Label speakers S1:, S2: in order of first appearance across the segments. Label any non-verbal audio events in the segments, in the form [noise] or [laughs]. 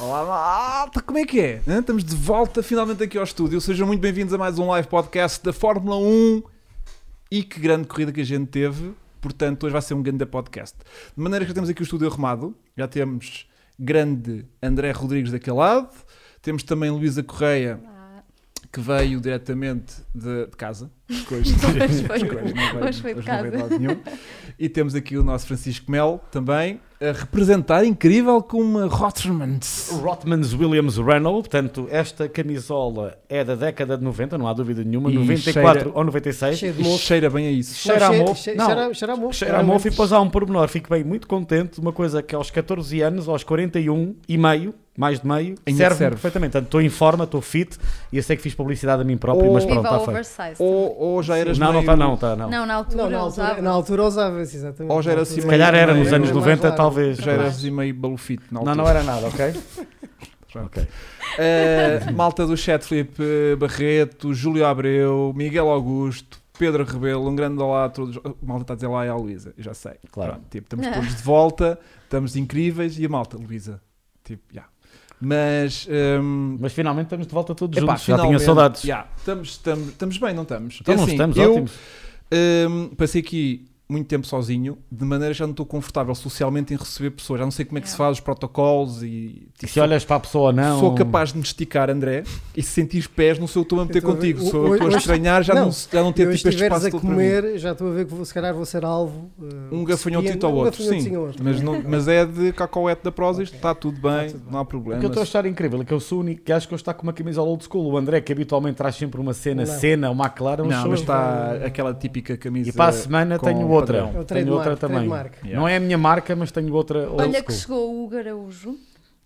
S1: Olá, malta, como é que é? Hã? Estamos de volta finalmente aqui ao estúdio. Sejam muito bem-vindos a mais um live podcast da Fórmula 1. E que grande corrida que a gente teve. Portanto, hoje vai ser um grande podcast. De maneira que já temos aqui o estúdio arrumado. Já temos grande André Rodrigues daquele lado. Temos também Luísa Correia,
S2: Ah,
S1: que veio diretamente de, de casa. porque Hoje, [laughs]
S2: Hoje [laughs] foi-
S1: porque hoje não veio-
S2: hoje foi de
S1: hoje não veio
S2: casa.
S1: lado nenhum. E temos aqui o nosso Francisco Mel também a representar incrível com uma Rottermans.
S3: Rotman's Williams Reynolds, portanto, esta camisola é da década de 90, não há dúvida nenhuma,
S1: E
S3: 94
S1: cheira-
S3: ou 96.
S4: Cheio de
S1: E
S4: mofo.
S1: cheira bem a isso.
S3: Cheira a
S4: Não,
S3: mofo.
S4: che-
S3: Não.
S4: Cheira, cheira a mofo.
S3: Cheira a mofo e depois há um pormenor, fico bem muito contente de uma coisa que aos 14 anos, aos 41 e meio, mais de meio,
S1: Ainda
S3: serve,
S1: serve.
S3: perfeitamente. Portanto, estou em forma, estou fit e eu sei que fiz publicidade a mim próprio,
S1: Oh.
S3: mas pronto,
S2: Viva
S3: está
S2: o
S3: feito.
S2: oversized.
S1: Ou, ou já eras
S3: Não, não
S1: meio-
S3: está, não, está, não.
S2: Não, na altura
S4: Não, na altura,
S2: usava.
S4: na altura usava-se, exatamente.
S1: Ou já era
S4: Na
S1: assim
S4: altura.
S3: Se calhar era nos
S1: Meio-
S3: anos
S1: meio-
S3: 90,
S4: meio-
S3: talvez.
S1: Já eras assim meio balufito na
S3: Não,
S1: altura.
S3: não era nada, ok?
S1: Pronto. Uh, malta do chat, Filipe Barreto, Júlio Abreu, Miguel Augusto, Pedro Rebelo, um grande olá a todos. Oh, Malta está a dizer lá é a Luísa, eu já sei.
S3: Claro.
S1: Pronto, tipo, estamos todos de volta, estamos incríveis e a malta, Luísa, tipo, já. Mas, um,
S3: Mas finalmente estamos de volta todos
S1: epá,
S3: juntos, já tinha
S1: finalmente,
S3: saudades.
S1: já, estamos, estamos, estamos bem, não estamos?
S3: Então
S1: É
S3: não
S1: assim,
S3: estamos
S1: eu,
S3: ótimos.
S1: Hum, passei aqui muito tempo sozinho, de maneira que já não estou confortável socialmente em receber pessoas. Já não sei como é que se faz os protocolos e. tipo,
S3: E se olhas para a pessoa ou não...
S1: Sou capaz de me esticar, André, e se sentir os pés, não sou eu que estou a meter
S4: Então,
S1: contigo.
S4: o-
S1: Sou eu que estou a
S4: hoje-
S1: estranhar, já não,
S4: não,
S1: já não ter
S4: Eu
S1: tipo este
S4: estiveres
S1: espaço
S4: a
S1: todo para mim.
S4: comer, já estou a ver que vou, se calhar vou ser alvo. eh,
S1: Um
S4: que
S1: gafanhotito
S4: se-
S1: ao
S4: um
S1: outro, sim.
S4: gafanhotinho ao outro.
S1: Mas, não- mas é de cacahuete da prosa, isto está tudo bem,
S4: tudo bem.
S1: não há
S3: O
S1: problema.
S3: que eu estou a achar incrível é que eu sou o único que acho que eu estou com uma camisola old school. O André, que habitualmente traz sempre uma cena,
S4: Não.
S3: cena, uma clara, um
S1: Não,
S3: show.
S1: mas está aquela típica camisa.
S3: E para a semana
S1: com
S3: tenho outra.
S1: padrão.
S4: É o
S3: Tenho outra
S4: trademark,
S3: também.
S4: trademark.
S1: Yeah.
S3: Não é a minha marca, mas tenho outra old
S2: Olha que
S3: school.
S2: chegou o Hugo Araújo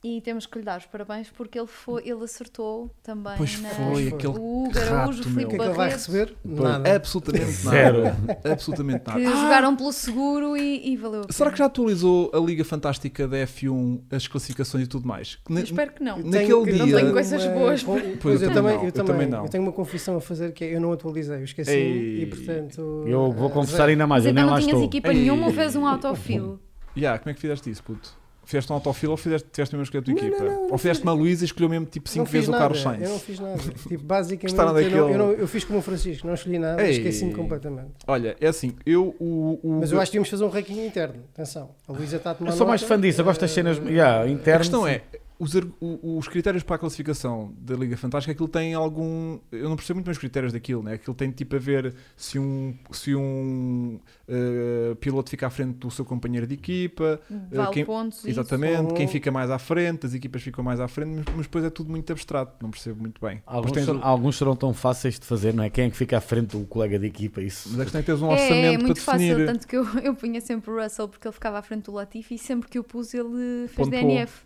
S2: e temos que lhe dar os parabéns porque ele, foi, ele acertou também.
S1: Pois
S2: na-
S1: foi,
S4: aquele
S2: O Hugo
S1: rato,
S2: Araújo,
S1: meu.
S4: O
S2: Filipe
S4: que é que ele vai
S2: Barreto, que
S4: receber?
S1: É,
S4: Nada.
S1: Absolutamente nada.
S3: Zero.
S1: Absolutamente nada.
S2: jogaram pelo seguro e, e valeu. a pena.
S1: Ah. Será que já atualizou a Liga Fantástica da F1, as classificações e tudo mais? Que na-
S2: Eu espero que não.
S1: na-
S4: Tenho-
S1: naquele
S4: eu
S1: dia-
S4: tenho
S2: Não tenho coisas
S4: uma-
S2: boas.
S4: com-
S1: Pois
S4: Pois
S1: eu
S4: eu também,
S1: também
S4: eu
S1: não, eu também
S4: também.
S1: não.
S4: Eu tenho uma confissão a fazer que é eu não atualizei, eu esqueci
S1: Ei.
S4: e portanto.
S3: Eu vou
S4: eh,
S3: confessar ainda mais,
S2: Mas
S3: eu nem
S2: então
S3: lá
S2: não tinhas
S3: estou.
S2: equipa
S1: Ei.
S2: nenhuma ou fez um autofilo?
S1: Ya, como é que fizeste isso, puto? Fizeste um autofilo ou fizeste, tiveste mesmo escolher a tua equipa? ou fizeste uma Luísa e escolheu mesmo tipo
S4: não
S1: 5
S4: fiz
S1: vezes o
S4: nada,
S1: Carlos Sainz?
S4: Eu não
S1: [laughs]
S4: fiz nada. Tipo, basicamente,
S1: Gostaram
S4: eu, não-
S1: daquele-
S4: eu não- eu fiz como o Francisco, não escolhi nada,
S1: Ei.
S4: esqueci-me completamente.
S1: Olha, é assim, eu o. o-
S4: Mas eu acho que devíamos fazer um ranking interno. Atenção, a Luísa está a tomar.
S3: Eu sou mais
S4: nota, eh,
S3: fã disso, eu gosto das cenas yeah,
S1: Eh, a
S3: internas.
S1: questão é. Os, ar- o- os critérios para a classificação da Liga Fantástica, aquilo tem algum. Eu não percebo muito bem os critérios daquilo, né? Aquilo tem tipo a ver se um, se um eh, piloto fica à frente do seu companheiro de equipa,
S2: Vale
S1: quem-
S2: pontos e isso.
S1: Exatamente,
S4: Uhum.
S1: quem fica mais à frente, as equipas ficam mais à frente, mas, mas depois é tudo muito abstrato, não percebo muito bem.
S3: Alguns,
S1: Depois tens o-
S3: alguns serão tão fáceis de fazer, não é? Quem é que fica à frente do colega de equipa? Isso.
S1: mas a questão é que tens um
S2: É,
S1: orçamento
S2: É,
S1: para
S2: muito
S1: definir.
S2: fácil, tanto que eu, eu punha sempre o Russell porque ele ficava à frente do Latifi e sempre que eu pus ele fez
S1: Pontuou.
S2: DNF.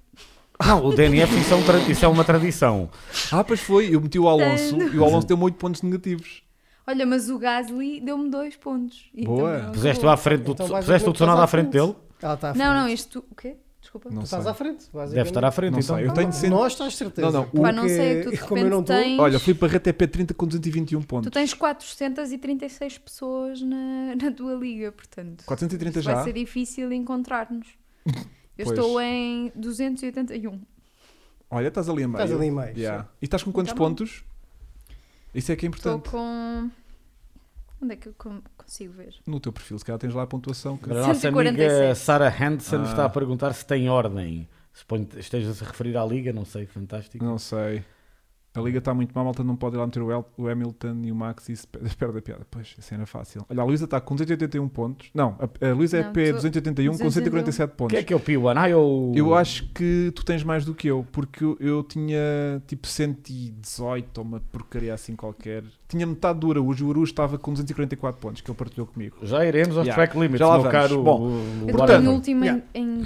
S3: Não, o DNF isso é, um tra- isso é uma
S4: [laughs]
S3: tradição.
S1: Ah, pois foi, eu meti o Alonso e o Alonso deu-me 8 pontos negativos.
S2: Olha, mas o Gasly deu-me dois pontos. E
S1: Boa.
S2: também não
S3: Puseste-o
S2: jogou.
S3: à frente do,
S4: Então,
S3: puseste o
S4: basicamente,
S3: Tsunoda
S4: estás
S3: à frente dele?
S4: Ela está à frente.
S2: Não, não, isto. O quê? Desculpa.
S1: Não
S4: Tu
S1: sei.
S4: estás à frente,
S3: Deve estar à frente,
S1: Não
S3: então.
S1: sei, eu tenho de ser-
S4: Nós estás de certeza.
S1: Não, não,
S2: Pá, não sei, tu de
S4: [laughs] como eu não
S2: repente
S4: estou,
S2: tens.
S1: Olha, fui para reta P30 com 221 pontos.
S2: Tu tens 436 pessoas na, [laughs] na tua liga, portanto.
S1: 430
S2: Vai
S1: já.
S2: ser difícil encontrar-nos. Eu
S1: Pois.
S2: estou em 281.
S1: Olha, estás ali em meio.
S4: estás ali em meio.
S1: Yeah. E estás com quantos
S2: Tá bom.
S1: pontos? Isso é que é
S2: Estou
S1: importante.
S2: com. Onde é que eu con- consigo ver?
S1: No teu perfil, se calhar tens lá a pontuação. que-
S3: A nossa
S2: 147.
S3: amiga Sarah Hanson
S1: Ah.
S3: está a perguntar se tem ordem. Suponho que estejas a referir à liga, não sei, fantástico.
S1: Não sei. A liga está muito má, a malta não pode ir lá meter o, El- o Hamilton e o Max e isso [laughs] pe- perde a piada. Pois, isso era fácil. Olha, a Luísa está com 281 pontos. Não, a, a Luísa é
S2: Não, tu-
S1: P281 com 147
S3: O
S1: pontos.
S3: que é que é o P1? Ah, eu...
S1: Eu acho que tu tens mais do que eu, porque eu, eu tinha tipo 118 ou uma porcaria assim qualquer. Tinha metade do Araújo, o Araújo estava com 244 pontos, que ele partilhou comigo.
S3: Já iremos aos
S1: Yeah.
S3: track limits,
S1: Já lá
S3: meu
S1: vamos.
S3: caro.
S1: Bom, um
S2: Eu
S3: Bora.
S2: estou em último em-
S4: Yeah.
S2: em,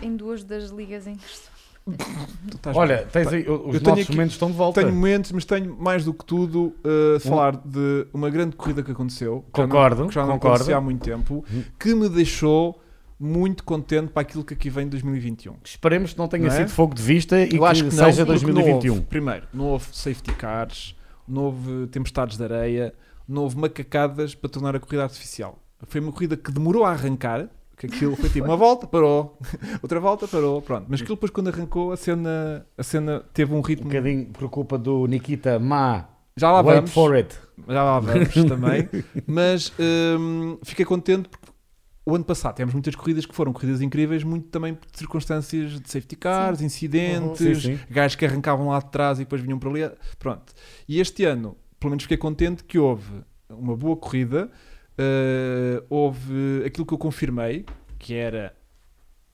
S2: em duas das ligas em que estou.
S1: Tu estás
S3: Olha, tens aí,
S1: Eu
S3: os
S1: tenho
S3: nossos
S1: aqui-
S3: momentos estão de volta.
S1: Tenho um- momentos, mas tenho mais do que tudo uh, falar de uma grande corrida que aconteceu. que já não-
S3: Um- Concordo,
S1: Que já não
S3: concordo.
S1: acontecia há muito tempo.
S3: Uhum.
S1: Que me deixou muito contente para aquilo que aqui vem de 2021.
S3: Esperemos que não tenha
S1: Não é?
S3: sido fogo de vista e um. que,
S1: não, porque
S3: seja
S1: não
S3: 2021.
S1: houve- Hum. primeiro, não houve safety cars, não houve tempestades de areia, não houve macacadas para tornar a corrida artificial. Foi uma corrida que demorou a arrancar, Que aquilo foi [laughs] tipo uma volta, parou, outra volta, parou, pronto. Mas aquilo depois quando arrancou, a cena, a cena teve um
S3: Um
S1: ritmo.
S3: bocadinho por culpa do Nikita Ma.
S1: Já lá
S3: Wait
S1: vamos.
S3: for it.
S1: já lá vamos
S3: [laughs]
S1: também. Mas hum, fiquei contente porque o ano passado tivemos muitas corridas que foram corridas incríveis, muito também por circunstâncias de safety cars, incidentes,
S3: Uhum. Sim, sim.
S1: gajos que arrancavam lá de trás e depois vinham para ali. Pronto. E este ano, pelo menos fiquei contente que houve uma boa corrida, eh, houve aquilo que eu confirmei, que era,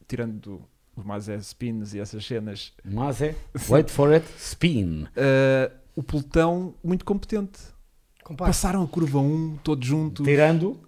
S1: tirando os mais spins e essas cenas,
S3: Mas é. Wait for it. Spin.
S1: eh, o pelotão muito competente.
S4: Compacto.
S1: Passaram a curva 1 todos juntos.
S3: Tirando.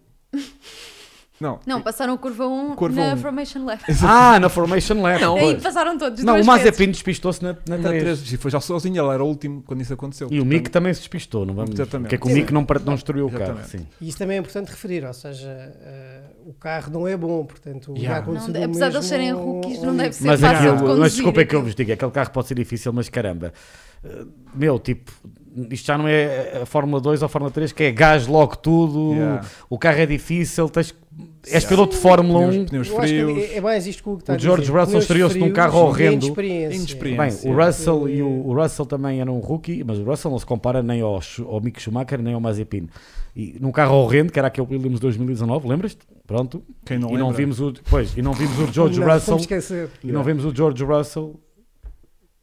S1: Não,
S2: Não, passaram a curva 1
S1: Curva
S2: na
S1: um.
S2: Formation Left.
S3: Ah, na Formation Left.
S1: Não, é
S2: Aí passaram todos.
S3: Não,
S2: duas
S3: o
S2: vezes.
S3: Mazepin despistou-se na, na,
S1: Na
S3: três.
S1: três. E foi já sozinho, ele era o último quando isso aconteceu.
S3: E o
S1: Então, Portanto,
S3: Mick tá- também se despistou, não vamos?
S1: Exatamente.
S3: Porque é que o Mick não, par- não destruiu o carro.
S1: Exatamente.
S3: Sim.
S4: E isso também é importante referir, ou seja, eh, o carro não é bom, portanto,
S1: Yeah.
S4: já aconteceu
S2: Não,
S4: o
S2: apesar de
S4: mesmo
S2: eles serem
S4: ao-
S2: rookies,
S4: ao
S2: não deve
S4: Nico.
S2: ser
S3: Mas,
S2: fácil de
S3: aquilo, mas
S2: conduzir
S3: desculpa é que eu
S2: aquilo.
S3: vos diga, aquele carro pode ser difícil, mas caramba, eh, meu, tipo, isto já não é a Fórmula 2 ou a Fórmula 3 que é gás logo tudo,
S1: Yeah.
S3: o carro é difícil, tens, és
S1: Yeah.
S3: piloto de Fórmula
S1: pneus,
S3: 1.
S1: pneus
S4: Eu acho que
S1: frios.
S4: é- é mais isto que o que está
S3: O
S4: a
S3: George
S4: dizer.
S3: Russell
S4: Pneus
S3: estreou-se num
S4: frios
S3: carro
S4: e
S3: horrendo.
S4: Inexperiência.
S1: Inexperiência.
S3: Bem, o
S1: Sim.
S3: Russell e o, o Russell também era um rookie, mas o Russell não se compara nem ao, Schu- ao Mick Schumacher nem ao Mazepin. E num carro horrendo, que era aquele Williams 2019, lembras-te? Pronto.
S1: Quem não
S3: e não
S1: lembra?
S3: vimos o pois, e não
S1: [laughs]
S3: vimos o George
S4: Não,
S3: Russell,
S4: vamos esquecer.
S3: e não vimos o George Russell.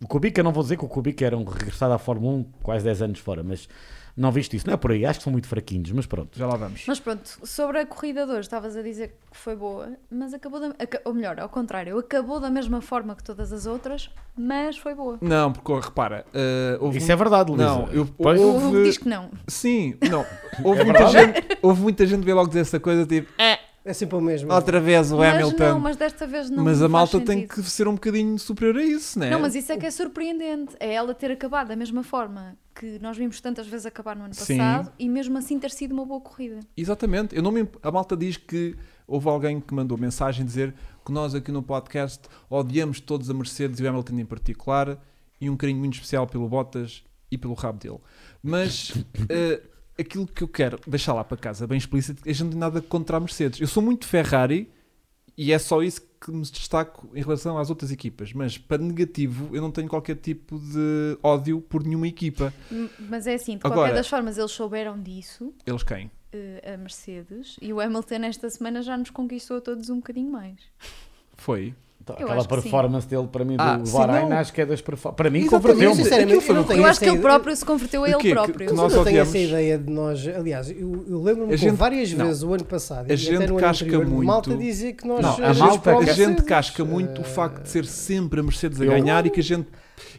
S3: O Kubica, não vou dizer que o Kubica era um regressado à Fórmula 1 quase 10 anos fora, mas não viste isso, não é por aí, acho que são muito fraquinhos, mas pronto.
S1: Já lá vamos.
S2: Mas pronto, sobre a corrida de hoje, estavas a dizer que foi boa, mas acabou da. aca- Ou melhor, ao contrário, acabou da mesma forma que todas as outras, mas foi boa.
S1: Não, porque oh, repara, eh, houve
S3: Isso
S1: um-
S3: é verdade, Luísa.
S1: Não, eu-
S3: Pois.
S2: O Hugo
S1: Houve-
S2: diz que não.
S1: Sim, [laughs] não. Houve, muita gente, houve muita gente que veio logo dizer essa coisa, tipo,
S4: É sempre o mesmo.
S1: outra vez o
S2: Mas
S1: Hamilton.
S2: não, mas desta vez não.
S1: Mas a
S2: faz
S1: malta tem
S2: sentido.
S1: que ser um bocadinho superior a isso, né?
S2: Não, mas isso é que é surpreendente. É ela ter acabado da mesma forma que nós vimos tantas vezes acabar no ano
S1: Sim.
S2: passado e mesmo assim ter sido uma boa corrida.
S1: Exatamente. Eu não me imp- A malta diz que houve alguém que mandou mensagem dizer que nós aqui no podcast odiamos todos a Mercedes e o Hamilton em particular e um carinho muito especial pelo Bottas e pelo rabo dele. Mas eh, aquilo que eu quero deixar lá para casa bem explícito é que a gente não tem nada contra a Mercedes. Eu sou muito Ferrari e é só isso que me destaco em relação às outras equipas. Mas para negativo eu não tenho qualquer tipo de ódio por nenhuma equipa.
S2: M- Mas é assim, de
S1: Agora-
S2: qualquer das formas, eles souberam disso,
S1: Eles quem?
S2: eh, a Mercedes, e o Hamilton esta semana já nos conquistou a todos um bocadinho mais.
S1: Foi.
S3: Então,
S2: eu
S3: Aquela
S2: acho que sim.
S3: performance dele para mim do
S1: Ah, sim,
S3: Bahrein,
S1: não. é
S3: acho que é das performances. Para mim,
S4: Exatamente,
S3: converteu-me.
S4: sinceramente,
S1: Aquilo foi
S4: eu
S1: uma
S4: não
S2: Eu
S4: tenho
S2: acho que
S4: essa
S2: ele
S4: ideia-
S2: próprio se converteu a
S1: O
S2: ele
S1: quê? Que-
S2: próprio.
S1: que
S4: Mas
S1: nós
S4: eu não tenho essa
S1: odiamos.
S4: ideia de nós. Aliás, eu, eu lembro-me
S1: A
S4: com
S1: gente-
S4: várias
S1: não.
S4: vezes o ano passado
S1: A
S4: e
S1: gente
S4: até no ano
S1: casca
S4: anterior, de
S1: muito.
S4: malta dizer que nós
S3: Não,
S4: eh,
S3: a
S1: a,
S4: somos
S1: malta, a
S4: pró-Mercedes.
S1: gente casca muito o
S4: Eh,
S1: facto de ser sempre a Mercedes a
S3: Eu-
S1: ganhar e que a gente.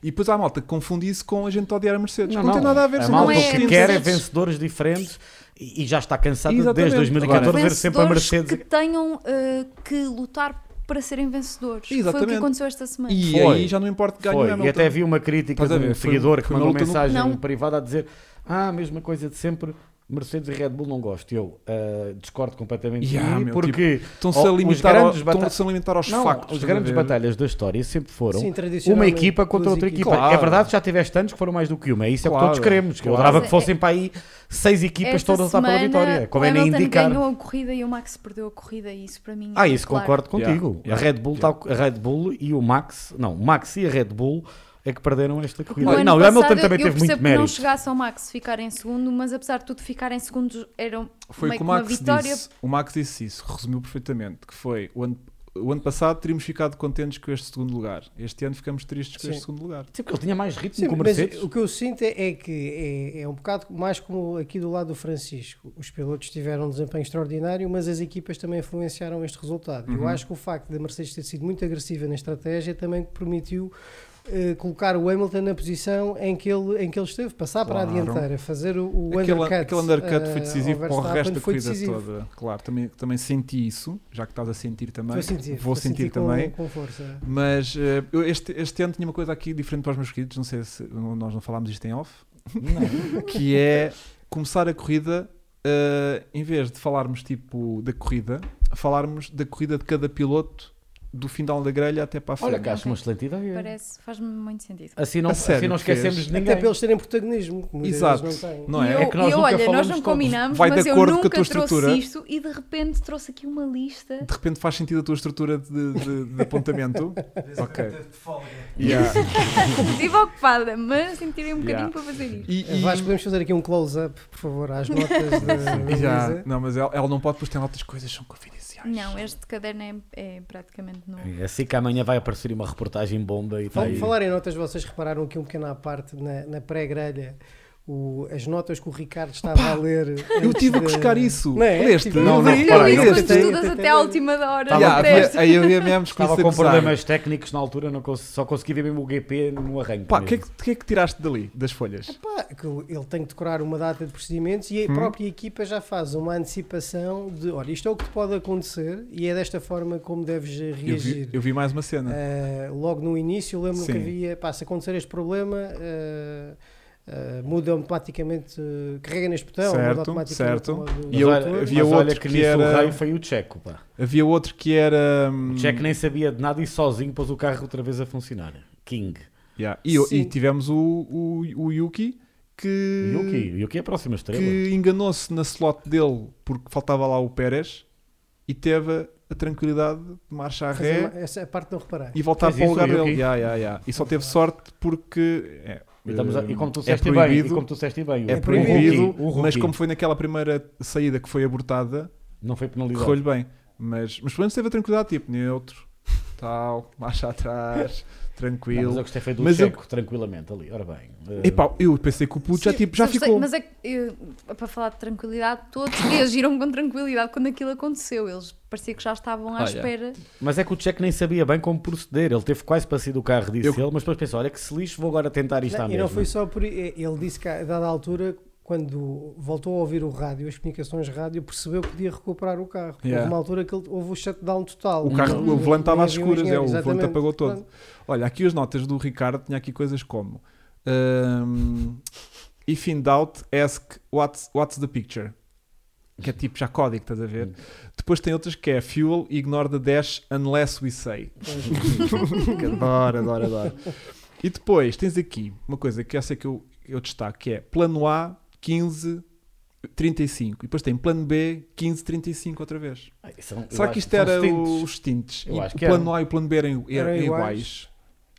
S1: E depois há a malta que confunde isso com a gente odiar a Mercedes. Não, tem nada a ver
S3: a
S1: são
S3: malta
S1: duas
S2: é-
S3: que
S1: distintas.
S3: quer é
S2: Mercedes.
S3: vencedores diferentes e, e já está cansada
S1: Exatamente.
S3: desde 2014 de ver sempre a
S2: Vencedores
S3: Mercedes.
S2: que tenham eh, que lutar para serem vencedores. Foi o que
S1: Exatamente.
S2: aconteceu esta semana.
S1: E
S3: Foi.
S1: aí já não importa que ganhe o
S3: Foi.
S1: Hamilton.
S3: E até vi uma crítica
S1: Estás a
S3: de um
S1: ver? Foi-
S3: seguidor que
S1: foi uma
S3: mandou
S1: luta no-
S3: mensagem
S2: Não.
S3: privada a dizer ah, a mesma coisa de sempre. Mercedes e Red Bull não gosto. Eu ah, discordo completamente de
S1: Yeah,
S3: mim,
S1: meu, tipo,
S3: porque
S1: Estão-se
S3: oh,
S1: a
S3: os
S1: limitar, ao,
S3: grandes bata-
S1: estão-se a limitar aos
S3: não,
S1: factos.
S3: as
S1: estás a
S3: grandes
S1: ver?
S3: batalhas da história sempre foram
S4: sim,
S3: uma
S4: tradicionalmente,
S3: equipa contra
S4: duas
S3: outra
S4: equipes.
S3: equipa.
S1: Claro.
S3: É verdade, já tiveste tantos que foram mais do que uma. Isso é o que
S1: Claro,
S3: todos queremos. Eu
S1: claro.
S3: adorava
S2: Mas
S3: que
S2: é-
S3: fossem para aí seis equipas
S2: Esta
S3: todas lá para a
S2: semana,
S3: vitória.
S2: o
S3: Como é nem
S2: Hamilton
S3: indicar.
S2: ganhou a corrida e o Max perdeu a corrida e isso para mim
S3: Ah,
S2: é
S3: isso
S2: claro.
S3: concordo contigo.
S1: Yeah, yeah,
S3: a, Red Bull tá- a Red Bull e o Max, não, o Max e a Red Bull é que perderam esta
S2: No
S3: corrida.
S2: ano
S3: Não, o
S2: passado,
S3: Hamilton também
S2: eu
S3: teve muito
S2: percebo que não
S3: mérito.
S2: chegasse ao Max ficar em segundo, mas apesar de tudo ficar em segundo era
S1: Foi o
S2: meio
S1: que
S2: que
S1: o
S2: uma
S1: Max
S2: vitória.
S1: disse. O Max disse isso, resumiu perfeitamente. Que foi o ano, o ano passado teríamos ficado contentes com este segundo lugar. Este ano ficamos tristes com
S4: Sim.
S1: este segundo lugar.
S3: Sim, porque ele tinha mais ritmo
S4: Sim,
S3: que o
S4: mas
S3: Mercedes.
S4: o que eu sinto é é que é, é um bocado mais como aqui do lado do Francisco. Os pilotos tiveram um desempenho extraordinário, mas as equipas também influenciaram este resultado.
S1: Uhum.
S4: Eu acho que o facto da Mercedes ter sido muito agressiva na estratégia também permitiu eh, colocar o Hamilton na posição em que ele, em que ele esteve, passar
S1: Claro.
S4: para a dianteira, fazer o, o
S1: Aquele,
S4: undercut.
S1: aquele undercut
S4: eh,
S1: foi decisivo
S4: ao
S1: para o resto
S4: Verstappen,
S1: da
S4: foi
S1: corrida
S4: decisivo.
S1: toda. Claro, também, também senti isso, já que estás a sentir também.
S4: Vou sentir,
S1: é? Vou sentir
S4: com-
S1: também.
S4: Com força.
S1: Mas eh, eu este, este ano tinha uma coisa aqui diferente para os meus queridos, não sei se não- nós não falámos isto em off, que é começar a corrida, eh, em vez de falarmos tipo da corrida, falarmos da corrida de cada piloto do final da grelha até para a frente.
S3: Olha, cá, acho uma
S2: Ok.
S3: excelente ideia.
S2: Parece, faz-me muito sentido.
S3: Assim não,
S1: A sério
S3: assim não
S1: que fez?
S3: esquecemos de ninguém.
S4: Até para eles terem protagonismo. que muitas
S1: Exato.
S4: vezes Não têm.
S1: Não
S2: e
S1: é?
S2: eu,
S3: É que nós
S2: e eu,
S3: nunca
S2: olha,
S3: falamos
S2: nós não
S3: todos.
S2: combinamos,
S1: Vai de
S2: mas eu
S1: acordo com a
S2: nunca
S1: tua
S2: trouxe
S1: estrutura.
S2: isto e de repente trouxe aqui uma lista.
S1: De repente faz sentido a tua estrutura de, de- de apontamento. Ok.
S5: Teve de folga.
S1: Yeah.
S2: Estive ocupada, mas sentirei um bocadinho
S1: Yeah.
S2: para fazer isto.
S1: E, e-
S4: Vasco, podemos fazer aqui um close-up, por favor, às notas
S1: [laughs]
S4: da, da
S1: e já-
S4: Luísa?
S1: Não, mas ela, ela não pode, pois tem outras coisas, são confidenciais.
S2: Não, este caderno é, é praticamente novo.
S3: É Assim que amanhã vai aparecer uma reportagem bomba e
S4: Fal-
S3: está aí.
S4: Falar em notas, vocês repararam aqui um pequeno à parte na, na pré-grelha, o- as notas que o Ricardo estava a ler.
S1: Eu
S4: antes
S1: tive a
S4: de-
S1: buscar isso.
S4: Não é?
S1: Leste?
S4: Tipo,
S3: Não, não,
S4: li-
S3: reparei,
S4: li-
S1: não.
S4: li-
S2: Mas tu estudas
S4: li-
S2: até à última hora
S1: Yeah,
S3: Tava
S2: do
S3: a
S1: havia- é,
S2: teste.
S1: Tá aí havia mesmo que
S3: Estava
S1: se
S3: com
S1: acusar.
S3: problemas técnicos na altura, não cons- só consegui ver mesmo o GP no arranque.
S1: Pá, o
S3: mesmo.
S1: que, é que, o que é que tiraste dali, das folhas?
S4: Pá, que ele tem que decorar uma data de procedimentos e a
S1: Hum.
S4: própria equipa já faz uma antecipação de: olha, isto é o que te pode acontecer e é desta forma como deves
S3: É
S1: Eu
S4: reagir.
S1: vi, eu vi mais uma cena.
S4: Uh, logo no início, lembro-me que
S1: né? Sim.
S4: havia, pá, se acontecer este problema, uh, uh, muda automaticamente, uh, carrega neste botão,
S1: Certo,
S4: muda automaticamente
S1: certo.
S4: o modo-
S1: E eu-
S4: motor.
S1: eu vi-
S3: mas
S1: havia
S3: olha
S1: outro
S3: que
S1: que
S3: nisso o
S1: era-
S3: rei foi o Checo, pá.
S1: Havia outro que era.
S3: O
S1: hum,
S3: Checo nem sabia de nada e sozinho pôs o carro outra vez a funcionar. King.
S1: yeah. e, eu- e
S4: Sim.
S1: tivemos o, o, o Yuki que,
S3: Yuki, Yuki é a próxima estrela.
S1: que enganou-se na slot dele porque faltava lá o Pérez e teve a tranquilidade de marcha a
S4: Fazer
S1: ré
S4: uma- essa parte não reparar.
S1: e voltar
S3: Fez
S1: para o
S3: isso,
S1: lugar
S3: o Yuki?
S1: dele. Yeah, yeah, yeah. E só teve sorte porque. é,
S3: E, estamos a- e como tu
S1: é
S3: disseste bem, e
S1: proibido-
S3: como tu disseste bem, o-
S1: é
S4: É
S1: proibido,
S3: o rookie- o
S1: mas
S3: rookie
S1: como foi naquela primeira saída que foi abortada,
S3: não foi penalizado.
S1: correu-lhe bem. Mas, mas pelo menos teve a tranquilidade, tipo, neutro, tal, marcha atrás,
S3: Não,
S1: tranquilo.
S3: mas eu gostei foi do
S1: Mas eu-
S3: Checo, tranquilamente ali. Ora bem. eh,
S1: Epá, eu pensei que o puto já,
S4: Sim,
S1: tipo, já
S2: Sabes,
S1: ficou.
S2: Mas é que, eu- para falar de tranquilidade, todos reagiram com tranquilidade quando aquilo aconteceu. Eles parecia que já estavam à
S1: Ah, já.
S2: espera.
S3: Mas é que o Checo nem sabia bem como proceder. Ele teve quase para sair do carro, disse
S1: Eu-
S3: ele, mas depois pensou: olha que se lixo, vou agora tentar isto à
S4: Não, e
S3: mesma.
S4: não foi só por. i- eh, Ele disse que, a dada altura, quando voltou a ouvir o rádio, as comunicações rádio, percebeu que podia recuperar o carro.
S1: Yeah.
S4: Houve uma altura que ele, houve o shutdown total.
S1: O carro-
S4: Não-
S1: o volante estava
S4: nem
S1: às
S4: havia um
S1: escuras,
S4: engenheiro,
S1: é, o volante
S4: exatamente.
S1: apagou todo.
S4: Portanto,
S1: Olha, aqui as notas do Ricardo tinha aqui coisas como hum, If in doubt, ask what's, what's the picture? Que é tipo já código, estás a
S3: Hum.
S1: ver? Depois tem outras que é Fuel, ignore the dash unless we
S3: [laughs]
S1: say. que adoro, adoro, adoro. E depois tens aqui uma coisa que essa é que eu, eu destaco, que é plano A, 15, 35. E depois tem plano B, 15, 35 outra vez.
S3: Ai, são- eu
S1: Será
S3: acho
S1: que isto
S3: são
S1: era
S3: stints.
S1: os tintes?
S3: Eu
S1: E
S3: acho
S1: o
S3: que
S1: plano
S3: eram.
S1: A e o plano B eram, eram
S4: Eram
S1: iguais.
S4: iguais.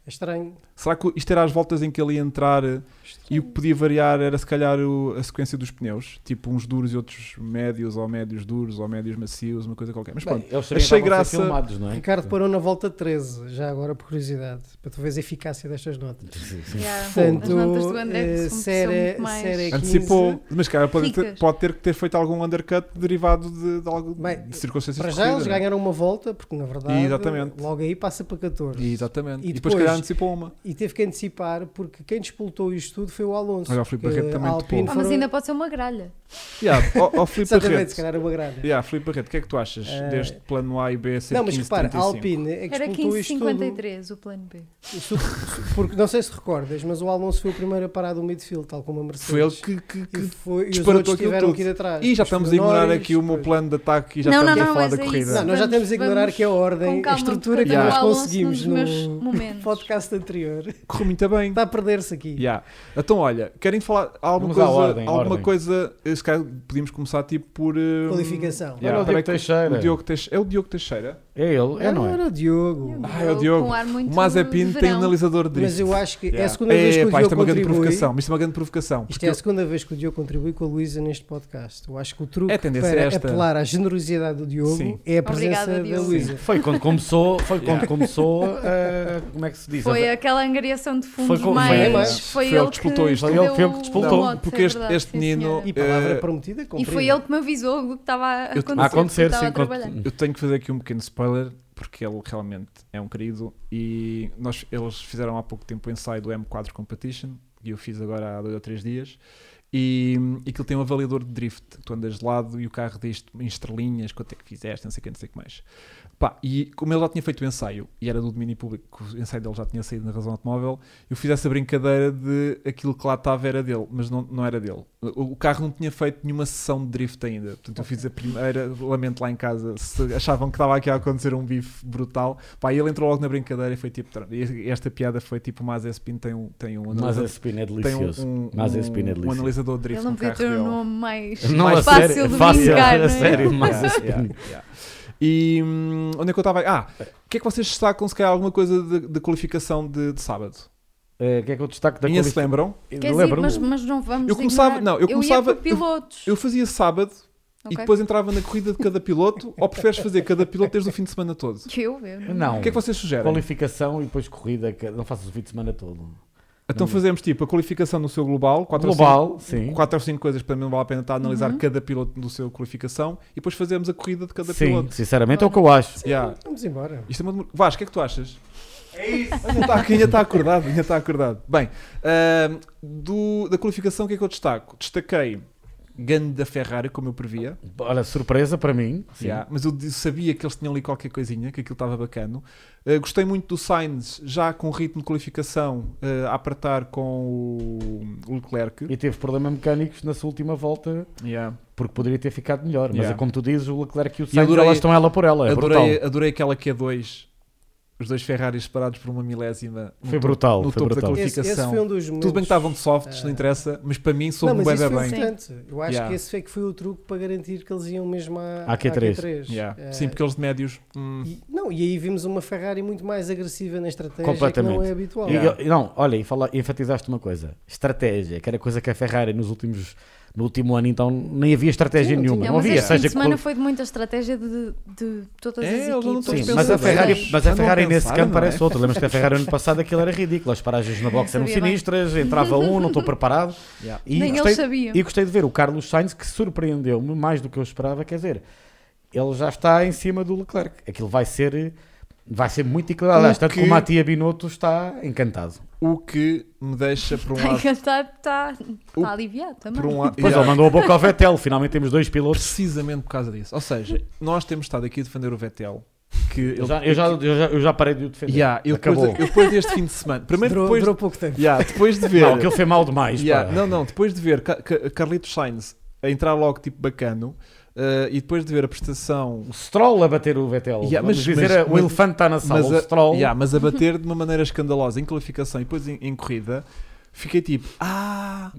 S4: É estranho.
S1: Será que isto era as voltas em que ele ia entrar eh, e o que podia variar era se calhar o- a sequência dos pneus? Tipo uns duros e outros médios, ou médios duros, ou médios macios, uma coisa qualquer. Mas
S4: Bem,
S1: pronto,
S3: Eles sabiam
S1: Achei
S3: que estavam a
S1: graça-
S3: ser filmados, não é?
S4: Ricardo parou na volta 13, já agora por curiosidade, para tu veres a eficácia destas notas.
S3: Sim, sim.
S2: Yeah. As
S4: Portanto,
S2: notas do André
S4: eh,
S2: são-
S4: série-
S2: são muito mais. Ah,
S4: série- 15,
S1: antecipou. Mas cara, pode ter,
S2: ricas.
S1: pode ter que ter feito algum undercut derivado de, de, algo,
S4: Bem,
S1: de circunstâncias
S4: Para
S1: de
S4: já eles
S1: corrida, não é?
S4: ganharam uma volta, porque na verdade
S1: Exatamente.
S4: logo aí passa para 14.
S1: Exatamente.
S4: E
S1: E, depois, se
S4: depois-
S1: calhar, antecipou uma.
S4: E teve que antecipar, porque quem disputou isto tudo foi o Alonso.
S1: Olha, o Filipe Barreto
S4: que
S1: também
S4: a Alpine
S1: topou.
S2: Ah,
S4: foram-
S2: mas ainda pode ser uma gralha.
S1: Yeah, ó, ó, Filipe
S4: Exatamente, se
S1: Barreto.
S4: calhar uma grande.
S1: Yeah, Filipe Barreto, o que é que tu achas
S4: Eh,
S1: deste plano A e B ser
S4: Não, mas
S1: 15,
S4: repara, a
S1: 35?
S4: Alpine é que
S2: Era
S4: disputou isto tudo.
S2: 15,53 o plano B.
S4: Isto- porque não sei se recordas, mas o Alonso foi o primeiro a parar do midfield, tal como a Mercedes.
S1: Foi ele que, que- que
S4: e foi, e os
S1: disparatou
S4: outros
S1: aquilo
S4: tiveram
S1: tudo.
S4: que ir atrás.
S1: E já
S4: Depois
S1: estamos a
S4: foi o
S1: ignorar
S4: Norris,
S1: aqui o meu
S4: depois-
S1: plano de ataque e já
S2: Não,
S1: estamos
S2: não,
S1: a
S2: não,
S1: falar
S2: mas
S1: da
S2: é
S1: corrida.
S2: isso.
S4: Não, nós já
S2: Vamos-
S4: temos a ignorar
S2: vamos
S4: que é a ordem,
S2: com
S4: a
S2: calma,
S4: estrutura que
S2: porque
S4: nós
S2: o Alonso
S4: conseguimos
S2: num dos
S4: no
S1: [laughs]
S2: meus momentos.
S4: [laughs] podcast anterior.
S1: Correu muito bem.
S4: Está a perder-se aqui.
S1: Yeah. Então, olha, querem falar alguma
S3: Vamos à
S1: coisa?
S3: ordem,
S1: alguma
S3: ordem.
S1: coisa. eh, Se calhar podíamos começar tipo por. hum,
S4: Qualificação.
S1: Yeah,
S3: Olha o Diogo
S1: peraí que-
S3: Teixeira.
S1: o Diogo Teixeira. É o Diogo Teixeira.
S3: É ele, é, não é?
S4: Era o Diogo.
S1: Ah, é o Diogo.
S2: Com um ar muito
S1: o Mazepin tem
S2: de
S1: um
S2: verão.
S1: analisador de
S4: Mas
S1: drift.
S4: eu acho que é a
S1: Yeah.
S4: segunda vez que
S1: pá,
S4: o
S1: isto é
S4: Diogo
S1: uma grande
S4: contribui.
S1: provocação. Isto é uma grande provocação.
S4: Isto
S1: porque
S4: é a
S1: eu-
S4: segunda vez que o Diogo contribui com a Luísa neste podcast. Eu acho que o truque
S1: É, a tendência
S4: para
S1: é esta.
S4: apelar à generosidade do Diogo
S1: Sim.
S4: é a presença
S2: Obrigada,
S4: da
S2: Diogo.
S4: Luísa.
S3: Foi quando começou, foi quando começou, eh, como é que se diz?
S2: Foi aquela angariação de fundos
S3: Foi com- foi-
S2: mais.
S1: foi
S2: Foi,
S1: ele
S2: ele
S1: que disputou isto.
S3: Foi ele-
S2: deu
S3: foi ele que
S2: o
S3: disputou.
S2: mote, é
S1: Porque este-
S2: verdade,
S1: este
S2: sim,
S1: menino-
S2: senhora.
S4: E palavra
S1: Eh,
S4: prometida,
S2: E
S4: cumprida.
S2: foi ele que me avisou o que estava a
S1: Eu-
S2: acontecer.
S3: A Ah, acontecer,
S2: porque
S3: sim,
S2: estava a trabalhar.
S3: quando-
S1: Eu tenho que fazer aqui um pequeno spoiler, porque ele realmente é um querido. E nós, eles fizeram há pouco tempo o ensaio do M4 Competition, e eu fiz agora há dois ou três dias. E hum, aquilo tem um avaliador de drift. Tu andas de lado e o carro diz em estrelinhas quanto é que fizeste, não sei o que, não sei o que mais. Pá, e como ele já tinha feito o ensaio e era do domínio público, o ensaio dele já tinha saído na razão automóvel, eu fiz essa brincadeira de aquilo que lá estava era dele, mas não, não era dele. O o carro não tinha feito nenhuma sessão de drift ainda. Portanto, eu fiz a primeira, lamento lá em casa, se achavam que estava aqui a acontecer um bife brutal. Pá, e ele entrou logo na brincadeira e foi tipo. tra- e Esta piada foi tipo: o Mazda Spin tem um. Tem um
S3: Mas a spin é
S1: tem um,
S3: delicioso.
S1: um,
S3: Mas a spin é
S1: um, um
S3: delicioso.
S1: analisador de
S2: Ele
S1: drift
S2: não
S1: no
S2: podia
S1: carro
S2: ter
S1: dele.
S2: um
S1: [laughs]
S2: nome mais,
S3: Não,
S2: mais
S3: a
S2: fácil
S3: sério,
S2: de
S3: fácil,
S2: brincar,
S3: a
S2: não é?
S3: [laughs] sério, mas a
S1: Yeah,
S3: spin.
S1: yeah. E hum, onde é que eu estava? Ah, o que é que vocês destacam? Se calhar alguma coisa de, de qualificação de, de sábado?
S3: Eh, O que é que eu destaco da
S1: Ainda se
S3: qualificação?
S1: lembram?
S2: Quer dizer,
S3: Lembro-me.
S2: mas, mas não vamos
S1: Eu começava-
S2: ignorar.
S1: não, eu começava-
S2: ia para pilotos.
S1: Eu fazia sábado e
S2: ok?
S1: depois entrava na corrida de cada piloto ou preferes fazer cada piloto desde o fim de semana todo? O
S2: Que eu, eu
S3: Não.
S1: que é que vocês sugerem?
S3: Qualificação e depois corrida, que não faças o fim de semana todo.
S1: Então fazemos tipo a qualificação no seu global, 4
S3: Global,
S1: ou
S3: sim.
S1: 5, coisas para mim não vale a pena estar a analisar
S2: Uhum.
S1: cada piloto do seu qualificação e depois fazemos a corrida de cada
S3: Sim,
S1: piloto.
S3: sinceramente é o que eu acho.
S1: Yeah.
S4: Vamos embora.
S1: Isto é uma demora- Vasco, o que é que tu achas? É isso! Ainda está, ainda está acordado, ainda está acordado. Bem, ahm, do- da qualificação, o que é que eu destaco? Destaquei Ganda da Ferrari, como eu previa.
S3: Olha, surpresa para mim. Sim.
S1: Yeah, mas eu di- sabia que eles tinham ali qualquer coisinha, que aquilo estava bacana. Uh, gostei muito do Sainz, já com ritmo de qualificação, uh, a apertar com o, o Leclerc.
S3: E teve problemas mecânicos na sua última volta,
S1: Yeah.
S3: porque poderia ter ficado melhor. Mas
S1: Yeah.
S3: é como tu dizes, o Leclerc e o
S1: eu
S3: Sainz,
S1: adorei-
S3: elas estão ela por ela. É brutal.
S1: adorei, adorei aquela Q2, os dois Ferraris separados por uma milésima. no
S3: Foi
S1: topo-
S3: brutal,
S1: no
S3: foi
S1: topo da
S3: brutal.
S4: Esse, esse
S1: qualificação.
S4: foi um dos momentos.
S1: Tudo bem que estavam de softs, não interessa, mas para mim
S4: É. Não,
S1: soube
S4: mas
S1: bem,
S4: isso foi
S1: bem.
S4: importante. Eu acho
S1: Yeah.
S4: que esse foi, que foi o truque para garantir que eles iam mesmo à,
S3: À Q3.
S1: Yeah.
S4: Eh,
S1: Sim, porque eles de médios. hum,
S4: e- não, e aí vimos uma Ferrari muito mais agressiva na estratégia que não
S3: Completamente.
S4: é habitual.
S3: E-
S1: Yeah.
S3: e- não, olha, e fala, enfatizaste uma coisa: estratégia, que era coisa que a Ferrari nos últimos, no último ano, então nem havia estratégia
S4: Sim, não
S3: nenhuma.
S4: tinha.
S3: Não
S2: mas
S3: havia,
S2: este fim de
S3: seja
S2: semana
S3: que-
S2: foi de muita estratégia de, de todas
S1: É,
S2: as
S1: eles não
S2: equipas.
S1: estão
S3: Sim,
S1: Mas
S3: mas a
S1: pensadores.
S3: Ferrari, mas a
S1: Andam a
S3: Ferrari nesse
S1: pensar,
S3: campo
S1: não é?
S3: parece outra. Lembras que a Ferrari ano passado aquilo era ridículo. As paragens na box eram
S2: Sabia bem.
S3: sinistras, entrava um, não estou preparado.
S1: yeah.
S3: E
S2: Nem
S3: gostei,
S2: eles sabiam.
S3: e gostei de ver o Carlos Sainz que surpreendeu-me mais do que eu esperava. Quer dizer, ele já está em cima do Leclerc. Aquilo vai ser, vai ser muito equilibrado.
S1: O
S3: Aliás, tanto que
S1: que-
S3: o Matia Binotto está encantado.
S1: O que me deixa, por um
S2: [laughs] Está
S1: lado.
S2: encantado, está
S1: O-
S2: está aliviado também.
S1: Por um lado
S3: Pois
S1: yeah.
S3: ele mandou a boca ao Vettel. Finalmente temos dois pilotos.
S1: precisamente por causa disso. Ou seja, nós temos estado aqui a defender o Vettel. Que
S3: Eu
S1: ele-
S3: já, eu já, eu já, eu já parei de o defender.
S1: Yeah, eu depois,
S3: Acabou.
S1: eu depois deste fim de semana, primeiro
S4: durou,
S1: depois,
S4: durou pouco tempo.
S1: Yeah, depois de ver,
S3: Não, aquilo foi mal demais.
S1: Yeah,
S3: pá.
S1: não, não, depois de ver Ca- Ca- Carlitos Sainz a entrar logo tipo bacano eh, e depois de ver a prestação,
S3: O um Stroll a bater o Vettel.
S1: Yeah,
S3: Vamos
S1: mas-
S3: dizer,
S1: mas-
S3: o
S1: mas-
S3: elefante está na sala.
S1: mas
S3: o
S1: a,
S3: Stroll.
S1: yeah, mas a bater de uma maneira escandalosa em qualificação e depois em, em corrida, fiquei tipo, ah,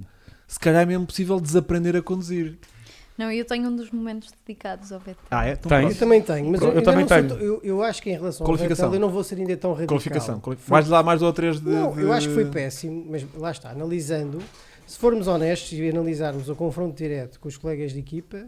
S1: se calhar é mesmo possível desaprender a conduzir.
S2: Não, eu tenho um dos momentos dedicados ao VT.
S1: Ah, é? Então
S3: Tem.
S1: pronto.
S4: Eu também tenho, mas eu,
S3: Eu
S4: ainda
S3: também
S4: não sou
S3: tenho.
S4: tão- eu, eu acho que em relação ao
S1: Qualificação.
S4: Vettel eu não vou ser ainda tão radical.
S1: Qualificação, quali- mais lá, mais dois ou três de.
S4: Não, eu acho que foi
S1: de-
S4: péssimo, mas lá está, analisando, se formos honestos e analisarmos o confronto direto com os colegas de equipa,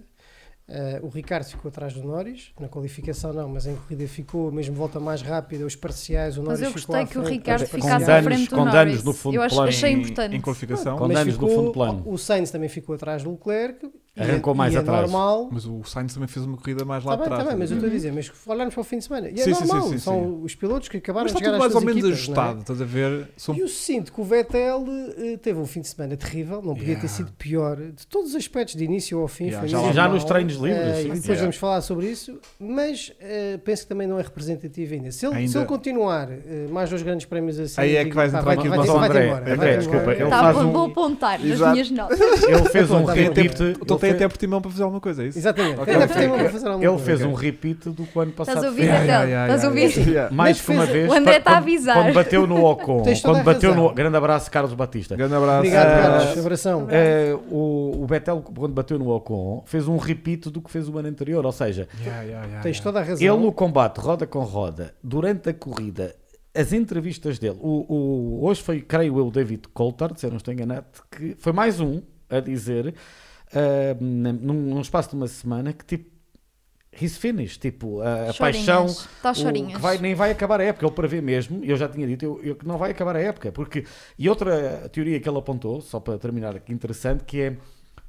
S4: eh, o Ricardo ficou atrás do Norris, na qualificação não, mas em corrida ficou, mesmo volta mais rápida, os parciais, o
S2: Mas
S4: Norris
S2: eu
S4: ficou à
S2: gostei que o
S4: frente,
S2: Ricardo
S4: os
S2: ficasse à
S4: parciais.
S3: danos-
S2: frente do
S3: com
S2: Norris.
S3: danos no fundo
S2: eu acho,
S3: plano
S2: achei
S1: em-
S2: importante.
S1: Em qualificação.
S3: Com
S4: Mas
S3: danos no
S4: ficou-
S3: fundo plano.
S4: O Sainz também ficou atrás do Leclerc. e-
S3: Arrancou mais
S4: e é
S3: atrás.
S4: normal.
S1: Mas o Sainz também fez uma corrida mais lá
S4: Está Tá bem,
S1: atrás. é?
S4: está bem, mas
S1: estás a
S4: eu estou
S1: ver?
S4: a dizer, mas olharmos para o fim de semana. E é
S1: Uhum. Sim, sim, sim,
S4: normal,
S1: sim,
S4: são
S1: sim.
S4: os pilotos que acabaram
S1: Mas
S4: de
S1: está
S4: chegar
S1: tudo mais
S4: às
S1: ou
S4: suas
S1: menos
S4: equipas, não é?
S1: ajustado, estás a ver? um São-
S4: E eu sinto que o Vettel eh, teve um fim de semana terrível, não podia
S1: Yeah.
S4: ter sido pior, de todos os aspectos, de início ao fim.
S1: Yeah,
S4: foi
S1: já
S4: mesmo
S1: lá- Já
S4: mau.
S3: nos treinos livres,
S4: Eh,
S3: sim.
S4: e depois
S1: Yeah.
S4: vamos falar sobre isso, mas eh, penso que também não é representativo ainda. Se ele, se
S1: Ainda-
S4: ele continuar eh, mais dois grandes prémios assim.
S1: Aí é
S4: eu
S1: que
S4: digo,
S1: vais
S4: pá,
S1: entrar
S4: vai-
S1: aqui
S4: vai
S1: no
S4: ter-
S1: nosso
S4: vai ter
S3: André.
S4: embora,
S3: André,
S4: vai ter
S3: desculpa,
S4: embora.
S3: ele
S2: Tá,
S3: faz
S2: vou,
S3: um-
S2: vou apontar
S1: Exato.
S2: nas minhas notas.
S3: Ele
S1: [laughs]
S3: fez um
S4: Aponta, aponta.
S3: repeat.
S1: Então tem
S3: ele
S1: até portimão para fazer alguma coisa, é isso?
S4: Exatamente,
S1: Ok,
S4: ainda
S1: ok,
S4: tem uma
S1: ok.
S4: para fazer alguma
S3: Ele
S4: coisa.
S3: fez um repeat do que o ano passado
S2: Estás a ouvir,
S3: fez.
S2: Vettel? Então, Estás a
S4: [laughs]
S2: ouvir?
S1: Yeah.
S3: Mais
S4: Na
S3: que uma
S4: defesa-
S3: vez.
S2: o André
S3: pa-
S2: está a
S3: quando-
S2: avisar.
S3: Quando
S2: [laughs]
S3: bateu no Ocon.
S4: Tens toda
S3: quando
S4: a
S3: bateu
S4: razão.
S3: no. Grande abraço, Carlos Batista.
S1: Grande abraço. É.
S4: Obrigado,
S3: Ah,
S4: Carlos. Abração.
S3: Eh, o, o Betel, quando bateu no Ocon, fez um repeat do que fez o ano anterior. Ou seja,
S1: Yeah, yeah, yeah,
S4: Tens
S1: yeah.
S4: toda a razão.
S3: ele no combate, roda com roda, durante a corrida, as entrevistas dele. O, o- hoje foi, creio eu, o David Coulthard, se eu não estou enganado, que foi mais um a dizer, ah, num, num espaço de uma semana, que tipo. He's finished, tipo, a, a paixão
S2: Tá Chorinhas. Está
S3: o-
S2: chorinhas.
S3: que vai- nem vai acabar a época, ele prevê mesmo, eu já tinha dito, eu, eu- que não vai acabar a época, porque, e outra teoria que ele apontou, só para terminar é aqui, interessante, que é,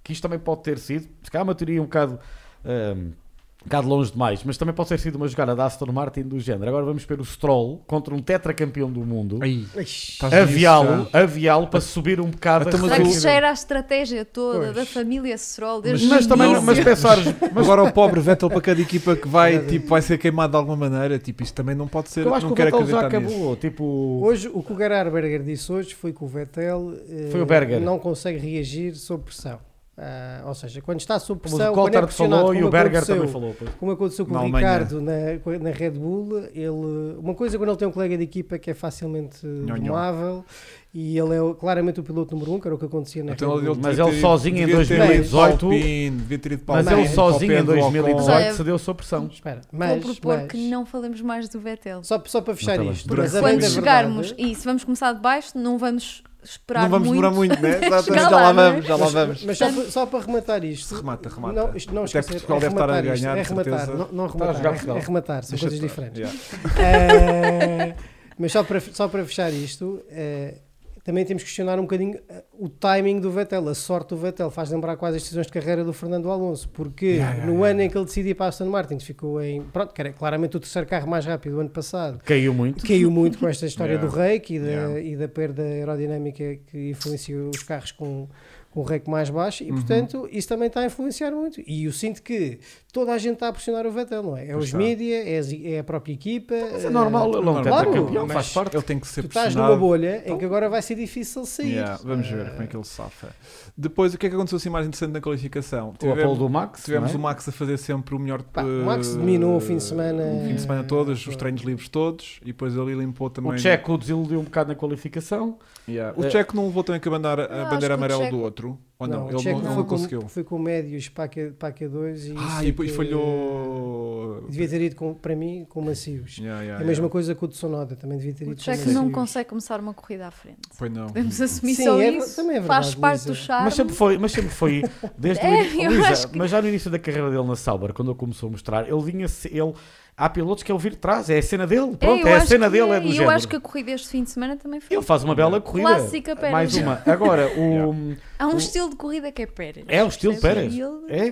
S3: que isto também pode ter sido, se calhar uma teoria um bocado, ahm, Um bocado longe demais, mas também pode ter sido uma jogada da Aston Martin do género. Agora vamos ver o Stroll contra um tetracampeão do mundo.
S1: Aí,
S4: Ixi,
S1: estás
S3: Aviá-lo, aviá-lo para subir um bocado
S1: Então, mas
S2: Será é que
S1: o-
S2: cheira a estratégia toda
S4: Pois.
S2: da família Stroll
S1: Mas-
S2: desde o
S3: Mas também, não-
S2: início?
S3: mas pensares, mas
S1: Agora o pobre Vettel para cada equipa que vai, tipo, vai ser queimado de alguma maneira. Tipo, isto também não pode ser.
S3: eu acho
S1: Não
S3: que o
S1: quero
S3: Vettel já
S1: acreditar nisso.
S3: acabou. Tipo,
S4: Hoje, o que o Berger disse hoje foi que o Vettel eh,
S3: Foi o Berger.
S4: não consegue reagir sob pressão. Ah, ou seja, quando está sob
S3: mas
S4: pressão,
S3: o
S4: quando é
S3: Coulthard
S4: pressionado,
S3: falou e
S4: como
S3: o Berger
S4: aconteceu-
S3: também falou. pois.
S4: Como aconteceu com
S1: Na
S4: o
S1: Alemanha.
S4: Ricardo na, na Red Bull, ele, uma coisa é quando ele tem um colega de equipa que é facilmente
S1: Nhonhó.
S4: domável e ele é o- claramente o piloto número um, que era o que acontecia na
S1: Então,
S4: Red
S1: ele
S4: Bull.
S1: devia
S3: Mas
S1: ter
S3: ele
S1: ido-
S3: sozinho em
S1: devia ter ido
S3: 2018,
S1: para o Alpine, devia ter ido para o
S3: Mas
S4: Não,
S3: ele
S1: Alpine, para o
S3: sozinho em
S1: Pedro, ao Ocon.
S3: 2018
S2: Ocon.
S3: cedeu sob pressão.
S4: Espera,
S2: Vou
S4: mas,
S2: propor
S4: mas-
S2: que não falemos mais do Vettel.
S4: Só, só para fechar
S3: Não, tá bem.
S4: isto.
S1: Durante
S4: mas a
S1: bem
S2: Quando
S4: bem da
S2: chegarmos,
S4: verdade-
S2: isso, vamos começar de baixo, não vamos esperar
S1: Não vamos
S2: muito.
S1: demorar muito,
S2: [laughs]
S1: né?
S2: até
S1: Exatamente, [laughs]
S2: chegar
S1: já lá
S2: não é?
S1: vamos, já lá vamos.
S4: Mas só, para- só para rematar isto.
S1: Remata, remata.
S4: Não, isto não
S1: Até
S4: esquecer,
S1: Portugal
S4: é
S1: deve estar a
S4: rematar isto,
S1: ganhar,
S4: É
S1: de
S4: rematar,
S1: certeza.
S4: não, não
S3: Está a
S4: rematar.
S3: jogar
S4: É,
S3: Portugal.
S4: é rematar, são
S1: Deixa
S4: coisas
S1: estar.
S4: diferentes.
S1: Yeah.
S4: Eh, mas só para, só para fechar isto, eh, também temos que questionar um bocadinho eh, o timing do Vettel, a sorte do Vettel. Faz lembrar quase as decisões de carreira do Fernando Alonso, porque
S1: Yeah, yeah,
S4: no
S1: yeah.
S4: ano em que ele decidiu ir para a Aston Martin, ficou em. Pronto, que era claramente o terceiro carro mais rápido do ano passado.
S3: Caiu
S2: [laughs]
S3: muito.
S4: Caiu muito com esta história
S1: Yeah.
S4: do rake e da,
S1: Yeah.
S4: e da perda aerodinâmica que influenciou os carros com, com o rake mais baixo
S1: Uhum.
S4: e, portanto, isso também está a influenciar muito. E eu sinto que toda a gente está a pressionar o Vettel, não é? É
S1: Pois
S4: os
S1: está.
S4: mídia, é, as- é a própria equipa. Mas
S3: É normal, ele é um
S1: Claro,
S3: tetracampeão,
S4: mas-
S3: faz parte.
S1: Ele tem que ser
S4: Tu estás
S1: pressionado. Então-
S4: numa bolha em que agora vai ser difícil sair.
S1: Yeah, vamos ver como é que ele safa. Depois, o que é que aconteceu assim mais interessante na qualificação?
S3: O apoio
S1: Tivemos-
S3: do Max.
S1: Tivemos
S3: não é?
S1: o Max a fazer sempre o melhor.
S4: Pá, o Max
S1: eh,
S4: dominou o fim de semana. eh,
S1: O fim de semana todos, os
S4: Claro.
S1: treinos livres todos, e depois ali limpou também.
S3: O Checo desiludiu um bocado na qualificação.
S1: Yeah. O
S3: Eh,
S1: Checo não levou também com a bandeira, a
S2: acho
S1: bandeira
S2: que o
S1: amarela
S2: Checo-
S1: do outro? Ou
S4: Não,
S1: não?
S4: o
S1: ele
S4: Checo
S1: não,
S4: foi
S1: não
S4: com-
S1: conseguiu.
S4: Foi com médios para Q- para Q2 e.
S1: Ah, e
S4: isso é
S1: depois
S4: que-
S1: falhou.
S4: Devia ter ido com, para mim com macios.
S1: Yeah, yeah,
S4: É a
S1: yeah.
S4: mesma coisa com o de Sonoda, também devia ter
S2: O
S4: ido
S2: Checo
S4: com
S2: não
S4: macios.
S2: consegue começar uma corrida à frente.
S1: Foi não.
S4: [laughs]
S2: Podemos assumir
S4: Sim,
S2: só
S4: é-
S2: isso.
S4: também é verdade,
S2: Faz parte
S4: Luísa.
S2: do charme.
S3: Mas sempre foi, mas sempre foi desde
S2: [laughs]
S3: o
S2: É,
S3: início-
S2: eu
S3: Luísa,
S2: acho que-
S3: mas já no início da carreira dele na Sauber, quando ele começou a mostrar, ele vinha se- ele há pilotos que ele vir atrás, é a cena dele,
S2: É,
S3: pronto,
S2: eu
S3: é, a
S2: acho
S3: cena
S2: que-
S3: dele, é do
S2: E eu
S3: género.
S2: acho que a corrida este fim de semana também foi.
S3: Ele faz uma bela corrida.
S2: Clássica Pérez.
S3: Mais uma. Agora,
S2: [laughs]
S3: o
S2: Há um
S3: o-
S2: estilo de corrida que é Pérez.
S3: é o estilo
S2: percebes?
S3: Pérez.
S2: E
S3: [laughs]
S2: ele
S3: É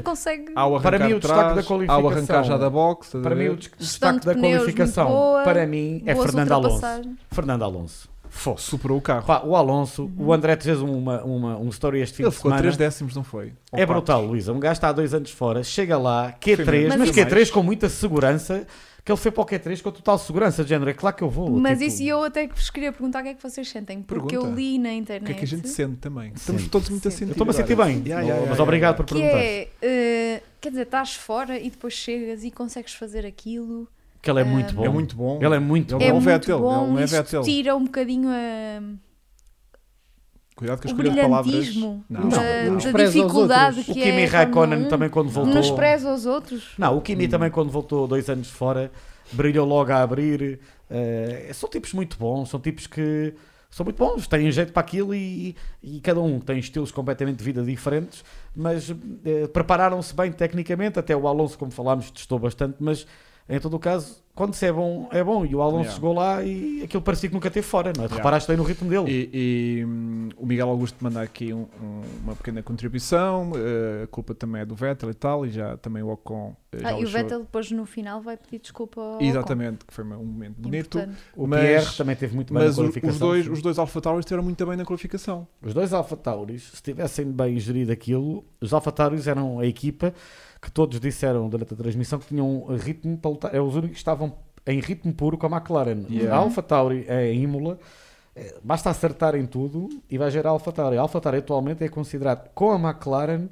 S2: [laughs] consegue.
S1: Ao arrancar
S3: Para mim, o
S1: de
S3: destaque
S1: trás,
S3: da
S1: Ao
S3: qualificação-
S1: arrancar já da box. estás a
S3: Para mim
S1: ver?
S3: o des-
S2: Gestão
S3: destaque
S2: de
S3: da
S2: pneus muito
S3: qualificação,
S2: boa,
S3: para mim é
S2: boas
S3: Fernando Alonso.
S2: ultrapassagens.
S3: Fernando Alonso. Fosse.
S1: Oh, superou o
S2: Uhum.
S1: carro.
S3: Pá, o Alonso, o André te fez uma, uma, um story este fim
S1: Ele
S3: de
S1: ficou a 3
S3: semana.
S1: décimos, não foi? Ou
S3: É
S1: quatro.
S3: brutal, Luísa. Um gajo está há dois anos fora, chega lá, Q3,
S1: mesmo.
S3: mas,
S2: Mas isso-
S3: Q3 com muita segurança, que ele foi para o Q3 com total segurança, de género, é claro que eu vou.
S2: Mas
S3: tipo,
S2: isso eu até que vos queria perguntar o que é que vocês sentem, porque eu
S1: Pergunta.
S2: li na
S1: O
S2: internet
S1: que é que a gente sente também? Estamos
S3: Sente.
S1: todos muito a sentir.
S3: Eu estou-me a sentir
S1: agora.
S3: bem,
S1: Yeah, yeah,
S3: mas
S1: yeah,
S3: obrigado
S1: yeah.
S3: por
S2: que
S3: perguntar.
S2: é, eh, quer dizer, estás fora e depois chegas e consegues fazer aquilo.
S3: Que ele é
S2: Ah,
S3: muito bom.
S1: É muito bom.
S3: Ele é muito
S1: Ele
S3: bom.
S2: é
S1: é um
S2: muito
S1: Vettel,
S2: bom,
S1: ele é um
S2: isso
S1: Vettel.
S2: tira um bocadinho a-
S1: Cuidado com a
S2: o
S1: escolha de palavras.
S2: brilhantismo
S1: Não,
S4: Não,
S2: da,
S4: não
S2: da
S4: despreza os
S2: dificuldade
S4: outros.
S2: que
S3: O
S2: é.
S3: Kimi
S2: a Fórmula
S3: Raikkonen
S2: 1.
S3: também quando voltou.
S2: Nos preza aos outros.
S3: Não, o
S1: Hum.
S3: Kimi também quando voltou dois anos fora, brilhou logo a abrir. eh, são tipos muito bons, são tipos que são muito bons, têm jeito para aquilo e, e cada um tem estilos completamente de vida diferentes, mas eh, prepararam-se bem tecnicamente, até o Alonso, como falámos, testou bastante, mas em todo o caso, quando se é bom, é bom. E o Alonso
S1: Yeah.
S3: chegou lá e aquilo parecia que nunca teve fora, não é? Tu
S1: Yeah.
S3: Reparaste bem no ritmo dele.
S1: E, e, hum, o Miguel Augusto manda aqui um- um- uma pequena contribuição. eh, a culpa também é do Vettel e tal, e já também o Ocon. eh, já
S2: Ah, e o
S1: lixou.
S2: Vettel depois no final vai pedir desculpa ao
S1: Exatamente, que foi um momento
S2: Ocon.
S1: bonito.
S2: Importante.
S3: o
S1: mas-
S3: Pierre também teve muito bem na
S1: Mas o-
S3: qualificação.
S1: os dois,
S3: sim.
S1: os dois Alpha Tauri estiveram muito bem na qualificação.
S3: Os dois AlphaTauris, se tivessem bem gerido aquilo, os AlphaTauris eram a equipa que todos disseram durante a transmissão que tinham ritmo para lutar. É os únicos que estavam em ritmo puro com a McLaren.
S1: Yeah.
S3: A AlphaTauri é em Imola. eh, Basta acertar em tudo e vai gerar a AlphaTauri. A AlphaTauri atualmente é considerado com a McLaren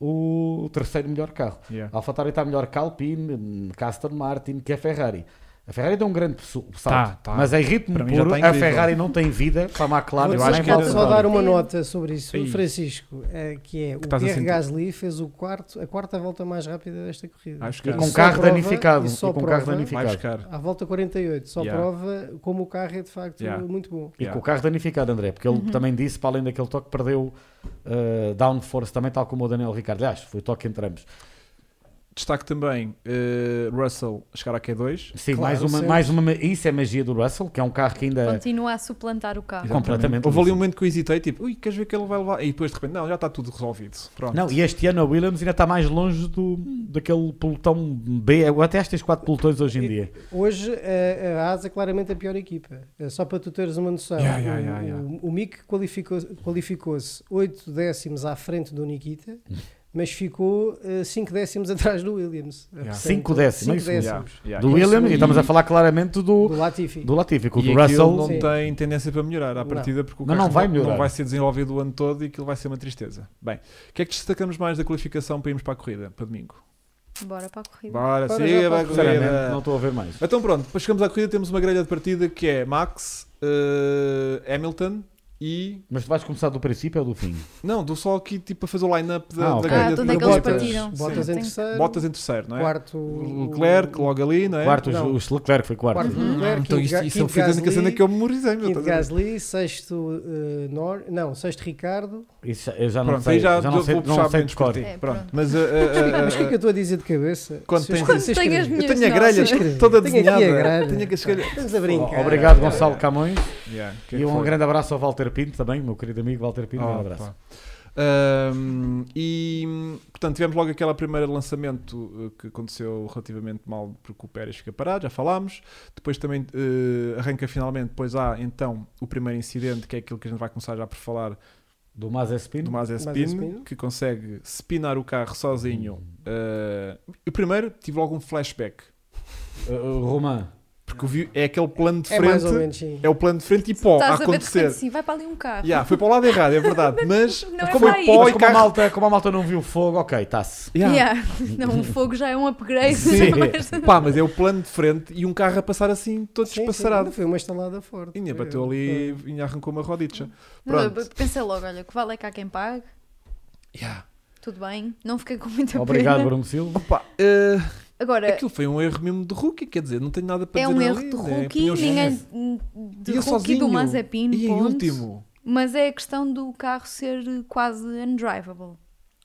S3: o terceiro melhor carro.
S1: Yeah.
S3: A AlphaTauri está melhor que a Alpine, que a Aston Martin, que a Ferrari. A Ferrari deu um grande su- salto,
S1: Tá, tá.
S3: mas em ritmo
S1: Para mim já
S3: puro
S1: está
S3: a
S1: incrível.
S3: Ferrari não tem vida para a McLaren.
S4: Vou
S1: eu acho
S4: só-
S1: que era-
S4: vou só dar uma
S3: um
S2: Sim.
S4: nota sobre isso,
S1: Aí.
S4: Francisco, eh, que é o
S1: estás a
S4: Pierre
S1: sentir?
S4: Gasly fez o quarto, a quarta volta mais rápida desta corrida.
S1: Acho que é.
S3: E
S1: era
S3: com
S4: Isso só
S3: carro
S4: prova-
S3: danificado.
S4: isso só
S3: E com
S4: prova-
S3: carro danificado.
S1: mais caro.
S4: À volta 48, só
S1: Yeah.
S4: prova como o carro é de facto
S1: Yeah.
S4: muito bom.
S3: E
S1: Yeah.
S3: com o carro danificado, André, porque ele também disse, para além daquele toque, eh, perdeu uh, downforce também, tal como o Daniel Ricardo. Aliás, foi o toque entre ambos.
S1: Destaque também eh, Russell a chegar à Q2.
S3: Sim,
S4: Claro,
S3: mais, uma,
S4: sempre.
S3: mais uma. Isso é magia do Russell, que é um carro que ainda.
S2: Continua a suplantar o carro.
S3: Completamente
S1: Houve ali
S3: liso.
S1: um momento que eu hesitei, tipo, ui, queres ver que ele vai levar? E depois de repente, não, já está tudo resolvido. Pronto.
S3: Não, e este ano a Williams ainda está mais longe do, daquele pelotão B, ou até estes quatro pelotões hoje em dia.
S4: Hoje eh, a Asa é claramente a pior equipa. Eh, Só para tu teres uma noção,
S1: Yeah, yeah,
S4: o-
S1: yeah, yeah.
S4: o, o Mick qualificou- qualificou-se 8 décimos à frente do Nikita, mas ficou 5 décimos [laughs] atrás do Williams. Eh,
S1: Yeah.
S4: portanto,
S3: Cinco décimos, é
S4: cinco
S3: isso mesmo.
S1: Yeah,
S4: décimos.
S1: yeah. é assim.
S3: Do
S4: Esse
S3: Williams, e
S4: aí-
S3: estamos a falar claramente
S4: Do
S3: do,
S4: Latifi.
S3: do Latifi, que o
S1: E
S3: do
S1: aquilo
S3: Russell.
S1: não
S4: Sim.
S1: tem tendência para melhorar à
S4: Não.
S1: partida, porque o
S3: Não,
S1: carro
S3: não vai melhorar.
S1: vai ser desenvolvido o ano todo e aquilo vai ser uma tristeza. Bem, o que é que destacamos mais da qualificação para irmos para a corrida, para domingo?
S2: Bora para a corrida.
S1: Bora,
S4: Bora
S1: siga
S4: já
S1: para a
S4: para a corrida.
S3: Sinceramente, não
S1: corrida!
S3: estou a ver mais.
S1: Então pronto, depois chegamos à corrida, temos uma grelha de partida que é Max, eh, Hamilton e...
S3: Mas tu vais começar do princípio ou do fim?
S1: Não, do sol aqui, tipo, a fazer o line-up da,
S3: Ah,
S1: da
S3: ok.
S1: grelha
S2: Ah,
S1: de
S2: de onde é que
S1: partida. Botas.
S2: eles partiram?
S4: Botas
S2: Sim.
S4: em terceiro,
S1: Botas em terceiro, não é?
S4: quarto. o-
S1: Leclerc, logo ali, não é?
S3: Quarto,
S4: Não.
S3: o Leclerc foi quarto.
S4: Quarto.
S1: Hum,
S4: Leclerc,
S1: então
S4: quinto
S1: isto,
S4: Ga-
S1: isto é um
S4: quinto
S1: fizendo que a cena
S4: Gasly,
S1: que eu memorizei, meu.
S4: Quinto
S1: estás a ver?
S4: Gasly, sexto eh, Nor, não, sexto Ricardo.
S3: Isso já- eu já não
S1: Pronto,
S3: sei,
S1: aí já
S3: já, não
S1: vou
S3: sei,
S1: puxar
S3: não sei
S1: menos
S3: de
S1: por
S3: cor.
S1: ti.
S2: É,
S1: Pronto.
S2: pronto.
S1: Mas, uh, uh,
S4: [laughs] Mas o que é que eu estou a dizer de cabeça?
S1: Quando
S4: Se eu
S1: tens-
S4: esqueci-
S2: Quando tenho as
S1: eu
S2: minhas
S1: tenho a grelha
S2: notas.
S4: escrevi.
S1: toda
S4: Tenho aqui a
S1: desenhada.
S4: grelha.
S1: Tenho que escrever.
S4: Estamos a brincar.
S3: Obrigado,
S1: Ah,
S3: Gonçalo
S1: é.
S3: Camões.
S1: Yeah, que é
S3: E
S1: que
S3: um
S1: foi?
S3: grande abraço ao Walter Pinto também, meu querido amigo Walter Pinto. um grande
S1: Oh,
S3: abraço.
S1: pá. Ahm, e portanto tivemos logo aquele primeiro lançamento eh, que aconteceu relativamente mal porque o Pérez fica parado, já falámos. Depois também eh, arranca finalmente, depois há então o primeiro incidente, que é aquilo que a gente vai começar já por falar
S3: Do Mazespin.
S1: do Mazespin,
S4: Mazepin.
S1: que consegue spinar o carro sozinho. Eh, o primeiro tive logo um flashback,
S3: Uh, uh, Romain.
S1: porque eu vi- é aquele plano de
S4: É mais ou
S1: frente,
S4: menos, sim.
S1: é o plano de frente e pó a
S2: Estás a ver de repente
S1: acontecer.
S2: assim, vai para ali um carro.
S1: Yeah, foi para o lado errado, é
S2: [laughs]
S1: verdade, mas
S2: Não é
S1: foi
S2: para aí.
S1: pó
S3: Mas
S1: e
S3: como, a
S1: carro.
S3: malta, como a malta não viu fogo,
S2: [laughs]
S3: ok, está-se.
S1: Yeah.
S2: Yeah. Não, um fogo já é um upgrade.
S3: Sim.
S2: [laughs] mas-
S1: Pá, mas é o plano de frente e um carro a passar assim, todo
S4: Sim, sim,
S1: despassarado.
S4: ainda Foi uma estalada forte.
S1: E ainda
S4: Foi.
S1: bateu ali e ainda arrancou uma roditcha.
S2: Não,
S1: Pronto.
S2: eu Pensei logo, olha, que vale é que há quem pague.
S1: Yeah.
S2: Tudo bem, não fiquei com muita
S3: Obrigado,
S2: pena.
S3: Bruno Silva.
S1: Opa, eh,
S2: Agora,
S1: aquilo foi um erro mesmo de rookie, quer dizer, não tenho nada para
S2: é
S1: dizer
S2: um erro
S1: ali,
S2: de
S1: né?
S2: rookie,
S1: Pneus-
S2: ninguém
S1: Ia
S2: de rookie
S1: sozinho.
S2: do Mazepin,
S1: E em
S2: ponto.
S1: último,
S2: mas é a questão do carro ser quase undrivable.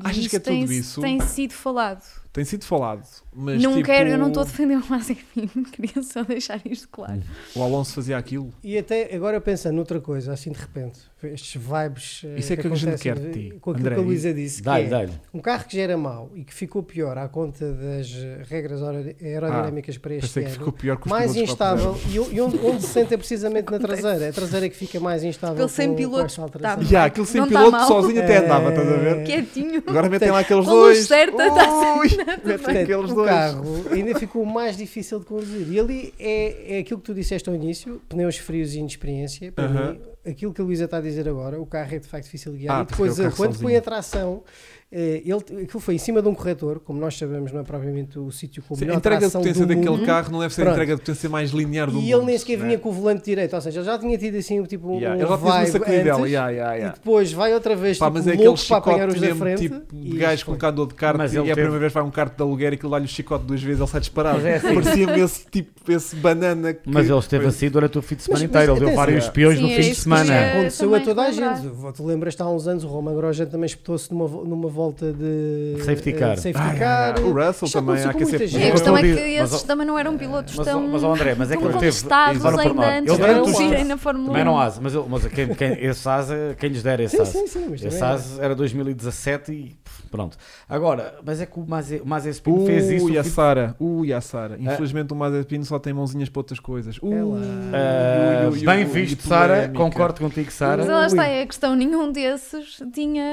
S2: E
S1: Achas que é tudo
S2: tem,
S1: isso?
S2: Tem sido falado.
S1: tem sido falado, mas
S2: não
S1: tipo,
S2: quero, eu não estou a defender o Mazepin, [laughs] queria só deixar isto claro.
S1: O Alonso fazia aquilo.
S4: E até agora pensando noutra coisa, assim de repente, estes vibes. eh,
S1: Isso é que a gente
S4: acontecem
S1: quer de ti,
S4: Com aquilo
S1: André.
S4: que a Luísa disse. que
S3: Dá-lhe,
S4: é,
S3: dá-lhe.
S4: Um carro que já era mau e que ficou pior à conta das eh, regras aero- aerodinâmicas para este
S1: Ah, Pensei que ficou
S4: ano.
S1: pior que os
S4: Mais
S1: pilotos
S4: instável
S1: próprios.
S4: e, o- e onde, onde se sente é precisamente na traseira. A traseira é que fica mais instável.
S2: Ele sem
S4: com,
S2: piloto
S4: com esta alteração.
S2: estava.
S1: Yeah, aquele sem
S2: Não tá
S1: piloto
S2: mal.
S1: sozinho até andava, estás a ver?
S4: É.
S2: Quietinho.
S1: Agora metem lá aqueles
S2: Com luz
S1: dois.
S2: certa, tá
S1: Ui,
S4: Portanto,
S1: metem aqueles
S4: o
S1: dois.
S4: Um carro ainda ficou mais difícil de conduzir. E ali é, é aquilo que tu disseste ao início: pneus frios e inexperiência. Para
S1: Aham.
S4: mim, aquilo que a Luísa está a dizer agora, o carro é de facto difícil de
S1: Ah,
S4: guiar. e
S1: porque é o
S4: depois,
S1: carro
S4: quando
S1: sozinho.
S4: foi a tração, eh, ele, aquilo foi em cima de um corretor, como nós sabemos, não é propriamente o sítio com a
S1: Sim,
S4: melhor
S1: a entrega de
S4: tração
S1: potência
S4: do
S1: daquele
S4: mundo.
S1: carro não deve ser a
S4: Pronto.
S1: entrega de potência mais linear do mundo.
S4: E ele nem sequer
S1: né?
S4: vinha com o volante direito, ou seja, ele já tinha tido assim tipo um.
S1: Yeah,
S4: um
S1: Ele já tinha uma
S4: vibe
S1: sacudida dela.
S4: antes,
S1: Yeah, yeah, yeah.
S4: E depois vai outra vez
S1: Pá,
S4: tipo,
S1: mas é aquele
S4: louco para apanhar
S1: chicote
S4: os da
S1: mesmo,
S4: frente.
S1: tipo de
S4: e
S1: gajo
S4: isto foi.
S1: colocando de kart
S3: Mas
S1: e é a
S3: ele
S1: primeira
S3: teve-
S1: vez vai um kart de aluguer e aquilo dá-lhe o chicote duas vezes ele sai disparado.
S3: Mas é assim.
S1: Parecia-me esse tipo, esse banana que...
S3: Mas ele esteve
S1: Pois.
S3: assim durante o fim de semana
S4: Mas- mas
S3: inteiro. Ele deu
S4: atenção.
S3: vários peões
S2: Sim,
S3: no
S2: é
S3: fim de
S2: isso que
S3: semana.
S2: eu ia-
S4: aconteceu a
S2: também
S4: toda a
S2: relembrar.
S4: gente. Tu lembras-te há uns anos o Roman Grosjean também explodiu-se numa, vo- numa volta de
S3: Safety
S4: eh,
S3: car.
S4: safety
S1: Ai, ai, ai.
S4: car.
S1: O Russell
S4: Isto
S1: também,
S4: aconteceu
S1: há
S4: com
S1: que ser...
S4: muita
S2: Sim, a
S3: eu
S2: questão
S3: estou
S2: é
S3: a
S2: que
S3: dizer- mas,
S2: esses
S3: ó-
S2: também não eram pilotos
S3: Mas, ó-
S2: tão,
S3: mas ó, André, mas é que
S2: tão
S3: ele teve.
S2: contestados
S1: Ora,
S2: ainda
S1: pronto.
S2: antes
S3: Ele
S2: de
S4: durante os-
S2: existirem na Fórmula
S3: Também
S2: 1.
S3: não asa, mas, ele- mas quem, quem, esse asa, quem lhes der esse
S4: Sim,
S3: asa.
S4: sim, sim. mas
S3: Esse
S2: é
S4: também-
S3: AS era 2017 e pff, pronto. Agora, mas é que o Maze- o Mazespin fez isso.
S1: Ui,
S3: o É.
S1: a
S3: fim-
S1: Sara, ui, a Sara. Infelizmente o Mazepin só tem mãozinhas para outras coisas. Ui,
S4: É lá.
S3: Ah,
S1: ui, ui, ui, ui,
S3: bem visto,
S1: e
S3: Sara.
S1: polémica.
S3: Concordo contigo, Sara.
S2: Mas lá está,
S4: Ui.
S2: é a questão, nenhum desses tinha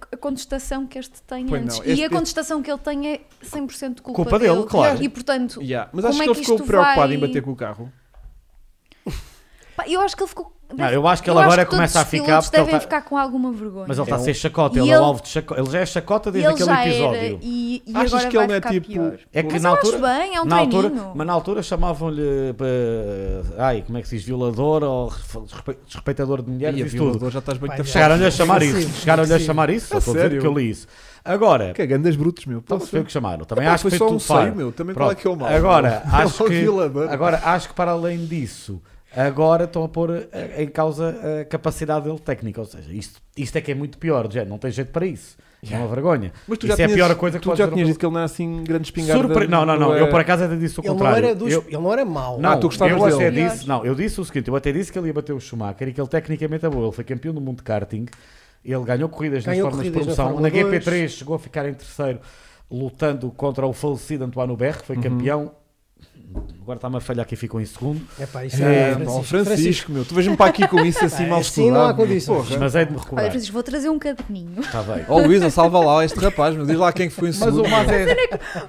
S2: a- a contestação que este tem
S1: Pois
S2: antes.
S1: não,
S2: e
S1: este-
S2: a contestação que ele tem é 100% culpa,
S3: Culpa dele, claro.
S2: E portanto,
S1: Yeah, Mas
S2: Como
S1: acho
S2: é
S1: que ele
S2: que
S1: ficou
S2: isto
S1: preocupado em
S2: vai-
S1: bater com o carro.
S2: pá, eu acho que ele ficou...
S3: Não, eu acho que ele agora
S2: todos
S3: começa a
S2: os
S3: ficar
S2: pilotos
S3: porque ele
S2: devem
S3: tá-
S2: ficar com alguma vergonha.
S3: Mas ele está a ser chacota,
S2: E
S3: ele, é
S2: ele-
S3: o alvo de chacota. Ele já é chacota
S2: E
S3: desde
S2: ele
S3: aquele
S2: já
S3: episódio.
S2: era e, e
S1: Achas
S2: agora
S1: que ele
S2: vai
S1: não é
S2: ficar
S1: tipo...
S2: pior.
S3: É que
S2: Mas
S3: na
S2: eu acho
S3: altura,
S2: bem, é um
S3: na altura,
S2: treininho.
S3: mas na altura chamavam-lhe eh, ai, como é que se diz, violador ou respe- desrespeitador de mulheres
S1: Ih,
S3: e
S1: a
S3: isso tudo.
S1: violador, já estás bem
S4: Pá, já.
S1: tafiado.
S3: Chegaram-lhe a chamar isso,
S4: Ofensivo,
S3: chegaram-lhe a
S4: ofensivo.
S3: chamar isso,
S1: A
S3: só estou a dizer
S1: sério?
S3: que eu li isso. Agora,
S1: Cagandas brutos, meu.
S3: não se foi o que chamaram, também
S1: Epá,
S3: acho que
S1: foi
S3: foi
S1: só um
S3: tudo par.
S1: seio, meu. Também
S3: Pronto.
S1: qual é que é o mal? [laughs]
S3: Agora,
S1: Ele é
S3: acho
S1: um
S3: que,
S1: violador.
S3: agora, acho que para além disso, agora estão a pôr eh, em causa a capacidade dele técnica. Ou seja, isto, isto é que é muito pior, já não tem jeito para isso. É uma vergonha.
S1: Mas tu
S3: Isso
S1: já
S3: é a
S1: tinhas,
S3: pior coisa que
S1: tu
S3: pode
S1: já
S3: dizer
S1: tinhas
S3: ao
S1: dito que ele não é assim grande espingarda.
S3: Surpre- Não, não, não.
S1: é-
S3: Eu por acaso até disse o
S4: Ele não,
S3: contrário.
S4: era dos,
S3: Eu-
S4: ele não era mau.
S3: Não,
S1: Ah, tu gostavas
S3: eu até
S2: dele.
S3: disse, não, eu disse o seguinte, eu até disse que ele ia bater o Schumacher e que ele tecnicamente é bom. Ele foi campeão do mundo de karting, ele ganhou corridas
S4: Ganhou
S3: nas formas
S4: corridas na
S3: de promoção,
S4: Fórmula
S3: na, GP3 chegou a ficar em terceiro, lutando contra o falecido Antoine Berre, foi campeão. Agora está-me a falhar que ficou em segundo.
S4: Epá, isso
S1: É,
S4: é,
S1: Francisco,
S4: Francisco.
S1: Francisco, meu, tu vejas-me para aqui com isso assim
S4: Pá,
S3: é
S1: mal
S4: assim não há
S1: estudado. meu.
S4: condições.
S1: Porra.
S3: Mas é de me
S2: Olha,
S3: recobrar.
S2: Francisco, vou trazer um caderninho. [laughs]
S1: [laughs]
S3: Está bem.
S1: Ó Luísa, salva lá este rapaz, mas diz lá quem foi em
S3: Mas
S1: segundo.
S3: o Mas é-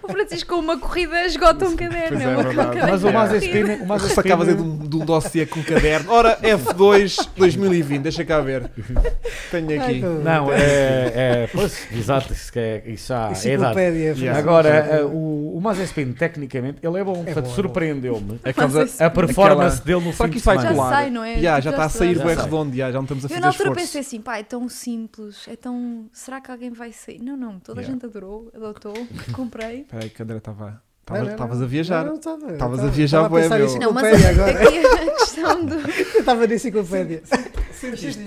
S2: O Francisco, com uma corrida, esgota um caderno.
S5: Pois é,
S2: uma
S5: verdade.
S2: corrida
S3: mas o
S2: de
S3: Mazepin-
S2: corrida.
S3: o
S1: Mas
S3: Mazepin-
S1: acabas de um, de um dossiê com um caderno. Ora, F2 2020, deixa cá ver. Tenho
S4: Ai,
S1: aqui.
S4: que-
S3: Não, é, é, pois, exato, isso, que é, isso já é idade.
S4: Enciclopédia.
S1: Yeah.
S4: Francisco.
S3: Agora, eh, o, o Mazepin, tecnicamente, ele é bom. portanto,
S4: bom, é bom.
S3: surpreendeu-me
S1: Aqueles-
S2: Mas
S3: a performance dele
S1: Será
S3: no fim
S1: que
S3: de
S1: isso vai
S3: semana.
S2: Já
S1: colar?
S2: sai, não é?
S1: Já,
S2: Já
S1: já está a
S2: sei.
S1: sair
S3: Já
S1: bem
S3: sei.
S1: redondo, já, já não estamos a
S2: Eu
S1: fazer
S2: na altura
S1: esforço.
S2: pensei assim, pá, é tão simples, é tão. Será que alguém vai sair? Não, não, toda
S1: Yeah.
S2: a gente adorou, adotou, [laughs] comprei.
S1: Espera aí que André estava...
S4: Não, não, não.
S1: Estavas a viajar.
S4: Não, não, estava. Eu
S1: Estavas a
S4: estava-
S1: viajar,
S4: estava
S1: bué,
S4: pensar
S1: meu.
S4: em
S2: Não, mas
S4: enciclopédia agora.
S2: aqui a questão do.
S4: Eu estava na enciclopédia.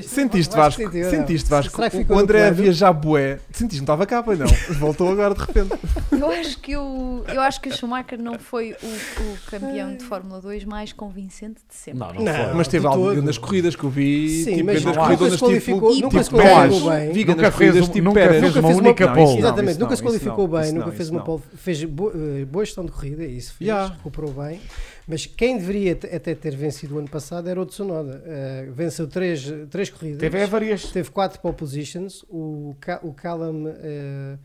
S1: Sentiste, Vasco?
S4: Vasco, sentiu, não?
S1: Sentiste, Vasco?
S4: Será que
S1: O
S4: ficou
S1: o
S4: no
S1: André a
S4: plano?
S1: viajar bué. Sentiste, não estava cá, pois não? Voltou agora de repente.
S2: Eu acho que o, eu acho que o Schumacher não foi o, o campeão de Fórmula 2 mais convincente de sempre.
S3: Não, não,
S4: Não.
S3: foi.
S1: Mas
S4: de
S1: teve algo
S4: todo.
S1: nas corridas que eu vi,
S4: Sim,
S1: tipo, nas
S4: mas
S3: não há.
S1: corridas
S4: Nunca se qualificou-
S1: tipo,
S4: nunca
S1: tipo
S4: se qualificou
S1: Pérez.
S4: bem.
S1: Viga
S3: Nunca
S1: nas corridas
S3: fez um-
S1: tipo
S3: nunca
S1: Pérez.
S3: fez
S1: Nunca
S3: uma
S1: fez
S3: única
S1: não,
S3: pole.
S1: isso não,
S4: Exatamente,
S1: isso
S4: nunca
S1: não,
S4: se
S1: isso
S4: qualificou
S1: não,
S4: bem,
S1: isso
S4: nunca
S1: não,
S4: fez
S1: isso
S4: uma
S1: não.
S4: pole- fez bo- eh, boa gestão de corrida, isso fez,
S1: Yeah.
S4: recuperou bem. Mas quem deveria t- até ter vencido o ano passado era o Tsunoda. Eh, venceu três, três corridas,
S3: Teve é várias.
S4: teve quatro pole positions. O, Ca- o Callum eh,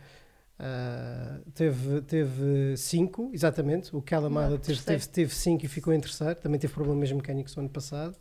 S4: ah, teve, teve cinco, exatamente. O Callum
S2: Ah,
S4: Isla teve,
S2: terceiro.
S4: teve, teve cinco e ficou em terceiro. Também teve problemas mecânicos no ano passado.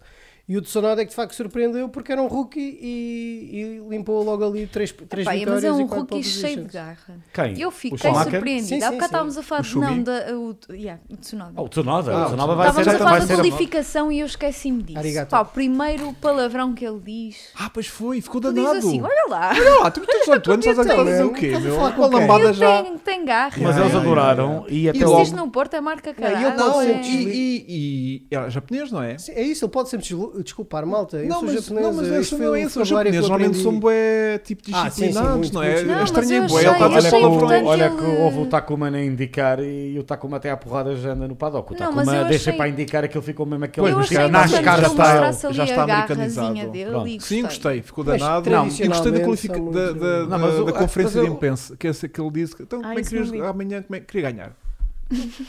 S4: E o Tsunoda é que de facto surpreendeu porque era um rookie e, e limpou logo ali três, três
S2: Pá,
S4: vitórias
S2: mas é um
S4: e quatro pole
S2: rookie cheio de
S4: positions.
S2: garra.
S3: Quem?
S2: Eu
S3: o
S2: fiquei
S3: Schumacher?
S2: surpreendida.
S4: Sim, sim,
S2: Há bocado
S4: sim.
S2: estávamos a falar
S1: O
S2: de,
S1: Schumi?
S2: não, da, eh, o, yeah, o Tsunoda.
S3: Ah, o Tsunoda.
S1: Ah,
S3: o
S1: o
S3: Tsunoda vai ser,
S2: Estávamos a
S3: vai
S2: falar
S3: ser
S2: da
S3: a-
S2: qualificação e eu esqueci-me disso.
S4: Arigato.
S2: Pá, o primeiro palavrão que ele diz.
S1: Ah, pois foi, ficou
S2: Tu diz
S1: danado.
S2: assim, olha
S4: [laughs]
S2: lá.
S1: Olha lá, tu tens 8 anos, estás a
S4: Não,
S1: fazer
S4: não,
S1: o quê,
S4: estás a
S1: meu?
S4: falar com
S1: Uma
S4: quem?
S1: lambada
S2: Ele
S1: já.
S2: tem, tem garra.
S3: Mas
S1: Yeah,
S3: eles
S1: yeah,
S3: adoraram e
S2: E
S3: até
S1: logo-
S2: existe
S3: logo.
S2: no Porto é marca
S4: e ele
S2: caralho.
S1: Não,
S4: Sim.
S2: é.
S1: e, e, e era japonês, não é?
S4: Sim, é isso, ele pode sempre deslu- desculpar, malta. Eu
S1: não,
S4: sou
S1: mas,
S4: japonês,
S1: não, mas
S4: este
S1: esse
S4: foi
S1: não
S4: o
S1: é esse. Os
S4: vocabulário que eu
S1: japoneses normalmente
S4: aprendi.
S1: são bué, tipo,
S4: Ah, sim, sim,
S1: disciplinados,
S4: muito,
S1: não é?
S4: muito.
S1: É
S2: Não,
S3: Tipo,
S1: estranho, é
S2: mas
S1: bué.
S2: eu
S1: Ele estava
S2: achei-
S1: só
S3: Olha, que,
S2: achei
S1: palavrão.
S2: importante é
S3: o- olha
S2: ele-
S3: que houve o Takuma a indicar e o Takuma até à porrada já anda no paddock. O
S2: Não, mas
S3: Takuma
S2: eu
S3: deixa
S2: achei-
S3: para indicar aquilo ficou mesmo aquele tipo
S2: Eu achei
S1: já
S2: importante
S1: nasce
S2: que ele
S1: cara style,
S2: mostrasse ali
S1: já está
S2: a garrazinha
S1: americanizado.
S2: dele.
S3: Pronto.
S2: e
S1: Sim, gostei, ficou danado.
S4: Mas,
S1: Não, e gostei da, qualifica- da,
S4: tradicionalmente, são
S1: da-
S4: muito-
S1: da-
S3: Não, mas o-
S1: da
S3: ah,
S1: conferência
S3: mas
S1: de
S3: eu-
S1: impenso, que, esse, que ele disse que, então,
S2: Ah,
S1: como é que
S2: isso
S1: querias,
S2: não vi.
S1: amanhã como é que queria ganhar?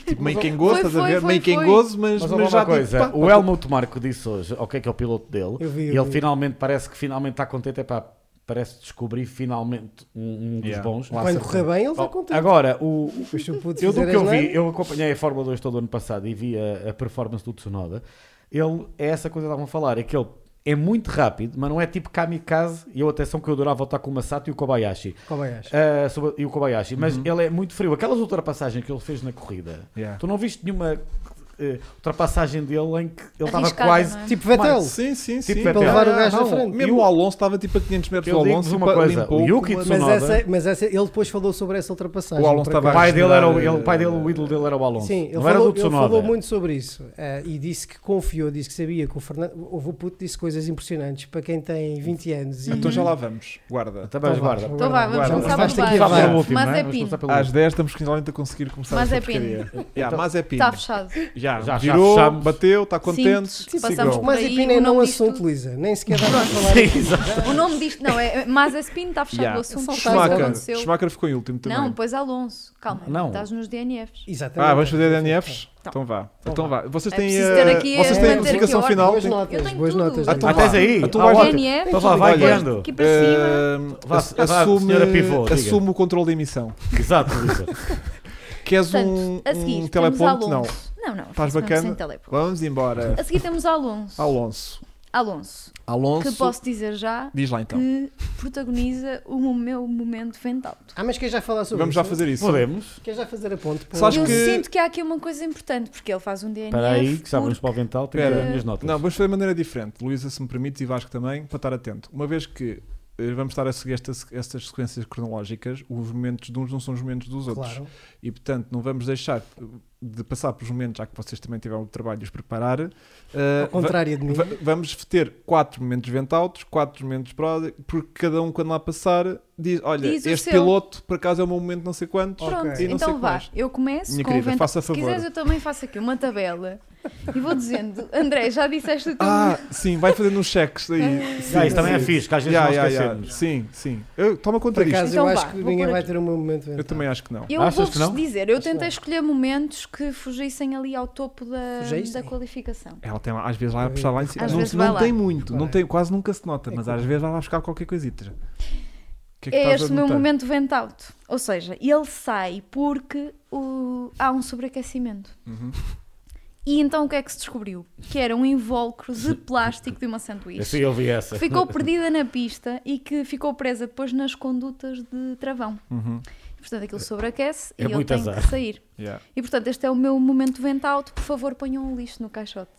S1: Tipo, meio que em gozo,
S2: Foi,
S1: estás a
S2: foi,
S1: ver?
S2: foi,
S1: Meio que em
S2: foi.
S1: gozo, mas,
S3: Mas
S1: mas,
S3: houve
S1: já
S3: uma coisa,
S1: tipo, pá,
S3: o
S1: pá,
S3: Helmut Marco disse hoje, o que é que é o piloto dele,
S4: Eu vi, eu
S3: e ele
S4: vi.
S3: finalmente parece que finalmente está contente, é pá, parece descobrir finalmente um, um dos
S1: Yeah.
S3: bons.
S4: Quando correr bem, ele vai
S3: Bom,
S4: contente.
S3: Agora, o, o-
S4: Mas se o puto
S3: eu do
S4: fizer
S3: que eu
S4: asneira-
S3: vi, eu acompanhei a Fórmula 2 todo o ano passado e vi a, a performance do Tsunoda. Ele é essa coisa que estavam a falar, é que ele é muito rápido, mas não é tipo kamikaze. E eu, atenção, que eu adorava o Takuma Sato e o Kobayashi.
S4: Kobayashi.
S3: Ah, sobre- e o Kobayashi, mas
S1: Uhum.
S3: ele é muito frio. Aquelas ultrapassagens que ele fez na corrida,
S1: Yeah.
S3: tu não viste nenhuma eh, ultrapassagem dele em que ele estava
S2: Arriscada,
S3: quase.
S2: não é?
S4: Tipo Vettel.
S1: Sim, sim, sim.
S3: Tipo
S1: Para
S3: Vettel.
S4: levar o gajo à frente.
S1: Mesmo o Alonso estava tipo a 500 metros do
S3: Eu
S1: Alonso.
S3: digo-vos uma
S1: pa-
S3: coisa,
S1: limpou
S3: o
S1: com
S3: Yuki
S1: uma-
S4: Mas,
S3: Tsunoda.
S4: essa, é- mas essa, ele depois falou sobre essa ultrapassagem.
S1: tipo O Alonso
S4: por acaso.
S3: O pai dele era o,
S1: Eh,
S3: ele- o pai dele, o ídolo dele era o Alonso.
S4: Sim, ele
S3: não era
S4: falou,
S3: do
S4: ele
S3: Tsunoda.
S4: falou muito sobre isso eh, e disse que confiou, disse que sabia que o Fernando. Houve o puto disse coisas impressionantes para quem tem 20 anos. E...
S1: Então já lá vamos. Guarda.
S3: Também
S4: Então vá,
S3: guarda.
S2: Então vá, vamos
S1: Guarda.
S2: começar
S4: Basta
S2: por baixo.
S4: que Vá,
S3: Vamos
S4: vá.
S3: pelo último, não é?
S2: Mas é
S3: Vamos
S2: pino.
S3: começar pelo
S1: Às
S3: último.
S1: 10 estamos finalmente a conseguir começar
S2: Mas
S1: esta
S2: é pino.
S1: porcaria. Yeah,
S3: Então-
S1: Mas é pino.
S2: Está Tá fechado.
S1: Já,
S3: Já, já
S1: virou,
S3: fechamos.
S1: bateu, está contente.
S2: Sim,
S1: sigam.
S2: passamos por
S4: Mas
S2: aí, um
S4: a Pina
S2: o
S4: é não
S2: nome disto-
S4: assunto, Lisa. Nem sequer
S2: [laughs]
S4: dá para falar.
S3: Sim, exato.
S2: O nome disto não é. Mas é pino, está fechado
S1: Yeah.
S2: o assunto. foi o que
S1: Schumacher.
S2: aconteceu.
S1: Schumacher ficou em último também.
S2: Não, depois Alonso. Calma,
S3: Não.
S2: estás nos DNFs.
S4: Exatamente.
S1: Ah, vamos fazer DNFs? Então,
S2: Então.
S1: vá. Então vá. Vocês
S2: É
S1: têm,
S2: preciso
S1: eh,
S2: ter aqui a-
S1: vocês têm a
S2: manter
S1: classificação
S2: aqui a
S1: final.
S4: Boas
S1: Tem-
S2: Eu
S4: notas,
S2: tenho
S4: boas
S2: tudo.
S4: notas.
S1: Ah, então
S4: Lisa.
S1: vá.
S3: Até aí.
S1: Então
S3: Ah,
S1: vai-
S3: ótimo.
S2: DNF,
S3: Então vá, vai
S1: Olha,
S3: guiando.
S2: aqui para cima.
S1: Eh,
S3: Vá,
S1: ass-
S3: vá, senhora pivô, diga.
S1: assume o controle da emissão.
S3: Exato, Lisa.
S1: Queres
S2: Portanto,
S1: um,
S2: a seguir
S1: um
S2: temos
S1: teleponto? Não.
S2: Alonso. Não, não.
S1: Estás
S2: fazemos
S1: bacana?
S2: Sem teleponto.
S1: Vamos
S2: [laughs]
S1: embora.
S2: A seguir temos Alonso.
S1: Alonso.
S2: Alonso.
S1: Alonso.
S2: Que posso dizer já
S1: Diz lá então.
S2: que protagoniza o mo- meu momento ventalto.
S4: Ah, mas quer já falar sobre
S1: Vamos
S4: isso?
S1: já fazer isso. é
S3: Podemos.
S4: Quer já fazer a ponte? para-
S1: Sabes
S2: Eu
S1: que-
S2: sinto que há aqui uma coisa importante, porque ele faz um DNF.
S3: Espera aí, que já vamos
S2: porque-
S3: para o vental, tenho que
S1: Espera.
S3: dar as minhas notas.
S1: Não, vamos fazer de maneira diferente. Luísa, se me permites, e Vasco também, para estar atento. Uma vez que eh, vamos estar a seguir esta- estas sequências cronológicas, os momentos de uns não são os momentos dos outros.
S4: Claro.
S1: E portanto, não vamos deixar de passar pelos momentos, já que vocês também tiveram o trabalho de os preparar. eh,
S4: Ao contrário de mim.
S1: va- va- vamos ter quatro momentos ventautos, quatro momentos pró, porque cada um, quando lá passar, diz: Olha,
S2: Diz o
S1: este
S2: seu.
S1: piloto, por acaso, é o meu momento, não sei quantos.
S4: Ok.
S2: Pronto,
S1: E não sei
S2: então vá.
S4: é.
S1: quais.
S2: Eu começo
S1: Minha
S2: com o
S1: querida,
S2: vento-
S1: faça
S2: Se quiseres,
S1: favor.
S2: eu também faço aqui uma tabela e vou dizendo: André, já disseste o teu.
S1: Ah, sim, vai fazendo uns cheques
S2: [laughs]
S1: daí. Sim,
S3: Ah, isso também é
S1: sim.
S3: fixe, que às vezes
S1: Yeah,
S3: não
S1: yeah,
S3: esquecemos.
S1: yeah. Sim, sim. Eu, toma conta
S4: Por
S1: disto.
S4: acaso
S2: Então
S4: eu
S2: vá,
S4: acho que
S2: vou
S4: ninguém
S2: pôr
S4: vai
S2: aqui.
S4: ter o meu momento
S1: Eu
S4: ventado.
S1: também acho que não.
S2: Eu
S3: Achas
S2: vou-vos
S3: que não?
S2: dizer, eu
S4: Acho
S2: tentei
S4: não.
S2: escolher momentos que fugissem ali ao topo da,
S4: Fugissem?
S2: da qualificação.
S1: Ela tem lá, às vezes
S4: É
S1: lá a puxar lá em cima.
S2: Às
S1: não
S2: vezes
S1: não
S2: vai lá.
S1: tem muito, não
S4: Claro.
S1: tem, quase nunca se nota,
S4: É
S1: mas
S4: claro.
S1: às vezes vai lá buscar qualquer coisita. O que
S2: É,
S1: estás a
S2: este o meu
S1: notar?
S2: momento vent out. Ou seja, ele sai porque o- há um sobreaquecimento.
S1: Uhum.
S2: E então o que é que se descobriu? Que era um invólucro de plástico de uma
S3: Essa
S2: sanduíche.
S3: eu vi
S2: Que
S3: essa.
S2: ficou perdida na pista e que ficou presa depois nas condutas de travão.
S1: Uhum.
S2: Portanto, aquilo sobreaquece
S3: É
S2: e ele
S3: muito
S2: tem
S3: azar.
S2: que sair.
S1: Yeah.
S2: E portanto, este é o meu momento vent out. Por favor, ponham o lixo no caixote.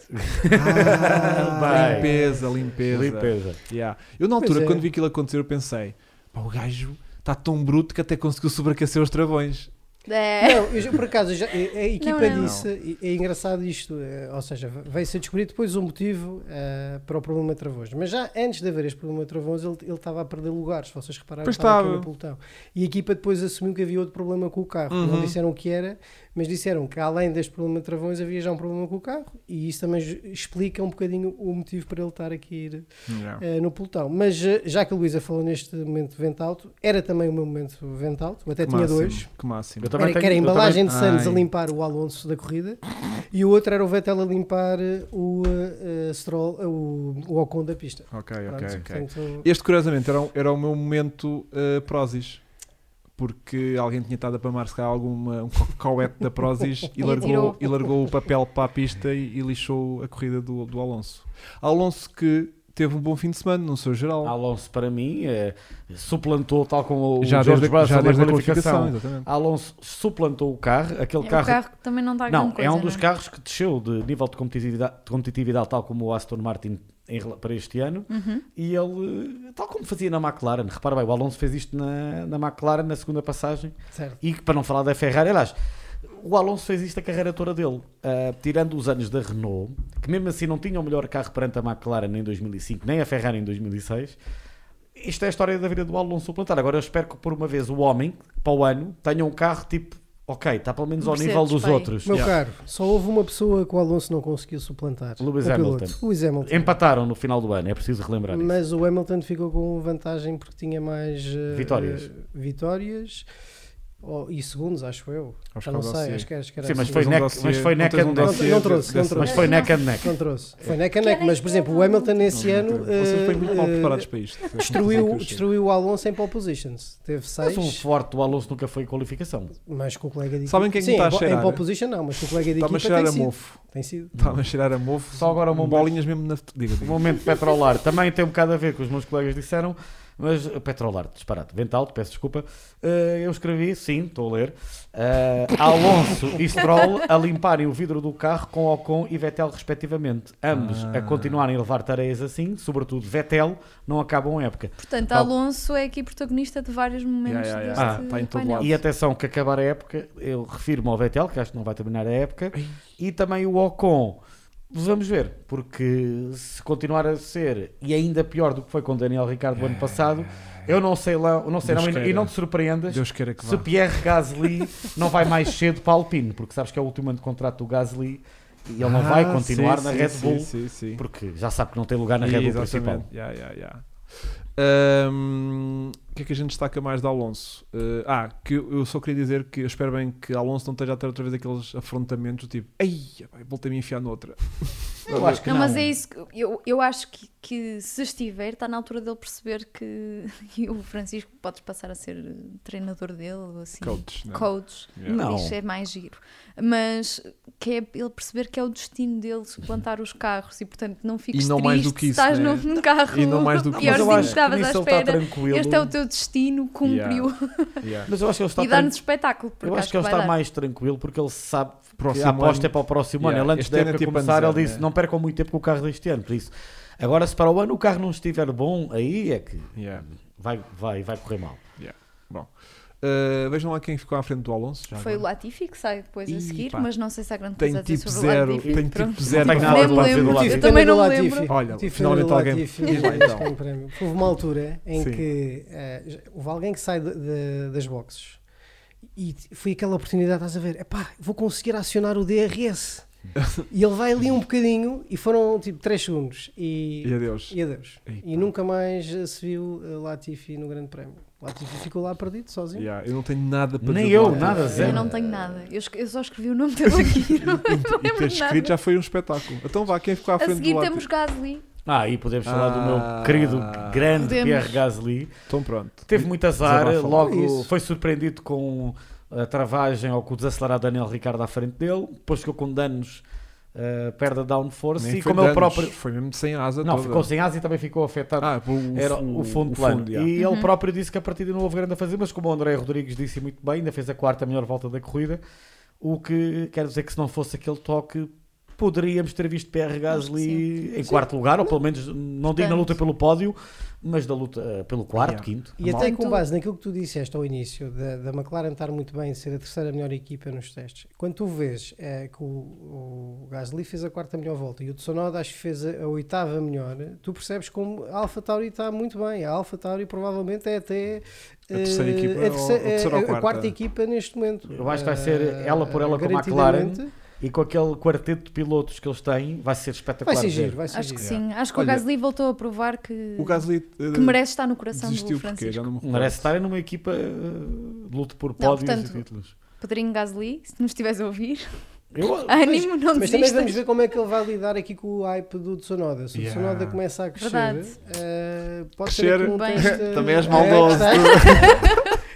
S1: Ah,
S3: Bem.
S1: limpeza, limpeza.
S3: Limpeza.
S1: Yeah. Eu na altura,
S4: Pois é.
S1: quando vi aquilo acontecer, eu pensei, pá, o gajo está tão bruto que até conseguiu sobreaquecer os travões.
S2: É.
S4: Não, eu já- por acaso, eu já- a a equipa
S2: Não, não.
S4: disse, e- é engraçado isto, eh, ou seja, veio-se a descobrir depois o motivo eh, para o problema de travões. Mas já antes de haver este problema de travões, ele, ele estava a perder lugares, se vocês repararam,
S1: Pois
S4: estava aqui
S1: estava.
S4: no pelotão. E a equipa depois assumiu que havia outro problema com o carro.
S1: Uhum.
S4: Não disseram o que era, mas disseram que além deste problema de travões havia já um problema com o carro. E isso também ju- explica um bocadinho o motivo para ele estar aqui ir
S1: Yeah.
S4: eh, no pelotão. Mas eh, já que a Luísa falou neste momento de vento alto, era também o meu momento de vento alto, eu
S1: Que
S4: até É, tinha
S1: máximo,
S4: dois.
S1: Que máximo.
S3: Eu também
S4: era,
S3: tenho-
S4: que era a
S3: eu
S4: embalagem de Santos a
S1: Ai.
S4: limpar o Alonso da corrida e o outro era o Vettel a limpar eh, o, eh, eh, Stroll, eh, o, o Ocon da pista.
S1: Ok, ok,
S4: Pronto,
S1: ok.
S4: portanto,
S1: Este, curiosamente, era, o- era o meu momento uh, Prozis. Porque alguém tinha estado a pamar se calhar alguma, um co- coete da
S4: [laughs]
S1: Prozis e,
S2: E
S1: largou,
S2: atirou.
S1: e largou o papel para a pista e, e lixou a corrida do, do Alonso. Alonso que teve um bom fim de semana no seu geral.
S3: Alonso, para mim, eh, suplantou, tal como Ah, o
S1: já
S3: George
S1: desde, a-
S3: Russell
S1: já
S3: na
S1: desde a
S3: qualificação. Ah,
S1: qualificação, exatamente.
S3: Alonso suplantou o carro, aquele
S2: É
S3: carro.
S2: um carro que também não dá
S3: Não,
S2: grande coisa.
S3: é um dos
S2: não
S3: carros que desceu de nível de competitividade, de competitividade, tal como o Aston Martin em rela- para este ano.
S2: Uhum.
S3: E ele, eh, tal como fazia na McLaren, repara bem, o Alonso fez isto na, na McLaren na segunda passagem.
S4: certo.
S3: E que, para não falar da Ferrari, aliás, o Alonso fez isto a carreira toda dele, Ah, tirando os anos da Renault, que mesmo assim não tinha o melhor carro perante a McLaren em 2005, nem a Ferrari em 2006. Isto é a história da vida do Alonso suplantar. Agora eu espero que por uma vez o homem, para o ano, tenha um carro tipo, ok, está pelo menos ao
S2: Mercedes,
S3: nível dos
S2: bem.
S3: outros.
S4: Meu
S3: Yeah.
S4: caro, só houve uma pessoa que o Alonso não conseguiu suplantar.
S3: Lewis
S4: o piloto,
S3: Hamilton.
S4: Lewis Hamilton.
S3: Empataram no final do ano, é preciso relembrar isso.
S4: Mas o Hamilton ficou com vantagem porque tinha mais eh,
S3: Vitórias.
S4: eh, vitórias oh, e segundos, acho eu.
S1: Acho que
S4: Já não
S1: é o
S4: sei,
S1: dossiê.
S4: acho que, acho que era
S3: Sim, mas
S4: assim.
S3: foi
S1: Tens um
S3: neck-
S1: dossiê-
S3: mas foi
S1: não
S3: neck é
S1: tens
S3: and
S1: um
S3: neck.
S1: dossiê
S4: Não trouxe, não
S1: dessa-
S3: Mas
S4: trouxe.
S3: foi neck and neck.
S4: Não trouxe. Foi neck and neck, mas por exemplo, o Hamilton nesse
S1: Não,
S4: ano
S1: não tem. Vocês foram muito mal
S4: eh,
S1: preparados para isto.
S4: destruiu, destruiu o Alonso em pole positions. Teve
S3: Mas
S1: um
S3: o
S4: 6,
S3: forte do Alonso nunca foi qualificação.
S4: mas com o colega de
S1: Sabem
S4: equipa.
S1: quem que
S4: Sim,
S1: me está a
S4: em po-
S1: cheirar?
S4: Em pole position não, mas com o colega de
S1: Está-me
S4: equipa
S1: a cheirar
S4: tem
S1: a
S4: sido.
S1: mofo.
S4: Tem sido.
S1: Está-me a cheirar a mofo.
S3: Só agora uma
S1: bolinhas mesmo na. Diga,
S3: O
S1: diga.
S3: momento petrolar também tem um bocado a ver com os meus colegas disseram, mas eh, petrolar, disparate, vento alto, peço desculpa. Eh, eu escrevi, sim, estou a ler, eh, Alonso e Stroll a limparem o vidro do carro com Ocon e Vettel, respectivamente. Ambos
S1: Ah.
S3: a continuarem a levar tareias assim, sobretudo Vettel, não acabam a época.
S2: Portanto,
S3: Tal-
S2: Alonso é aqui protagonista de vários momentos
S1: Yeah, yeah,
S2: deste
S1: yeah. Ah, tá em todo
S2: painel.
S1: lado.
S3: E é atenção, que acabar a época, eu refiro-me ao Vettel, que acho que não vai terminar a época, e também o Ocon. Vamos ver, porque se continuar a ser, e ainda pior do que foi com Daniel Ricardo o ano passado,
S1: Ah.
S3: eu não sei lá, eu não sei
S1: Deus
S3: não, e- e
S1: queira.
S3: não te surpreendas
S1: Deus queira que
S3: se
S1: vá.
S3: Pierre Gasly não vai mais cedo para a Alpine, porque sabes que é o último ano de contrato do Gasly e ele não vai
S1: Ah,
S3: continuar
S1: sim,
S3: na
S1: sim,
S3: Red
S1: sim,
S3: Bull,
S1: Sim, sim.
S3: porque já sabe que não tem lugar na Red Bull principal.
S1: Exatamente. Yeah, yeah, yeah. Hum, o que é que a gente destaca mais de Alonso? Eh, ah, que eu eu só queria dizer que eu espero bem que Alonso não esteja a ter outra vez aqueles afrontamentos do tipo, ei, vai, voltei-me a enfiar noutra.
S3: Eu acho que
S2: Não,
S3: não.
S2: mas é isso. que- Eu, eu acho que, que se estiver, está na altura dele perceber que [laughs] que o Francisco pode passar a ser eh, treinador dele, ou assim.
S1: Coach, né?
S2: Coach.
S1: Yeah.
S3: Não.
S2: Isso é mais giro. Mas que é ele perceber que é o destino dele suplantar os carros e, portanto, não fiques
S1: E não
S2: triste
S1: mais do que
S2: se
S1: isso,
S2: estás
S1: né?
S2: num- num carro
S1: E não mais
S2: [laughs]
S1: do que
S2: pior
S1: isso.
S2: do
S1: Mas
S2: que
S1: eu
S3: acho que
S2: estavas à
S3: nisso ele está
S2: espera.
S3: tranquilo.
S2: Este é o teu destino, cumpriu.
S1: Yeah.
S3: Mas eu acho que ele
S2: [laughs]
S3: está
S2: E dar-nos espetáculo, porque
S3: Eu acho que ele
S2: vai
S3: está
S2: dar.
S3: mais tranquilo porque ele sabe que
S1: Próximo
S3: a aposta
S1: ano.
S3: é para o próximo
S1: Yeah,
S3: ano. Ele antes
S1: este
S3: da
S1: ano é
S3: época
S1: tipo
S3: começar,
S1: ano
S3: ele
S1: zero,
S3: disse:
S1: né?
S3: não percam muito tempo com o carro deste ano. Por isso, agora se para o ano o carro não estiver bom, aí é que
S1: Yeah.
S3: vai, vai, vai correr mal.
S1: Bom, Uh, vejam lá quem ficou à frente do Alonso. já
S2: Foi o
S1: agora.
S2: Latifi que sai depois
S1: Ih,
S2: a seguir,
S1: pá.
S2: mas não sei se há grande
S1: Tem
S2: coisa a dizer
S1: tipo
S2: sobre o
S1: zero.
S2: Latifi.
S1: Tem
S2: pronto.
S1: tipo zero.
S3: Não tem
S1: para
S3: nada
S1: falar.
S3: para dizer do
S2: lembro.
S3: Latifi.
S2: Eu também não me
S4: Tive pena do
S2: lembro.
S4: Latifi.
S1: Olha,
S4: Tive pena
S1: finalmente
S4: do
S1: alguém-
S4: Latifi,
S1: Diz lá,
S4: mas
S1: então.
S4: ganho um prémio. Houve uma altura em
S1: Sim.
S4: que eh, já- houve alguém que sai de- de- das boxes e t- foi aquela oportunidade, estás a ver, epá, vou conseguir acionar
S1: [laughs]
S4: o DRS. e ele vai ali um bocadinho e foram tipo 3 segundos e,
S1: E adeus.
S4: e adeus.
S1: Ei,
S4: E
S1: pá.
S4: nunca mais eh, se viu eh, Latifi no Grande Prémio. Latifi ficou lá perdido sozinho.
S1: Yeah, eu não tenho nada para
S3: Nem
S1: dizer do
S3: eu,
S1: Latifi.
S3: nada,
S2: Eu
S3: zero.
S2: não tenho nada. Eu, esque- eu só escrevi o nome dele
S1: [laughs]
S2: aqui. não- não
S1: E ter
S2: lembro
S1: escrito
S2: nada.
S1: já foi um espetáculo. Então vá, quem ficou à
S2: A
S1: frente
S2: seguir
S1: do
S2: temos
S1: Latifi?
S2: Gasly.
S3: Ah, e podemos falar do
S1: Ah.
S3: meu querido, grande
S2: Podemos.
S3: Pierre Gasly.
S1: Então pronto.
S3: Teve muito azar,
S1: Desabafa.
S3: logo
S4: Isso.
S3: foi surpreendido com a travagem ou com o desacelerado Daniel Ricardo à frente dele, depois ficou com danos, eh, perde a downforce
S1: Nem
S3: e
S1: foi
S3: como ele
S1: danos,
S3: próprio...
S1: Foi mesmo sem asa
S3: Não,
S1: toda.
S3: ficou sem asa e também ficou afetado.
S1: Ah, o,
S3: era o fundo plano.
S1: yeah.
S3: E
S2: Uhum.
S3: ele próprio disse que a partida não houve grande a fazer, mas como o André Rodrigues disse muito bem, ainda fez a quarta melhor volta da corrida. O que quer dizer que se não fosse aquele toque, poderíamos ter visto PR Gasly em quarto lugar, ou pelo menos, não digo na luta pelo pódio, mas da luta eh, pelo quarto,
S1: Yeah.
S3: quinto.
S4: E
S3: mal.
S4: até com
S2: Portanto-
S4: base naquilo que tu disseste ao início, da, da McLaren estar muito bem, ser a terceira melhor equipa nos testes, quando tu vês eh, que o, o Gasly fez a quarta melhor volta e o Tsunoda acho que fez a, a oitava melhor, tu percebes como a Alpha Tauri está muito bem. A Alpha Tauri provavelmente é até
S1: A terceira
S4: eh,
S1: equipa
S4: a, terce-
S1: ou- ou terceira ou
S4: a- a
S1: quarta?
S4: quarta equipa neste momento.
S3: Eu acho que vai ser
S4: Eh,
S3: ela por ela com a McLaren.
S4: garantidamente.
S3: E com aquele quarteto de pilotos que eles têm, vai ser espetacular.
S4: Vai ser
S3: de ver.
S4: giro, vai ser
S2: Acho
S4: giro.
S2: que sim. Acho que
S1: Olha,
S2: o Gasly voltou a provar que,
S1: O Gasly eh,
S2: que merece estar no coração do
S1: desistiu porque
S2: Francisco.
S1: já não me recordo.
S3: Merece estarem numa equipa eh, de luta por pódios
S2: portanto,
S3: e títulos. é
S2: Pedrinho Gasly, se nos estiveres a ouvir,
S3: Eu,
S2: [laughs] ânimo, não
S4: Mas também vamos
S2: desistas.
S4: ver como é que ele vai lidar aqui com o hype do Tsunoda. Se o
S3: Yeah.
S4: Tsunoda começa a crescer,
S2: Verdade.
S4: eh, pode
S1: Crescer.
S4: ser aqui um
S2: Bem.
S4: teste-
S1: Também és
S4: eh,
S1: maldoso.
S4: que está-
S1: [laughs]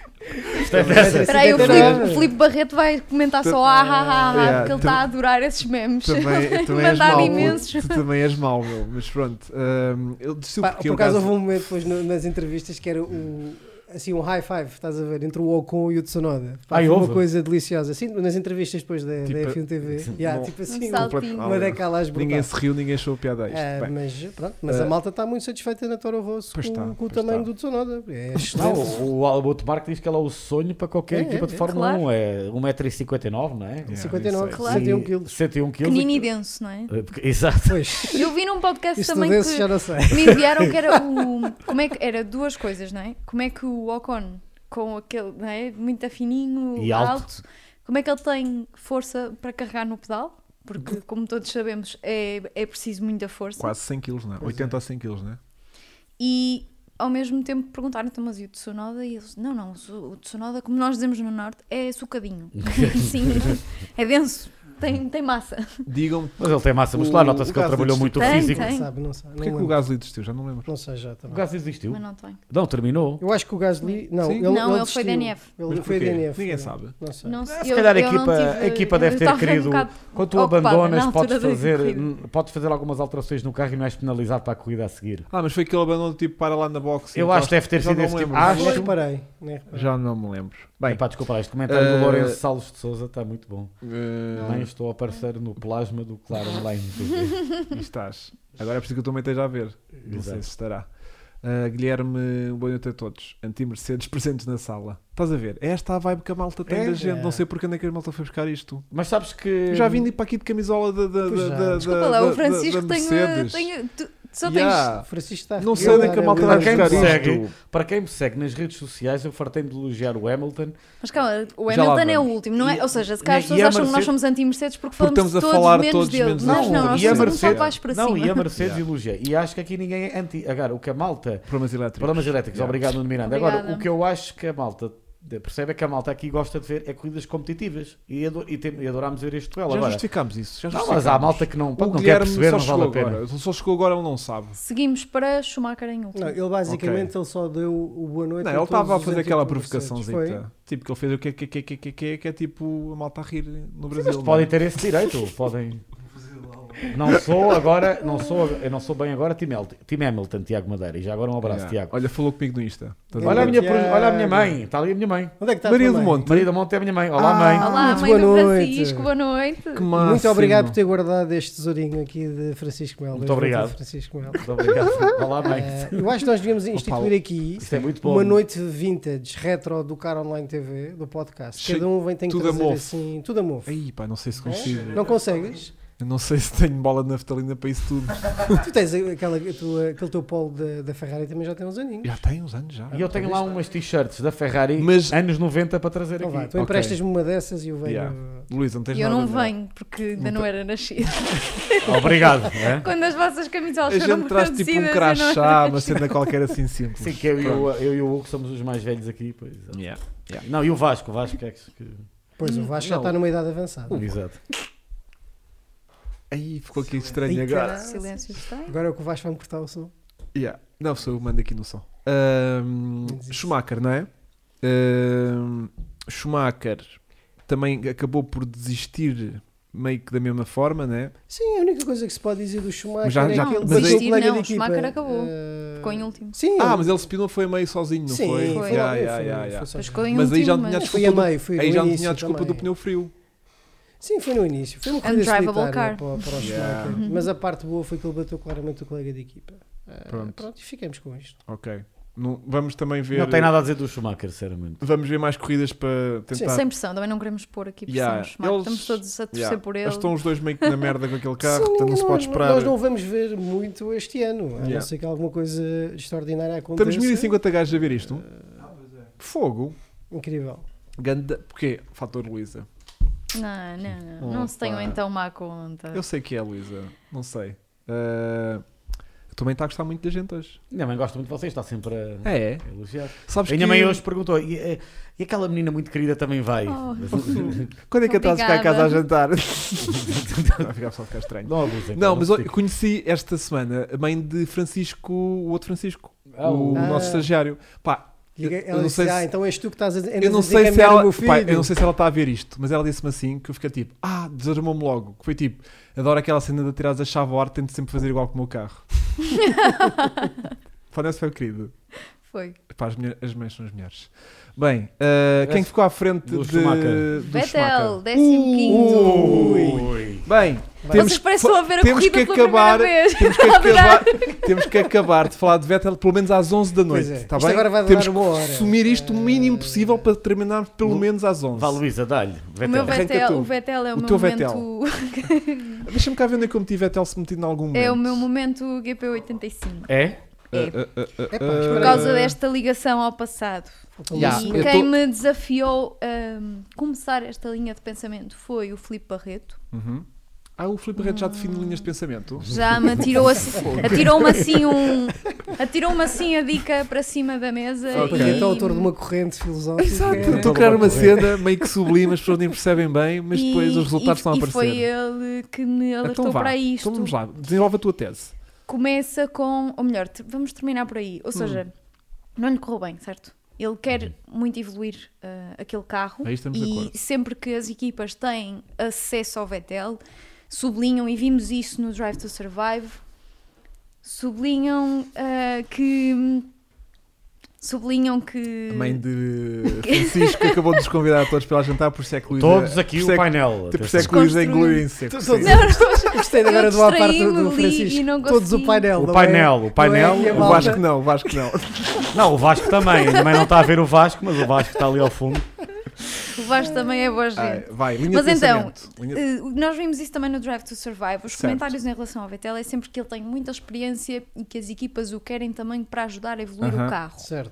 S3: Gostei
S4: Vai
S3: dessa.
S4: ter
S2: Espera aí, o
S4: 59.
S2: Filipe, o Filipe Barreto vai comentar
S1: Tu-
S2: só ah, ah, ah, ah,
S1: Yeah,
S2: porque ele
S1: tu-
S2: está a adorar esses memes.
S1: Também,
S2: [laughs]
S1: também és
S2: Mandar
S1: mau.
S2: imensos.
S1: Tu também és mau, meu. Mas pronto. ehm, ele desistiu
S4: Pá,
S1: porque
S4: por
S1: o
S4: acaso
S1: Gasly...
S4: houve um momento depois no- nas entrevistas que era o, assim, um high five, estás a ver, entre o Ocon e o Tsunoda.
S3: Ah,
S4: Pá, foi
S3: houve?
S4: uma coisa deliciosa. Assim, nas entrevistas depois da,
S1: Tipo,
S4: da
S1: [laughs]
S4: F1 TV.
S1: sim,
S4: Yeah,
S1: bom.
S4: tipo assim,
S2: Um salto.
S1: completo-
S4: uma daquelas
S1: Ninguém
S4: brutais.
S1: se riu, ninguém achou piada a isto.
S4: Ah,
S1: Bem,
S4: mas pronto, mas
S1: Ah.
S4: a malta está muito satisfeita na Toro Rosso com,
S1: Pois está,
S4: com o
S1: pois
S4: tamanho
S1: está.
S4: do Tsunoda. É
S3: Não,
S4: excelente.
S3: o Alberto Marque diz que ela é o sonho para qualquer
S4: É,
S3: equipa de
S4: é,
S3: Fórmula
S2: claro.
S3: 1. É 1,59m, não é?
S1: Yeah,
S4: 59,
S1: isso
S2: aí.
S4: 61
S3: E
S4: quilos.
S3: 101 quilos.
S2: [laughs] Pequenino e denso, não é?
S3: Eh, porque- Exato.
S4: Pois,
S2: Eu vi num podcast
S4: isto
S2: também
S4: desse
S2: que
S4: já não sei.
S2: me enviaram que era o. Como é que era duas coisas, não é? Como é que o Ocon, com aquele, não é? Muito fininho,
S3: E alto.
S2: como é que ele tem força para carregar no pedal? Porque, como todos sabemos, é, é preciso muita força.
S1: Quase 100 quilos, não é? 80 ou 100 quilos, não é?
S2: E ao mesmo tempo perguntaram então, mas e o Tsunoda? E eles, não, não, o Tsunoda, como nós dizemos no Norte, é
S3: [laughs]
S2: sucadinho. Sim, é denso, tem, tem massa.
S1: Digam-me
S3: Mas ele tem massa muscular,
S1: O-
S3: nota-se
S1: o
S3: que ele
S1: Gasly
S3: trabalhou
S1: diz-
S3: muito o
S2: Tem,
S3: físico.
S2: tem.
S4: Não sabe, não sabe.
S1: Porquê é
S4: não
S1: que o
S4: lembro.
S1: Gasly desistiu? Já não lembro.
S4: Não sei já
S3: O
S4: também.
S3: Gasly desistiu.
S2: Mas não tem.
S3: Não, terminou.
S4: Eu acho que o Gasly. Não,
S1: Sim.
S4: ele,
S2: Não, ele foi
S4: desistiu.
S2: DNF.
S4: Ele
S1: Mas
S4: foi
S1: porquê?
S4: DNF.
S1: Ninguém
S4: não. é?
S1: sabe.
S4: Não sei.
S2: Não, sei,
S3: Se
S2: eu-
S3: calhar a
S2: eu não
S3: equipa-
S2: tive-
S3: a equipa deve ter
S2: estava um
S3: querido-
S2: bocado
S3: Quando tu
S2: ocupada na
S3: abandonas,
S2: altura
S3: podes
S2: da
S3: fazer,
S2: corrida.
S3: hum, podes fazer algumas alterações no carro e não és penalizado para a corrida a seguir.
S1: Ah, mas foi aquele abandono do tipo para lá na box. e
S3: Eu acho
S1: encosta.
S3: que deve ter
S1: Já
S3: sido
S1: não
S3: esse tipo.
S1: lembro.
S3: Acho-
S4: Nem reparei. Nem reparei.
S1: Já não me lembro. Bem,
S3: Epá, desculpa lá, este comentário
S1: Eh,
S3: do Lourenço Salles de Souza está muito bom.
S1: eh,
S3: Nem estou a aparecer no plasma do Claro Online.
S1: [laughs] e estás. Agora é preciso que eu também esteja a ver. Não sei
S3: Exato.
S1: se estará. Ah, Guilherme, boa noite a todos. Anti-Mercedes [laughs] presentes na sala. Estás a ver? É Esta a vibe que a malta tem
S3: É?
S1: da gente.
S4: É.
S1: Não sei porque onde é que a malta foi buscar isto.
S3: Mas sabes que.
S1: Eu já vim de ir para aqui de camisola da. da,
S4: Pois
S1: da,
S4: já.
S1: da-
S2: Desculpa
S1: da-
S2: lá,
S1: da-
S2: o Francisco
S1: da
S2: tem, eh,
S1: Mercedes.
S2: tem- tu- só
S1: Yeah.
S4: O Francisco está a
S1: Não sei
S4: revelar
S1: onde é que a malta
S4: habilidades.
S1: vai buscar
S3: Para quem me segue,
S1: isto.
S3: para quem me segue nas redes sociais, eu fartei-me de elogiar o Hamilton.
S2: tens. Mas calma, o
S1: Já lá
S2: Hamilton é o
S1: vamos.
S2: último, não é?
S3: E-
S2: Ou seja, se calhar as
S3: e-
S2: pessoas
S3: e a
S2: acham que nós
S3: Mercedes-
S2: somos anti-Mercedes porque
S1: Porque
S2: falamos
S1: estamos
S2: de
S1: a
S2: todos
S1: falar
S2: menos
S1: todos
S2: dele.
S1: menos
S2: Nós
S1: dele.
S2: não,
S1: Não,
S2: nós
S1: e a
S2: somos um só
S1: Mercedes-
S2: baixo para
S3: não,
S2: cima.
S3: e a Mercedes
S1: [laughs] Yeah.
S3: elogia. E acho que aqui ninguém é anti. Agora, o que a malta.
S1: Problemas elétricos.
S3: Problemas elétricos,
S1: Yeah.
S3: obrigado, Nuno Miranda. Agora,
S2: Obrigada.
S3: o que eu acho que a malta percebe é que a malta aqui gosta de ver é corridas competitivas. E, ado- e tem- e adorámos ver este duelo.
S1: Já
S3: Agora,
S1: justificámos isso. Já
S3: não,
S1: justificámos.
S3: mas há a malta que não,
S1: O
S3: não quer
S1: Guilherme
S3: perceber,
S1: só
S3: não
S1: chegou
S3: vale a pena.
S1: agora. Ele Só chegou agora, ele não sabe.
S2: Seguimos para Schumacher em último.
S4: Não, ele basicamente ele só deu o boa noite.
S1: Não,
S4: a
S1: ele
S4: todos
S1: estava a
S4: os
S1: fazer aquela
S4: anticonversantes.
S1: provocaçãozita. Tipo, que ele fez o que, que, que, que, que, que, que é tipo a malta a rir no
S3: Sim,
S1: Brasil. [laughs]
S3: mas podem ter esse direito. podem. não sou agora, não sou, eu não sou bem agora Tim, Hamilton, Tim Hamilton, Tiago Madeira. E já agora um abraço,
S1: Yeah.
S3: Tiago.
S1: Olha, falou comigo no Insta. Estás a
S3: Olha a,
S1: ver?
S3: minha, pro-
S4: Tiago.
S3: olha a minha mãe, está ali a minha mãe.
S4: Onde é que está a
S1: Maria
S4: tua
S1: do
S4: mãe?
S1: Monte.
S3: Maria da Monte é a minha mãe. Olá,
S4: Ah,
S3: mãe.
S2: Olá,
S4: Muito
S2: mãe do
S4: boa
S2: Francisco,
S4: noite.
S2: boa noite.
S1: Que
S4: Muito
S1: máximo.
S4: obrigado por ter guardado este tesourinho aqui de Francisco Melo.
S3: Muito obrigado.
S4: Francisco
S1: [laughs]
S4: Melo.
S3: Muito obrigado. Olá, mãe.
S1: É,
S4: Eh, eu acho que nós devíamos instituir aqui
S3: Isto é muito bom.
S4: uma noite vintage, retro do Car Online TV, do podcast. Cada um vem, tem que
S1: Tudo a
S4: trazer
S1: mofo.
S4: assim, tudo a mofo.
S1: Aí, pá, não sei se consigo.
S4: É? Não consegues?
S1: Eu não sei se tenho bola de naftalina para isso tudo.
S4: Tu tens aquela, a tua- aquele teu polo da, da Ferrari também já tem uns aninhos.
S1: Já tem uns anos já.
S3: E eu tenho lá umas t-shirts da Ferrari,
S1: Mas-
S3: anos 90, para trazer
S4: Então vá,
S3: aqui.
S4: tu
S1: Ok.
S4: emprestas-me uma dessas e eu venho.
S1: Yeah. Luís, não tens
S2: E eu
S1: nada
S2: não
S1: não.
S2: venho, porque ainda não era nascida. [laughs]
S3: Obrigado. né?
S2: Quando as vossas camisolas
S1: A
S2: foram
S1: gente traz tipo
S2: produzidas,
S1: um
S2: eu
S1: crachá,
S2: não...
S1: uma cena qualquer assim simples.
S3: Sim, que eu, e o- eu e o Hugo somos os mais velhos aqui. Pois. é.
S1: Yeah.
S3: Não, e o Vasco. O Vasco é que. que-
S4: Pois o Vasco já
S1: Não.
S4: está numa idade avançada.
S3: Exato.
S1: Aí ficou aqui estranho
S4: Ai,
S1: agora.
S4: caralho.
S2: Silêncio está.
S4: Agora é o que o Vasco vai me cortar o som.
S1: Yeah. Não, sou eu, mando aqui no som. Ahm,
S4: Diz isso.
S1: Schumacher, não é? Ahm, Schumacher também acabou por desistir meio que da mesma forma, né?
S4: Sim, a única coisa que se pode dizer do Schumacher
S1: Mas já-
S4: é
S1: já-
S4: que ele
S1: mas
S4: bateu
S1: aí-
S4: o colega
S2: Não,
S4: de
S2: o
S4: equipa.
S2: Schumacher acabou.
S4: Eh,
S2: Ficou em um. último.
S4: Sim.
S1: Ah, mas ele se pinou foi a meio sozinho, não foi?
S4: sim, foi,
S1: Yeah,
S4: foi,
S1: yeah,
S4: foi,
S1: yeah,
S4: foi
S1: yeah.
S4: só-
S2: Mas ficou em
S1: Mas aí já
S2: último,
S1: não tinha
S2: mas-
S4: Foi a meio, foi
S1: Aí
S4: no
S1: já não
S4: início
S1: tinha a desculpa
S4: também.
S1: do pneu frio.
S4: Sim, foi no início.
S2: É um
S4: Foi uma corrida
S2: Undrivable
S4: solitária
S2: car.
S4: para, o- para o
S1: Yeah.
S4: Schumacher.
S2: Uhum.
S4: Mas a parte boa foi que ele bateu claramente o colega de equipa. Ah,
S1: Pronto.
S4: pronto, e ficamos com isto.
S1: Ok. Não- vamos também ver.
S3: Não tem nada a dizer do Schumacher, sinceramente.
S1: Vamos ver mais corridas para tentar.
S2: Sem pressão, também não queremos pôr aqui pressão.
S1: Yeah,
S2: no Schumacher.
S1: eles-
S2: Estamos todos a torcer
S1: Yeah.
S2: por ele.
S1: Estão os dois meio que na merda com aquele carro,
S4: Sim,
S1: portanto não se pode
S4: nós-
S1: esperar.
S4: Nós não vamos ver muito este ano, a
S1: Yeah.
S4: não ser que alguma coisa extraordinária aconteça.
S1: Estamos 1050 gajos a ver isto?
S4: Ah, é.
S1: Fogo.
S4: Incrível.
S1: Ganda. Porquê? Fator Luísa.
S2: Não, não, não. Não se
S1: Opa.
S2: tenham então má conta.
S1: Eu sei que é, Luísa. Não sei. Ah, eu também está a gostar muito da gente hoje.
S3: Minha mãe gosta muito de vocês, está sempre a
S1: É, é.
S3: elogiar.
S1: Sabes
S3: A minha
S1: que...
S3: mãe hoje perguntou: e, eh, e aquela menina muito querida também vai?
S2: Oh.
S1: Quando é que eu estás a ficar a casa a jantar? Vai ficar só a ficar estranho.
S3: Não, abusem, Tipo,
S1: Não,
S3: pá,
S1: mas
S3: se
S1: eu conheci esta semana a mãe de Francisco, o outro Francisco,
S3: Ah,
S1: o,
S3: o-
S1: nosso
S4: Ah.
S1: estagiário. Pá,
S4: E
S1: Eu- eu
S4: ela
S1: não
S4: disse,
S1: sei
S4: ah,
S1: se-
S4: então és tu que estás a andas
S1: eu não,
S4: a
S1: sei se
S4: desencaminhar o
S1: ela,
S4: meu filho.
S1: pá, eu não sei se ela está a ver isto, mas ela disse-me assim que eu fiquei tipo, ah, desarmou-me logo. Que foi tipo, adoro aquela cena de tirar a chave ao ar, tento sempre fazer igual com o meu carro. [laughs] Parece foi o querido.
S2: Foi.
S1: Pá, as, mulher- as mães são as mulheres. Bem, ah, quem ficou à frente
S3: Do
S1: de,
S3: Schumacher.
S1: do
S2: Vettel,
S1: Schumacher?
S2: 15.
S3: Ui.
S1: Bem,
S2: Vocês parecem a ver a
S1: temos
S2: corrida
S1: que
S2: pela
S1: acabar,
S2: primeira vez.
S1: Temos
S2: [laughs]
S1: que, acabar, temos que acabar de falar de Vettel pelo menos às 11 da
S4: Pois
S1: noite.
S4: é.
S1: Está
S4: Isto
S1: bem?
S4: agora vai
S1: temos
S4: durar uma hora.
S1: que sumir isto o mínimo possível para terminar pelo
S3: Lu-
S1: menos às 11.
S3: Vá, Luísa, dá-lhe.
S2: O meu
S3: Vettel.
S1: Arranca
S2: Vettel,
S1: tu.
S2: o Vettel é o,
S1: O
S2: meu
S1: teu
S2: momento.
S1: Deixa-me cá ver onde é que eu meti Vettel se metido em algum momento.
S2: É o meu momento GP85.
S3: É?
S2: É.
S1: Ah, ah, ah, ah,
S4: Epá,
S1: ah.
S2: Por causa desta ligação ao passado.
S4: Faltou
S1: Ya,
S2: e
S1: eu
S2: quem
S1: tô-
S2: me desafiou a começar esta linha de pensamento foi o Filipe Barreto.
S1: Uhum. Ah, o Filipe Rede já define linhas de pensamento.
S2: Já me atirou assim,
S1: [laughs]
S2: atirou-me assim um, atirou-me assim a dica para cima da mesa.
S4: um-
S1: Ok.
S4: Porque
S2: E,
S4: então, autor de uma corrente filosófica.
S1: Exato,
S4: É.
S1: estou a criar uma cena meio que sublime, as pessoas nem percebem bem, mas depois
S2: e-
S1: os resultados
S2: e-
S1: estão a
S2: E foi
S1: aparecer.
S2: ele que me alertou
S1: vá,
S2: para isto.
S1: Então vamos lá, desenvolve a tua tese.
S2: Começa com, ou melhor, te- vamos terminar por aí.
S1: Hum.
S2: Ou seja, não lhe correu bem, certo? Ele quer muito evoluir ah, aquele carro
S1: Uhum. Aí estamos de
S2: e
S1: acordo.
S2: sempre que as equipas têm acesso ao Vettel, sublinham, e vimos isso no Drive to Survive, sublinham ah, que. Sublinham que.
S1: A
S2: [laughs]
S1: mãe [laughs] de Francisco que acabou de nos convidar a todos para lá jantar, por isso é que Luísa-
S3: Todos
S1: por
S3: aqui
S1: isso é
S3: o
S1: que-
S3: painel.
S1: Por isso é que Luísa
S2: Desconstruindo.
S1: engoliu em seco.
S4: Todos-
S1: sim.
S4: Gostei de agora
S2: Eu
S4: do à parte do- do
S2: distraí-me, li
S4: Francisco.
S2: e não
S4: Todos o
S2: consegui.
S4: painel.
S3: O
S4: não é?
S3: painel, o painel.
S4: Não é a
S1: O
S4: malta.
S1: Vasco não, o Vasco não.
S3: Não, o Vasco também. Também não está a ver o Vasco, mas o Vasco está ali ao fundo.
S2: O Vasco também é boa gente.
S1: Ai, Ah, vai, linha
S2: Mas
S1: de
S2: então,
S1: pensamento. Linha-
S2: Eh, nós vimos isso também no Drive to Survive. Os
S1: Certo.
S2: comentários em relação ao Vettel é sempre que ele tem muita experiência e que as equipas o querem também para ajudar a evoluir
S1: Aham.
S2: o carro.
S4: Certo.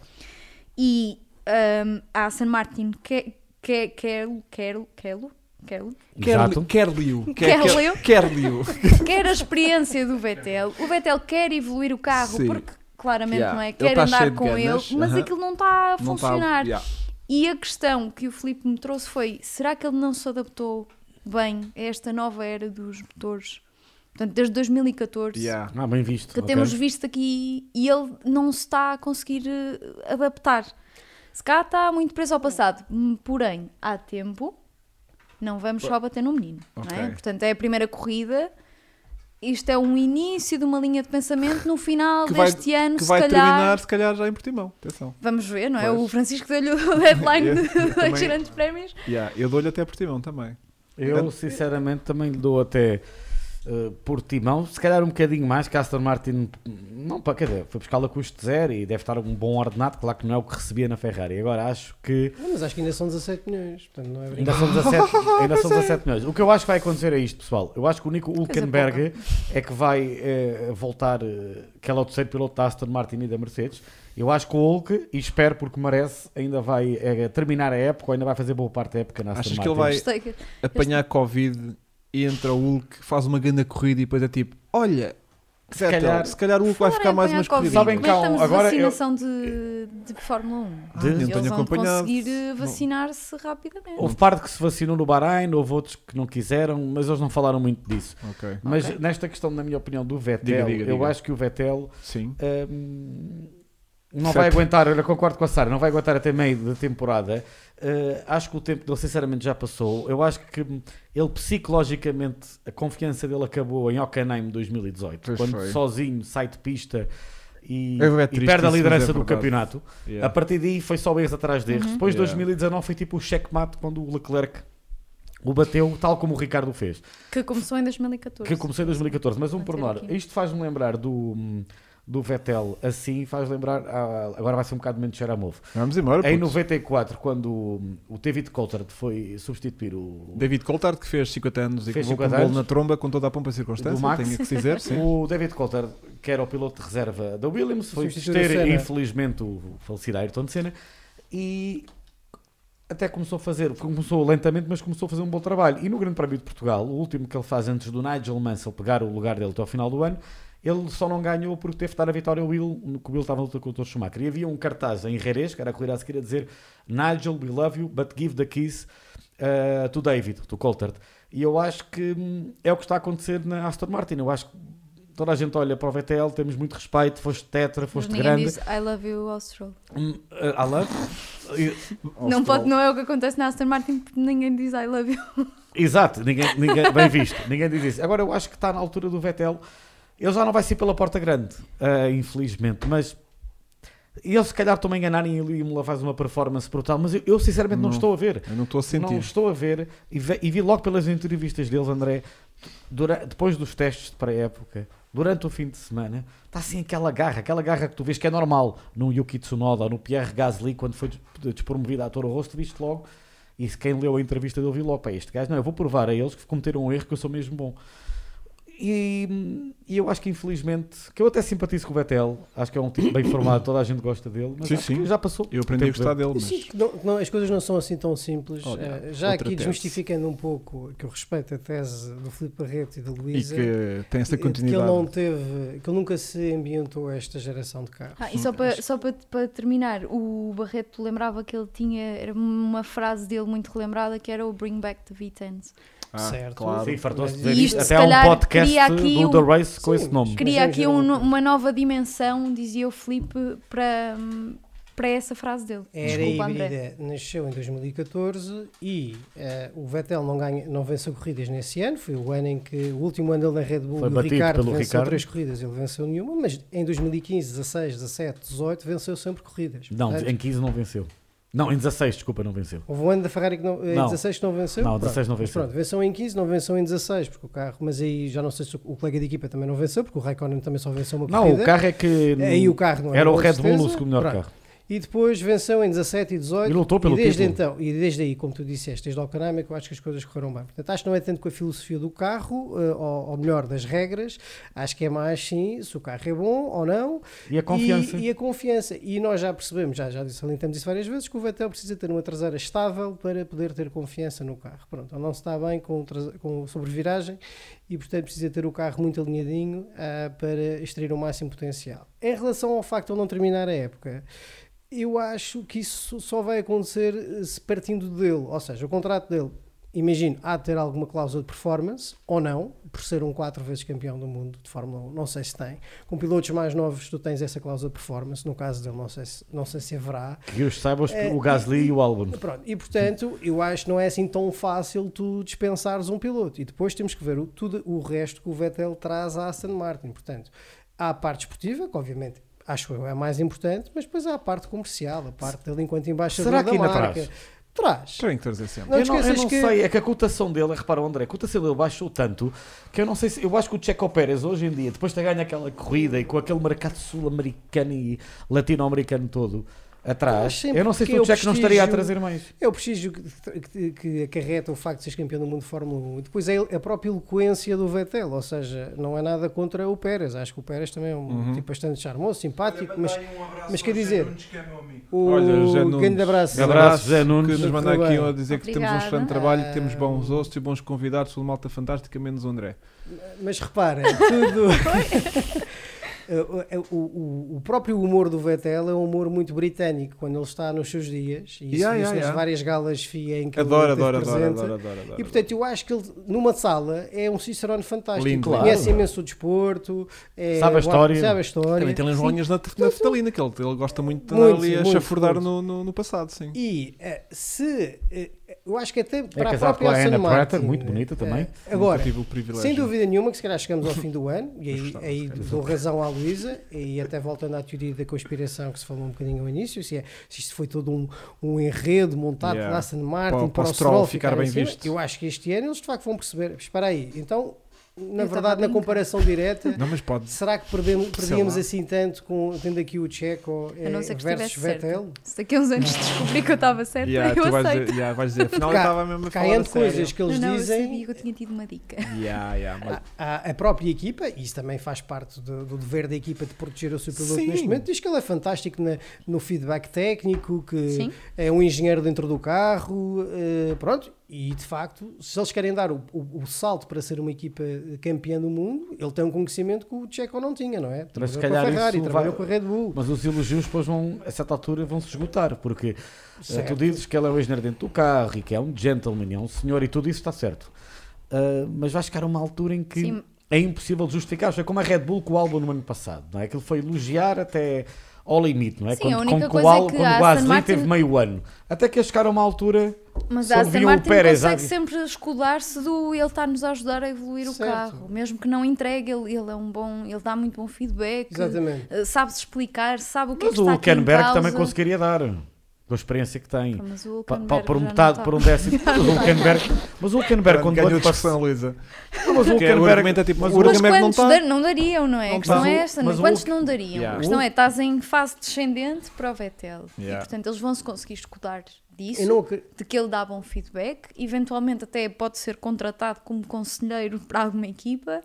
S2: E ahm, a Aston Martin que, que, quer, quer, quer, quer,
S3: Exato.
S1: Kerliu.
S2: Kerliu?
S1: Kerliu.
S2: quer a experiência do Vettel. O Vettel quer evoluir o carro
S1: Sim.
S2: porque claramente
S1: Yeah.
S2: não é,
S1: Ele
S2: quer
S1: tá cheio
S2: andar
S1: de
S2: com
S1: ganas.
S2: ele, mas
S1: Aham.
S2: aquilo não está a
S1: Não tá-
S2: funcionar.
S1: yeah.
S2: E a questão que o Filipe me trouxe foi: será que ele não se adaptou bem a esta nova era dos motores? Portanto, desde 2014,
S1: Yeah.
S3: Ah, bem visto.
S2: que
S3: ok.
S2: temos visto aqui, e ele não se está a conseguir eh, adaptar. Se cá está muito preso ao passado, Hum, porém, há tempo, não vamos só bater no menino. não é?
S1: Ok.
S2: Portanto, é a primeira corrida. isto é um início de uma linha de pensamento. No final
S1: Que vai-
S2: deste ano,
S1: que
S2: se
S1: vai
S2: calhar.
S1: terminar, se calhar, já em Portimão. Atenção.
S2: Vamos ver, não é?
S1: Pois.
S2: O Francisco deu-lhe o
S1: [laughs]
S2: headline
S1: Eu- eu também-
S2: dos grandes prémios.
S1: Yeah, eu dou-lhe até Portimão também.
S3: Eu, sinceramente, também lhe dou até eh, por timão, se calhar um bocadinho mais, que a Aston Martin, não para cadê? Foi buscá-la custo zero e deve estar um bom ordenado, claro que não é o que recebia na Ferrari. Agora acho que
S4: Ah, Mas acho que ainda são 17 milhões, portanto não é
S3: ainda
S4: brincadeira.
S3: são 17,
S2: [laughs]
S3: ainda são 17 milhões. O que eu acho que vai acontecer é isto, pessoal. Eu acho que o Nico Hülkenberg é que vai eh, voltar, eh, que ele é o terceiro piloto da Aston Martin e da Mercedes. Eu acho que o Hulk, e espero porque merece, ainda vai eh, terminar a época ou ainda vai fazer boa parte da época na Aston
S1: Achas que
S3: Martin.
S1: ele É, vai-
S2: Gostei que-
S1: Apanhar Covid, entra o Hulk, faz uma grande corrida e depois é tipo: olha,
S3: Se calhar-
S1: se calhar o Hulk vai
S2: Falar em
S1: ficar mais
S2: apanhar
S1: umas corridas.
S2: Covid,
S3: Sabem
S2: mas
S3: cá um-
S2: estamos
S3: agora eu-
S2: agora vacinação de, de Fórmula 1.
S1: Ah, nem
S2: Eles
S1: tenho
S2: vão
S1: acompanhado.
S2: conseguir eh,
S1: Não.
S2: vacinar-se rapidamente.
S3: Houve parte que se vacinou no Bahrein, houve outros que não quiseram, mas eles não falaram muito disso.
S1: Ok,
S3: Mas nesta questão, na minha opinião, do Vettel,
S1: Diga, diga,
S3: eu
S1: diga.
S3: acho que o Vettel
S1: sim.
S3: hum, não
S1: Certo.
S3: vai aguentar, eu concordo com a Sara, não vai aguentar até meio da temporada. Uh, acho que o tempo dele, sinceramente, já passou. Eu acho que hum, ele, psicologicamente, a confiança dele acabou em Hockenheim 2018,
S1: Pois
S3: quando
S1: foi.
S3: sozinho sai de pista e,
S1: É
S3: e
S1: triste
S3: perde a
S1: isso, mas
S3: liderança
S1: é
S3: do
S1: verdade.
S3: campeonato. A
S1: Yeah.
S3: partir daí foi só erros atrás de erros. Depois de
S1: Yeah.
S3: 2019 foi tipo o checkmate quando o Leclerc o bateu, tal como o Ricardo fez,
S2: Que começou em 2014.
S3: que começou em 2014. Mas um
S2: Bater
S3: pormenor,
S2: aqui.
S3: isto faz-me lembrar do, hum, do Vettel assim, faz lembrar, ah, agora vai ser um bocado menos cheiro a mofo.
S1: Vamos embora.
S3: É Em
S1: putos.
S3: 94, quando o- hum, o David Coulthard foi substituir o,
S1: David Coulthard, que fez 50 anos e que
S3: Fez
S1: levou com um
S3: 50
S1: bolo
S3: anos.
S1: na tromba com toda a pompa e circunstância,
S3: Do Max.
S1: tenho que se dizer,
S4: [laughs]
S1: sim.
S3: O David Coulter, que era o piloto de reserva da Williams, foi
S4: Substituir
S3: ter,
S4: o Senna.
S3: infelizmente, o falecido Ayrton Senna, e até começou a fazer, começou lentamente, mas começou a fazer um bom trabalho. E no Grande Prémio de Portugal, o último que ele faz antes do Nigel Mansell pegar o lugar dele até ao final do ano, ele só não ganhou porque teve de dar a vitória ao Will, no que o Will estava na luta com o Dr. Schumacher. E havia um cartaz em Jerez, que era a corrida a seguir, a dizer Nigel, we love you, but give the kiss uh, to David, to Coulthard. E eu acho que hum, é o que está a acontecer na Aston Martin. Eu acho que toda a gente olha para o VTL, temos muito respeito, foste tetra,
S2: Mas
S3: foste
S2: ninguém
S3: grande.
S2: diz I love you, Austral.
S3: Hum, uh, I love.
S2: Não, pode, não é o que acontece na Aston Martin porque ninguém diz
S1: [laughs]
S2: I love you.
S3: Exato, ninguém, ninguém- bem visto, ninguém diz isso. Agora eu acho que está na altura do Vettel. Ele já não vai ser pela porta grande, ah, infelizmente, mas eu se calhar estou-me a enganar e ele lá faz uma performance brutal, mas eu, eu, sinceramente não,
S1: Não.
S3: estou a ver.
S1: Eu não estou a
S3: Não
S1: sentir.
S3: estou a ver e ve- e vi, logo pelas entrevistas deles, André, dura- depois dos testes de pré-época, durante o fim de semana, está assim aquela garra, aquela garra que tu vês que é normal no Yuki Tsunoda ou no Pierre Gasly, quando foi des- despromovido a ator rosto, viste logo. E se quem leu a entrevista dele viu logo, pá, este gajo, não, eu vou provar a eles que cometeram um erro que eu sou mesmo bom. E, e eu acho que infelizmente, que eu até simpatizo com o Betel, acho que é um tipo bem formado, toda a gente gosta dele, mas
S1: Sim,
S3: acho
S1: sim.
S3: que já passou.
S1: Eu aprendi a
S3: o tempo
S1: gostar
S3: dele.
S1: dele,
S4: Eu
S1: mas
S4: sinto que não- que não- as coisas não são assim tão simples.
S1: Olha,
S4: Eh, já
S1: outra tese.
S4: aqui desmistificando um pouco que eu respeito a tese do Filipe Barreto e da
S1: e
S4: Luísa.
S1: que tem essa
S4: de eh, Que ele
S1: continuidade.
S4: não teve, que ele nunca se ambientou a esta geração de carros.
S2: Ah, e só para só para para terminar, o Barreto lembrava que ele tinha era uma frase dele muito relembrada que era o Bring Back the V10s.
S1: Ah,
S4: certo.
S1: claro.
S3: Sim, fartou-se de
S4: E
S3: dizer
S2: isto,
S3: isto.
S2: se
S3: Até há um
S2: calhar,
S3: podcast
S2: cria aqui
S3: do
S2: um-
S3: The Race com
S4: Sim,
S3: esse nome.
S4: cri-
S2: Cria
S4: Mas é
S2: aqui
S4: eu já
S2: um-
S4: não-
S2: uma nova dimensão, dizia o Felipe, para, hum, para essa frase dele.
S4: Era
S2: Desculpa, André.
S4: híbrida, nasceu em 2014 e eh, o Vettel não, ganha, não venceu corridas nesse ano. Foi o ano em que o último ano dele na Red Bull,
S3: Foi
S4: o
S3: batido
S4: Ricardo
S3: pelo
S4: venceu
S3: Ricardo.
S4: três corridas, ele venceu nenhuma, mas em 2015, 16, 17, 18 venceu sempre corridas.
S3: Não,
S4: Portanto,
S3: em 15 não venceu. Não, em 16, desculpa, não venceu.
S4: Houve um ano da Ferrari que não, em
S3: Não.
S4: 16 que não venceu?
S3: Não,
S4: Pronto.
S3: 16 não
S4: Mas
S3: venceu.
S4: Pronto, venceu em 15, não venceu em 16, porque o carro, mas aí já não sei se o, o colega de equipa também não venceu, porque o Raikkonen também só venceu uma
S3: Não,
S4: corrida.
S3: o carro é que.
S4: Aí o carro não
S3: Era o
S4: com
S3: Red Bull o
S4: certeza.
S3: segundo melhor
S4: Pronto.
S3: carro.
S4: E depois venceu em 17 e 18.
S3: E lutou pelo
S4: desde
S3: título.
S4: então, e desde aí, como tu disseste, desde Alcanama, que eu acho que as coisas correram bem. Portanto, acho que não é tanto com a filosofia do carro, eh, ou, ou melhor, das regras, acho que é mais sim se o carro é bom ou não.
S3: E a confiança.
S4: E, e a confiança. E nós já percebemos, já, já salientamos isso várias vezes, que o Vettel precisa ter uma traseira estável para poder ter confiança no carro. Pronto, ele não se está bem com, trase- com sobreviragem e, portanto, precisa ter o carro muito alinhadinho ah, para extrair o máximo potencial. Em relação ao facto de ele não terminar a época, eu acho que isso só vai acontecer eh, se partindo dele, ou seja, o contrato dele imagino, há de ter alguma cláusula de performance, ou não, por ser um quatro vezes campeão do mundo de Fórmula 1, não sei se tem. Com pilotos mais novos tu tens essa cláusula de performance, no caso dele não sei se, não sei se haverá.
S3: Que os saibam os-
S4: É,
S3: o Gasly e o Albon.
S4: Pronto, e portanto, eu acho que não é assim tão fácil tu dispensares um piloto. E depois temos que ver o, tudo o resto que o Vettel traz à Aston Martin. Portanto, há a parte esportiva, que obviamente acho eu é a mais importante, mas depois há a parte comercial, a parte dele enquanto embaixador
S3: Será que
S4: da
S3: ainda
S4: marca.
S3: traz?
S4: Traz.
S1: Tem que trazer sempre.
S4: Não
S3: eu
S4: te
S3: não, eu
S4: esqueças
S3: não
S4: que-
S3: sei, é que a cotação dele, repara o André, a cotação dele baixou tanto que eu não sei se. Eu acho que o Checo Pérez hoje em dia, depois de ter ganho aquela corrida e com aquele mercado sul-americano e latino-americano todo
S4: Mas
S3: atrás,
S4: sempre é
S3: eu não sei se
S4: porque
S3: o
S4: eu
S3: Checo não estaria a
S4: prestigio-
S3: trazer mais.
S4: É o prestígio que, que, que acarreta o facto de seres campeão do mundo de Fórmula 1. E depois é a própria eloquência do Vettel, ou seja, não é nada contra o Pérez. Acho que o Pérez também é um
S1: Uhum.
S4: tipo bastante charmoso, simpático, mas mas quer dizer, o
S1: Olha, José Nunes.
S4: grande abraço.
S1: Grande
S3: Abraço, Zé Nunes.
S1: Que nos manda aqui
S4: Obrigado.
S1: a dizer que temos um excelente
S4: Obrigada.
S1: trabalho, que temos bons hosts e bons convidados, tudo malta fantástica, menos o André.
S4: Mas repara, tudo. Eh, [laughs] o, o- o próprio humor do Vettel é um humor muito britânico quando ele está nos seus dias. E isso
S1: Yeah,
S4: viu-se
S1: yeah,
S4: nas
S1: yeah.
S4: várias galas FIA em que
S1: Adoro,
S4: ele esteve
S1: adoro, adoro,
S4: presente.
S1: adoro, adoro,
S3: Tá
S1: adoro.
S4: E portanto, eu acho que ele, numa sala, é um Cicerone fantástico.
S1: Lindo,
S4: Conhece
S3: claro.
S4: imenso o desporto, é-
S3: Sabe a história.
S4: sabe a história.
S1: Também tem linhas na, na Vitalina, que ele, ele gosta muito de andar
S4: Muito,
S1: ali a
S4: muito,
S1: chafurdar
S4: muito.
S1: no, no, no passado, sim.
S4: E eh, se. eh, eu acho que até para a
S3: É casado
S4: própria
S3: com a Anna
S4: Aston Martin.
S3: Prater, muito bonita
S4: eh,
S3: também.
S1: Nunca
S4: agora,
S1: tive o privilégio.
S4: sem dúvida nenhuma, que se calhar chegamos ao fim do ano, e aí,
S1: gostava,
S4: aí dou razão à Luísa, e até voltando à teoria da conspiração que se falou um bocadinho ao início, se, é, se isto foi todo um, um enredo montado
S1: Yeah.
S4: pela Aston
S1: Para-
S4: Martin para,
S1: para o Stroll
S4: o Stroll
S1: ficar
S4: um ficar
S1: bem
S4: em cima,
S1: visto.
S4: Eu acho que este ano eles de facto vão perceber. Mas Espera aí, então,
S2: Eu tava
S4: na
S2: a
S4: verdade, na
S2: brincar.
S4: comparação direta,
S1: Não, mas pode.
S4: será que perdemos, perdíamos
S1: lá.
S4: assim tanto com, tendo aqui o Checo
S2: A não
S4: eh,
S2: ser que
S4: versus
S2: estivesse
S4: Vettel?
S2: certo. Se daqui a uns
S4: [laughs]
S2: anos descobri que eu estava certa,
S1: Yeah,
S2: É eu
S1: tu vais
S2: aceito.
S1: dizer, yeah, vais dizer, afinal eu
S4: Cá-
S1: estava mesmo a
S4: cá
S1: falar a
S4: entre coisas
S1: sério.
S4: que eles
S2: não, não, eu
S4: dizem,
S2: sabia que eu tinha tido uma dica.
S1: Yeah, yeah, mas-
S4: A, a própria equipa, e isso também faz parte do, do dever da equipa de proteger o seu piloto
S1: Sim.
S4: neste momento, diz que ele é fantástico na- no feedback técnico, que
S2: Sim.
S4: é um engenheiro dentro do carro, eh, pronto. E de facto, se eles querem dar o, o- o salto para ser uma equipa campeã do mundo, ele tem um conhecimento que o Checo não tinha, não é? Trabalhou
S3: se
S4: com
S3: calhar
S4: a Ferrari,
S3: isso
S4: trabalhou
S3: vai-
S4: com a Red Bull.
S3: Mas os elogios depois vão, a certa altura, vão se esgotar, porque eh, tu
S4: Certo.
S3: dizes que ele é um engenheiro dentro do carro e que é um gentleman, e é um senhor e tudo isso está certo. Ah, mas vai chegar uma altura em que
S2: Sim.
S3: é impossível de justificar. Foi como a Red Bull com o álbum no ano passado, não é? Aquilo foi elogiar até ao limite, não é?
S2: Sim, a única
S3: com, que
S2: coisa
S3: o
S2: é
S3: álbum,
S2: que
S3: quando
S2: a
S3: o
S2: Aston
S3: Gasly
S2: Martin-
S3: teve meio ano. Até que ia chegar a uma altura.
S2: Mas
S3: Só
S2: a Aston
S3: viu o
S2: Martin
S3: Pérez,
S2: consegue
S3: ah,
S2: sempre escudar-se do ele está-nos a ajudar a evoluir
S4: Certo.
S2: o carro, mesmo que não entregue, ele, ele é um bom, ele dá muito bom feedback,
S4: Exatamente.
S2: eh, sabe-se explicar, sabe o que é
S3: Mas
S2: que está
S3: o
S2: aqui em
S3: Kenberg também
S2: causa.
S3: conseguiria dar, com a experiência que tem.
S2: Mas o
S3: Pa- pa-
S2: Hülkenberg
S3: por
S2: já não tá.
S3: metade,
S2: está.
S3: por um
S2: [laughs]
S3: décimo. Mas
S2: tá.
S3: o Hülkenberg, mas o Hülkenberg quando
S1: ganhou
S3: o ano
S1: discussão,
S3: passado-
S1: Luísa.
S3: mas o
S1: Porque o
S3: Hülkenberg-
S1: argumento é tipo,
S3: mas
S1: o
S3: o-
S2: Mas
S1: Hülkenberg não
S2: quantos
S1: tá-
S2: dar- não dariam, não é?
S1: Não
S2: a questão
S3: tá.
S2: é esta,
S3: Mas
S2: não
S3: o-
S2: é? Quantos não dariam?
S1: Yeah.
S2: A questão é, estás em fase descendente para o Vettel.
S1: Yeah.
S2: E portanto eles vão se conseguir escudar disso.
S4: Eu não acre-
S2: de que ele dá bom feedback, eventualmente até pode ser contratado como conselheiro para alguma equipa.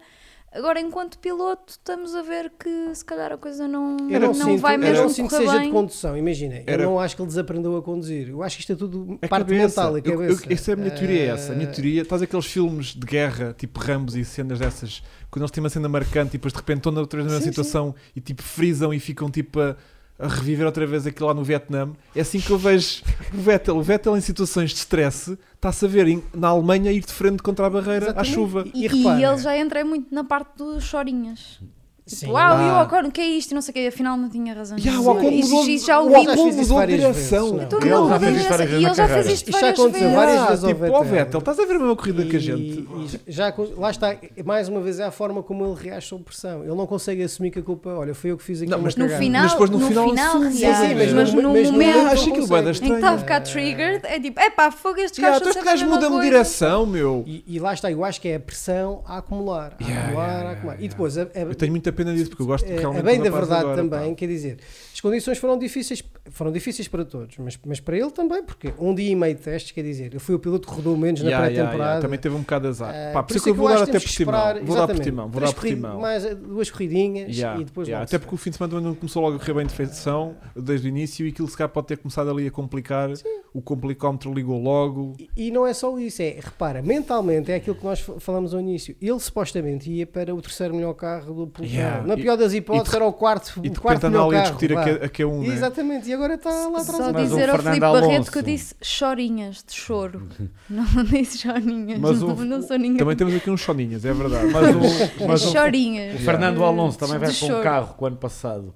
S2: Agora, enquanto piloto, estamos a ver que se calhar a coisa não,
S4: Eu
S1: Era
S2: não,
S4: não, sinto,
S2: vai
S4: eu
S2: mesmo
S4: não
S2: correr
S4: sinto que seja de
S2: bem.
S4: condução, imagina.
S1: Era-
S4: Eu não acho que ele desaprendeu a conduzir. Eu acho que isto é tudo
S1: É
S4: parte
S1: cabeça.
S4: mental, é
S1: Eu- eu-
S4: cabeça.
S1: essa é a minha teoria, é essa. A minha
S4: Eh,
S1: teoria, estás aqueles filmes de guerra, tipo Rambos e cenas dessas, quando eles têm uma cena marcante e depois de repente estão noutra mesma
S4: Sim,
S1: situação e tipo frisam e ficam tipo a, a reviver outra vez aquilo lá no Vietnã. É assim que eu vejo o Vettel. O Vettel em situações de stress está-se a ver em- na Alemanha ir de frente contra a barreira à
S4: Exatamente.
S1: chuva.
S4: E
S2: E,
S4: repara-
S2: ele já entra muito na parte dos chorinhas.
S4: Sim.
S2: Tipo, uau, e o
S1: Ah.
S2: Ocon, o que é isto? E não sei o que, afinal não tinha razão.
S1: E, ah, o
S2: nenhuma.
S1: Ocon
S2: Isso-
S1: mudou,
S2: isso já
S1: o
S2: ouvi.
S4: Já
S1: Ocon
S4: fiz isso
S1: mudou de
S4: várias
S1: direção.
S4: vezes, não.
S2: Tu
S3: Ele
S2: não
S3: já fez
S2: ouvias
S3: isto várias
S2: essa-
S3: vezes
S2: E ele
S3: na
S2: já fez
S3: carreira.
S2: isto
S4: Isto já
S2: várias
S4: aconteceu
S2: vezes.
S4: várias
S1: Ah,
S4: vezes ao
S1: tipo, ó
S4: Vettel.
S1: Vettel, estás a ver a mesma corrida que a gente.
S4: E já, co- lá está, mais uma vez é a forma como ele reage sob pressão. Ele não consegue assumir que a culpa, olha, foi eu que fiz aqui.
S1: Não, mas
S2: No final,
S1: Mas depois no
S2: no
S1: final
S2: final,
S1: assume.
S4: Sim, sim, mas
S2: reage,
S4: no-
S2: mas no
S4: mas no-
S1: Eu
S2: momento
S1: acho aquilo bué da
S4: Em que
S2: em que
S1: estranho.
S2: está a ficar triggered, é tipo, epá, fogo, estes
S1: Yeah,
S2: gajos
S1: então este
S2: são sempre
S1: gajo
S2: a mesma
S1: muda-me de
S2: coisa.
S1: direção, meu.
S4: E, e lá está, eu acho que é a pressão a acumular, a
S1: Yeah,
S4: acumular,
S1: yeah,
S4: a acumular.
S1: yeah,
S4: e depois, a, a-
S1: Eu tenho muita pena disso porque eu gosto
S4: É,
S1: realmente
S4: a bem
S1: do
S4: da
S1: rapaz
S4: verdade
S1: agora, pá.
S4: também, quer dizer, as condições foram difíceis, foram difíceis para todos, mas, mas para ele também, porque um dia e meio de testes, quer dizer, eu fui o piloto que rodou menos
S1: Yeah,
S4: na
S1: yeah, yeah,
S4: pré-temporada.
S1: Também teve um bocado de azar.
S4: Eh,
S1: Pá, por isso que eu
S4: é
S1: vou
S4: acho
S1: dar
S4: que
S1: até
S4: temos
S1: por
S4: que
S1: timão.
S4: esperar-
S1: Vou dar por
S4: exatamente,
S1: timão. Vou
S4: três
S1: dar por
S4: corri-
S1: timão.
S4: Mais eh, duas corridinhas
S1: Yeah,
S4: e depois
S1: yeah,
S4: logo se
S1: Até
S4: vê.
S1: porque o fim de semana não começou logo a correr bem de feição, desde o início, e aquilo se calhar pode ter começado ali a complicar. O complicómetro ligou logo.
S4: E- E não é só isso, é, repara, mentalmente é aquilo que nós fa- falamos ao início. Ele supostamente ia para o terceiro melhor carro do pelotão Não, na pior das hipóteses,
S1: e de-
S4: era o quarto.
S1: E
S4: o
S1: de
S4: quarto
S1: repente andam ali a
S4: melhor
S1: discutir
S4: carro,
S1: a,
S4: vá.
S1: que- a que é um, né?
S4: Exatamente, e agora está lá atrás.
S2: Só
S3: Mas o
S2: dizer ao
S3: Fernando
S2: Filipe Barreto
S3: Alonso-
S2: que eu disse chorinhas de choro. [laughs] Não disse chorinhas,
S3: Mas
S2: não,
S3: o-
S2: não sou ninguém.
S1: Também temos aqui uns soninhas, é verdade.
S3: Mas o, mas o-
S2: chorinhas.
S3: o Fernando
S2: de-
S3: Alonso também
S2: de
S3: vai com um
S2: choro.
S3: carro que o ano passado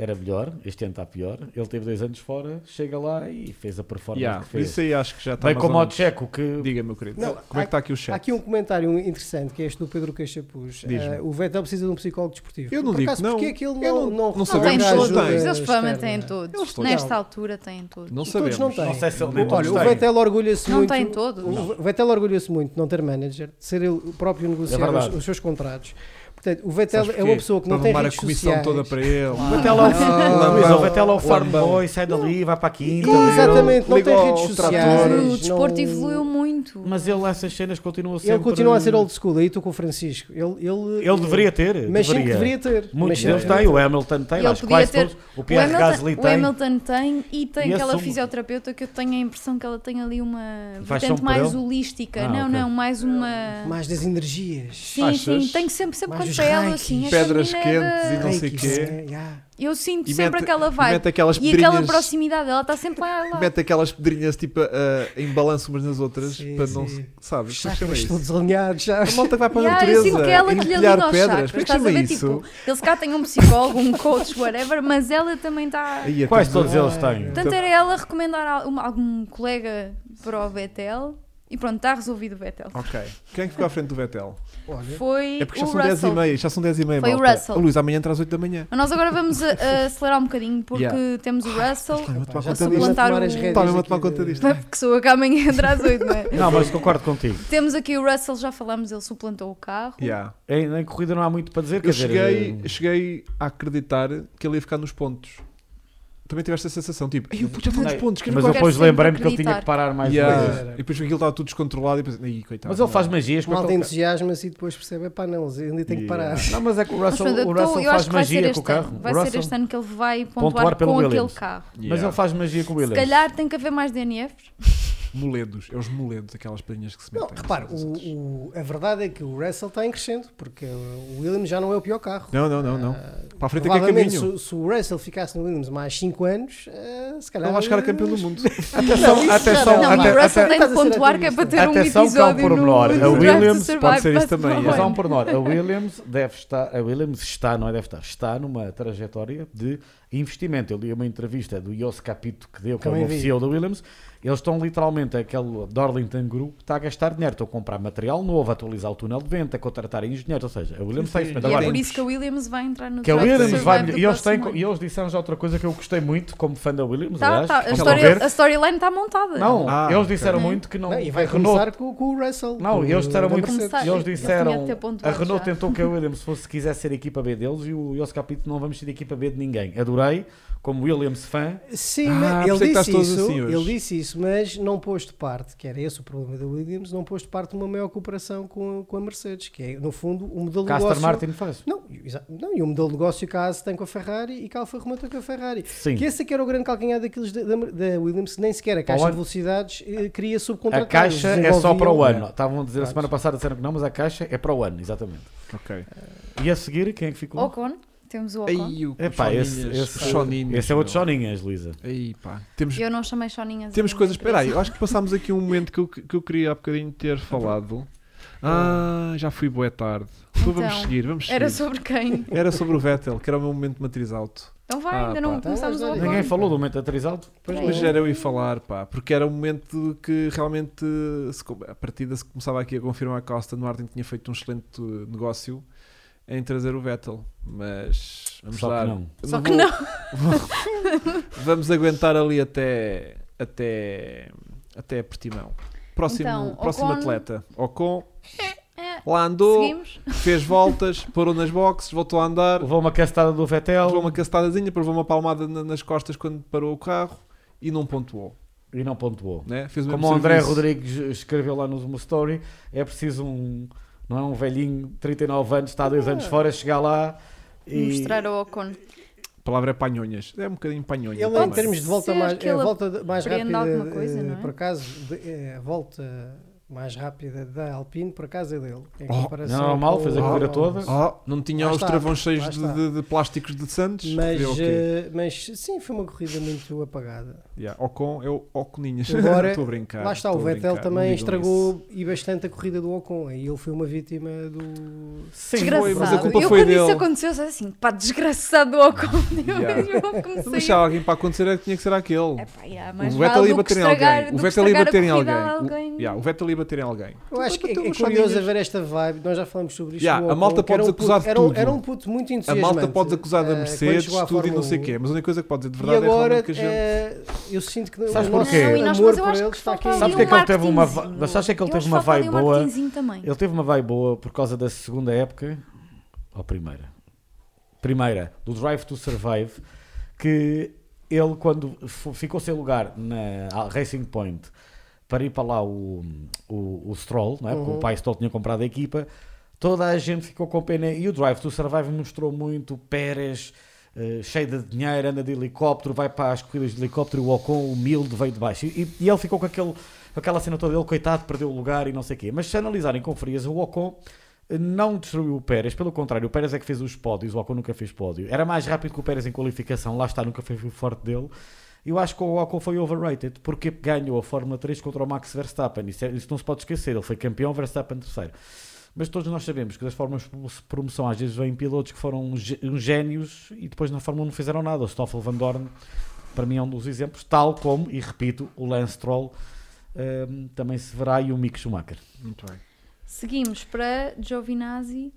S3: era melhor, este ano está pior. Ele teve dois anos fora, chega lá e fez a performance
S1: Yeah,
S3: que fez.
S1: Isso aí acho que já está
S3: Bem
S1: mais
S3: como
S1: ou
S3: o
S1: menos.
S3: Checo que
S1: Diga, meu querido.
S4: Não,
S1: Como é que está aqui o chat?
S4: Há aqui um comentário interessante que é este do Pedro Queixapuz.
S1: Diz-me.
S4: Eh, o Vettel precisa de um psicólogo desportivo.
S1: Eu não
S4: Por
S1: digo
S4: acaso,
S1: não.
S4: Porquê é que ele
S1: Eu
S4: não,
S1: não- não
S4: recorre
S2: Não
S1: sabemos
S2: têm
S1: se
S4: à
S1: eles
S2: todos,
S4: ajuda
S1: têm.
S2: mas eles provavelmente
S4: externa?
S2: têm todos.
S1: Eles todos.
S2: Nesta
S4: Não.
S2: altura têm todos.
S1: Não
S4: Todos
S1: sabemos.
S4: não têm.
S3: não sei se ele nem
S4: Olha,
S3: todos
S4: o
S3: têm.
S4: Vettel orgulha-se
S2: Não
S4: muito.
S2: tem todos.
S4: O Vettel orgulha-se muito de não ter manager, de ser ele o próprio a negociar os,
S3: verdade.
S4: os seus contratos. Portanto, o
S1: É Sabes
S4: Vettel é
S1: porquê?
S4: uma pessoa que
S1: Para
S4: não tem
S1: levar
S4: redes
S1: a comissão
S4: sociais.
S1: toda para ele.
S3: O Vettel ao-
S4: Ah,
S3: Luís, o
S4: lambão.
S3: Vettel é o farm
S4: Lambão.
S3: boy, sai dali, vai para a quinta.
S4: Não, é- Exatamente, não
S1: Ligou
S4: tem redes
S1: ao
S4: sociais.
S1: trator.
S2: Mas
S1: Todos,
S2: o desporto
S4: não-
S2: evoluiu muito.
S3: Mas ele, essas cenas, continua sempre...
S4: Ele continua a ser old school, aí estou com o Francisco. Ele, ele,
S3: Ele deveria ter.
S4: Mas sempre
S3: deveria.
S4: deveria ter.
S3: Muitos
S4: Mas
S3: deles
S4: sempre
S3: têm, o Hamilton tem,
S2: Ele
S3: acho que
S2: podia
S3: quase
S2: ter-
S3: todos. O
S2: O
S3: Pierre Gasly
S2: Hamilton, o
S3: tem.
S2: Hamilton tem e tem
S3: E
S2: aquela
S3: assume.
S2: fisioterapeuta que eu tenho a impressão que ela tem ali uma
S3: Paixão
S2: vertente
S3: por
S2: mais
S3: ele?
S2: holística.
S3: um Ah,
S2: não,
S3: ok.
S2: não, mais uma.
S4: Mais das energias.
S2: Sim,
S1: Achas?
S2: sim, tenho sempre, sempre
S4: Mais
S2: quando
S4: os
S2: para ela
S4: reikis.
S2: assim. esta
S1: Pedras
S2: menina é
S1: quentes
S2: da-
S1: e não sei o
S4: Reiki,
S1: quê.
S4: sim, yeah.
S2: Eu sinto
S1: E
S2: sempre
S1: mete-
S2: aquela
S1: E
S2: vibe.
S1: mete aquelas
S2: E aquela
S1: pedrinhas.
S2: proximidade, ela está sempre lá. lá.
S1: Mete aquelas pedrinhas tipo ah, em balanço umas nas outras
S4: Sim,
S1: para não
S4: sim.
S1: se. Sabes? Como é que chama
S4: Chakras
S1: isso?
S4: todos alinhados, já.
S1: A malta que vai para a
S2: Yeah,
S1: natureza.
S2: ah, eu sinto que é ela que lhe
S1: empilhar
S2: liga aos
S1: pedras.
S2: chakras,
S1: Como é que
S2: estás a
S1: chama
S2: ver?
S1: isso?
S2: Tipo, ele se cá tem um psicólogo, um coach, whatever, mas ela também está.
S1: Aí, é
S3: Quase
S1: tão-
S3: todos eles têm.
S2: Portanto, era ela recomendar a- uma- algum colega para o Vettel e pronto, está resolvido o Vettel.
S1: Ok. Quem é que ficou à frente do Vettel?
S4: Olha,
S2: Foi
S1: É porque
S2: o
S1: já são 10 e
S2: Russell.
S1: meia. Já são 10 e meia.
S2: Foi o
S1: malta.
S2: Russell.
S1: Ô, Luís, amanhã traz 8 da manhã.
S2: Mas nós agora vamos a- a acelerar um bocadinho porque
S1: Yeah.
S2: temos o Russell,
S1: Ai, eu vou tomar
S4: já
S1: conta
S4: estou
S1: disto.
S4: mesmo a tomar
S2: plantar
S4: as
S2: o-
S4: rédeas
S1: Está mesmo a
S4: aqui
S1: tomar conta
S4: de-
S1: disto.
S2: que sou eu que amanhã [laughs] traz oito, não é?
S3: Não, mas concordo contigo.
S2: Temos aqui o Russell, já falámos, ele suplantou o carro.
S1: Yeah.
S3: Em, em corrida não há muito para dizer. Quer
S1: Eu
S3: dizer,
S1: cheguei,
S3: eh,
S1: cheguei a acreditar que ele ia ficar nos pontos. Também tiveste a sensação, tipo, "Ei, o puto já está nos
S3: Não,
S1: pontos, quer
S3: Mas
S2: eu
S3: depois
S2: quero sempre
S3: lembrei-me que ele tinha
S2: acreditar.
S3: que parar mais
S1: Yeah.
S3: vezes.
S1: E depois aquilo estava tudo descontrolado e pensei, "Ih, coitado.
S3: Mas ele
S1: não."
S3: faz magias
S4: A
S3: com
S4: Tá malta
S3: aquele
S4: entusiasma-se e depois percebe, é pá, não, ainda tem que parar.
S3: carro. Não, mas é que o Russell,
S2: Mas pronto, eu
S3: o
S2: tô-
S3: Russell
S2: eu
S3: faz
S2: acho que vai ser
S3: magia com o
S2: este ano.
S3: carro.
S2: Vai
S3: O
S2: ser
S3: Russell-
S2: este ano que ele vai
S3: Pontuar
S2: pontuar,
S3: pelo
S2: com
S3: Williams.
S2: aquele carro.
S1: Yeah.
S3: Mas ele faz magia com o
S2: Se
S3: Williams.
S2: calhar tem que haver mais DNFs.
S1: Moledos, é os moledos, aquelas pedrinhas que se
S4: Não,
S1: metem.
S4: repare, o- o- a verdade é que o Russell está em crescendo, porque o Williams já não é o pior carro.
S1: Não, não, não, não.
S4: Ah,
S1: Para a frente é que é
S4: provavelmente,
S1: caminho.
S4: se, se o Russell ficasse no Williams mais 5 anos, ah, se calhar.
S1: Não vai chegar a campeão do
S4: [laughs]
S1: mundo.
S4: Atenção,
S3: atenção,
S2: Não,
S3: até-
S2: e o Russell
S3: até-
S2: tem que pontuar que é para ter um
S3: Atenção que há um
S2: episódio no-
S3: pormenor.
S2: no
S3: A
S2: Drive to
S3: Williams
S2: Survive
S1: pode ser isso
S2: para
S1: também,
S2: semana.
S3: Mas há um pormenor. A Williams deve estar, a Williams está, não é deve estar, está numa trajetória de investimento. Eu li uma entrevista do Yos Capito que deu, que é o
S4: Também
S3: novo
S4: vi.
S3: CEO da Williams. Eles estão literalmente, aquele Darlington Group está a gastar dinheiro, estão a comprar material novo, a atualizar o túnel de vento, a contratar engenheiros, ou seja, a Williams está a investir.
S2: E é
S3: Agora,
S2: por isso que a Williams vai entrar no
S3: que a
S2: Drive to
S3: Williams
S2: Survive
S3: vai
S2: do
S3: e eles, têm,
S2: próximo ano.
S3: e eles disseram já outra coisa que eu gostei muito como fã da Williams
S2: Tá,
S3: aliás,
S2: tá, a
S3: vão
S2: história-
S3: ver.
S2: a storyline está montada.
S3: não,
S1: Ah,
S3: eles
S1: ok.
S3: disseram muito que não,
S4: Não, e vai
S3: a Renault
S4: começar com, com o Russell.
S3: Não,
S4: com
S3: eles
S4: o
S3: disseram
S4: da
S3: muito-
S4: Mercedes.
S2: Começar-
S3: E eles
S2: Eu tinha de
S3: disseram,
S2: ter
S3: a
S2: pontuado
S3: Renault
S2: já.
S3: tentou que a Williams fosse, quisesse ser a equipa B deles e o Yos Capito não vamos ser a equipa B de ninguém. Adorei, como Williams fã,
S4: Sim,
S1: Ah,
S4: mas
S1: por isso é que
S4: ele
S1: estás
S4: disse
S1: todos
S4: isso,
S1: assim hoje.
S4: ele disse isso, mas não pôs de parte, que era esse o problema da Williams, não pôs de parte uma maior cooperação com, com a Mercedes, que é, no fundo, o modelo de
S3: Castor
S4: negócio...
S3: Martin faz.
S4: Não, exa- não, e o modelo de negócio que a Haas tem com a Ferrari e que a Alfa Romeo tem com a Ferrari.
S3: Sim.
S4: Que esse é que era o grande calcanhar daqueles da, da, da Williams, que nem sequer a caixa
S3: ano-
S4: de velocidades eh, queria
S3: A
S4: subcontratar.
S3: caixa
S4: eles
S3: é só para o
S4: desenvolviam-
S3: ano. Estavam a dizer a semana passada, disseram que não, mas a caixa é para o ano, exatamente.
S1: Ok.
S3: E a seguir, quem é que ficou?
S2: Ocon, temos o Ocon.
S1: Aí o
S3: Epá, esse,
S1: Choninhas,
S3: esse,
S1: Choninhas,
S3: esse é outro
S1: meu.
S3: Choninhas, Luísa.
S1: Aí, pá. Temos,
S2: Eu não chamei Soninhas.
S1: temos coisas. Espera aí,
S2: peraí.
S1: eu acho que passámos aqui um momento que eu, que eu queria há bocadinho ter falado. Ah, já fui boa tarde. Então, vamos
S2: Então,
S1: seguir, vamos seguir.
S2: Era sobre quem?
S1: Era sobre o Vettel, que era o meu momento de matriz alto.
S2: Então vai,
S1: Ah,
S2: ainda
S1: pá.
S2: não
S1: Tá,
S2: começámos o
S4: mas
S2: Ocon.
S3: Ninguém falou do momento da atriz alto?
S2: Peraí.
S1: Mas era eu ir falar, pá, porque era um momento que realmente se co- a partida se começava aqui a confirmar que a Aston Martin tinha feito um excelente eh, negócio em trazer o Vettel, mas vamos
S3: Só
S1: lá.
S3: que não.
S2: Só
S1: Não
S2: que
S1: vou-
S2: não.
S1: [laughs] Vamos aguentar ali até até até Portimão. Próximo,
S2: Então,
S1: próximo
S2: Ocon-
S1: atleta, Ocon,
S2: É,
S1: lá andou,
S2: Seguimos.
S1: fez voltas, parou nas boxes, voltou a andar,
S3: Levou uma castada do Vettel
S1: levou uma cacetadazinha, levou uma palmada na- nas costas quando parou o carro e não pontuou,
S3: e não pontuou.
S1: né? Fez o
S3: Como
S1: mesmo
S3: o André
S1: serviço.
S3: Rodrigues escreveu lá no meu story, é preciso um. Não é um velhinho, 39 anos, está há dois anos fora, chegar lá e.
S2: Mostrar ao Ocon.
S1: A palavra é panhonhas. É um bocadinho panhonha.
S4: Ele, em
S1: também.
S4: termos de volta
S2: ser
S4: mais,
S2: que
S4: é,
S2: ele
S4: volta de- mais
S2: aprenda
S4: rápida,
S2: alguma coisa,
S4: eh,
S2: não é?
S4: por acaso, de- eh, a volta mais rápida da Alpine, por acaso é dele. Em
S1: Oh,
S4: comparação
S3: não é mal,
S4: com
S3: fez a
S4: o-
S3: corrida toda.
S1: Oh, não tinha
S4: Lá
S1: os
S4: está,
S1: travões
S4: lá
S1: cheios de,
S4: está.
S1: de- de plásticos de Santos?
S3: Oh,
S4: Mas,
S1: Vê o quê?
S4: eh, mas sim, foi uma corrida muito apagada.
S1: Yeah, Ocon é o Oconinhas. [laughs]
S4: Agora,
S1: Estou a brincar.
S4: Lá está, o
S1: estou a
S4: Vettel
S1: brincar, não
S4: também
S1: digam
S4: estragou
S1: isso.
S4: e bastante a corrida do Ocon. E ele foi uma vítima do.
S3: Sim,
S1: foi, mas a
S2: desgraçado.
S1: culpa
S2: eu
S1: foi
S2: quando
S1: dele.
S2: isso aconteceu, eu disse assim, pá, desgraçado do Ocon. Eu
S1: Yeah.
S2: mesmo
S1: Mas
S2: comecei
S1: se há
S2: a...
S1: alguém para acontecer, é que tinha que ser aquele.
S2: É pá, yeah,
S1: O
S2: mas
S1: Vettel
S2: vale
S1: ia
S2: do que
S1: bater em
S2: estragar,
S1: alguém.
S2: do
S1: O
S2: que
S1: Vettel ia
S2: estragar a
S1: bater em
S2: corrida
S1: alguém.
S2: a
S1: O-
S2: alguém.
S1: yeah, O Vettel ia bater em alguém.
S4: Eu acho que é,
S1: bateu
S4: é
S1: umas
S4: curioso
S1: palhinhas.
S4: haver esta vibe. Nós já falamos sobre isto.
S1: Yeah, a
S4: do Ocon,
S1: malta
S4: que era
S1: podes
S4: um puto-
S1: acusar de
S4: era um-
S1: tudo.
S4: Era um puto muito
S1: A
S4: entusiasmante.
S1: malta pode acusar
S4: eh,
S1: da
S4: quando
S1: Mercedes,
S4: chegou à
S1: tudo e não
S4: Fórmula
S1: sei o
S4: 1.
S1: quê, mas a única coisa que pode dizer de
S4: E
S1: verdade é
S4: agora
S1: realmente que a gente.
S4: eh, eu sinto que
S3: Sabes
S4: o
S2: Não,
S4: nosso
S3: porquê?
S2: e nós,
S4: amor
S2: mas eu
S4: por
S2: acho
S4: ele
S2: que
S4: está aqui.
S2: falta ali
S3: Sabes
S2: um
S3: que é que ele teve uma va-
S2: marketingzinho.
S3: mas sabes que é que ele
S2: Eu
S3: teve
S2: acho
S3: uma
S2: falta ali um
S3: vibe boa?
S2: marketingzinho também.
S3: Ele teve uma vai boa por causa da segunda época, ou primeira? Primeira, do Drive to Survive, que ele, quando f- ficou sem lugar na Racing Point para ir para lá o, o, o Stroll, não é? porque o pai Stroll tinha comprado a equipa, toda a gente ficou com pena. E o Drive to Survive mostrou muito o Pérez. eh, cheio de dinheiro, anda de helicóptero, vai para as corridas de helicóptero, o Ocon humilde veio de baixo. E, e ele ficou com aquele, com aquela cena toda dele, coitado, perdeu o lugar e não sei o quê. Mas se analisarem com frieza, o Ocon não destruiu o Pérez, pelo contrário, o Pérez é que fez os pódios, o Ocon nunca fez pódio. Era mais rápido que o Pérez em qualificação, lá está, nunca foi o forte dele. Eu acho que o Ocon foi overrated porque ganhou a Fórmula 3 contra o Max Verstappen. Isso, é- isso não se pode esquecer, ele foi campeão, Verstappen terceiro. Mas todos nós sabemos que das formas de promo- promoção às vezes vêm pilotos que foram um gé- uns génios e depois na Fórmula 1 não fizeram nada. O Stoffel Van Dorn, para mim, é um dos exemplos, tal como, e repito, o Lance Stroll hum, também se verá e o Mick Schumacher.
S4: eh,
S1: Muito bem.
S2: Seguimos para Giovinazzi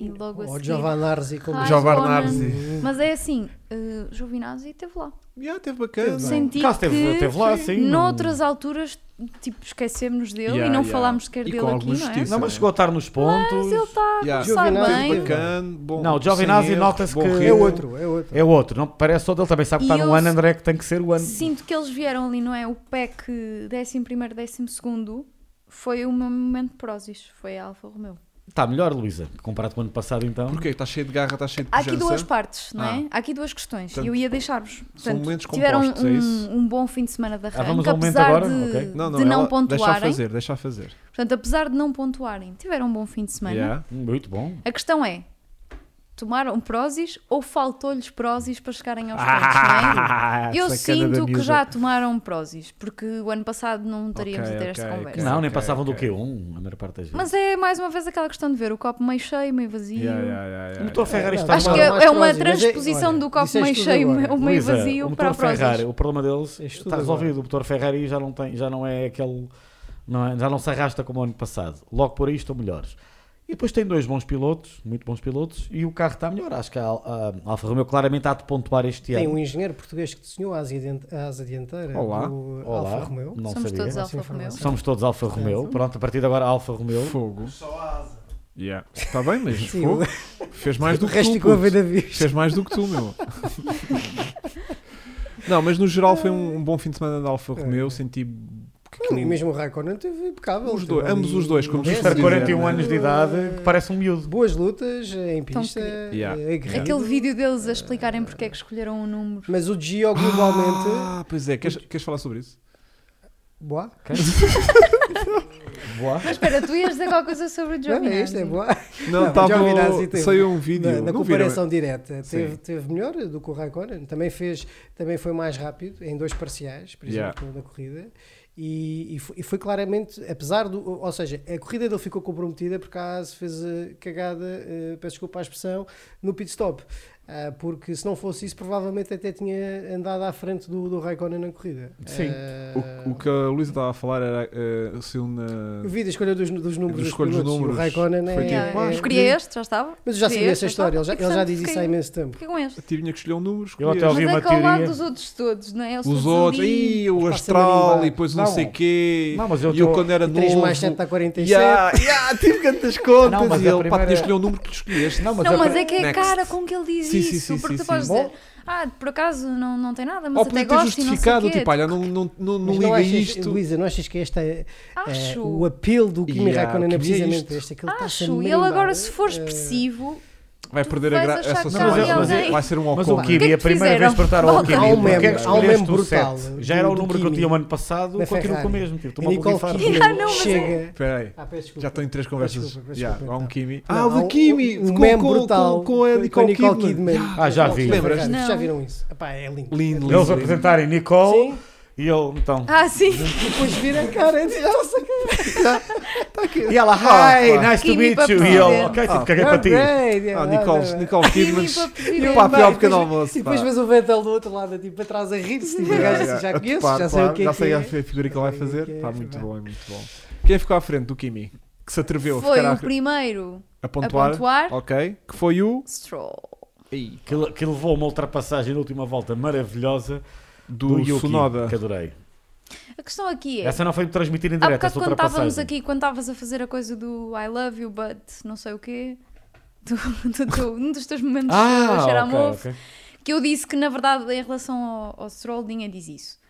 S2: e logo a
S4: Ou
S2: seguir...
S4: Giovanarzi, como
S2: Ai,
S1: Giovanardi.
S2: Conan. Mas é assim, eh, Giovinazzi esteve lá.
S1: Yeah, teve bacana.
S4: Teve bem.
S2: Senti
S3: Caso teve-
S2: que
S3: teve lá, sim, não-
S2: noutras alturas, tipo, esquecemos dele
S1: Yeah,
S2: e não
S1: yeah.
S2: falámos sequer
S1: E
S2: dele
S1: com
S2: aqui,
S1: alguma
S2: não é?
S1: justiça.
S3: Não, mas
S1: é.
S3: chegou a estar nos pontos.
S2: Mas ele está a
S1: Yeah.
S2: começar
S4: Giovinazzi
S1: Teve
S2: bem.
S4: teve
S1: bacana. Bom,
S3: Não, o
S1: sem
S3: Giovinazzi
S1: erros,
S3: nota-se
S1: bom
S3: que-
S1: ritmo.
S4: É outro, é outro.
S3: É outro, não parece só dele, também sabe que
S2: E
S3: está
S2: eu-
S3: no ano, André, que tem que ser o ano.
S2: Sinto que eles vieram ali, não é? O PEC 11º, 12º foi o meu momento de prósis, foi a Alfa Romeo.
S3: Está melhor, Luísa, comparado com o ano passado, então.
S1: Porquê? Estás cheio de garra, estás cheio de
S2: Há aqui
S1: pujança?
S2: duas partes, não é? Há aqui duas questões.
S1: Ah. Portanto,
S2: eu ia deixar-vos.
S1: momentos
S2: Portanto, tiveram
S1: compostos, é isso? Ah,
S2: um, um bom fim de semana de arranque,
S3: vamos ao momento
S2: apesar
S3: agora?
S2: de,
S3: Ok.
S1: Não, não,
S2: de não
S1: ela- Deixa
S2: pontuarem.
S1: fazer, deixa fazer.
S2: Portanto, apesar de não pontuarem, tiveram um bom fim de semana.
S1: Yeah.
S3: Muito bom.
S2: A questão é: tomaram prósis ou faltou-lhes prósis para chegarem
S1: [laughs]
S2: aos pontos, não é? Eu
S1: Ah, sacana da
S2: sinto que
S1: miúda.
S2: já tomaram prósis, porque o ano passado não teríamos
S1: Ok,
S2: a
S1: ok,
S2: ter esta
S1: ok.
S2: conversa.
S3: Não, nem
S1: Ok,
S3: passavam do
S1: ok.
S3: que um, a maior parte das vezes.
S2: Mas é mais uma vez aquela questão de ver o copo meio cheio, meio vazio.
S1: Yeah, yeah, yeah, yeah,
S3: o motor Ferrari está
S2: Acho
S3: mal.
S2: que é,
S4: Mais
S2: é uma
S4: prósis, mas é-
S2: transposição
S4: olha,
S2: do copo
S4: disseste
S2: meio
S4: tudo
S2: cheio,
S4: agora. um
S2: ou [laughs] meio
S1: é,
S3: Luísa,
S2: vazio para
S3: o motor
S2: a prósis.
S3: Ferrari, o problema deles
S4: Este
S3: está
S4: tudo
S3: resolvido.
S4: agora.
S3: O motor Ferrari já não, tem, já não é aquele. Não é- já não se arrasta como o ano passado. Logo por aí estão melhores. E depois tem dois bons pilotos, muito bons pilotos, e o carro está melhor. Acho que a, Al- a Alfa Romeo claramente há de pontuar este
S4: Tem
S3: ano.
S4: um engenheiro português que desenhou a asa dien- a asa dianteira
S1: Olá.
S4: do
S3: Olá.
S4: Alfa Romeo.
S3: Não
S2: Somos
S3: sabia.
S2: todos
S4: Essa
S2: Alfa Romeo.
S4: informação.
S3: Somos todos Alfa Romeo. Pronto, a partir de agora Alfa Romeo.
S1: Fogo. Só asa. Yeah. Está bem, mas
S4: Sim,
S1: fogo. Fez mais do
S4: O
S1: que tu.
S4: resto ficou a
S1: puto.
S4: ver da vista.
S1: Fez mais do que tu, meu. Não, mas no geral foi um, um bom fim de semana da
S4: É.
S1: Alfa Romeo. Senti que
S4: Não, E mesmo o Raikkonen teve impecável.
S1: Os
S4: teve
S1: dois-
S4: ali
S1: ambos os dois, como
S4: um
S1: se
S4: décimo.
S3: Para 41
S1: Sim.
S3: anos de idade, que parece um miúdo.
S4: Boas lutas eh, em pista.
S2: querido.
S4: eh,
S1: Yeah.
S4: aguerrido.
S2: Aquele vídeo deles a explicarem porque é que escolheram o
S4: [laughs]
S2: número.
S4: Mas o Gio globalmente.
S2: [gasps]
S1: Ah, pois é. Queres, queres falar sobre isso?
S4: Boa.
S3: Boa.
S2: Mas espera, tu ias dizer qualquer coisa sobre o
S4: Não,
S2: Giovinazzi.
S4: é isto, é boa.
S1: Não,
S4: Não,
S1: estava.
S4: Giovinazzi teve-
S1: Saiu um vídeo.
S4: na, na
S1: não viram?
S4: comparação direta
S1: Sim.
S4: teve, teve melhor do que o Raikkonen também fez também foi mais rápido em dois parciais por
S1: Yeah.
S4: exemplo na corrida e, e fo- e foi, claramente apesar do ou seja a corrida dele ficou comprometida por causa fez a cagada eh, peço desculpa a expressão no pit stop Ah, porque se não fosse isso provavelmente até tinha andado à frente do, do Raikkonen na corrida Ah,
S3: Sim.
S1: O, o que a Luísa estava a falar era. eh, saiu na.
S4: eu vi a escolha dos, dos números
S1: Dos
S4: dos,
S1: escolhas dos
S4: pilotos, e
S1: números.
S4: o Raikkonen
S1: Foi
S4: é,
S1: tipo,
S2: Yeah,
S1: ah,
S4: é-
S2: eu Queria este, já estava.
S4: mas eu já sabia
S2: Queria
S4: essa
S2: este, já
S4: história ele já,
S2: estava.
S4: ele já
S2: E,
S4: diz
S2: portanto,
S4: isso há
S2: fiquei-
S4: imenso tempo
S2: Fiquei com este.
S1: Tive que escolher um número.
S3: Eu até
S1: escolhi
S3: ouvi
S2: Mas
S3: uma
S2: é que ao lado
S3: teoria.
S2: dos outros todos, não é? Eles
S1: Os
S2: todos
S1: outros,
S2: ali.
S1: ih, o
S4: Os
S1: astral
S4: passarinhos
S1: e depois não,
S3: Não.
S1: sei quê.
S3: Não, mas eu
S1: e eu
S3: tô-
S1: quando era
S4: E 3
S1: novo.
S4: mais 7 dá 47.
S1: Ya, ya, tive tantas contas.
S3: Não, mas
S1: e
S3: a
S1: ele, pá,
S3: primeira-
S1: tinha escolher o número que tu escolheste.
S3: Não, mas,
S2: não,
S3: a-
S2: mas é que é
S1: Next.
S2: a cara com que ele diz
S1: Sim,
S2: isso.
S1: sim, sim,
S2: porque
S1: sim,
S2: tu podes
S1: sim.
S2: dizer, ah, por acaso não, não tem nada, mas
S1: Ou
S2: até
S1: podia ter
S2: gosto e não sei
S1: justificado,
S2: quê.
S1: tipo, olha, não, não, não, não
S4: Mas
S1: liga
S4: achas,
S1: isto.
S4: Luísa, não achas que este é, é
S2: Acho.
S4: o apelo do Kimi
S1: Yeah,
S4: Raikkonen é
S1: o Kimi é
S4: precisamente
S1: isto.
S4: este? Aquele está-se a
S2: Acho, e ele
S4: marimbar,
S2: agora se for
S4: eh,
S2: expressivo, [laughs]
S1: Vai
S2: Tu
S1: perder a
S2: vais
S1: graça.
S2: achar que
S3: há ali alguém.
S1: vai ser um
S3: Mas o
S1: Ocon.
S2: que é
S3: Kiwi,
S2: que
S3: a primeira vez
S2: fizeram?
S3: que perguntaram ao
S2: Volta.
S3: Kiwi,
S4: Há um
S3: porque é que
S4: meme, há um
S3: escolheste
S4: meme
S3: o
S4: brutal
S3: sete?
S4: do-
S3: Já era o
S4: do
S3: número que eu
S4: Kimi.
S3: tinha o ano passado,
S4: Da
S3: continuo com o
S4: Ferrari.
S3: mesmo. Tive-te
S4: E
S3: uma
S4: Nicole
S3: bolifar.
S4: Kidman
S2: Ah, não, mas é-
S4: chega.
S1: Espera aí.
S4: Ah, peço desculpa.
S1: Já estou em três
S4: Peço
S1: conversas.
S4: desculpa, peço
S1: Já,
S4: desculpa,
S1: há um
S4: então.
S1: Kimi.
S4: Não,
S1: Ah, o
S4: há
S1: do Kimi!
S4: Um
S1: com-
S4: meme
S1: com-
S4: brutal.
S1: Com com a
S4: com
S1: Nicole Kidman.
S4: Kidman.
S3: Ah, já vi.
S1: Lembras?
S4: Vocês
S2: Não.
S4: Já viram isso? Epá, é
S1: Lindo,
S4: lindo. É
S1: lindo.
S3: Eles apresentarem Nicole
S4: Sim.
S3: e eu, então.
S2: Ah, sim.
S4: Depois vira a cara. é de- Nossa,
S3: E ela, hi,
S1: pá.
S3: nice to
S2: Kimi
S3: meet
S2: para
S3: you. E eu,
S2: presidente.
S3: ok,
S1: Ah,
S3: tipo, caguei para ti.
S1: Ah, Nicole, Nicole Kidman.
S2: Kimi para
S1: E o
S2: presidente.
S1: papel
S4: Vai,
S1: ao pequeno
S4: depois-
S1: almoço.
S4: E depois
S1: pá.
S4: vês o Vettel do outro lado, tipo, atrás a rir-se. Tipo, o gajo assim, já
S1: A
S4: conheço,
S1: topar,
S4: já sei o
S1: claro,
S4: que é
S1: já
S4: que
S1: sei
S4: é.
S1: a fi- figura que ele vai
S4: Já sei o
S1: fazer.
S4: que é,
S1: Pá,
S4: já
S1: muito
S4: vai.
S1: bom, é muito bom. Quem ficou à frente do Kimi? Que se atreveu a
S2: Foi
S1: ficar à-
S2: o primeiro
S1: a
S2: a
S1: pontuar.
S2: pontuar.
S1: Ok. Que foi o.
S2: Stroll.
S3: Que, le- que levou uma ultrapassagem na última volta maravilhosa
S1: Do
S3: Yuki,
S1: Tsunoda.
S3: que adorei.
S2: A questão aqui é.
S3: Essa não foi transmitida em
S2: Há
S3: direto,
S2: bocado
S3: essa
S2: quando estávamos
S3: ultrapassagem.
S2: aqui, quando estavas a fazer a coisa do I love you, but não sei o quê, [laughs] do, do, do- um dos teus momentos
S3: Ah,
S2: a cheirar a
S3: ok,
S2: mofo,
S3: ok.
S2: que eu disse que na verdade em relação ao, ao Stroll ninguém diz isso.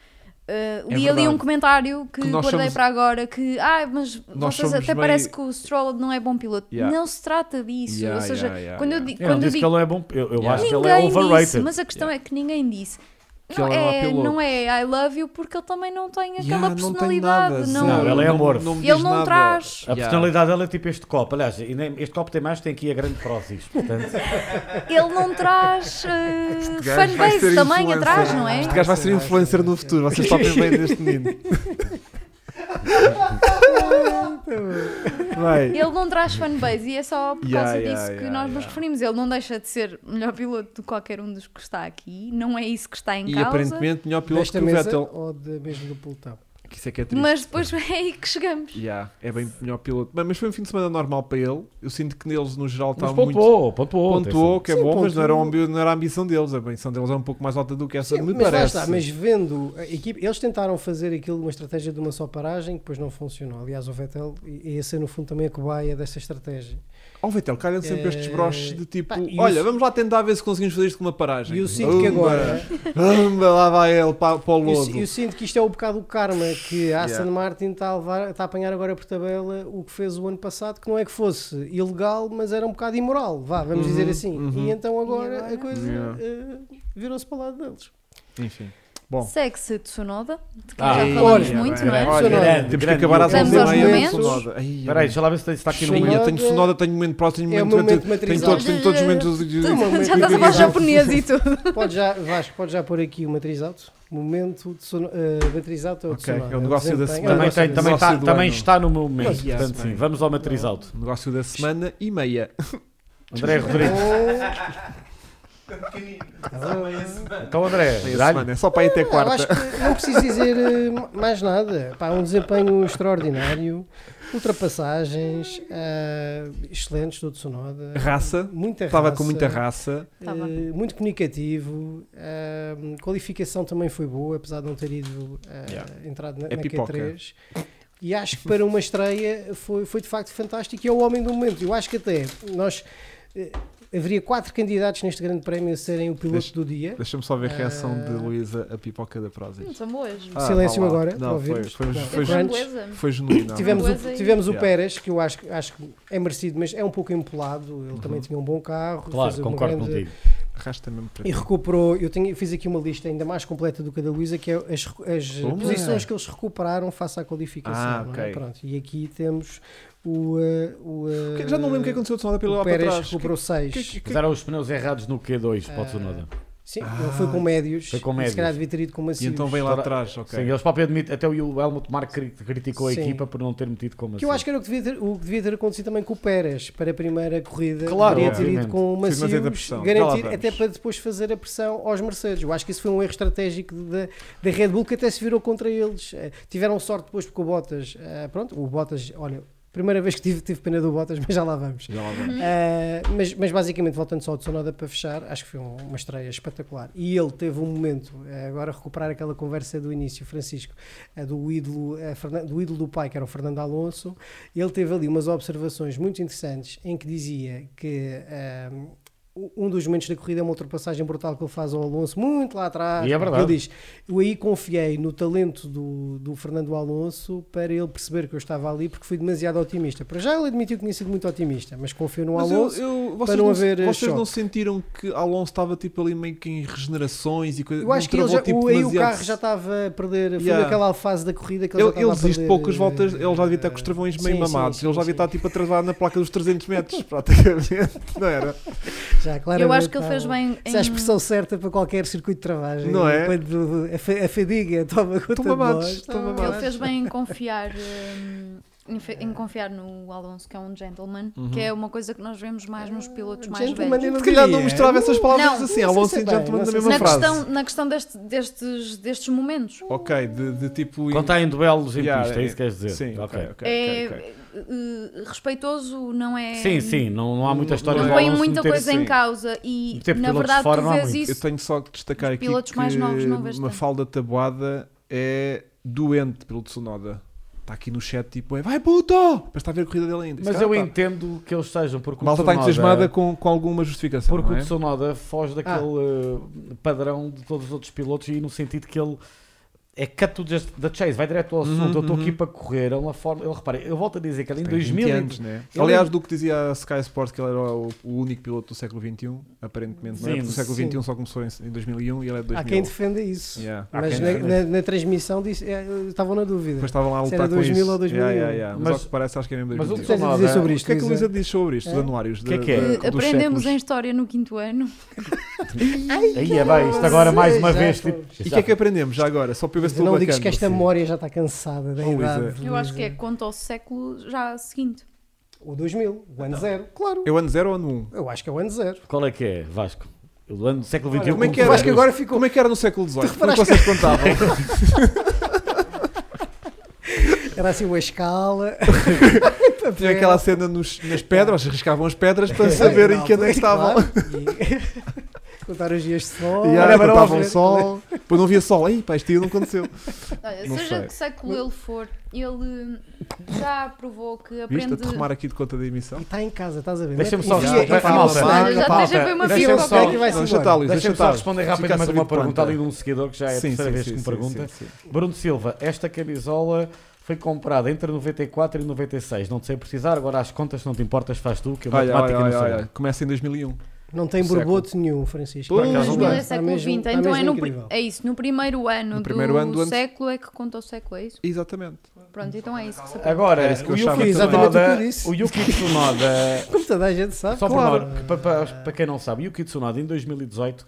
S2: Uh,
S1: É
S2: li ali
S1: verdade.
S2: um comentário que,
S1: Que nós
S2: guardei
S1: somos-
S2: para agora que ah, mas
S1: Nós
S2: vocês
S1: somos
S2: até
S1: meio-
S2: parece que o Stroll não é bom piloto.
S1: Yeah.
S2: Não se trata disso.
S1: Yeah,
S2: Ou seja,
S1: yeah, yeah,
S2: quando
S1: yeah.
S2: eu, di
S3: Eu não
S2: quando eu
S3: disse que
S2: digo
S3: ele é bom, eu, eu
S1: Yeah.
S3: acho que ele é
S2: ninguém
S3: overrated.
S2: disse, mas a questão é que ninguém disse.
S1: Que
S2: Não
S1: ele não é
S2: é,
S1: piloto.
S2: não é I love you porque ele também não tem aquela
S1: Yeah, não tem nada,
S2: personalidade.
S1: zero.
S3: Não, ela é amor.
S1: me
S2: Ele
S1: diz
S2: não
S1: nada.
S2: traz.
S3: A personalidade dela é tipo este copo. Aliás, e nem- este copo tem mais, tem aqui a grande prósis. Portanto,
S2: ele não
S1: [laughs]
S2: traz eh,
S1: gajo vai ser
S2: fanbase também
S1: influencer.
S2: atrás, não é?
S1: Este gajo vai ser influencer no futuro, vocês sabem bem deste
S2: [laughs]
S1: menino. Vai.
S2: Ele não traz fanbase e é só por
S1: Yeah,
S2: causa
S1: yeah,
S2: disso que
S1: yeah,
S2: nós nos
S1: yeah.
S2: referimos. Ele não deixa de ser melhor piloto do que qualquer um dos que está aqui, não é isso que está em
S1: E
S2: causa.
S1: aparentemente melhor piloto
S4: Desta
S1: que o
S4: mesa
S1: Vettel.
S4: ou de, mesmo do pelotão?
S1: Que isso é que é triste.
S2: Mas depois [laughs] é aí que chegamos.
S1: Yeah, é bem melhor piloto. Bem, mas foi um fim de semana normal para ele. Eu sinto que neles, no geral,
S3: mas
S1: estava muito.
S3: pontuou, pontuou.
S1: Pontuou, que é
S4: Sim,
S1: bom, mas não era,
S4: pontuou.
S1: ambi- não era a ambição deles. A ambição deles é um pouco mais alta do que essa,
S4: Sim,
S1: me
S4: mas lá
S1: parece.
S4: está, mas vendo a equipe, eles tentaram fazer aquilo, uma estratégia de uma só paragem, que depois não funcionou. Aliás, o Vettel ia ser no fundo também a cobaia dessa estratégia.
S1: Ao Vettel, Oh, calham sempre
S4: Eh,
S1: estes broches de tipo:
S4: pá, e o-
S1: olha, vamos lá tentar ver se conseguimos fazer isto com uma paragem.
S4: E eu sinto que
S1: Amba,
S4: agora.
S1: amba, lá vai ele para, para o
S4: Eu,
S1: lodo.
S4: si- eu sinto que isto é um bocado o karma que a Aston
S1: Yeah.
S4: Martin está a, levar- está a apanhar agora por tabela o que fez o ano passado, que não é que fosse ilegal, mas era um bocado imoral, vá, vamos
S1: Uhum,
S4: dizer assim.
S1: uhum.
S4: E então agora,
S2: E agora?
S4: a coisa
S1: Yeah.
S4: eh, virou-se para o lado deles.
S1: Enfim. Bom.
S2: Segue-se Tsunoda, de quem
S3: Ah,
S2: já
S3: e-
S2: falamos
S4: olha,
S2: muito,
S4: bem,
S2: não é?
S4: olha.
S1: Temos que acabar às
S2: Vamos
S1: 11
S2: aos
S1: h
S2: momentos.
S3: Espera aí, deixa lá ver se está aqui no
S4: Sim,
S3: meio.
S1: Eu tenho Sonoda, tenho momento próximo,
S4: É
S1: tenho
S4: o
S1: momento
S4: momento Então.
S1: tenho- tenho
S4: matriz.
S1: todos, tenho todos os momentos.
S4: momento
S2: [laughs] Já estás a falar
S4: matriz alto.
S2: japonês e tudo.
S4: Pode já, Vasco, pode já pôr aqui o matriz alto. Momento de sono, eh, matriz alto é o de
S1: Ok, é o
S4: sonora,
S1: negócio da
S4: desempenho.
S1: semana.
S4: É
S3: Também,
S4: o
S1: Nossa,
S3: tem,
S4: negócio da
S3: também,
S1: nossa
S3: está,
S1: do
S3: também
S1: ano.
S3: está no meu momento.
S1: Yes,
S3: Portanto, sim,
S1: man.
S3: vamos ao matriz alto.
S1: Negócio da semana e meia.
S3: É André Rodrigues.
S4: semana.
S3: Então, André,
S1: Meia
S3: dá-lhe.
S1: semana, é só para ir até
S4: Não, Ah, acho
S1: quarta.
S4: que não preciso dizer eh, mais nada. Pá, um desempenho extraordinário, ultrapassagens eh, excelentes do Tsunoda.
S1: Raça,
S4: Muita
S1: estava
S4: raça,
S1: com muita raça.
S4: eh,
S2: Estava.
S4: muito comunicativo. eh, qualificação também foi boa, apesar de não ter ido eh,
S1: Yeah.
S4: entrado na,
S1: É
S4: na
S1: pipoca.
S4: Q3. E acho que para uma estreia foi, foi de facto fantástico e é o homem do momento. Eu acho que até nós. eh, Haveria quatro candidatos neste grande prémio a serem o piloto
S1: Deixa-
S4: do dia.
S1: Deixa-me só ver a reação de
S4: Eh,
S1: Luísa a pipoca da prosa.
S2: Não são boas.
S1: Ah,
S4: Silêncio
S1: vá lá.
S4: agora, para
S1: Não, foi,
S4: ouvirmos.
S1: foi,
S4: Não.
S1: foi,
S4: Crunch.
S2: Boeza.
S1: foi genuíno. não.
S4: Tivemos,
S2: Coisa
S4: o,
S2: aí.
S4: tivemos o
S1: Yeah.
S4: Pérez, que eu acho, que- acho que é merecido, mas é um pouco empolado. Ele também
S1: Uhum.
S4: tinha um bom carro. fez
S3: Claro,
S4: uma
S3: concordo
S4: grande-
S3: contigo.
S1: Arrasta mesmo para
S4: E recuperou. Eu tenho, fiz aqui uma lista ainda mais completa do que a da Luísa, que é as, recu- as
S1: Uma.
S4: posições que eles recuperaram face à qualificação.
S1: Ah,
S4: não é?
S1: ok.
S4: Pronto, e aqui temos o. eh, o, eh,
S1: Já não lembro o que aconteceu de Sonoda pela
S4: O
S1: lá para
S4: Pérez
S1: trás.
S4: recuperou 6.
S1: que- é que-
S3: Usaram os pneus errados no Q2, para o Tsunoda.
S4: Sim, ele
S1: Ah,
S4: foi com médios.
S3: Foi com
S4: e
S3: médios.
S4: Se calhar devia ter ido com
S1: E
S4: macios.
S1: então vem lá atrás,
S3: Sim,
S1: ok.
S3: eles próprios admitem, até o Helmut Mark cri- criticou a
S4: Sim.
S3: equipa por não ter metido como assim.
S4: Que eu acho que era o que devia ter, o que devia ter acontecido também com o Pérez para a primeira corrida.
S3: Claro,
S4: devia ter
S3: obviamente.
S4: ido com o
S1: Fiz
S4: Macios,
S1: manter é da pressão. Já lá
S4: garantir,
S1: vamos.
S4: até para depois fazer a pressão aos Mercedes. Eu acho que isso foi um erro estratégico da, da Red Bull que até se virou contra eles. Eh, tiveram sorte depois porque o Bottas, eh, pronto, o Bottas, olha, primeira vez que tive, tive pena do Bottas, [laughs] mas já lá vamos.
S1: Já lá vamos.
S3: Uhum.
S4: Eh, mas, mas basicamente, voltando só ao Tsunoda para fechar, acho que foi um- uma estreia espetacular. E ele teve um momento, eh, agora a recuperar aquela conversa do início, Francisco, eh, do, ídolo, eh, Fernan- do ídolo do pai, que era o Fernando Alonso. Ele teve ali umas observações muito interessantes em que dizia que. eh, o- um dos momentos da corrida é uma ultrapassagem brutal que ele faz ao Alonso, muito lá atrás.
S3: E é verdade.
S4: Ele diz: Eu aí confiei no talento do, do Fernando Alonso para ele perceber que eu estava ali porque fui demasiado otimista. Para já ele admitiu que tinha sido muito otimista, mas confio no
S1: Mas eu,
S4: Alonso.
S1: eu,
S4: para
S1: vocês,
S4: não
S1: não,
S4: haver, eh,
S1: vocês não
S4: choque.
S1: sentiram que Alonso estava tipo ali meio que em regenerações e
S4: Eu,
S1: coisas?
S4: acho que ele já,
S1: tipo,
S4: o, aí o carro já estava a perder, foi
S1: Yeah.
S4: naquela fase da corrida que ele,
S1: Ele,
S4: já
S1: ele
S4: estava a
S1: desiste
S4: perder,
S1: poucas
S4: eh,
S1: voltas, ele já devia estar com os travões meio
S4: sim, sim,
S1: mamados,
S4: sim,
S1: ele já
S4: sim.
S1: devia estar tipo atrasado na placa dos 300 metros, [laughs] praticamente, não era?
S2: Eu
S4: Já,
S2: acho
S4: claramente
S2: que ele fez
S4: estava-
S2: bem em...
S4: Essa é a expressão certa para qualquer circuito de travagem.
S1: Não é?
S4: Quando a, fa- a fadiga toma conta
S1: Estão mamados,
S4: de nós.
S1: estão
S2: que ele
S1: mamados.
S2: fez bem em confiar hum, em, fe- em confiar no Alonso, que é um gentleman, que é uma coisa que nós vemos mais nos pilotos mais
S4: Gentleman
S2: velhos.
S1: Se
S4: eu
S1: calhar não
S4: diria.
S1: misturava essas palavras
S2: Não,
S1: assim,
S4: não sei
S1: Alonso
S4: se é
S1: e já
S4: bem,
S1: te manda
S4: não
S1: a
S4: sei
S1: mesma
S4: se
S2: Na
S4: é
S1: frase.
S2: questão, na questão deste- destes, destes momentos,
S1: Ok, de, de
S4: é
S1: tipo.
S3: Quando está em duelos em
S1: Yeah,
S3: pista, é isso que queres dizer?
S1: Sim, ok, ok.
S3: Ok.
S1: ok,
S2: é
S1: ok.
S2: eh, respeitoso, não é.
S3: Sim, sim, não, não há muita
S1: Não-
S3: história
S1: não
S3: do
S2: Não põe
S3: Alonso
S2: muita
S3: meter-
S2: coisa
S1: sim.
S2: em causa e
S3: Meter
S2: na
S3: pilotos de
S2: verdade
S3: fora
S2: tu
S3: não há
S2: vês
S3: muito.
S1: Eu
S2: isso.
S1: tenho só que destacar
S2: Os
S1: aqui
S2: pilotos
S1: que
S2: mais novos não vejo
S1: uma
S2: tanto.
S1: falda tabuada é doente pelo Tsunoda. Está aqui no chat tipo, é, vai puto! Mas está a ver a corrida dele ainda. é
S3: Mas eu entendo que eles sejam
S1: A
S3: porque o é-
S1: malta está
S3: Tsunoda-
S1: entusiasmada com, com alguma justificação.
S3: Porque
S1: não
S3: o
S1: é?
S3: Tsunoda foge daquele eh, padrão de todos os outros pilotos e no sentido que ele é cut to just- da Chase, vai direto ao assunto.
S1: Uhum,
S3: eu estou aqui
S1: uhum.
S3: para correr. Ele, ele repara, eu volto a dizer que ele em
S1: Tem
S3: 2000
S1: 20 anos, né?
S3: ele-
S1: Aliás, do que dizia a Sky Sports, que ele era o, o único piloto do século XXI, aparentemente, não é?
S3: Sim,
S1: Porque o século
S4: sim.
S1: XXI só começou em, em 2001 e ele é de 2000.
S4: Há quem defenda isso.
S1: Yeah.
S3: Há
S4: Mas
S3: quem
S4: na,
S3: defenda.
S4: na- na transmissão disse- é, estavam na dúvida.
S1: Depois estavam lá a
S4: Se
S1: lutar
S4: era
S1: com
S4: 2000
S1: isso.
S4: ou 2001.
S1: Yeah, yeah, yeah. Mas,
S3: um. Mas-
S1: ao que parece, acho que é mesmo
S3: mas o
S1: 2000.
S4: Tens a dizer
S3: Tsunoda-
S4: sobre
S1: O
S4: isto,
S1: que é que a
S4: Luísa?
S1: Luísa diz sobre isto,
S4: É?
S1: dos anuários?
S3: Que é que é?
S1: da-
S2: Eh,
S1: dos
S2: Aprendemos
S1: séculos?
S2: em história no quinto ano.
S3: Aí é bem, isto agora
S4: Sim,
S3: mais uma
S4: já
S3: vez.
S4: foi.
S3: Tipo,
S1: E o que é que aprendemos já agora? Só para eu ver se estou
S4: não
S1: bacana.
S4: digas que esta memória já está cansada da
S1: Oh, Luísa.
S4: idade.
S2: Eu acho que é quanto ao século já seguinte.
S4: O 2000, o ano zero, claro.
S1: É o ano 0 ou ano 1? Um?
S4: Eu acho que é o ano zero.
S3: Qual é que é, Vasco? O ano do século um, XXI.
S1: como é que
S4: Eu
S1: era?
S4: acho que agora ficou.
S1: Como é que era no século XVIII? Como é que
S4: reparaste
S1: vocês contavam?
S4: [laughs] Era assim
S1: [laughs]
S4: uma escala.
S1: Tinha aquela cena nos- nas pedras, riscavam as pedras para saberem que ano é que estavam.
S4: [laughs] Contar os dias de sol.
S1: E aí,
S4: Oh, Era
S1: contavam
S4: óbvio.
S1: sol, depois não havia sol. Aí, pá, isto aí não aconteceu.
S2: Olha,
S1: Não
S2: seja
S1: sei.
S2: que século ele for, ele eh, já provou que
S1: Viste?
S2: aprende.
S1: A tomar aqui de conta da emissão.
S4: E está em casa, estás a ver? é
S3: Deixa-me só
S4: Enfia-
S1: é,
S3: responder.
S4: enfia-
S3: Malta,
S4: enfia-
S2: Olha, já
S4: enfia-
S3: Malta,
S2: até já veio uma
S4: deixa-me
S2: fila
S4: só-
S2: qualquer.
S4: que vai-se
S1: Não,
S4: embora.
S1: deixa-me Luís,
S3: Deixa-me
S1: deixa
S3: só
S1: estar.
S3: responder
S1: Fica a
S3: rapidamente
S1: subir
S3: uma pergunta
S1: planta.
S3: ali de um seguidor que já é a terceira vez que me pergunta.
S1: sim, sim.
S3: Bruno Silva, esta camisola foi comprada entre 94 e 96. Não te sei precisar, agora as contas, se não te importas, faz tu, que a
S1: Olha, olha,
S3: matemática
S1: olha,
S3: não sei.
S1: olha, começa em 2001.
S4: Não tem
S1: Século.
S4: borboto nenhum, Francisco.
S1: Por
S4: Por acaso,
S1: acaso,
S4: não
S2: 2000
S4: tem.
S2: é
S4: Está
S2: século
S4: mesmo-
S2: XX,
S4: está
S2: então é,
S4: mesmo
S2: no, pri-
S4: incrível.
S2: é isso, no primeiro ano
S1: No primeiro
S2: do,
S1: ano do ano-
S2: século é que conta o século, é isso?
S1: Exatamente.
S2: Pronto, então é isso que se aprende.
S3: Agora,
S1: Era isso que
S3: o
S1: eu achava
S3: Yuki
S1: que
S4: exatamente o que eu
S3: Tsunoda,
S4: disse.
S3: o Yuki Tsunoda,
S4: Como toda a gente sabe,
S3: só
S4: claro.
S3: por nós, que pa- pa- para, quem não sabe, Yuki Tsunoda em 2018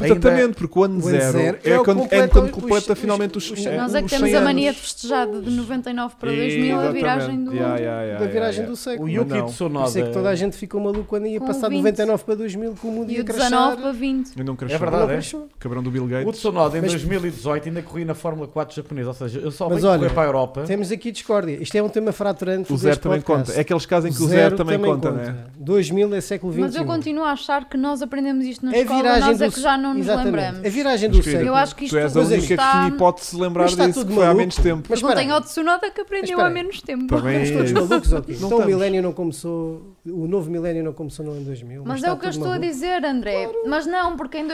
S3: ainda-
S1: Exatamente, porque o ano
S4: O ano zero
S1: zero
S4: é
S1: é
S4: o
S1: quando é
S4: completa
S1: quando
S4: os-
S1: completa
S4: os-
S1: finalmente os
S4: os-
S1: os
S2: Nós é que
S1: 100
S2: temos a
S1: anos.
S2: mania de festejar de de 99 para 2000 a
S1: Exatamente.
S2: viragem do
S1: Yeah, yeah, yeah,
S4: da
S1: yeah,
S4: viragem
S1: yeah.
S4: do século.
S3: o
S1: Mas
S3: Yuki
S1: não.
S4: Por isso é que toda a
S3: Tsunoda,
S4: gente ficou maluco quando ia
S2: Com
S4: passar de
S2: 20.
S4: 99 para 2000 com o mundo
S2: e
S4: ia
S2: o
S1: Tá
S2: 19
S4: crashar.
S2: para 20.
S1: Eu não cresci.
S3: É verdade.
S4: Não
S3: é?
S4: crashou.
S1: Cabrão do Bill
S3: o
S1: Gates.
S3: Tsunoda em
S4: Mas-
S3: 2018 ainda corri na Fórmula 4 japonesa, ou seja, eu só
S4: Mas
S3: venho correr
S4: olha,
S3: para a Europa.
S4: Temos aqui discórdia. Isto é um tema fraturante.
S1: O
S4: deste
S1: zero também
S4: podcast.
S1: conta. É aqueles casos em que o
S4: Zero
S1: zero também conta, né?
S4: 2000 é século XXI.
S2: Mas eu continuo a achar que nós aprendemos isto na
S4: A
S2: escola,
S4: viragem
S2: nós é
S4: do-
S2: que já não nos
S4: Exatamente.
S2: lembramos.
S4: A viragem do
S1: Mas, querida,
S4: século.
S2: Eu acho que isto
S1: Tu és a
S4: Mas,
S1: única que
S2: está...
S1: tinha hipótese de lembrar
S4: Mas está
S1: disso,
S4: tudo
S1: que foi há
S4: maluco.
S1: menos tempo.
S4: Mas
S2: Perguntem
S4: espera
S2: ao
S4: aí.
S2: Tsunada que aprendeu
S4: espera
S2: há
S4: aí.
S2: menos tempo.
S1: Também
S4: Estamos todos
S1: é-
S4: malucos aqui.
S1: Não
S4: Então o
S1: estamos.
S4: milénio não começou, o novo milénio não começou no ano 2000.
S2: Mas
S4: está
S2: é o que eu
S4: tudo
S2: estou a
S4: maluco.
S2: dizer, André. Mas não, porque em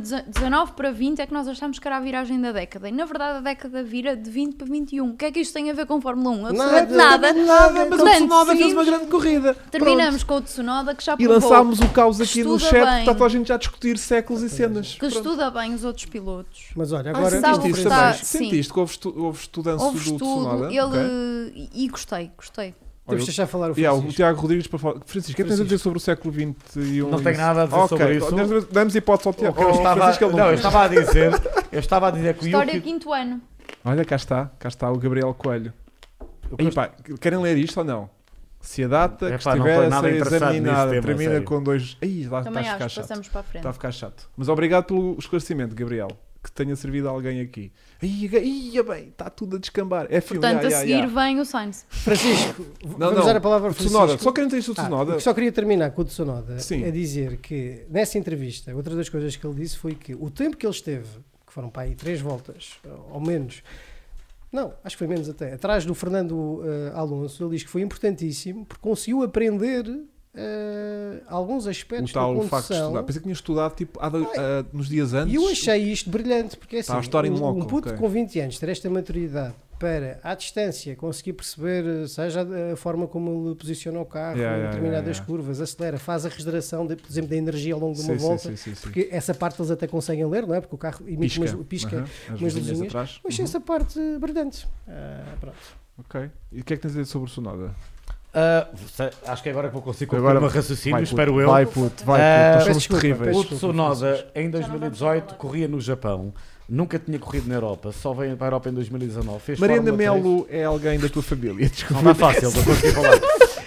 S2: 2019 para 20 é que nós achamos que era a viragem da década. E na verdade a década vira de 20 para 21. O que é que isto tem a ver com Fórmula 1? Absolutamente nada.
S1: Nada, mas o
S2: Portanto,
S1: Tsunoda fez
S2: seguimos,
S1: uma grande corrida.
S2: Terminamos com o Tsunoda que já
S1: E
S2: provou
S1: lançámos o caos aqui no
S2: Estuda
S1: chat,
S2: bem.
S1: que está toda a gente já a discutir séculos e cenas.
S2: que estuda bem os outros pilotos.
S4: Mas olha,
S1: Agora,
S4: agora
S2: sabe
S1: sentiste
S2: o que
S1: também?
S2: Ah, está-
S1: Sentiste que houve, estu houve estudanço
S2: Houve
S1: do
S2: estudo,
S1: Tsunoda?
S2: ele
S1: Ok.
S2: e, e gostei, gostei.
S1: Olha,
S4: temos de deixar falar o
S1: Yeah, o
S4: Francisco.
S1: Tiago Rodrigues para falar. Francisco, o que é que tens a dizer sobre o século XXI?
S3: Não tenho nada a dizer
S1: Ok,
S3: sobre isso.
S1: damos- Damos hipótese ao Tiago.
S3: eu,
S1: ao Francisco,
S3: estava,
S1: ele
S3: não, eu estava a dizer, eu estava a dizer que o
S2: História é
S3: Yuki
S2: quinto ano.
S1: Olha, cá está, cá está o Gabriel Coelho.
S3: Eu
S1: Ei, pá, querem ler isto ou não? Se a data que
S3: Epá, não
S1: estiver
S3: estou
S1: a
S3: nada
S1: ser
S3: interessado nesse
S1: examinada
S3: tema,
S1: termina
S3: sério.
S1: com dois. Ih, lá está a
S2: Também
S1: ficar
S2: acho que
S1: chato.
S2: passamos para a frente.
S1: Está a ficar chato. Mas obrigado pelo esclarecimento, Gabriel. Que tenha servido a alguém aqui. Ia, ia bem, está tudo a descambar. É filme.
S2: Portanto,
S1: ia, ia,
S2: a seguir
S1: ia.
S2: vem o Sainz.
S4: Francisco, vamos
S1: não.
S4: dar a palavra ao Francisco.
S1: Tsunoda, só querem dizer isto do
S4: Ah,
S1: Tsunoda.
S4: eu só queria terminar com o Tsunoda
S1: Sim.
S4: a dizer que nessa entrevista, outra das coisas que ele disse foi que o tempo que ele esteve, que foram para aí três voltas, ou menos, não, acho que foi menos até, atrás do Fernando eh, Alonso, ele diz que foi importantíssimo porque conseguiu aprender eh, alguns aspectos
S1: o um tal
S4: da
S1: facto de
S4: condução.
S1: estudar. Pensei que tinha estudado tipo, há dois- ah, nos dias antes.
S4: E eu achei isto brilhante, porque é assim,
S1: Está a história
S4: um,
S1: em loco,
S4: um puto
S1: ok.
S4: com 20 anos ter esta maturidade para, à distância, conseguir perceber, eh, seja a- a forma como ele posiciona o carro,
S1: Yeah,
S4: em
S1: yeah, yeah,
S4: determinadas
S1: yeah.
S4: curvas, acelera, faz a regeneração, de, por exemplo, da energia ao longo de
S1: sim,
S4: uma
S1: sim,
S4: volta,
S1: sim, sim, sim.
S4: porque essa parte eles até conseguem ler, não é? Porque o carro emite
S1: pisca.
S4: pisca. umas pisca.
S1: Aham, as
S4: umas
S1: luzinhas
S4: luzinhas.
S1: atrás.
S4: Eu achei
S1: Uhum.
S4: essa parte brilhante. Ah, pronto.
S1: Ok. E o que é que tens a dizer sobre o Sonoda?
S3: Ah, se- acho que agora que vou conseguir concluir
S1: Agora
S3: o meu raciocínio,
S1: vai, puto,
S3: espero eu.
S1: Vai, puto, vai,
S3: Ah,
S1: puto. Nós
S4: peço
S1: somos
S4: desculpa,
S1: terríveis.
S4: peço
S3: O
S4: desculpa,
S3: Tsonoda
S2: Já
S3: em
S2: não vamos
S3: 2018
S2: falar.
S3: corria no Japão, nunca tinha corrido na Europa, só veio para a Europa em 2019. Fez
S1: Mariana
S3: Fórmula três.
S1: Melo é alguém da tua família. [laughs] Desculpa.
S3: Não está fácil, vou conseguir
S1: [laughs]
S3: falar.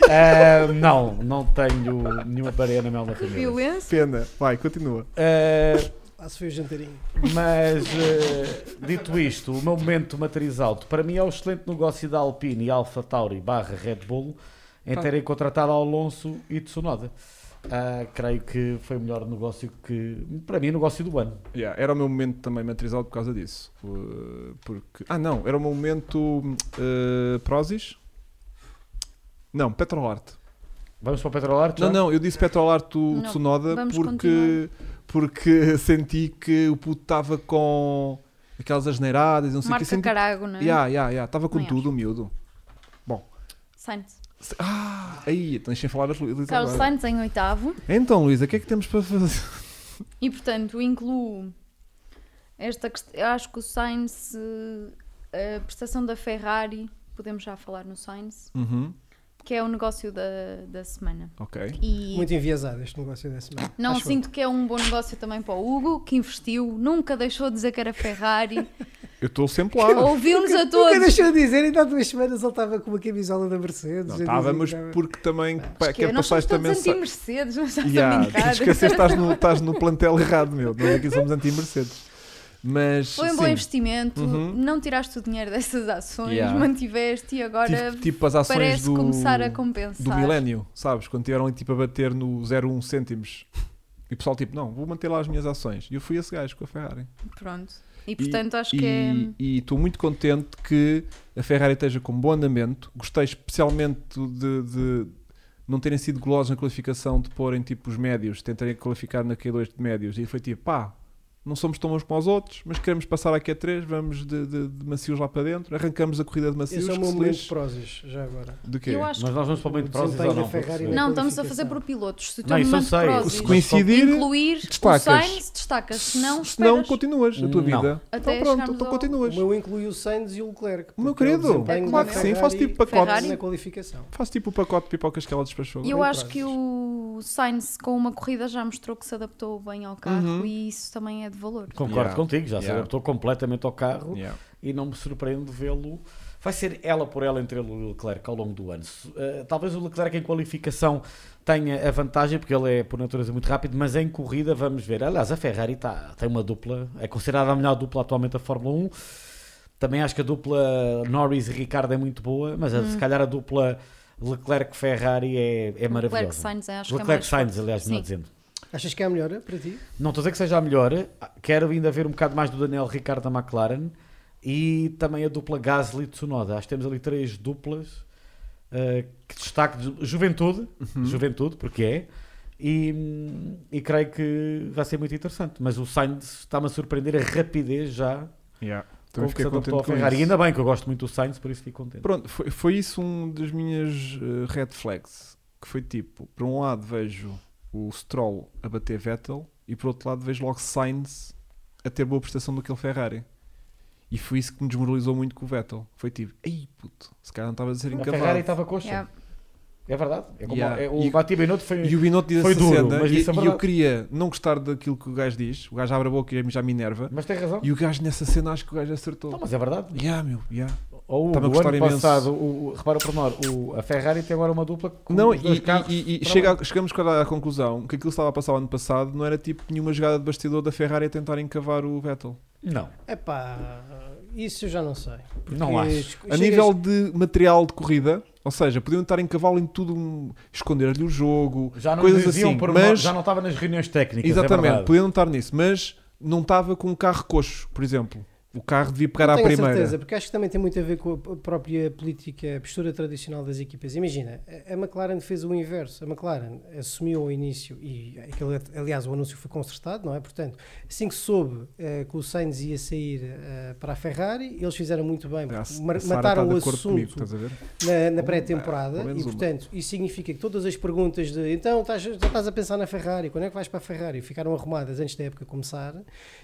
S3: Ah, não, não tenho nenhuma Mariana Melo na família.
S2: Violência.
S1: Pena. Vai, continua.
S3: Ah,
S4: Lá se foi o jantarinho.
S3: Mas, eh, dito isto, o meu momento matriz alto, para mim é o excelente negócio da Alpine e Alfa Tauri barra Red Bull em
S1: Tá.
S3: terem contratado Alonso e Tsunoda. Ah, creio que foi o melhor negócio que, para mim, negócio do ano.
S1: Yeah, era o meu momento também matrizado por causa disso. Uh, porque... Ah, não. Era o meu momento uh, Prozis? Não, Petrolart.
S3: Vamos para o Petrolarte?
S1: Não, não, eu disse Petrolart o
S2: Não,
S1: Tsunoda
S2: vamos
S1: porque, porque senti que o puto estava com aquelas asneiradas, não sei o que.
S2: Marca
S1: Senti...
S2: Carago, não é?
S1: Yeah, yeah, yeah. Estava com
S2: Também
S1: tudo, o miúdo.
S2: Sainz.
S1: Ah, aí, tens sem falar a Luísa agora.
S2: Carlos é Sainz em oitavo.
S1: Então, Luísa, o que é que temos para fazer? [laughs]
S2: E portanto, incluo esta questão. Eu acho que o Sainz, eh, a prestação da Ferrari, podemos já falar no Sainz,
S1: Uhum,
S2: que é o negócio da, da semana.
S1: ok.
S2: E
S4: Muito enviesado este negócio dessa semana.
S2: não
S4: Acho eu.
S2: sinto que é um bom negócio também para o Hugo, que investiu, nunca deixou de dizer que era Ferrari,
S1: Eu estou sempre lá.
S2: [laughs] ouviu-nos a
S4: Nunca
S2: todos.
S4: deixou de dizer, ainda há duas semanas ele estava com uma camisola da Mercedes.
S1: Não
S4: a dizer
S1: estava,
S4: que
S1: mas
S4: estava-
S1: porque também pá,
S2: Que é,
S1: quero
S2: nós
S1: passar
S2: somos
S1: esta
S2: todos
S1: mensagem.
S2: anti-Mercedes, não estás a
S1: Yeah,
S2: brincar.
S1: te esqueceste,
S2: [laughs]
S1: estás no, estás no plantel errado, meu. é Nós aqui somos anti-Mercedes. Mas
S2: Foi um
S1: sim,
S2: bom investimento,
S1: Uhum.
S2: não tiraste o dinheiro dessas ações,
S1: Yeah.
S2: mantiveste e agora
S1: tive tipo as ações
S2: parece
S1: do,
S2: começar a
S1: do
S2: compensar.
S1: milénio, sabes? Quando tiveram ali tipo a bater no 0,1 cêntimos. E o pessoal tipo, não, vou manter lá as minhas ações. E eu fui esse gajo com a Ferrari.
S2: Pronto. E portanto acho
S1: E-
S2: que é.
S1: E estou muito contente que a Ferrari esteja com bom andamento. Gostei especialmente de, de não terem sido golosos na qualificação, de porem tipo os médios, tentarem qualificar na Q2 de médios. E foi tipo, pá, não somos tão bons como os outros, mas queremos passar à Q3, vamos de, de- de macios lá para dentro, arrancamos a corrida de macios.
S4: Esse é o
S1: que
S4: meu
S1: se
S4: momento
S1: lixe.
S4: Prozis, já agora.
S1: Do quê? é
S2: Eu acho
S3: Mas nós vamos para o momento
S4: O
S3: próximo
S4: desempenho
S3: ou não?
S4: da Ferrari
S3: Para
S4: na-
S2: Não,
S4: da
S1: assim
S2: estamos a fazer
S4: qualificação.
S2: por pilotos. Se tu
S3: Não,
S2: me
S3: isso eu
S2: mandas
S3: sei.
S2: prós
S1: Se
S2: e-
S1: coincidir,
S2: incluir
S1: destacas.
S2: o Sainz, destacas. Se não,
S1: Se não,
S2: esperas.
S1: continuas a tua
S3: Não.
S1: vida.
S2: Até
S1: então pronto,
S2: chegarmos
S1: então
S2: ao-
S4: O
S1: continuas.
S4: meu inclui o Sainz e o Leclerc.
S1: Meu
S4: porque é o
S1: querido,
S4: desempenho
S2: claro
S4: da
S2: que sim,
S4: Ferrari
S1: faz tipo pacotes.
S2: Ferrari.
S4: Na qualificação.
S1: Faz tipo o pacote de pipocas que ela despachou.
S2: E eu
S4: Bem
S2: acho
S4: prazos.
S2: que o Sainz com uma corrida já mostrou que se adaptou bem ao carro
S1: Uhum.
S2: e isso também é de valor.
S3: Concordo
S1: Yeah.
S3: contigo, já se
S1: Yeah.
S3: adaptou completamente ao carro
S1: Yeah.
S3: e não me surpreendo vê-lo. Vai ser ela por ela entre ele e o Leclerc ao longo do ano. Se, eh, talvez o Leclerc em qualificação tenha a vantagem, porque ele é por natureza muito rápido, mas em corrida vamos ver. Aliás, a Ferrari tá, tem uma dupla, é considerada a melhor dupla atualmente da Fórmula 1. Também acho que a dupla Norris e Ricardo é muito boa, mas a-
S2: Hum.
S3: se calhar a dupla Leclerc-Ferrari é, é
S2: Leclerc
S3: maravilhosa.
S2: Sainz acho que é mais.
S3: Leclerc-Sainz, aliás, melhor
S2: Sim.
S3: dizendo.
S4: Achas que é a melhor para ti?
S3: Não estou a dizer que seja a melhor. Quero ainda ver um bocado mais do Daniel Ricardo da McLaren e também a dupla Gasly Tsunoda. Acho que temos ali três duplas uh, que destaque de juventude,
S1: Uhum.
S3: juventude, porque é. E, e creio que vai ser muito interessante. Mas o Sainz está-me a surpreender a rapidez já
S1: Yeah.
S3: com
S1: Também
S3: que se
S1: fiquei
S3: adaptou
S1: contente
S3: ao
S1: com
S3: Ferrari. E
S1: isso.
S3: ainda bem que eu gosto muito do Sainz, por isso fico contente.
S1: Pronto, foi, foi isso um das minhas eh, red flags. Que foi tipo, por um lado vejo o Stroll a bater Vettel e por outro lado vejo logo Sainz a ter boa prestação do que ele Ferrari. E foi isso que me desmoralizou muito com o Vettel. Foi tipo, ei puto, se calhar não estava a ser
S3: a Ferrari
S1: encavado.
S3: estava coxa.
S2: Yeah.
S1: Então,
S3: É verdade. É como
S1: Yeah.
S3: é, o
S1: E-
S3: Batibinoto foi
S1: E o Binotto diz
S3: Foi
S1: essa
S3: duro,
S1: cena
S3: mas
S1: e,
S3: isso é
S1: e eu
S3: verdade.
S1: queria não gostar daquilo que o gajo diz. O gajo abre a boca e já me enerva.
S3: Mas tem razão.
S1: E o gajo nessa cena acho que o gajo
S3: Não,
S1: acertou.
S3: mas é verdade.
S1: Yeah, meu, yeah.
S3: Ou
S1: Tá-me a
S3: o
S1: custar
S3: ano
S1: imenso.
S3: passado, o, o- repara o pormenor, o, a Ferrari tem agora uma dupla com
S1: Não,
S3: os dois
S1: e,
S3: carros.
S1: e- e- e
S4: Tá
S3: para
S1: chega-
S3: lá.
S1: chegamos à à conclusão que aquilo que estava a passar o ano passado não era tipo nenhuma jogada de bastidor da Ferrari a tentar encavar o Vettel.
S3: Não,
S4: Epá, isso eu já não sei.
S3: não
S4: Porque
S3: acho.
S4: chega-
S1: A nível de material de corrida, ou seja, podiam estar em cavalo em tudo, um- esconder-lhe o jogo,
S3: Já não
S1: coisas
S3: diziam
S1: assim.
S3: por
S1: mas,
S3: já não estava nas reuniões técnicas. é
S1: exatamente,
S3: verdade.
S1: podiam estar nisso, mas não estava com um carro coxo, por exemplo. O carro devia pegar à
S4: tenho a
S1: primeira.
S4: certeza, porque acho que também tem muito a ver com a p- própria política, a postura tradicional das equipas. Imagina, a- a McLaren fez o inverso. A McLaren assumiu ao início, e aquele, aliás o anúncio foi consertado, não é? Portanto, assim que soube eh, que o Sainz ia sair eh, para a Ferrari, eles fizeram muito bem,
S1: A
S4: porque
S1: S-
S4: mar-
S1: a Sara
S4: mataram
S1: está de
S4: o
S1: acordo
S4: assunto
S1: comigo, estás a ver?
S4: na, na
S1: Uma,
S4: pré-temporada
S1: pelo menos
S4: e
S1: uma.
S4: portanto isso significa que todas as perguntas de então estás, já estás a pensar na Ferrari, quando é que vais para a Ferrari ficaram arrumadas antes da época começar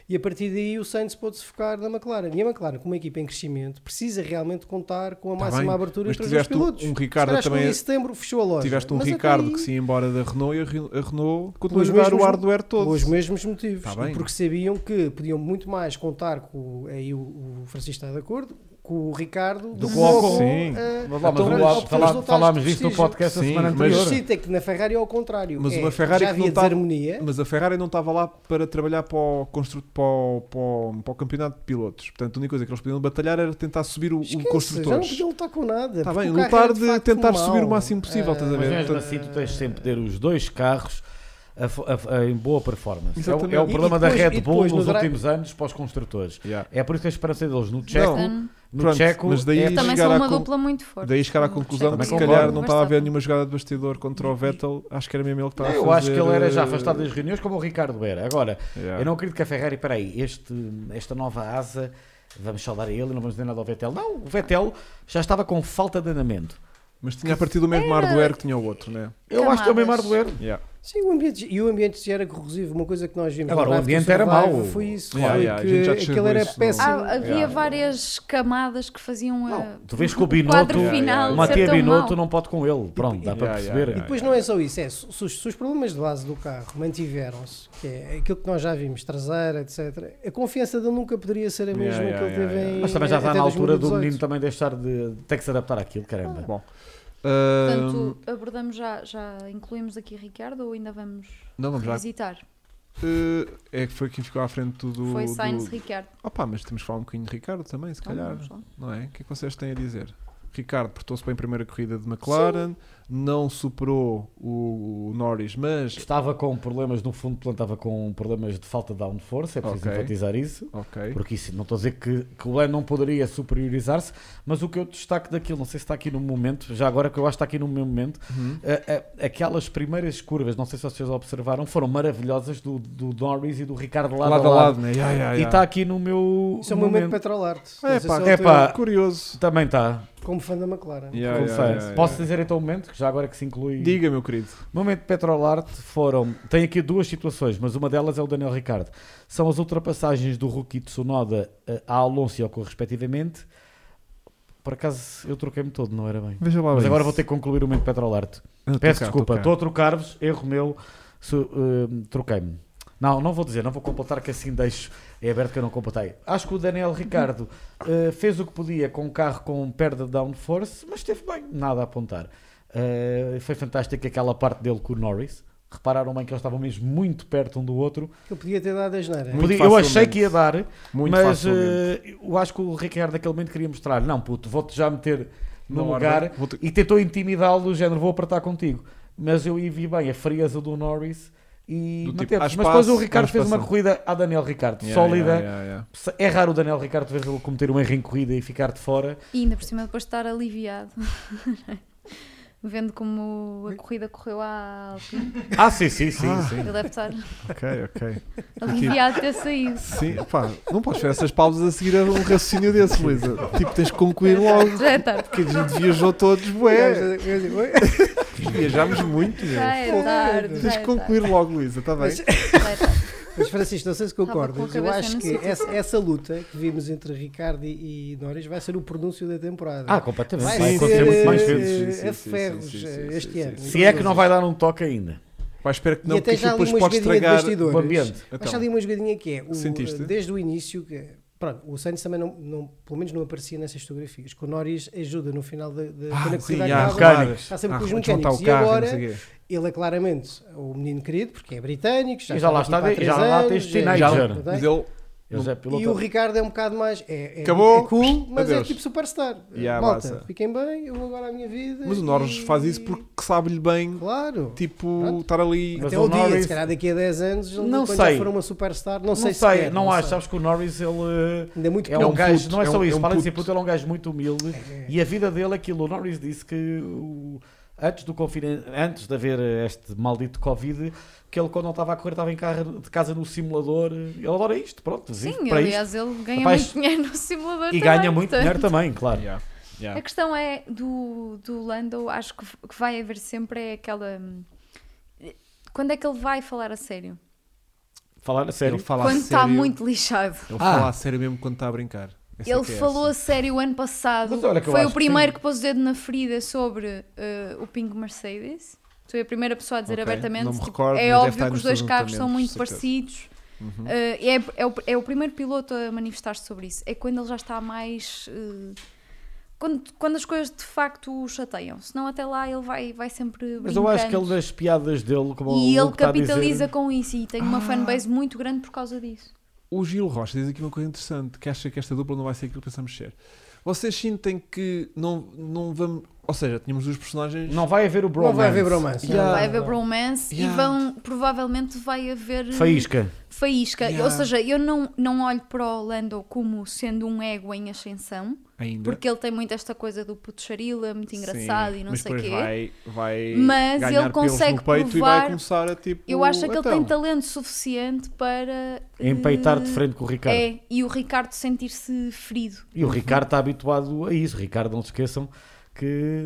S4: e a partir daí o Sainz pôde-se focar na McLaren e a McLaren como uma equipa em crescimento precisa realmente contar com a
S1: Tá
S4: máxima
S1: bem,
S4: abertura
S1: mas
S4: entre os dois
S1: tiveste um-
S4: pilotos
S1: um Ricardo
S4: Se calhar
S1: também-
S4: chegou em setembro fechou a loja
S1: Tiveste um
S4: Mas até
S1: Ricardo
S4: aí,
S1: que se ia embora da Renault e a Re- a Renault continua a
S4: Pelos
S1: jogar o
S4: mesmos-
S1: hardware todo.
S4: pelos mesmos motivos
S1: Tá
S4: e
S1: bem.
S4: porque sabiam que podiam muito mais contar com o- aí o, o Francisco está de acordo com o Ricardo
S3: Do
S4: que
S3: Glock.
S4: com,
S1: Sim.
S4: eh,
S3: Mas lá, mas
S1: Então,
S3: o-
S1: mas-
S3: fala-
S4: resultados
S3: falámos
S4: que
S3: disto no
S4: precisam.
S3: podcast da
S1: Sim,
S3: semana
S1: mas-
S4: Mas
S3: anterior.
S4: sinto é que na Ferrari é ao contrário.
S1: Mas
S4: É,
S1: uma Ferrari
S4: já
S1: que não tá
S4: havia
S1: está-
S4: desarmonia.
S1: É? Mas a Ferrari não estava lá para trabalhar para o, constru... para, o, para, o, para o campeonato de pilotos. Portanto, a única coisa que eles podiam batalhar era tentar subir o, o
S4: Esquece, Já não
S1: construtores.
S4: podia lutar com nada.
S1: Está
S4: porque
S1: bem,
S4: o carro
S1: lutar
S4: era
S1: de
S4: facto
S1: tentar
S4: mau.
S1: subir o máximo possível,
S4: Ah,
S1: estás a
S3: Mas
S1: ver?
S3: mesmo
S1: Portanto-
S3: assim, tu tens sempre de ter os dois carros a fo- a- a- em boa performance. É o- É, o
S1: Exatamente.
S3: problema
S4: E depois-
S3: da
S4: e
S3: Red
S4: depois
S3: Bull
S4: no
S3: nos
S4: drive-
S3: últimos anos para os construtores.
S1: Yeah.
S3: É por isso que a esperança deles no Checo,
S2: Portanto,
S3: no
S1: pronto,
S3: Checo
S1: mas daí-
S3: é-
S1: E
S2: Também
S1: chegar
S2: são
S1: à
S2: uma
S1: con-
S2: dupla muito forte.
S1: Daí chegar à
S2: Não sei
S1: conclusão
S2: como
S1: que
S2: é
S1: se
S3: concordo.
S1: calhar não estava a haver
S2: Verstappen.
S1: nenhuma jogada de bastidor contra o Vettel. Acho que era mesmo ele que estava a fazer...
S3: Eu acho que ele era já
S1: eh,
S3: afastado das reuniões como o Ricardo era. Agora,
S1: yeah.
S3: eu não acredito que a Ferrari, peraí, este, esta nova asa, vamos saudar a ele e não vamos dizer nada ao Vettel. Não, o Vettel já estava com falta de andamento.
S1: Mas tinha a partir do mesmo
S2: Era-
S1: hardware que tinha o outro, né?
S3: Eu acho que é o mesmo
S2: Camadas.
S3: hardware.
S1: Yeah.
S4: Sim, o ambiente, e o ambiente já era corrosivo. Uma coisa que nós vimos
S3: Agora,
S4: no
S3: o
S4: draft do
S3: ambiente era
S4: Survivor
S3: mau.
S4: Foi isso.
S1: Yeah,
S4: foi
S1: yeah, a
S4: que
S1: gente já te
S4: aquilo era
S1: chamou isso é? no-
S4: péssimo.
S2: Ah, havia
S1: Yeah.
S2: várias camadas que faziam a.
S3: Não, tu vês que o
S2: quadro
S3: Binotto,
S2: final
S3: o
S1: ser
S3: Matia
S2: tão
S3: Binotto
S2: mau.
S3: não pode com ele. Pronto, dá
S1: Yeah,
S3: para
S1: yeah,
S3: perceber.
S1: yeah.
S4: E depois não é só isso, é se, se os- se os problemas de base do carro mantiveram-se, que é aquilo que nós já vimos, traseira, etc., a confiança dele nunca poderia ser a
S1: Yeah,
S4: mesma
S1: yeah,
S4: que ele
S1: yeah,
S4: teve
S1: yeah.
S4: em.
S3: Mas também já está
S4: até
S3: na altura do
S4: 2018.
S3: menino também deixar de ter que se adaptar àquilo, caramba.
S1: Bom.
S2: Portanto,
S1: Ahm,
S2: abordamos já, já incluímos aqui Ricardo ou ainda vamos
S1: não, vamos lá.
S2: visitar?
S1: Eh, é que foi quem ficou à frente do...
S2: Foi Sainz,
S1: do...
S2: Ricardo.
S1: Opa, mas temos que falar um bocadinho de Ricardo também, se
S2: Então,
S1: calhar.
S2: vamos lá.
S1: não é? O que é que vocês têm a dizer? Ricardo portou-se bem em primeira corrida de McLaren, não superou o, o Norris, mas.
S3: Estava com problemas no fundo, de plano, estava com problemas de falta de downforce, é preciso
S1: Ok.
S3: enfatizar isso.
S1: Ok.
S3: Porque isso, não estou a dizer que, que o Lando não poderia superiorizar-se, mas o que eu destaco daquilo, não sei se está aqui no momento, já agora que eu acho que está aqui no meu momento,
S1: Uhum.
S3: a- a- aquelas primeiras curvas, não sei se vocês observaram, foram maravilhosas do, do Norris e do Ricardo lado,
S1: lado
S3: a
S1: a lado,
S3: lado.
S1: né? Ya, ya,
S3: E tá,
S1: ya.
S3: está aqui no meu.
S4: Isso é um
S3: momento.
S4: momento Petrolarte.
S1: É
S4: Mas
S1: pá,
S4: esse o
S3: é
S4: teu-
S3: pá.
S1: Curioso.
S3: Também está.
S4: Como fã da McLaren.
S1: Ya,
S3: como
S1: ya,
S3: sei.
S1: ya, ya.
S3: Posso dizer então o momento, que já agora que se inclui.
S1: Diga, meu querido.
S3: Momento Petrolarte foram. Tem aqui duas situações, mas uma delas é o Daniel Ricardo. São as ultrapassagens do rookie Tsunoda eh, a Alonso e ao Ocon, respectivamente. Por acaso eu troquei-me todo, não era bem.
S1: Veja lá.
S3: Mas agora vou ter que concluir o momento Petrolarte. Peço desculpa, estou a trocar-vos, erro meu, se, eh, troquei-me. Não, não vou dizer, não vou completar que assim deixo. É aberto que eu não completei. Acho que o Daniel Ricardo
S1: Uhum.
S3: eh, fez o que podia com um carro com perda de downforce, mas esteve bem, nada a apontar. Eh, foi fantástico aquela parte dele com o Norris. Repararam bem que eles estavam mesmo muito perto um do outro.
S4: Que eu podia ter dado a geneira.
S1: Muito
S3: Podia- eu achei
S1: facilmente.
S3: que ia dar,
S1: Muito
S3: mas
S1: facilmente.
S3: eh, eu acho que o Ricardo naquele momento queria mostrar: não, puto, vou-te já meter no
S1: Na
S3: lugar
S1: ordem. Vou ter-
S3: e tentou intimidá-lo do género, vou apertar contigo. Mas eu vi bem a frieza do Norris e
S1: Do tipo,
S3: manteve-se.
S1: há
S3: Mas depois
S1: espaço,
S3: o Ricardo
S1: vamos
S3: fez uma
S1: passando.
S3: corrida a Daniel Ricardo,
S1: Ya,
S3: sólida.
S1: ya, ya, ya.
S3: Se- É raro o Daniel Ricardo ver ele cometer um erro em corrida e ficar de fora.
S2: E ainda por cima depois de estar aliviado. [laughs] Vendo como a corrida correu à Alpine.
S3: Ah, sim, sim, sim.
S1: Ah.
S3: sim.
S2: Ele deve estar
S1: [laughs] Ok, ok.
S2: aliviado de ter saído.
S1: Tipo, Sim, pá, não podes ver essas pausas a seguir a um raciocínio desse, Luísa. Tipo, tens que concluir logo.
S2: Já é tarde.
S1: Que a gente viajou todos, bué.
S4: assim, Eu- eu- eu-
S1: Viajámos muito, meu.
S2: Já é
S1: Tens
S2: tarde. Já é
S1: que
S2: tarde.
S1: concluir logo, Luísa,
S4: tá
S1: está bem?
S2: Já é tarde.
S4: Mas Francisco, não sei se
S2: Estava com a
S4: concordas, eu
S2: cabeça
S4: acho
S2: no
S4: que
S2: sítio.
S4: essa, essa luta que vimos entre Ricardo e, e Norris vai ser o pronúncio da temporada.
S3: Ah, completamente.
S4: vai,
S3: Vai
S1: sim,
S3: acontecer
S4: ser
S3: muito
S4: eh,
S3: mais
S1: sim,
S3: vezes.
S1: sim, sim,
S4: a
S1: sim,
S4: ferros
S1: sim, sim,
S4: eh,
S1: sim,
S4: este
S1: sim,
S4: ano.
S1: sim.
S3: Se é que não vai dar um toque ainda.
S1: Pá, espero que
S4: E
S1: não,
S4: até
S1: porque
S4: já
S1: aquilo
S4: ali
S1: depois
S4: uma
S1: pode
S4: jogadinha de
S1: estragar.
S4: bastidores.
S3: o ambiente.
S1: Então.
S4: Mas há ali uma jogadinha que é, o,
S1: Sentiste?
S4: desde o início, que, pronto, o Sainz também, não, não- pelo menos não aparecia nessas fotografias, que o Norris ajuda no final da, da quando a
S1: Ah, sim,
S4: corrida
S1: há
S4: acaba,
S3: arrancar.
S1: mecânicos.
S4: Está sempre
S1: Há
S4: com os
S1: desmontar
S4: mecânicos.
S1: o
S4: E
S1: carro, não
S4: agora-
S1: sei o quê.
S4: ele é claramente o menino querido, porque é britânico, já,
S3: E já lá
S4: aqui
S3: está
S4: para há
S3: de-
S4: três
S3: já lá
S4: anos, é
S3: tens
S4: já-
S3: teenager.
S4: não tem?
S1: Mas ele
S3: Eles é piloto.
S4: E o Ricardo é um bocado mais. É, é-
S1: Acabou.
S4: é cool, mas é
S1: Adeus.
S4: tipo superstar.
S1: Yeah,
S4: Malta,
S1: massa.
S4: fiquem bem, eu vou agora à minha vida.
S1: Mas o
S4: e-
S1: Norris faz isso porque sabe-lhe bem,
S4: Claro.
S1: tipo,
S4: Pronto.
S1: estar ali.
S3: Mas
S4: Até
S3: o
S4: o dia,
S3: Norris-
S4: se calhar daqui a 10 anos, ele
S3: Não
S4: quando
S3: sei.
S4: já for uma superstar, não,
S3: Não
S4: sei,
S3: sei, é,
S4: sequer,
S3: não,
S4: não
S3: acho.
S4: sei.
S3: Sabes que o Norris, ele.
S4: Ainda é muito
S3: É
S1: É
S3: um,
S1: um
S3: gajo,
S1: puto,
S3: não é
S1: é
S3: só
S1: um-
S3: isso,
S1: é um
S3: para além de ser
S1: puto. É.
S3: puto, ele é um gajo muito humilde e a vida dele, aquilo, o Norris disse que o- antes do confina- antes de haver este maldito Covid, que ele quando não estava a correr estava em carro de casa no simulador, ele adora isto, pronto, vive
S2: Sim,
S3: para
S2: aliás, ele ganha
S3: Rapaz,
S2: muito dinheiro no simulador.
S3: isto e
S2: também,
S3: ganha muito
S2: portanto.
S3: dinheiro também, claro.
S1: Yeah, yeah.
S2: A questão é do, do Lando, acho que, que vai haver sempre é aquela. hum, Quando é que ele vai falar a sério?
S3: Falar a sério.
S1: Ele fala
S2: quando
S1: a sério.
S2: está muito lixado.
S1: Ele
S3: Ah.
S1: fala a sério mesmo quando está a brincar. Essa é
S2: Ele
S1: que é
S2: falou
S1: essa.
S2: a sério o ano passado.
S3: Mas olha que eu
S2: Foi
S3: acho
S2: o
S3: que
S2: primeiro que, pôs o dedo na ferida sobre eh, o Pink Mercedes. Foi a primeira pessoa a dizer
S1: Ok,
S2: abertamente.
S1: não me
S2: tipo,
S1: recordo, mas
S2: é
S1: deve
S2: óbvio
S1: estar
S2: que
S1: nos
S2: os dois
S1: seus
S2: carros são
S1: notamentos,
S2: muito
S1: certeza.
S2: parecidos. Eh, é, é o, é o primeiro piloto a manifestar-se sobre isso. É quando ele já está mais. eh, quando, quando as coisas de facto o chateiam. Senão até lá ele vai, vai sempre brincando.
S3: Mas eu acho que ele das piadas dele, como
S2: e
S3: o
S2: ele
S3: Hugo está a dizer-
S2: capitaliza com isso e tem uma
S1: Ah.
S2: fanbase muito grande por causa disso.
S1: O Gil Rocha diz aqui uma coisa interessante, que acha que esta dupla não vai ser aquilo que pensamos ser. Vocês sentem que não, não vamos... Ou seja, tínhamos dois personagens...
S3: Não vai haver o bromance.
S4: Não vai haver bromance.
S3: Yeah.
S4: Não é?
S2: Vai haver bromance
S1: Yeah.
S2: e vão, provavelmente vai haver. hum,
S3: Faísca.
S2: faísca.
S1: Yeah.
S2: Ou seja, eu não, não olho para o Lando como sendo um ego em ascensão,
S1: Ainda.
S2: porque ele tem muito esta coisa do puto charila, é muito
S1: Sim,
S2: engraçado e não
S1: mas
S2: sei
S1: depois
S2: quê.
S1: Vai, vai
S2: Mas
S1: ganhar
S2: ele
S1: pelos
S2: consegue
S1: no peito e
S2: provar-
S1: vai começar a tipo...
S2: Eu acho é que ele
S1: então,
S2: tem talento suficiente para.
S3: é Empeitar de
S2: eh,
S3: frente com o Ricardo.
S2: É, e o Ricardo sentir-se ferido.
S3: E o Ricardo está habituado a isso. Ricardo, não se esqueçam que,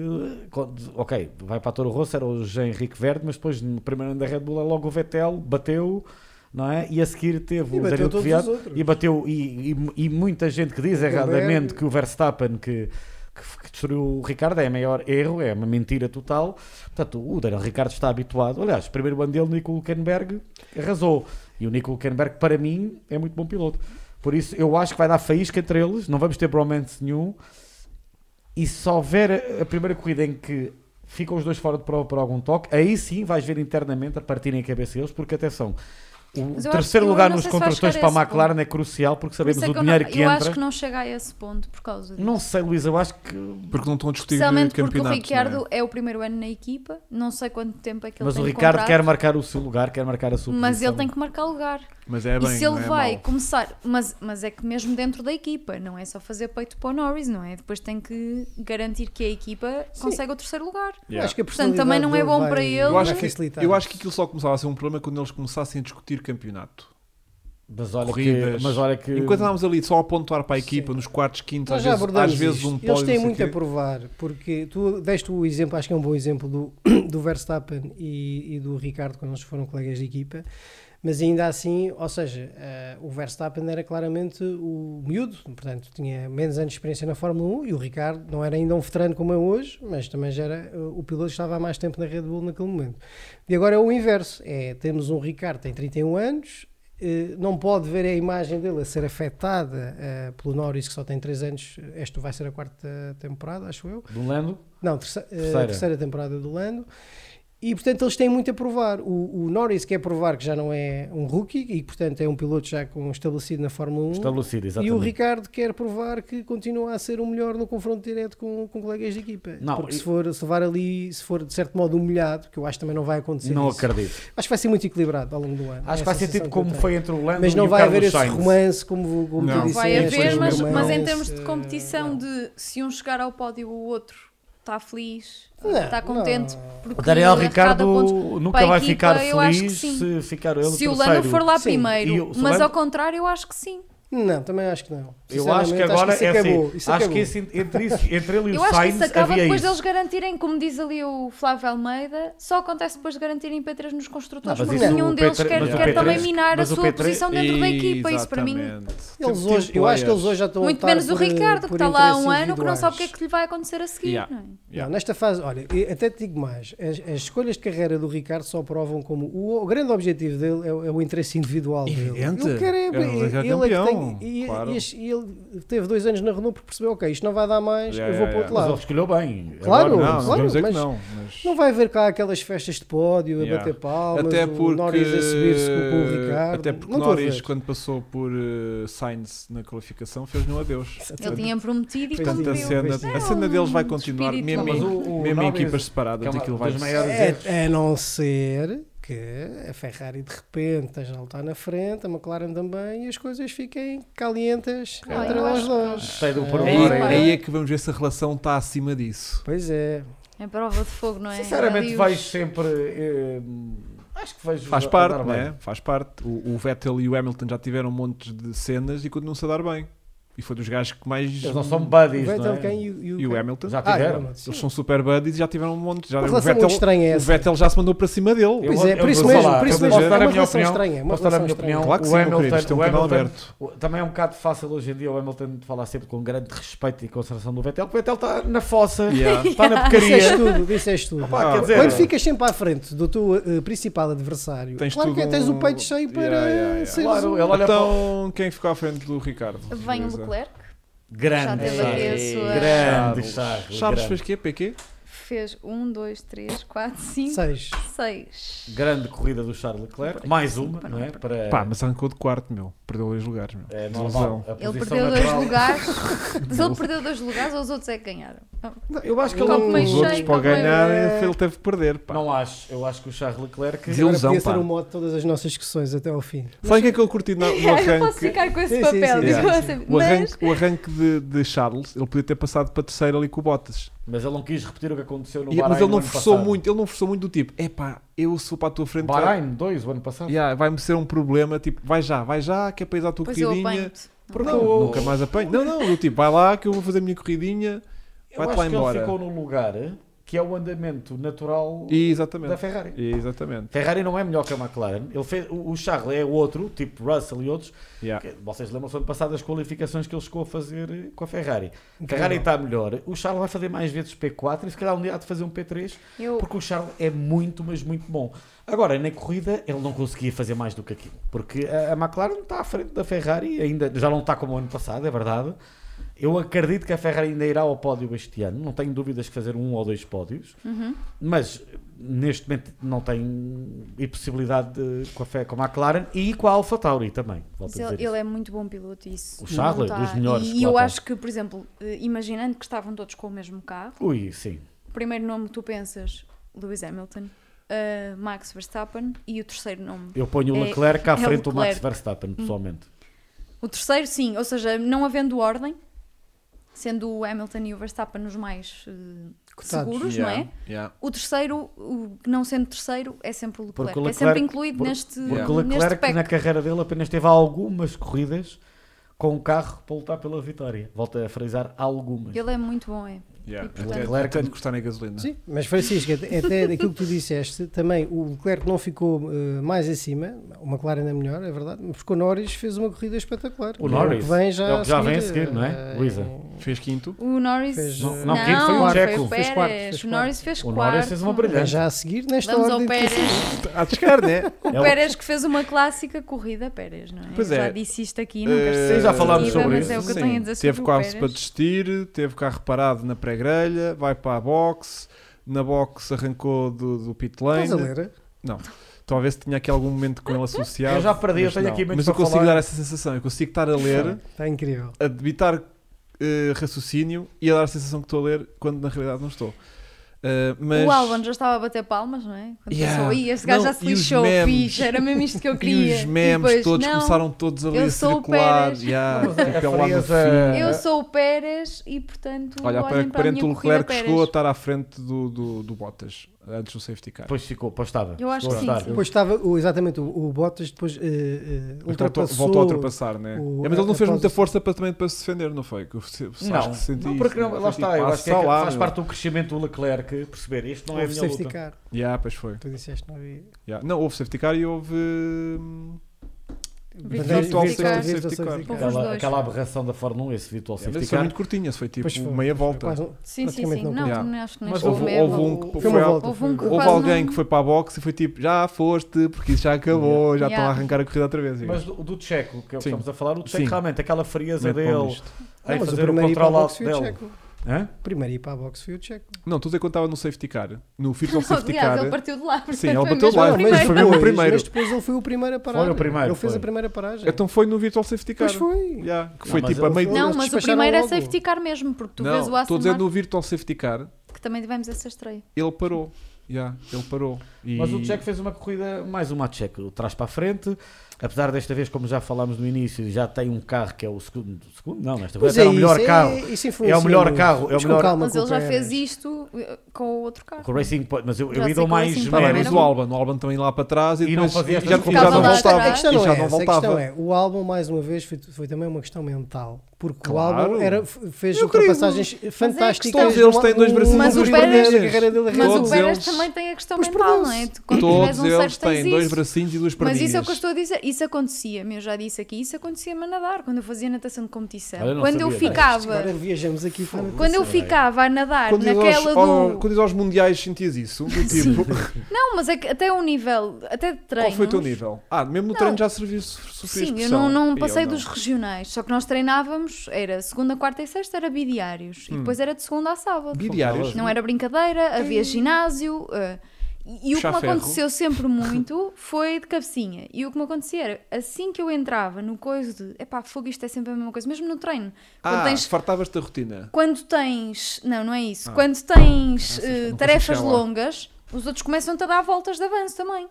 S3: quando- ok, vai para a Toro Rosso, era o Jean-Henrique Verde, mas depois no primeiro ano da Red Bull é logo o Vettel, bateu, não é? E a seguir teve
S4: E
S3: o Daniel
S4: bateu todos
S3: Kvyat
S4: os outros.
S3: e bateu, e, e- e muita gente que diz
S4: Huckenberg.
S3: erradamente que o Verstappen que, que- que destruiu o Ricardo é o maior erro, é uma mentira total. Portanto, o Daniel Ricardo está habituado. Aliás, o primeiro ano dele, o Nico Huckenberg, arrasou. E o Nico Huckenberg, para mim, é muito bom piloto. Por isso, eu acho que vai dar faísca entre eles, não vamos ter bromance nenhum. E se houver a- a primeira corrida em que ficam os dois fora de prova por algum toque, aí sim vais ver internamente a partirem a cabeça deles, porque atenção, o
S2: Mas eu acho
S3: terceiro
S2: que eu
S3: lugar
S2: não
S3: nos
S2: sei se vai
S3: contratores para
S2: chegar a
S3: a
S2: esse
S3: McLaren é crucial, porque
S2: Por
S3: sabemos
S2: isso é
S3: o
S2: que eu,
S3: dinheiro
S2: não,
S3: que
S2: eu
S3: entra.
S2: acho que não chega a esse ponto por causa disso.
S3: Não sei, Luís, eu acho que
S1: Porque não estão a
S3: Tipo
S1: discutir
S2: Especialmente porque o
S4: né?
S1: campeonatos,
S2: Ricardo
S1: não é?
S2: é o primeiro ano na equipa, não sei quanto tempo é que ele
S3: Mas
S2: tem
S3: o
S2: de
S3: Ricardo
S2: contrato,
S3: quer marcar então. o seu lugar, quer marcar a sua
S2: mas
S3: posição.
S2: ele tem que marcar lugar.
S1: Mas é bem,
S2: e se ele
S1: não é
S2: vai
S1: mau.
S2: começar, mas, mas é que mesmo dentro da equipa, não é só fazer peito para o Norris, não é? Depois tem que garantir que a equipa consegue o terceiro lugar.
S4: Eu acho que a
S2: Portanto, também não é bom
S4: personalidade
S2: para
S4: dele
S2: ele.
S1: Eu
S4: vai-
S1: acho,
S4: vai
S1: que,
S4: facilitar.
S1: eu acho que aquilo só começava a ser um problema quando eles começassem a discutir campeonato.
S3: Mas olha que...
S1: corridas.
S3: Mas olha que...
S1: Enquanto
S4: um
S1: andávamos ali só a pontuar para a equipa, nos quartos, quintos,
S4: Nós
S1: às
S4: já
S1: vezes,
S4: abordamos
S1: às vezes
S4: isto.
S1: um pódio.
S4: Eles têm
S1: não sei
S4: muito
S1: o
S4: a
S1: quê.
S4: provar, porque tu deste o exemplo, acho que é um bom exemplo do, [coughs] do Verstappen e, e do Ricardo, quando eles foram colegas de equipa, mas ainda assim, ou seja, eh, o Verstappen era claramente o miúdo, portanto, tinha menos anos de experiência na Fórmula 1 e o Ricardo não era ainda um veterano como é hoje, mas também já era eh, o piloto que estava há mais tempo na Red Bull naquele momento. E agora é o inverso: é, temos um Ricardo que tem 31 anos, eh, não pode ver a imagem dele a ser afetada eh, pelo Norris, que só tem 3 anos. Esta vai ser a quarta temporada, acho eu.
S3: Do um Lando?
S4: Não, terce- eh,
S3: Terceira.
S4: terceira. temporada do Lando. E portanto eles têm muito a provar. O, o Norris quer provar que já não é um rookie e que, portanto é um piloto já com, estabelecido na Fórmula 1.
S3: Estabelecido,
S4: E
S3: exatamente.
S4: o Ricardo quer provar que continua a ser o melhor no confronto direto com, com colegas de equipa.
S3: Não,
S4: Porque
S3: e-
S4: se for se levar ali, se for de certo modo humilhado, que eu acho que também não vai acontecer.
S3: Não
S4: isso.
S3: acredito.
S4: Acho que vai ser muito equilibrado ao longo do ano.
S3: Acho que
S4: É a
S3: vai ser
S4: sensação
S3: tipo
S4: que eu
S3: como
S4: tenho.
S3: foi entre o Lando
S4: Mas
S3: e o
S4: não vai haver
S3: Carlos
S4: esse
S3: Sainz.
S4: romance como, como
S1: Não.
S4: tu disseste.
S2: Vai haver,
S4: este
S2: mas,
S1: não.
S2: mas em
S4: romance,
S2: termos de
S4: eh,
S2: competição, de se um chegar ao pódio, o outro está feliz,
S4: Não,
S2: está contente.
S4: não.
S2: Porque
S3: O Daniel
S2: arrecada pontos.
S3: Ricardo nunca
S2: para a
S3: vai
S2: equipa,
S3: ficar
S2: eu acho que
S3: feliz
S2: sim.
S3: se ficar ele
S2: Se o
S3: terceiro.
S2: Lando for lá
S4: Sim,
S3: e o-
S2: primeiro,
S3: se o
S2: mas
S3: Lando-
S2: ao contrário, eu acho que sim.
S4: Não, também acho que não.
S3: Eu acho que
S4: Sinceramente,
S3: agora
S4: isso
S3: é
S4: acabou.
S3: assim.
S4: Isso
S3: acho
S4: acabou.
S3: que esse, entre, isso, entre ele
S2: [laughs]
S3: e
S2: Eu
S3: o
S2: acho que
S3: Sainz
S2: isso acaba
S3: havia
S2: depois
S3: isso.
S2: deles garantirem, como diz ali o Flávio Almeida, só acontece depois de garantirem P3 nos construtores,
S3: Não, mas
S2: porque
S3: isso
S2: nenhum
S3: o
S2: deles
S3: P3
S2: quer,
S3: mas o
S2: quer
S3: P3
S2: também minar a
S3: mas o
S2: sua
S3: P3
S2: posição dentro da equipa. é Isso para mim,
S1: Exatamente.
S4: Eles
S1: Tipo
S4: hoje, eu acho que eles
S1: players.
S4: hoje já estão a
S2: muito
S4: optar
S2: menos o
S4: por, eh,
S2: Ricardo, que
S4: por
S2: está lá há um
S4: interesses
S2: ano, que não sabe o que é
S4: individuais.
S2: que lhe vai acontecer a seguir.
S1: Yeah.
S2: não é?
S1: Yeah.
S4: Não, nesta fase, olha, e até te digo mais, as, as escolhas de carreira do Ricardo só provam como o, o grande objetivo dele é, o- é o interesse individual
S1: Evidente.
S4: dele. Ele quer é,
S1: Era um Ricardo
S4: ele, é que
S1: campeão,
S4: tem, e,
S1: claro.
S4: e este- e ele teve dois anos na Renault porque percebeu, ok, isto não vai dar mais,
S1: Yeah,
S4: eu
S1: yeah,
S4: vou para o
S1: yeah.
S4: outro
S3: Mas ele escolheu
S4: lado.
S3: bem.
S4: Claro,
S3: Agora,
S1: Não, não
S4: claro,
S1: vamos dizer que
S4: mas-
S1: não. Mas...
S4: Não vai haver cá aquelas festas de pódio,
S1: Yeah.
S4: a bater palmas,
S1: Até
S4: o Norris
S1: porque- eh,
S4: a subir-se com, com o lugar.
S1: Até porque
S4: não estou a
S1: Norris,
S4: ver.
S1: quando passou por eh, Sainz na qualificação, fez-lhe um adeus.
S2: Ele tinha prometido e
S4: Pois é.
S1: Portanto, a
S4: Deus,
S2: cumpriu.
S1: cena,
S4: pois é.
S1: a cena deles vai
S2: É um
S1: continuar,
S2: espírito.
S1: mesmo,
S2: Não, mas
S1: em-
S3: o- o
S1: mesmo em
S3: Norris,
S1: equipas
S3: que é
S1: separadas,
S3: uma
S1: aquilo
S3: das
S1: vai
S3: maiores-
S4: É, a não ser que a Ferrari de repente esteja a lutar na frente, a McLaren também, e as coisas fiquem calientes
S2: Ah,
S4: entre
S2: eu
S4: elas
S2: acho que-
S4: duas.
S3: Sei do
S4: É.
S3: por
S1: Aí,
S3: agora,
S2: Agora,
S1: aí
S2: é.
S1: é que vamos ver se a relação está acima disso.
S4: Pois é.
S2: É prova de fogo, não é?
S3: Sinceramente,
S2: Ali
S3: vejo
S2: os-
S3: sempre. eh, acho que vejo.
S1: Faz
S3: a- a
S1: parte,
S3: dar bem.
S1: né? Faz parte. O, o Vettel e o Hamilton já tiveram montes de cenas e continuam-se a dar bem. E foi dos gajos que mais.
S3: Eles não são buddies,
S4: Vettel,
S3: não é?
S4: quem? E o- e o-
S1: E o Hamilton.
S3: Já
S4: Ah,
S3: tiveram.
S4: sim.
S1: Eles são super buddies e já tiveram um monte. Já,
S4: Uma
S1: o,
S4: relação
S1: Vettel,
S4: muito estranha é
S1: o
S4: essa.
S1: Vettel já se mandou para cima dele.
S4: Eu- Pois é,
S3: eu
S4: por isso
S3: vou
S4: mesmo,
S3: falar,
S4: por isso
S3: eu
S4: mesmo,
S3: Posso
S4: é
S3: dar a
S4: uma
S3: minha
S4: relação
S3: opinião?
S4: estranha, é uma
S3: Posso dar a minha
S4: relação
S3: opinião?
S1: Claro que
S3: O
S1: sim, meu
S3: Hamilton-
S1: querido. Isto é um
S3: o
S1: canal
S3: Hamilton-
S1: aberto. [laughs]
S3: o- Também é um bocado fácil hoje em dia o Hamilton falar sempre com grande respeito e consideração do Vettel, porque o Vettel está na fossa,
S1: Yeah.
S3: está
S2: [laughs]
S3: na
S4: Disseste
S3: porcaria.
S4: tudo, disseste tudo.
S3: Pá, quer dizer,
S4: Quando ficas sempre à frente do teu eh, principal adversário,
S1: Tens
S4: claro que é,
S1: tudo
S4: tens o
S1: um-
S4: peito cheio para
S1: Yeah, yeah, yeah.
S4: seres
S3: claro,
S4: um-
S3: ele olha para
S1: Então, quem ficou à frente do Ricardo?
S2: Vem
S1: Beleza.
S2: o Leclerc, Já
S3: Grande
S2: teve
S3: Charles.
S1: é
S2: aqui a sua-
S3: Grande
S1: Charles.
S3: Charles.
S1: Charles
S3: grande.
S1: fez quê? PQ?
S2: fez 1, 2, 3, 4, 5,
S4: Seis.
S2: 6.
S3: Grande corrida do Charles Leclerc. Mais uma, não é? Para...
S1: Pá, mas arrancou de quarto, meu. Perdeu dois lugares, meu.
S3: É
S1: De
S3: normal.
S1: lesão.
S3: A
S2: Ele
S3: posição
S2: perdeu dois
S3: natural-
S2: lugares.
S3: [laughs]
S2: Se ele perdeu dois lugares, os outros é que ganharam.
S3: Não, Eu acho que
S2: Copo
S3: ele...
S2: meio
S1: Os outros,
S2: cheio,
S1: para
S2: também.
S1: ganhar, ele teve que perder. Pá.
S3: Não acho. Eu acho que o Charles Leclerc...
S1: Desilusão,
S4: Agora podia
S1: pá.
S4: ser o modo de todas as nossas discussões até ao fim.
S1: Sabe o que é que eu curti [laughs] no, no
S2: Eu posso
S1: arranque?
S2: ficar com esse
S4: Sim, sim,
S2: papel.
S4: sim,
S2: digo
S1: sim,
S2: assim,
S1: O
S2: Mas
S1: arranque, o arranque de, de Charles, ele podia ter passado para terceiro ali com o Bottas.
S3: Mas ele não quis repetir o que aconteceu no
S1: E-
S3: Bahrein
S1: mas ele
S3: no
S1: não
S3: ano
S1: forçou
S3: passado.
S1: muito, então. ele não forçou muito do tipo, epá, eu sou para a tua frente. vai-
S3: Bahrein, dois, o ano passado.
S1: Yeah, vai-me ser um problema, tipo, vai já, vai já, que é para ir à tua
S2: depois eu
S1: corridinha.
S2: apanho-te.
S1: Porque
S3: Não.
S1: eu nunca mais apanho. Não, não, do tipo, vai lá que eu vou fazer a minha corridinha.
S3: Eu
S1: Vai-te
S3: acho
S1: lá
S3: que
S1: embora.
S3: ele ficou no lugar eh, que é o andamento natural
S1: E
S3: da
S1: exatamente.
S3: Ferrari.
S1: E exatamente.
S3: Ferrari não é melhor que a McLaren. Ele fez, o, o Charles é outro, tipo Russell e outros.
S1: Yeah.
S3: que- vocês lembram-se do ano passado das qualificações que ele chegou a fazer eh, com a Ferrari. A Ferrari está melhor. O Charles vai fazer mais vezes P4 e se calhar um dia há de fazer um P3
S2: Eu,
S3: porque o Charles é muito, mas muito bom. Agora, na corrida, ele não conseguia fazer mais do que aquilo, porque a, a McLaren está à frente da Ferrari, ainda já não está como o ano passado, é verdade. Eu acredito que a Ferrari ainda irá ao pódio este ano, não tenho dúvidas que fazer um ou dois pódios,
S2: Uhum.
S3: mas neste momento não tem possibilidade de- com, a, Fe- com a McLaren e com a Alfa Tauri também.
S2: Mas
S3: Volto a
S2: ele, ele
S3: dizer isso.
S2: é muito bom piloto, isso.
S3: O Charles,
S2: não
S3: dos
S2: tá-
S3: melhores,
S2: E
S3: claro,
S2: eu
S3: tá.
S2: acho que, por exemplo, eh, imaginando que estavam todos com o mesmo carro,
S3: Ui, sim.
S2: o primeiro nome que tu pensas, Lewis Hamilton, eh, Max Verstappen, e o terceiro nome.
S3: Eu ponho o
S2: É-
S3: Leclerc à
S2: é o
S3: frente do Max
S2: Leclerc. Hum.
S3: Verstappen, pessoalmente.
S2: O terceiro, sim, ou seja, não havendo ordem, sendo o Hamilton e o Verstappen os mais eh,
S4: Cotados.
S2: seguros, não é?
S1: Yeah, yeah.
S2: O terceiro, o que não sendo terceiro, é sempre o Leclerc.
S3: Porque o
S2: é sempre
S3: Leclerc-
S2: incluído
S3: por-
S2: neste,
S3: Porque
S1: Yeah.
S3: o
S2: neste
S3: Leclerc
S2: pack.
S3: na carreira dele apenas teve algumas corridas com o carro para lutar pela vitória. Volto a frisar algumas.
S2: Ele é muito bom, é.
S1: Yeah.
S2: E, portanto-
S1: Até-
S3: Leclerc-
S1: Até de gostar na gasolina.
S4: Sim, mas Francisco, até até daquilo que tu disseste, também o Leclerc não ficou eh, mais acima, o McLaren é melhor, é verdade, mas porque o Norris fez uma corrida espetacular.
S3: O
S4: É
S3: Norris,
S4: que vem já,
S3: é o que já
S4: a seguir,
S3: vem a seguir, não é,
S4: eh,
S3: Luísa?
S1: Fez quinto.
S2: O Norris.
S4: Fez-
S3: Não,
S1: eh,
S4: Não,
S3: não, quem foi o
S2: foi
S3: Checo?
S2: o
S4: Fez
S2: Pérez.
S4: quarto, fez
S2: o
S4: quarto.
S2: Norris fez
S3: O
S2: quarto.
S3: Norris fez uma
S4: Vem
S3: brilhante.
S4: já a seguir, nesta
S2: Vamos ao
S4: ordem. de
S2: Pérez.
S1: Há de chegar, né?
S3: É
S2: O
S3: o-
S2: Pérez que fez uma clássica corrida, Pérez, não é?
S1: Pois
S2: Já
S1: é.
S2: disse isto aqui [laughs] e nunca
S1: Eh,
S3: Sim, já falámos
S2: Sim,
S3: sobre
S2: mas
S3: isso.
S2: é o que eu
S1: Sim,
S2: tenho a dizer
S1: Teve
S2: sobre o
S1: quase
S2: Pérez.
S1: para desistir, teve carro parado na pré-grelha, vai para a box, na box arrancou do, do pit
S4: Estás a
S1: lane.
S4: ler?
S1: Talvez se tinha aqui algum momento com ele associado.
S3: Eu já perdi, eu
S1: mas
S3: tenho
S1: não.
S3: aqui muito
S1: Mas eu
S3: para
S1: consigo
S3: falar.
S1: dar essa sensação, eu consigo estar a ler,
S4: Está incrível.
S1: a debitar eh, raciocínio e a dar a sensação que estou a ler quando na realidade não estou. Eh, mas
S2: O Albon já estava a bater palmas, não é? Quando
S1: Yeah.
S2: pensou, "Ih, este gajo
S1: Não,
S2: já se
S1: e os
S2: lixou,
S1: memes?
S2: fixe, era mesmo isto que
S1: [laughs]
S2: eu
S1: e
S2: queria.
S1: os memes
S2: depois,
S1: todos
S2: não,
S1: começaram todos ali
S2: eu
S1: a
S2: sou o
S1: circular.
S2: Pérez.
S1: Yeah,
S3: Mas a
S1: tipo, é lá no
S3: frieza-
S1: fim.
S2: Eu sou o Pérez e, portanto,
S1: Olha, para
S2: olhem para a minha
S1: aparente o
S2: corrida
S1: Leclerc que
S2: Pérez.
S1: chegou a estar à frente do, do, do Bottas, antes do safety car.
S3: Pois ficou, pois estava.
S2: Eu acho que
S3: Chegou a
S2: sim,
S3: estar.
S2: sim.
S4: Depois estava o- exatamente o, o Bottas, depois eh, eh,
S1: Mas voltou,
S4: ultrapassou.
S1: Então, voltou a ultrapassar, né?
S4: o-
S1: é, mas ele
S4: a-
S1: não
S4: a
S1: fez muita
S4: posição.
S1: força para, também para se defender, não foi? Que eu se- acho
S3: Não,
S1: que senti
S3: não,
S1: isso,
S3: porque não,
S1: né? Foi
S3: lá
S1: tipo,
S3: está, eu
S1: ah,
S3: acho que, é
S1: só
S3: que
S1: lá,
S3: faz
S1: meu.
S3: parte do crescimento do Leclerc perceber isto não é a
S4: Houve
S3: minha
S4: safety
S3: luta.
S4: car.
S1: Yeah, pois foi.
S4: Tu disseste, não é? havia.
S1: Yeah. Não, houve safety car e houve. hum,
S2: Virtual
S1: virtual
S2: safety car.
S1: safety- safety car.
S4: Safety car.
S2: Houve os
S3: Aquela,
S2: dois.
S3: aquela aberração da Fórmula 1, esse virtual
S1: Yeah,
S3: safety
S1: É, mas foi
S3: car.
S1: muito curtinha, se foi tipo
S4: Pois foi,
S1: meia
S4: pois
S1: volta.
S4: foi, quase um-
S2: Sim, sim,
S4: Praticamente
S2: sim. Não,
S4: não
S1: conta.
S2: não acho que nem
S3: Mas
S2: chegou
S1: houve,
S2: mesmo.
S1: houve um que
S4: Foi
S1: foi
S4: uma
S1: al-
S4: volta.
S2: Houve um que
S1: houve
S2: quase
S1: alguém
S2: não-
S1: que foi para a boxe e foi tipo, já foste, porque isso já acabou, já estão
S2: Yeah.
S1: a arrancar a corrida outra vez. E
S3: Mas do, do Checo, que é o que
S1: Sim.
S3: estamos a é falar, o Checo
S1: Sim.
S3: realmente, aquela frieza
S1: mete pão
S3: dele
S1: nisto.
S4: Não,
S3: em
S4: mas o
S3: fazer o
S4: primeiro
S3: controle
S4: hipócrita
S3: alto
S4: foi o
S3: dele.
S4: Checo.
S3: Hã?
S4: Primeiro a ir para a boxe foi o Checo.
S1: Não, tu a dizer quando estava no safety car,
S2: [laughs]
S1: no Fears of
S2: Não,
S1: Safety
S2: aliás, ele
S1: Car.
S2: partiu de lá. portanto,
S1: Sim, ele
S2: foi
S1: bateu
S2: mesmo
S1: de lá,
S2: o
S1: mas
S2: primeiro.
S1: foi mesmo o primeiro.
S4: Mas depois ele foi o primeiro a parar.
S3: Foi o primeiro,
S4: Ele fez
S3: foi. É
S4: a primeira paragem.
S1: Então foi no Virtual Safety Car.
S4: Pois foi.
S1: Yeah, que foi
S3: mas
S1: tipo a
S4: ele
S1: meio.
S4: foi-
S2: Não,
S4: Eles
S2: mas o
S4: despacharam
S2: primeiro é
S4: logo.
S2: safety car mesmo, porque tu
S1: Não,
S2: vês o
S1: estou
S2: Aston
S1: a dizer
S2: Martin,
S1: no Virtual Safety Car,
S2: que também tivemos essa estreia.
S1: ele parou. Yeah, ele parou. E-
S3: Mas o é Checo fez uma corrida, mais uma Checo, traz para a frente, apesar desta vez, como já falámos no início, já tem um carro que é o segundo, segundo? não, nesta vez
S4: Pois
S3: é, o melhor
S4: isso,
S3: carro,
S4: isso
S3: É o melhor
S4: influencia
S3: carro, é o
S4: muito. Mas com
S3: melhor-
S4: calma,
S2: Mas
S4: com
S2: ele já
S4: o né?
S2: fez
S4: Pérez.
S2: isto eh, com o outro carro.
S3: com o Racing Point, mas eu, eu
S2: Já
S3: ia
S2: sei
S3: dou
S2: que o
S3: mais
S2: Racing
S1: Tá bem,
S2: Point
S3: méritos
S1: mas
S2: Primeiro-
S1: o Alban, o Alban também lá para trás e,
S3: E não
S1: depois-
S3: fazia
S1: e
S3: estas
S1: já, e
S4: Tá
S1: já
S2: Ficava
S1: não
S2: lá
S1: voltava.
S2: atrás.
S4: A questão
S1: E
S4: não
S1: já
S4: é
S1: não
S4: essa, a questão
S1: voltava.
S4: é, o álbum mais uma vez foi, foi também uma questão mental, porque
S1: Claro.
S4: o álbum era, fez
S1: Eu creio.
S4: ultrapassagens fantásticas.
S1: todos eles têm dois
S4: no-
S1: brasileiros,
S2: Mas
S4: nos
S2: o Pérez-
S4: primeiros, a carreira é dele
S2: Mas
S1: Todos
S2: o Pérez
S1: eles-
S2: também tem a questão
S4: Pois
S2: mental,
S4: pronto.
S2: não é? Tu, quando tiveres
S1: Todos
S2: um
S1: eles
S2: surf, tens
S1: têm dois
S2: isso.
S1: bracinhos e duas
S2: Mas
S1: perninhas.
S2: isso é o que eu estou a dizer. Isso acontecia-me, eu já disse aqui, isso acontecia-me a nadar, quando eu fazia natação de competição.
S3: Olha, eu não
S2: quando eu
S3: sabia,
S4: Agora
S2: ficava,
S4: viajamos aqui para
S2: quando eu
S3: Sei.
S2: ficava a nadar
S1: é Quando diz aos,
S2: naquela
S1: ao-
S2: do.
S1: quando diz aos mundiais sentias
S2: [laughs]
S1: isso? Do tipo,
S2: Não, mas é que até um nível, até de treino.
S1: qual foi o teu nível? Ah, mesmo no treino já serviu suficiente.
S2: Sim, eu não, não passei dos regionais, só que nós treinávamos, era segunda, quarta e sexta, era bidiários, e depois era de segunda a sábado.
S1: Bidiários.
S2: Não era brincadeira, havia ginásio. eh, e e o que
S1: Puxar
S2: me
S1: ferro.
S2: aconteceu [laughs] sempre muito foi de cabecinha. E o que me acontecia era, assim que eu entrava no coiso de epá, fogo, isto é sempre a mesma coisa, mesmo no treino. Quando
S1: Ah,
S2: tens.
S1: fartavas da rotina.
S2: Quando tens. Não, não é isso. Quando tens eh,
S1: Ah. não consigo
S2: tarefas
S1: chegar lá.
S2: longas, os outros começam-te a dar voltas de avanço também.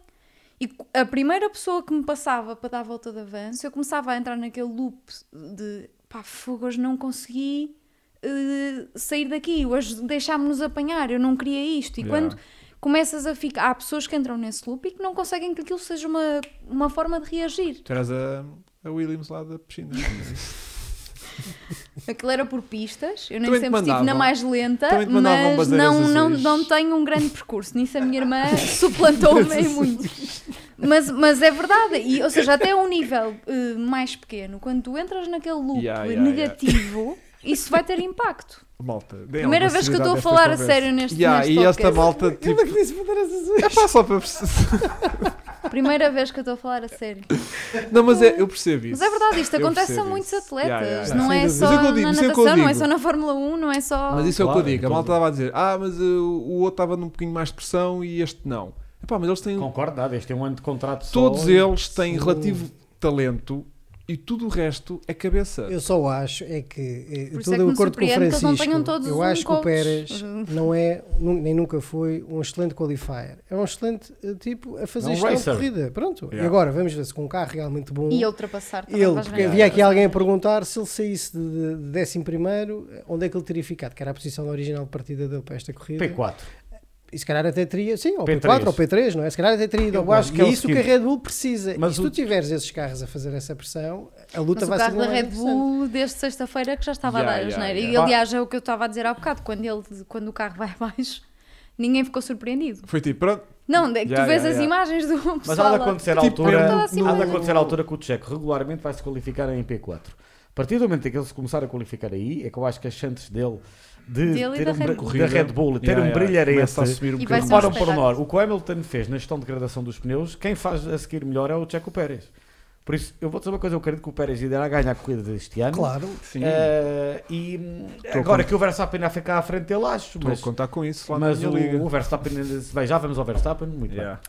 S2: E cu- a primeira pessoa que me passava para dar volta de avanço, eu começava a entrar naquele loop de pá, fogo, hoje não consegui eh, sair daqui, hoje deixámos-nos apanhar, eu não queria isto. E
S1: Yeah.
S2: quando começas a ficar. Há pessoas que entram nesse loop e que não conseguem que aquilo seja uma, uma forma de reagir.
S1: Tu eras a, a Williams lá da piscina.
S2: [laughs] Aquilo era por pistas, eu nem
S1: Também te
S2: sempre estive na
S1: mandavam.
S2: mais lenta,
S1: Também te mandavam
S2: mas
S1: bandeiras
S2: não, não,
S1: azuis.
S2: não tenho um grande percurso. Nisso a
S1: [laughs]
S2: minha irmã suplantou-me em muito. Mas, mas é verdade, e, ou seja, até um nível eh, mais pequeno, quando tu entras naquele loop
S1: Yeah, yeah,
S2: negativo, isso vai ter impacto.
S1: Malta, deem
S2: Primeira
S1: alguma
S2: vez que eu
S1: seriedade
S2: estou a
S1: nesta
S2: falar
S1: conversa.
S2: a sério neste,
S1: Yeah,
S2: neste
S1: e esta
S2: podcast. [laughs]
S1: malta, tipo,
S4: Como é que disse para as azuis?
S1: é pá, só para perceber.
S2: Primeira vez que eu estou a falar a sério.
S1: Não, mas é, eu percebo isso.
S2: Mas é verdade, isto
S1: Eu
S2: acontece a
S1: percebo
S2: muitos
S1: isso.
S2: atletas,
S1: Yeah, yeah,
S2: não
S1: yeah.
S2: é
S1: Sem dúvida. Mas é o que
S2: só
S1: eu digo, isso
S2: na
S1: é o que eu
S2: natação, não é
S1: digo.
S2: só na Fórmula 1, não é só.
S1: Mas isso é o
S3: Claro,
S1: que eu digo. A
S3: então-
S1: malta estava a dizer, ah, mas uh, o outro estava num bocadinho mais de pressão e este não. Epá, mas eles têm.
S3: Concordo, nada, este é um ano de contrato só.
S1: todos
S3: e-
S1: eles têm relativo talento e tudo o resto é cabeça.
S4: [laughs] Eu só acho é que eh,
S2: Por isso
S4: tudo
S2: é que
S4: de
S2: me
S4: acordo com o
S2: surpreende que eles não
S4: Francisco.
S2: tenham todos
S4: eu
S2: um
S4: acho que
S2: coach.
S4: o Pérez não é nu- nem nunca foi um excelente qualifier. É um excelente eh, tipo a fazer
S3: É um
S4: gestão de
S3: racer.
S4: corrida. Pronto.
S1: Yeah.
S4: E agora vamos ver se com um carro realmente bom.
S2: E a ultrapassar também
S4: Ele,
S2: Então, faz
S4: porque
S2: bem.
S4: havia aqui alguém a perguntar se ele saísse de, de décimo primeiro, onde é que ele teria ficado? Que era a posição original de partida dele para esta corrida.
S3: P4.
S4: E se calhar até teria, sim, ou
S3: P3.
S4: P4 ou P3, não é? Se calhar até teria ido ao
S3: Eu acho
S4: Vasco.
S3: que
S4: E
S3: é o
S4: é isso que a
S3: seguinte.
S4: Red Bull precisa.
S3: Mas
S4: e se
S3: o-
S4: tu tiveres esses carros a fazer essa pressão, a
S2: Mas
S4: luta
S2: o
S4: vai ser
S2: carro da
S4: muito
S2: Red
S4: interessante.
S2: Bull desde sexta-feira que já estava
S1: Yeah,
S2: a dar a
S1: yeah,
S2: asneira.
S1: yeah.
S2: E aliás, é o que eu estava a dizer há bocado, quando, ele, quando o carro vai [laughs] abaixo, ninguém ficou surpreendido.
S1: Foi tipo, pronto.
S2: Não, é que
S1: Yeah,
S2: tu vês
S1: yeah,
S2: as
S1: yeah.
S2: imagens do pessoal.
S3: Mas há de
S2: lá.
S3: acontecer à
S1: Tipo,
S3: altura,
S2: eu- assim,
S3: há de
S2: mas-
S3: acontecer à altura que o Checo regularmente vai se qualificar em P4. A partir do momento em que ele se começar a qualificar aí, é que eu acho que as chances dele de
S2: Dele e
S3: ter
S2: da
S3: um
S2: Red
S3: bri-
S2: Bull.
S3: da Red Bull e ter
S1: Yeah,
S3: um
S1: yeah, começa a
S3: brilharete
S1: subir um
S2: E vai
S1: bocadinho.
S2: ser um
S3: Repara um
S2: espetáculo.
S3: pormenor, o que o Hamilton fez na gestão de degradação dos pneus, quem faz a seguir melhor é o Checo Pérez. Por isso, eu vou dizer uma coisa, eu acredito que o Pérez irá ganhar a corrida deste ano.
S4: Claro.
S1: Sim,
S3: Eh, e hum,
S1: Estou
S3: agora
S1: com-
S3: que o Verstappen irá ficar à frente dele, acho.
S1: estou
S3: Mas,
S1: a contar com isso lá
S3: mas
S1: na
S3: o,
S1: minha liga.
S3: o Verstappen, ainda se- bem, já vamos ao Verstappen, muito
S1: Yeah.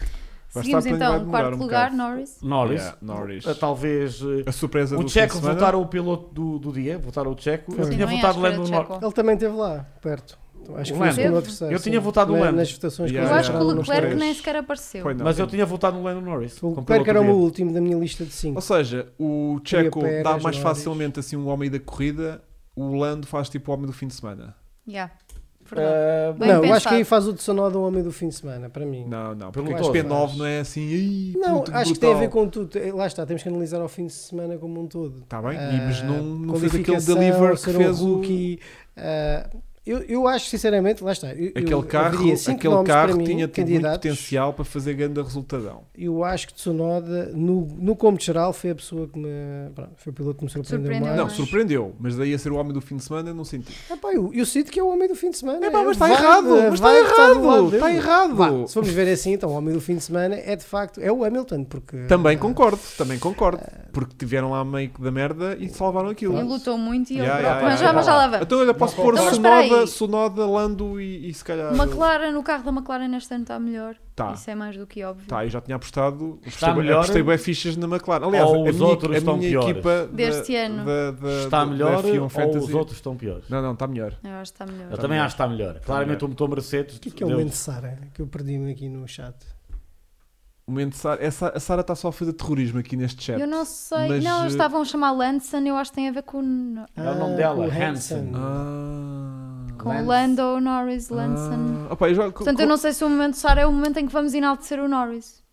S2: Seguimos
S1: Verstappen vai
S2: então o
S1: demorar
S2: quarto
S1: um
S2: lugar,
S1: bocado.
S2: Norris.
S3: bem. Norris,
S1: Yeah, Norris.
S3: eh, talvez... eh,
S1: A surpresa
S3: o
S1: do fim
S3: Checo
S1: de semana.
S3: votaram o piloto do, do dia, votaram o Checo. Eu
S4: Sim,
S3: tinha
S2: também
S3: votado
S2: acho que era
S3: Lando
S2: o
S3: Norris.
S2: Checo.
S4: Ele também esteve lá, perto. Então, Acho
S3: O
S4: que foi o
S3: Lando.
S4: segundo ou
S2: Teve?
S4: terceiro.
S3: Eu
S4: sim.
S3: Um tinha votado um o
S4: Na-
S3: Lando.
S4: Nas votações que
S1: Yeah,
S2: Eu
S4: eles
S2: acho que
S1: yeah.
S2: o
S4: entraram nos
S2: Leclerc
S1: três.
S2: nem sequer apareceu.
S1: Foi, não.
S3: Mas eu tinha votado no Lando Norris.
S4: O
S3: como
S4: Leclerc
S3: piloto
S4: era
S3: do
S4: o
S3: dia.
S4: último da minha lista de
S1: Ou
S4: 5.
S1: seja, o Checo
S4: Pérez,
S1: dá mais
S4: Norris.
S1: facilmente assim um homem da corrida, o Lando faz tipo o homem do fim de semana.
S2: Yeah.
S1: É,
S2: Verdade.
S3: Eh,
S2: Bem
S4: Não, eu acho
S2: pensado.
S4: que aí faz o de Sonoda o homem do fim de semana, para mim.
S1: Não, não,
S3: Pelo
S1: porque o
S3: todo.
S1: P9 não é assim. "Ei,
S4: Não,
S1: puto,
S4: acho que tem a ver
S1: brutal."
S4: com tudo. Eh, Lá está, temos que analisar ao fim de semana como um todo.
S1: Tá bem,
S4: Ah,
S1: e mas não, não fez aquele
S4: qualificação,
S1: deliver que
S4: ser um
S1: fez o.
S4: rookie, ah, eu, eu acho, sinceramente, lá está. eu- eu- eu
S1: Aquele carro,
S4: diria cinco
S1: aquele
S4: nomes para
S1: carro
S4: mim,
S1: tinha tido muito
S4: candidatos.
S1: potencial para fazer grande resultadão.
S4: Eu acho que Tsunoda, no, no como geral, foi a pessoa que me. pronto, foi o piloto que me surpreendeu,
S2: Surpreendeu
S4: mais.
S1: Não,
S2: mas-
S1: surpreendeu, mas daí a ser o homem do fim de semana não senti.
S4: Epá, eu, eu sinto que é o homem do fim de semana.
S1: Epá,
S4: É,
S1: mas tá
S4: vai-
S1: errado, mas tá
S4: vai estar do lado
S1: errado,
S4: dele.
S1: tá errado.
S4: Vá, se vamos ver assim, então o homem do fim de semana é de facto é o Hamilton, porque
S1: Também
S4: ah,
S1: concordo, também concordo, porque tiveram lá meio que da merda e salvaram aquilo.
S2: Ele lutou muito e ele
S1: Yeah,
S2: próprio.
S1: yeah,
S2: mas,
S1: yeah,
S2: já, mas já lá vamos.
S1: Então olha, posso pôr
S2: Então, mas
S1: Sonoda
S2: espera
S1: Sonoda,
S2: aí, e-
S1: Sonoda, Lando e, e se calhar.
S2: McLaren, o carro da McLaren neste ano está melhor.
S1: Tá.
S2: Isso é mais do que óbvio.
S1: Tá, eu já tinha apostado.
S3: Está
S1: Apostei, bem-
S3: melhor?
S1: apostei bem fichas na McLaren. Aliás,
S3: Ou
S1: a
S3: os
S1: minha,
S3: outros
S1: a
S3: estão
S1: minha
S3: piores?
S1: equipa
S2: Deste
S1: da,
S2: ano.
S1: da- da-
S3: Está
S1: da
S3: melhor
S1: F1
S3: ou os
S1: Fantasy.
S3: outros estão piores?
S1: Não, não, está melhor.
S2: Eu acho que está melhor.
S3: Eu também
S1: melhor.
S3: acho que está melhor. Claramente o motor Mercedes.
S4: O que é, que é o
S3: deu-
S4: momento de Sara? Que eu perdi-me aqui no chat.
S1: O momento de Sara- essa- a Sara está só a fazer terrorismo aqui neste chat.
S2: Eu não sei.
S1: Mas,
S2: não,
S1: eh,
S2: eles estavam a chamar Lanson, eu acho que tem a ver com, o-
S3: É o nome dela,
S4: o
S3: Hansen.
S1: Ah.
S2: com
S3: Lance.
S2: Lando Norris Lanson.
S1: Ah, opa, eu já-
S2: Portanto, eu não sei se o momento de Sara é o momento em que vamos enaltecer o Norris.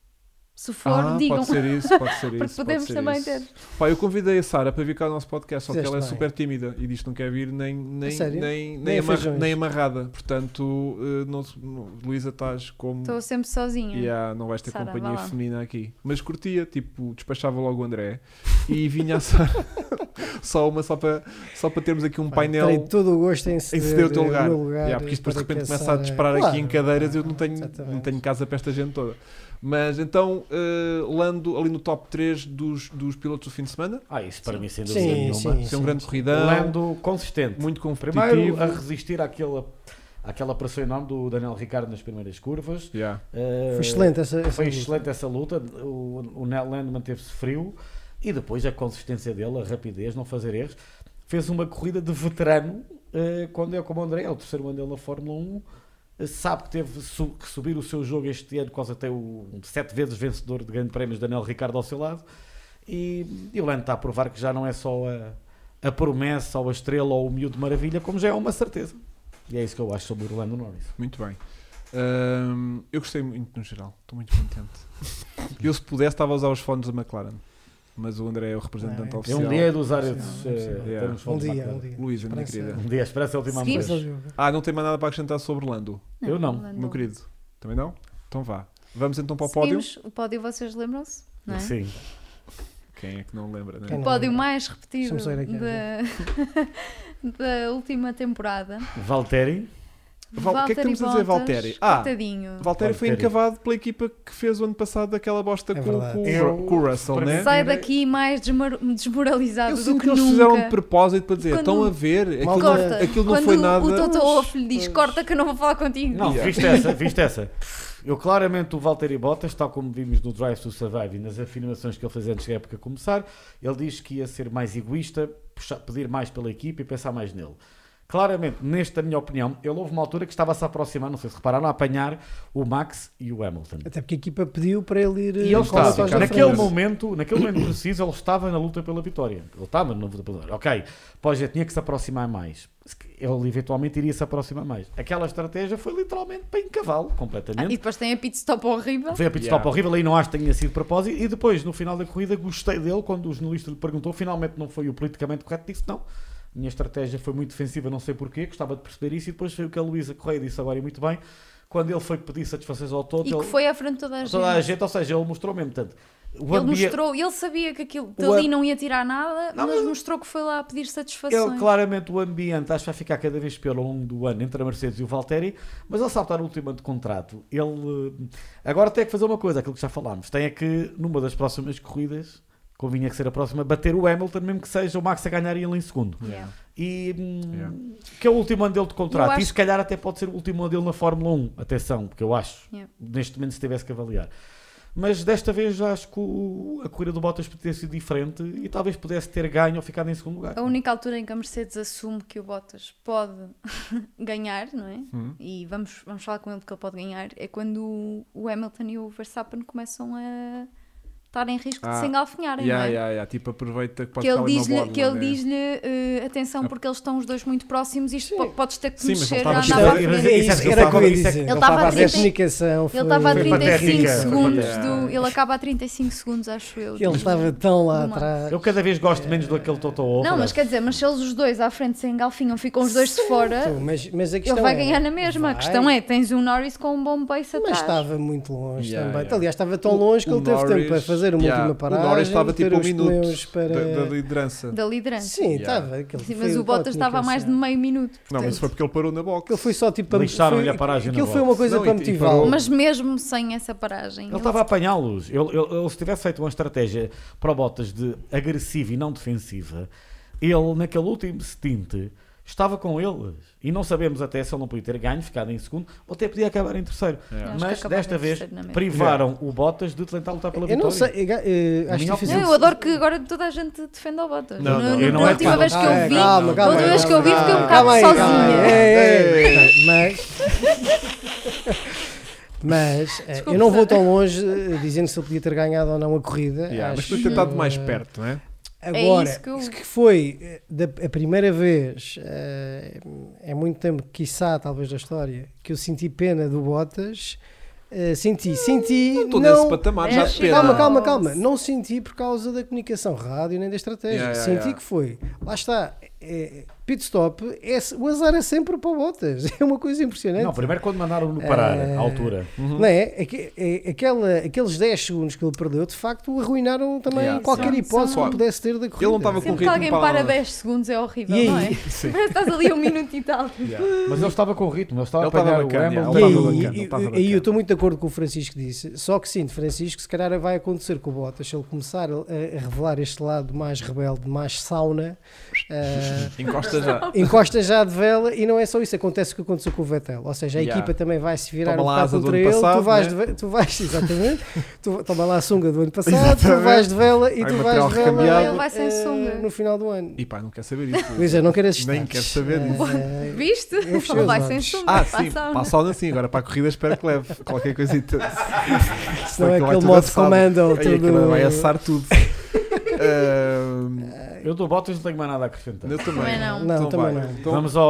S2: Se for,
S1: Ah,
S2: digam.
S1: Pode ser isso, pode ser isso.
S2: Porque
S1: pode
S2: podemos
S1: ser
S2: também
S1: isso.
S2: ter.
S1: Pá, eu convidei a Sara para vir cá ao nosso podcast, só que
S4: Fizeste
S1: ela é
S4: bem.
S1: super tímida e diz que não quer vir nem, nem,
S4: sério?
S1: nem, nem,
S4: Nem a
S1: amar-
S4: feijões.
S1: nem amarrada. Portanto, eh, não, se- não- Luísa, estás como.
S2: [laughs] Estou sempre sozinha.
S1: E há- não vais ter
S2: assim. Sara,
S1: companhia
S2: vá lá.
S1: feminina aqui. Mas curtia, tipo, despachava logo o André e vinha a Sara. [laughs] só uma, só para, só para termos aqui um painel.
S4: Terei todo o gosto em
S1: Em
S4: ceder,
S1: ceder o teu
S4: eh,
S1: lugar.
S4: o meu lugar
S1: Yeah, porque isto depois de
S4: para que
S1: repente começa a
S4: Sara-
S1: disparar
S4: Claro, é?
S1: aqui em cadeiras eu não tenho,
S4: exatamente.
S1: não tenho casa para esta gente toda. Mas então, eh, Lando ali no top 3 dos, dos pilotos do fim de semana.
S3: Ah, isso para mim sem dúvida
S4: Sim,
S3: nenhuma.
S4: sim.
S1: Ser um
S4: sim.
S1: grande corridão,
S3: Lando consistente.
S1: muito competitivo.
S3: Primeiro a resistir àquela, àquela pressão enorme do Daniel Ricardo nas primeiras curvas.
S1: Yeah.
S3: Eh,
S4: Foi excelente essa. essa
S3: Foi
S4: luta.
S3: excelente essa luta. O, o Ned Land manteve-se frio e depois a consistência dele, a rapidez, não fazer erros. Fez uma corrida de veterano eh, quando é como o André, é o terceiro ano dele na Fórmula 1. eh, Sabe que teve su- que subir o seu jogo este ano, quase até o sete vezes vencedor de Grande Prémios, Daniel Ricardo ao seu lado. E, e o Lando está a provar que já não é só a, a promessa ou a estrela ou o miúdo maravilha, como já é uma certeza. E é isso que eu acho sobre o Lando Norris.
S1: Muito bem. Ahm, eu gostei muito no geral, estou muito contente.
S4: [laughs]
S1: eu, se pudesse, estava a usar os fones da McLaren. Mas o André é o representante
S4: Não, é-
S3: É
S1: oficial.
S3: um dia de usar
S4: Sim,
S3: esses.
S4: sim.
S3: eh,
S1: Yeah.
S3: termos
S4: Um
S3: fortes
S4: dia,
S3: marcados.
S4: um dia.
S1: Luísa, minha
S4: Esperança.
S1: querida.
S3: Um dia, expressa a última
S2: Seguimos?
S3: vez.
S4: Esse é o jogo.
S1: Ah, não tem mais nada para acrescentar sobre Lando,
S3: Eu não,
S2: Lando.
S1: meu querido. Também não? Então vá. Vamos então para o pódio.
S2: Seguimos o pódio, vocês lembram-se? Não é?
S3: Sim.
S1: Quem é que não lembra, né?
S4: Quem
S2: O
S4: não
S2: pódio
S4: lembra?
S2: mais repetido
S4: Deixa-me só ir aqui,
S2: da... [laughs] da última temporada.
S3: Valtteri,
S1: Val- o que é que
S2: Valtteri
S1: temos a dizer,
S2: Bottas,
S1: Valtteri? Ah,
S2: coitadinho.
S1: Valtteri foi
S3: Valtteri.
S1: encavado pela equipa que fez o ano passado aquela bosta
S4: É
S1: com,
S4: verdade.
S1: com o-
S3: Eu-
S1: com o Russell,
S3: para
S1: né?
S3: mim-
S2: Sai
S3: Era-
S2: daqui mais desmor- desmoralizado
S1: Eu
S2: do
S1: sinto
S2: que,
S1: que eles
S2: nunca.
S1: fizeram de propósito para dizer:
S2: Quando-
S1: estão a ver, aquilo não,
S2: Corta.
S1: aquilo não
S2: Quando
S1: foi
S2: o
S1: nada.
S2: Toto Wolff lhe diz, corta que eu não vou falar contigo.
S3: não,
S1: Yeah.
S3: viste essa, viste essa. Eu claramente o Valtteri Bottas, tal como vimos no Drive to Survive e nas afirmações que ele fez antes da época começar, ele diz que ia ser mais egoísta, puxar- pedir mais pela equipa e pensar mais nele. Claramente, nesta minha opinião, ele houve uma altura que estava a se aproximar, não sei se repararam, a apanhar o Max e o Hamilton.
S4: Até porque a equipa pediu para ele ir. eh,
S3: E ele
S4: com
S1: estava,
S4: a vantagem
S3: estava,
S4: à
S1: naquele
S3: naquele
S4: frente.
S1: frente.
S3: momento, naquele momento preciso, ele estava na luta pela vitória. Ele estava na luta pela vitória. Ok, pois já tinha que se aproximar mais. Ele eventualmente iria se aproximar mais. Aquela estratégia foi literalmente para encavá-lo
S2: Ah, e
S3: completamente.
S2: depois tem a pit stop horrível.
S3: Foi a pit
S1: Yeah.
S3: stop horrível e não acho que tenha sido de propósito. E depois, no final da corrida, gostei dele quando o jornalista lhe perguntou. Finalmente não foi o politicamente correto. Disse não. Minha estratégia foi muito defensiva, não sei porquê. Gostava de perceber isso. E depois foi o que a Luísa Correia disse agora e muito bem. Quando ele foi pedir satisfações ao todo,
S2: E que
S3: ele-
S2: foi à frente de toda a gente.
S3: toda a gente, ou seja, ele mostrou mesmo. Portanto, o
S2: Ele
S3: ambiente-
S2: mostrou, ele sabia que aquilo
S3: O
S2: dali
S3: am-
S2: não ia tirar nada,
S3: Não,
S2: mas
S3: mas-
S2: mostrou que foi lá a pedir satisfações.
S3: Ele, claramente, o ambiente acho que vai ficar cada vez pior ao longo do ano entre a Mercedes e o Valtteri, mas ele sabe estar no último ano de contrato. Ele eh, agora tem que fazer uma coisa, aquilo que já falámos, tem é que, numa das próximas corridas, convinha que ser a próxima, bater o Hamilton, mesmo que seja o Max a ganhar e ele em segundo.
S2: Yeah.
S3: E hum,
S1: Yeah.
S3: que é o último ano dele de contrato.
S2: Eu
S3: E
S2: acho-
S3: se calhar até pode ser o último ano dele na Fórmula 1. Atenção, porque eu acho,
S2: Yeah.
S3: neste momento, se tivesse que avaliar. Mas desta vez acho que o- a corrida do Bottas podia ter sido diferente e talvez pudesse ter ganho ou ficado em segundo lugar.
S2: A única altura em que a Mercedes assume que o Bottas pode [laughs] ganhar, não é?
S1: Hum.
S2: E vamos, vamos falar com ele que ele pode ganhar, é quando o- o Hamilton e o Verstappen começam a estar em risco de
S1: Ah,
S2: se engalfinharem,
S1: Yeah,
S2: não é?
S1: yeah, yeah, Tipo, aproveita que
S2: Que
S1: pode
S2: ele
S1: estar ali
S2: diz-lhe,
S1: uma borda,
S2: que ele
S1: né?
S2: diz-lhe eh, atenção, porque eles estão os dois muito próximos e isto po- podes ter que
S1: Sim, mas ele
S2: mexer
S1: estava
S2: a
S1: a
S2: andar para a
S3: dizer-
S2: frente.
S3: Isso é
S4: Era isso
S3: que
S4: que
S3: ele
S4: era o que
S3: estava-
S4: eu ia
S3: isso é que
S4: dizer.
S2: ele estava a
S4: a
S2: trinta e-
S4: comunicação.
S2: Ele estava a
S4: foi-
S2: 35
S3: patética, foi
S2: segundos
S1: patética.
S2: do. Ele acaba a 35 segundos, acho eu.
S4: Ele
S2: do-
S4: estava tão lá
S2: do Max.
S4: atrás.
S3: Eu cada vez gosto menos daquele Toto Wolff.
S2: Não, mas quer dizer, mas se eles os dois à frente se engalfinham, ficam os dois de
S4: Então,
S2: fora,
S4: Mas, mas a questão
S2: ele vai
S4: é-
S2: ganhar na mesma. A
S4: vai,
S2: questão é: tens um Norris com um bom pace atrás.
S4: Mas estava muito longe
S1: Yeah,
S4: também.
S1: yeah.
S4: Aliás, estava tão longe que
S1: O
S4: ele teve
S1: Norris-
S4: tempo para fazer uma
S1: yeah,
S4: última paragem.
S1: O Norris estava
S4: ter
S1: tipo um
S4: os pneus
S1: minuto
S4: para...
S1: da, da liderança.
S2: Da liderança. É. Sim,
S4: Sim,
S1: Yeah.
S4: estava. aquele
S2: mas
S4: foi
S2: o Bottas estava a mais de
S4: comunicação.
S2: meio minuto.
S1: Não, mas
S2: portanto.
S1: foi porque ele parou na box.
S4: Aquilo foi só tipo para
S3: Lixaram-lhe
S4: foi-
S3: a paragem na
S4: Aquilo foi
S3: bola.
S4: uma coisa
S1: Não,
S4: para
S1: e- e
S4: motivá-lo.
S1: parou-
S2: Mas mesmo sem essa paragem.
S3: Ele estava a apanhá-los. Ele, ele- ele, se tivesse feito uma estratégia para o Bottas de agressiva e não defensiva, ele, naquele último stint, estava com eles. E não sabemos até se ele não podia ter ganho, ficado em segundo, ou até podia acabar em terceiro.
S1: É.
S2: Acho que
S3: Mas
S2: acabava
S3: desta
S2: em
S3: vez
S2: terceiro é na mesma.
S3: privaram o Bottas de tentar lutar pela
S4: Eu
S3: vitória.
S4: não sei, eu, eh, acho
S3: Minha
S4: difícil.
S2: Não, eu adoro que agora toda a gente defende o Bottas.
S1: Não,
S2: Não,
S1: não,
S2: na
S1: eu não
S2: na
S1: é
S2: última
S3: fã.
S2: vez que eu
S4: Ah, é,
S2: vi,
S4: calma,
S2: na
S4: calma,
S2: última vez que eu vi,
S4: calma,
S2: fiquei um
S4: calma
S2: bocado
S4: aí, calma aí.
S2: sozinha.
S4: É, é, é, Mas. Mas eh,
S2: Desculpa.
S4: eu não vou tão longe eh, dizendo se ele podia ter ganhado ou não a corrida.
S1: Yeah, mas
S4: Acho,
S1: tu tentado mais
S4: eh,
S1: perto, não é?
S4: Agora,
S2: isso que eu-
S4: isso que foi eh, da, a primeira vez, eh, é muito tempo, quiçá, talvez da história, que eu senti pena do Bottas. Eh, senti, senti.
S1: Hum, Não estou nesse
S4: não-
S1: patamar,
S2: É,
S1: já de
S2: sim.
S1: pena.
S4: Calma, calma, calma. Não senti por causa da comunicação rádio nem da estratégia.
S1: Yeah, yeah,
S4: senti
S1: yeah.
S4: que foi. Lá está. É, pit stop. É, o azar é sempre para Bottas. [laughs] É uma coisa impressionante.
S3: Não,
S4: Não, Eh,
S3: primeiro quando mandaram-no parar, à altura.
S1: Uhum.
S4: é? Aque- é- aquela- aqueles 10 segundos que ele perdeu, de facto, o arruinaram também
S1: Yeah,
S4: qualquer
S2: sim.
S4: hipótese
S1: São-
S4: que pudesse ter da corrida.
S1: Ele não estava com
S2: Sempre que
S1: ritmo
S2: alguém
S1: para
S2: para
S1: nada.
S2: 10 segundos é horrível,
S4: E
S2: não é?
S4: aí?
S1: Sim.
S2: Parece que estás ali um minuto e tal.
S1: Yeah.
S3: Mas ele estava com ritmo, ele estava
S1: Ele
S3: a apanhar
S1: estava bacana,
S3: o
S4: E
S1: ele estava bacana.
S3: Hamilton.
S4: aí,
S1: ele
S4: e-
S1: estava
S4: e- aí eu estou muito de acordo com o Francisco disse. Só que sim, de Francisco, se calhar vai acontecer com o Bottas, se ele começar a, a revelar este lado mais rebelde, mais sauna,
S2: [laughs]
S4: ah,
S1: Encosta já.
S4: encosta já de vela e não é só isso, acontece o que aconteceu com o Vettel. Ou seja, a
S1: Yeah.
S4: equipa também vai se virar
S1: Toma
S4: um
S1: lá a
S4: bocado
S1: asa do
S4: contra
S1: ano
S4: ele,
S1: passado,
S4: tu vais,
S1: né?
S4: de ve- tu vais exatamente, tu, toma lá a sunga do
S1: [laughs]
S4: ano passado, tu vais de vela e
S1: Vai
S4: tu
S1: material
S4: vais de vela
S1: recambiado.
S2: Ele vai sem
S4: eh,
S2: sunga.
S4: no final do ano.
S1: E pá, não quer saber isso.
S4: Pois é, não quero Eh, assistir.
S1: Nem quero saber disso.
S2: [laughs] Viste?
S4: Eu fechei
S2: Ele
S4: os
S2: vai
S4: olhos.
S2: sem sombra,
S1: Ah,
S2: para a
S1: sim,
S2: sauna.
S1: para a sauna sim, agora para a corrida espero que leve qualquer coisita.
S4: [laughs] Senão
S1: Aquilo
S4: é
S1: vai
S4: aquele
S1: tudo
S4: modo
S1: assado.
S4: comando.
S1: Aí aquilo
S4: todo-
S1: vai assar tudo. Ahm,
S3: Eu do Bottas não tenho mais nada a acrescentar.
S1: é. eu também.
S2: Também não.
S4: Não,
S1: Então
S4: também
S1: vai.
S4: não.
S1: Então,
S3: Vamos ao,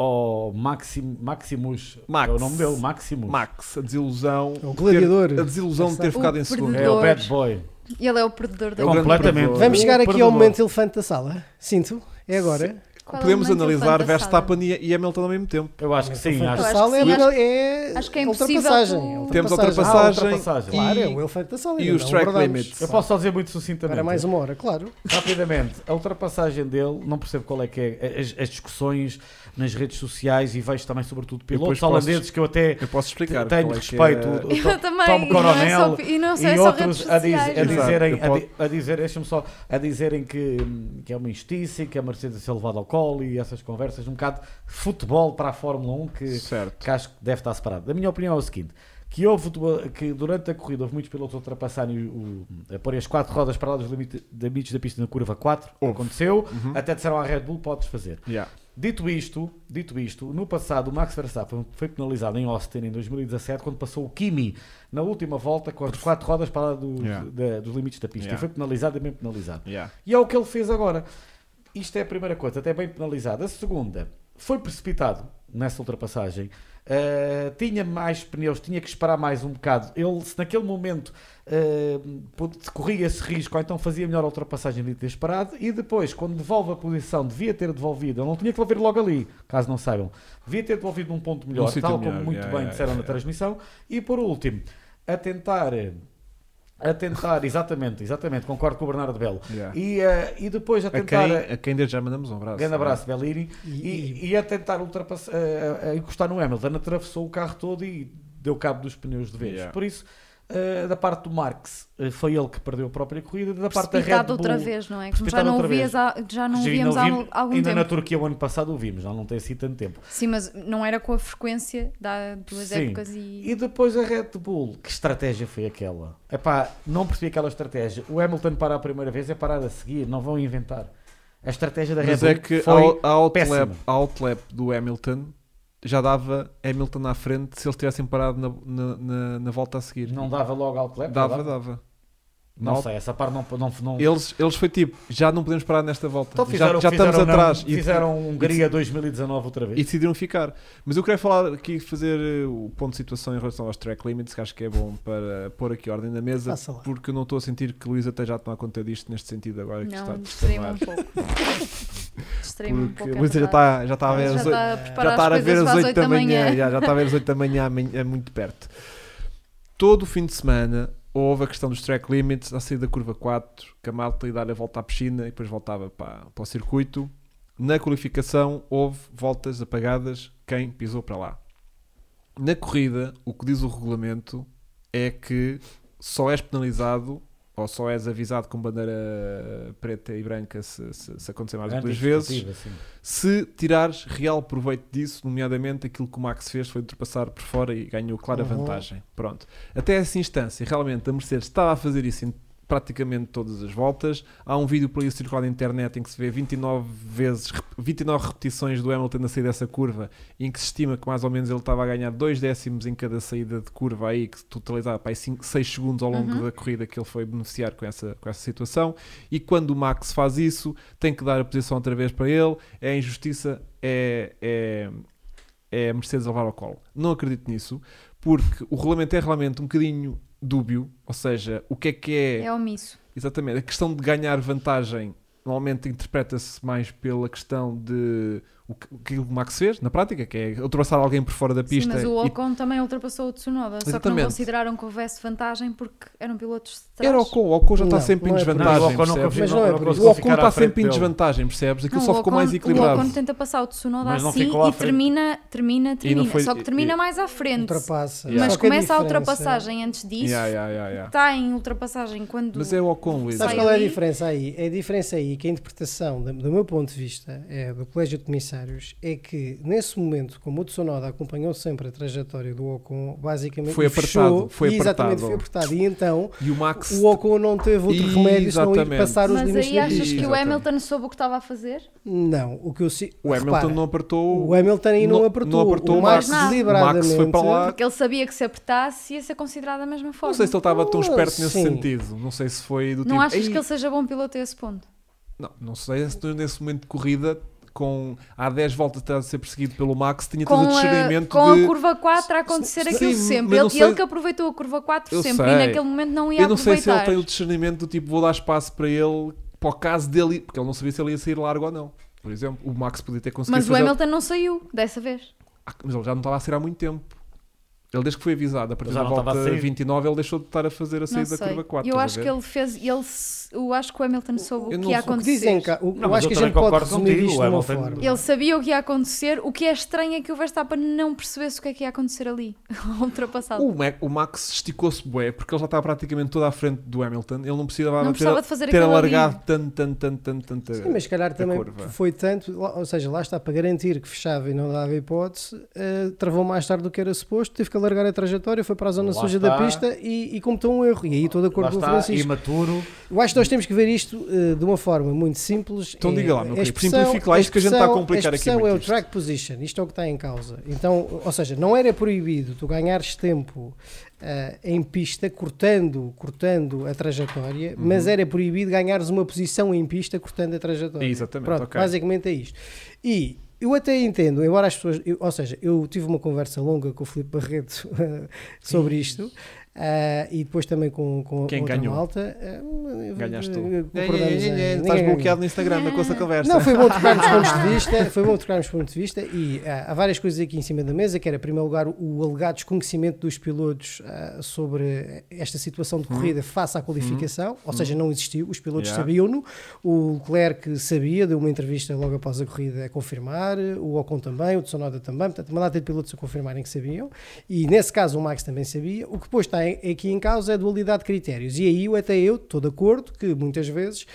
S3: ao Maxim, Maximus.
S1: Max.
S3: É o nome dele, Maximus.
S1: Max, a desilusão.
S4: É o
S1: de
S4: gladiador.
S1: ter- A desilusão de ter
S4: O
S1: ficado em segundo.
S3: É
S2: perdedor.
S3: o bad boy.
S2: Ele é o perdedor da
S1: É o grande
S3: Completamente.
S1: perdedor.
S4: Vamos
S3: O
S4: chegar aqui
S3: perdedor.
S4: ao momento elefante da sala. Sinto. É agora.
S2: Qual é o
S1: Podemos
S2: momento
S1: analisar
S2: elefante da sala? [laughs]
S1: Verstappen e e Hamilton ao mesmo tempo.
S3: Eu acho que sim,
S4: Elefante
S3: acho
S4: da
S2: acho
S4: sala
S2: que sim,
S4: é-
S2: acho-
S4: é
S2: acho que é impossível
S4: ultrapassagem,
S2: tu-
S4: é
S1: Temos a
S3: ultrapassagem.
S1: ultrapassagem.
S3: Ah, ultrapassagem.
S4: Claro, é
S1: e-
S4: o elefante da sala.
S1: e
S4: ainda
S1: os
S4: não é?
S1: track
S4: abordámos.
S1: limits.
S3: Eu posso só dizer muito sucintamente.
S4: Para mais um. uma hora, claro.
S3: Rapidamente, a ultrapassagem dele, não percebo qual é que é as, as discussões nas redes sociais e vejo também, sobretudo, pilotos
S1: depois posso-
S3: holandeses que eu até
S1: Eu posso explicar.
S3: tenho
S1: qual é que é-
S3: respeito. o- o
S2: Eu
S3: Tom-
S2: também.
S3: Tom
S2: e não é só-
S3: Coronel
S2: E não sei,
S3: e
S2: é só redes
S3: outros a,
S2: sociais.
S3: diz- a
S2: não é?
S1: dizer-
S3: dizerem,
S1: Eu
S3: a,
S1: posso-
S3: di- a dizer deixa-me só, a dizerem que, hum, que é uma injustiça e que a Mercedes é ser levada ao colo e essas conversas, um bocado de futebol para a Fórmula 1 que,
S1: é- Certo.
S3: que acho que deve estar separado. A minha opinião é o seguinte: que houve do- que durante a corrida houve muitos pilotos a ultrapassarem o, o- a pôr as quatro rodas para lá dos limite- limites da pista na curva 4,
S1: Houve. Uhum.
S3: aconteceu, até disseram à Red Bull, podes fazer.
S1: Yeah.
S3: Dito isto, dito isto, no passado o Max Verstappen foi penalizado em Austin em 2017 quando passou o Kimi na última volta com as quatro rodas para lá do-
S1: Yeah.
S3: da- dos limites da pista
S1: Yeah.
S3: e foi penalizado e bem penalizado.
S1: Yeah.
S3: E é o que ele fez agora. Isto é a primeira coisa, até bem penalizado. A segunda, foi precipitado nessa ultrapassagem. Uh, tinha mais pneus, tinha que esperar mais um bocado. Ele, se naquele momento uh, pôde- corria esse risco, ou então fazia melhor a ultrapassagem de ter esperado. E depois, quando devolve a posição, devia ter devolvido. Ele não tinha que devolver logo ali, caso não saibam. Devia ter devolvido um ponto melhor,
S1: sítio
S3: tal como
S1: melhor,
S3: muito
S1: yeah,
S3: bem
S1: yeah,
S3: disseram na
S1: yeah.
S3: transmissão. E por último, a tentar. eh, A tentar, exatamente, exatamente, concordo com o Bernardo Belo.
S1: Yeah.
S3: E, eh, e depois a
S1: A
S3: tentar. eh,
S1: quem, a quem desde já mandamos um abraço.
S3: Grande abraço, Bellini.
S4: E-
S3: E, e a tentar ultrapassar, a, a encostar no Hamilton, atravessou o carro todo e deu cabo dos pneus de vez.
S1: Yeah.
S3: Por isso, eh, da parte do Marx, eh, foi ele que perdeu a própria corrida. Da parte da Red
S2: Precipitado
S3: Bull,
S2: outra vez, não é? Como já
S3: precipitado
S2: não,
S3: outra
S2: ouvias
S3: vez.
S2: há- já não
S3: Sim,
S2: ouvíamos há
S3: vimos-
S2: algum
S3: ainda na
S2: tempo.
S3: Turquia, o ano passado, o vimos, já não tem sido tanto tempo.
S2: Sim, mas não era com a frequência de há duas
S3: Sim.
S2: épocas e...
S3: E depois a Red Bull, que estratégia foi aquela? Epá, não percebi aquela estratégia. O Hamilton parar a primeira vez é parar a seguir, não vão inventar. A estratégia da Red
S1: Mas
S3: Bull
S1: é que a,
S3: foi
S1: a, outlap,
S3: péssima.
S1: a outlap do Hamilton já dava Hamilton à frente se eles tivessem parado na, na, na- na volta a seguir.
S3: não dava logo ao clap,
S1: dava, dava.
S3: Não
S1: Na
S3: sei, essa parte não. não, não...
S1: Eles, eles foi tipo, já não podemos parar nesta volta.
S3: Então
S1: Já-
S3: fizeram,
S1: já,
S3: fizeram,
S1: estamos
S3: não,
S1: atrás. E-
S3: Fizeram um Hungria 2019 outra vez.
S1: E decidiram ficar. Mas eu queria falar aqui, fazer eh, o ponto de situação em relação aos track limits, que acho que é bom para pôr aqui ordem na mesa,
S4: Faça lá.
S1: porque eu não estou a sentir que Luís até já toma conta disto neste sentido agora que está a
S2: Não, distraí-me
S1: desformar.
S2: um pouco. Distraí-me um pouco.
S1: Porque
S2: é
S1: Luís já
S2: verdade.
S1: está, já está a ver
S2: Já
S1: as
S2: está
S1: oito-
S2: a
S1: já
S2: preparar
S1: está a
S2: as
S1: ver
S2: coisas
S1: as
S2: para as
S1: 8
S2: 8
S1: da
S2: da
S1: manhã,
S2: manhã.
S1: já, já está a ver as 8 da manhã amanhã- é muito perto. Todo o fim de semana houve a questão dos track limits, a saída da curva 4, que a malta ia dar a volta à piscina e depois voltava para, para o circuito. Na qualificação houve voltas apagadas, quem pisou para lá. Na corrida, o que diz o regulamento é que só és penalizado ou só és avisado com bandeira preta e branca se, se, se acontecer
S3: É
S1: mais duas vezes,
S3: assim.
S1: se tirares real proveito disso, nomeadamente aquilo que o Max fez foi ultrapassar por fora e ganhou clara
S4: Uhum.
S1: vantagem. Pronto. Até essa instância, realmente a Mercedes estava a fazer isso em praticamente todas as voltas. Há um vídeo por aí circulado na internet em que se vê 29 vezes, rep- 29 repetições do Hamilton na saída dessa curva, em que se estima que mais ou menos ele estava a ganhar dois décimos em cada saída de curva aí, que totalizava para aí 6 segundos ao longo
S2: Uhum.
S1: da corrida que ele foi beneficiar com essa, com essa situação. E quando o Max faz isso, tem que dar a posição outra vez para ele. É injustiça, é, é, é a Mercedes a levar ao colo. Não acredito nisso, porque o regulamento é realmente um bocadinho dúbio, ou seja, o que é que é,
S2: É omisso.
S1: exatamente a questão de ganhar vantagem. Normalmente interpreta-se mais pela questão de o que, o que o Max fez na prática, que é ultrapassar alguém por fora da
S2: Sim,
S1: pista.
S2: mas o
S1: e
S2: Ocon também ultrapassou o Tsunoda, só que não
S1: Exatamente.
S2: consideraram que houvesse vantagem porque eram pilotos de trás.
S1: era o Ocon, o Ocon já está
S4: Não,
S1: sempre
S4: não
S1: em
S4: é por isso.
S1: desvantagem.
S3: Não, o Ocon não
S1: percebes?
S4: Mas não é por
S1: o
S4: isso.
S1: Ocon,
S4: conseguiu
S1: está sempre em desvantagem, percebes? Aquilo
S2: Não,
S1: só
S2: o
S1: ficou
S2: Ocon-
S1: mais equilibrado.
S2: O Ocon tenta passar o Tsunoda
S3: Mas não
S2: assim
S3: ficou à
S2: e
S3: frente.
S2: termina, termina, termina.
S1: foi-
S2: Só que termina
S1: e-
S2: mais à frente.
S4: Ultrapassa.
S1: Yeah.
S2: Mas
S4: Só que
S2: começa a,
S4: diferença-
S2: ultrapassagem antes disso.
S1: Yeah, yeah, yeah, yeah.
S2: Está em ultrapassagem quando.
S1: Mas é o Ocon, Luís.
S4: Sabes
S2: Sai
S4: qual é a
S2: ali.
S4: diferença aí? A diferença aí é que a interpretação, do, do meu ponto de vista, é, do Colégio de Comissários, é que nesse momento, como o Tsunoda acompanhou sempre a trajetória do Ocon, basicamente
S1: Foi
S4: e fechou,
S1: apertado, foi
S4: e exatamente,
S1: apertado.
S4: foi apertado. E então
S1: E o Max
S4: o Ocon não teve outro remédio senão ir
S1: Exatamente.
S4: passar os
S2: Mas
S4: limites
S2: aí
S4: da
S2: achas
S4: pista.
S2: que o
S1: Exatamente.
S2: Hamilton soube o que estava a fazer?
S4: Não, o que eu si...
S1: O Hamilton
S4: repara,
S1: não apertou.
S4: o Hamilton aí não,
S1: não-
S4: apertou.
S1: não apertou
S4: o Max
S2: o Max.
S4: deliberadamente.
S1: O Max foi para lá.
S2: Porque ele sabia que se apertasse ia ser considerado da mesma forma.
S1: Não sei se ele estava tão
S4: Ah,
S1: esperto nesse
S4: sim.
S1: sentido. Não sei se foi do
S2: Não
S1: tipo.
S2: achas
S1: "Ei,
S2: que ele seja bom piloto a esse ponto?
S1: Não, não sei se nesse momento de corrida, com há 10 voltas atrás de ser perseguido pelo Max, tinha todo
S2: Com,
S1: o
S2: a,
S1: discernimento
S2: com
S1: de.
S2: a curva 4 a acontecer
S1: Sim,
S2: aquilo
S1: mas
S2: sempre.
S1: não
S2: Ele,
S1: sei-
S2: ele que aproveitou a curva 4
S1: Eu
S2: sempre
S1: sei.
S2: e naquele momento não ia
S1: Eu não sei se ele
S2: aproveitar.
S1: tem o discernimento do tipo, vou dar espaço para ele, para o caso dele, porque ele não sabia se ele ia sair largo ou não. Por exemplo, o Max podia ter conseguido
S2: Mas o
S1: fazer-
S2: Hamilton não saiu dessa vez.
S1: Ah, mas ele já não estava a sair há muito tempo. Ele desde que foi avisado, a partir
S3: Já
S1: da
S3: não estava
S1: volta
S3: a sair.
S1: 29, ele deixou de estar a fazer a
S2: Não
S1: saída
S2: sei.
S1: da curva 4.
S2: eu
S1: estás a
S2: acho
S1: ver?
S2: que ele fez. Ele, se- eu acho que o Hamilton soube
S1: eu
S2: o que
S1: não
S2: ia
S1: sou-
S4: O que
S2: acontecer.
S4: dizem cá, o,
S3: Não,
S4: eu
S3: mas
S4: acho
S3: eu
S4: que a
S3: também
S4: gente pode
S3: concordo
S4: resumir
S3: contigo, o
S4: isto de uma
S3: Hamilton-
S4: forma.
S2: Ele sabia o que ia acontecer. O que é estranho é que o Verstappen não percebesse o que é que ia acontecer ali, [laughs] ao ultrapassá-lo.
S1: O, Mac- o Max esticou-se bué porque ele já estava praticamente toda à frente do Hamilton. Ele não precisava
S2: Não
S1: ter,
S2: precisava de fazer
S1: ter
S2: aquilo ali.
S1: alargado tanto, tanto, tanto, tanto, tanto.
S4: Sim, mas se calhar também
S1: curva.
S4: foi tanto, lá- ou seja, lá está para garantir que fechava e não dava hipótese, eh, travou mais tarde do que era suposto, teve que alargar a trajetória, foi para a zona
S3: Lá
S4: suja
S3: está.
S4: da pista e, e cometeu um erro. E aí estou de
S3: Lá
S4: acordo com o
S3: está,
S4: Francisco.
S3: imaturo.
S4: Eu acho que nós temos que ver isto eh, de uma forma muito simples.
S1: Então
S4: É,
S1: diga lá, meu
S4: a
S1: querido,
S4: expressão-
S1: simplifique lá isto que a gente está a complicar aqui
S4: expressão
S1: muito
S4: é o
S1: isto.
S4: track position, isto é o que está em causa. Então, ou seja, não era proibido tu ganhares tempo eh, em pista cortando, cortando a trajetória,
S1: Uhum.
S4: mas era proibido ganhares uma posição em pista cortando a trajetória.
S1: Exatamente,
S4: Pronto,
S1: ok.
S4: basicamente é isto. E eu até entendo, embora as pessoas. eu- ou seja, eu tive uma conversa longa com o Filipe Barreto [laughs] eh, sobre isto. ah, e depois também com, com
S1: Quem
S4: outra
S1: ganhou?
S4: malta. Ah, eu-
S1: Ganhaste tu.
S4: eu- eu-
S1: É, é,
S4: concordamos
S1: é, é,
S4: em- ninguém
S1: Estás
S4: ganhou.
S1: bloqueado no Instagram com essa conversa.
S4: Não, foi
S1: [laughs]
S4: bom trocarmos pontos de vista, foi bom trocarmos pontos de vista e ah, há várias coisas aqui em cima da mesa, que era, em primeiro lugar, o alegado desconhecimento dos pilotos ah, sobre esta situação de corrida face à qualificação, ou seja, não existiu, os pilotos
S1: Hum. Yeah.
S4: sabiam-no, o Leclerc sabia, deu uma entrevista logo após a corrida a confirmar, o Ocon também, o Tsunoda também, portanto, uma data de pilotos a confirmarem que sabiam, e nesse caso o Max também sabia, o que depois está em- aqui em causa é a dualidade de critérios, e aí eu até eu estou de acordo que muitas vezes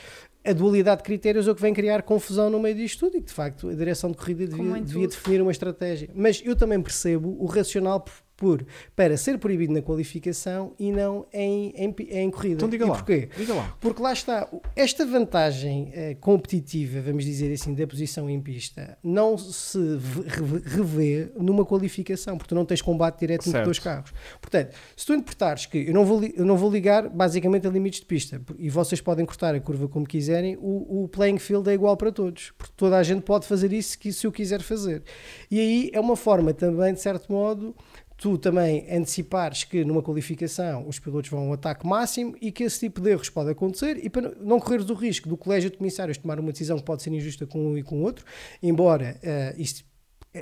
S4: a dualidade de critérios é o que vem criar confusão no meio disto tudo e que de facto a direção de corrida
S2: Como
S4: devia,
S2: em
S4: devia
S2: tudo.
S4: definir uma estratégia. Mas eu também percebo o racional por, por- para ser proibido na qualificação e não em, em, pi- em corrida.
S1: Então diga
S4: e
S1: lá.
S4: Porquê?
S1: Diga lá.
S4: Porque lá está, o- esta vantagem eh, competitiva, vamos dizer assim, da posição em pista, não se v- re- revê numa qualificação, porque tu não tens combate direto entre
S1: Certo.
S4: dois carros. Portanto, se tu interpretares que eu não vou, li- eu não vou ligar basicamente a limites de pista, por- e vocês podem cortar a curva como quiserem, o, o playing field é igual para todos, porque toda a gente pode fazer isso que- se eu quiser fazer. E aí é uma forma também, de certo modo, tu também antecipares que numa qualificação os pilotos vão ao ataque máximo e que esse tipo de erros pode acontecer e para não correres o risco do colégio de comissários tomar uma decisão que pode ser injusta com um e com o outro, embora eh, isto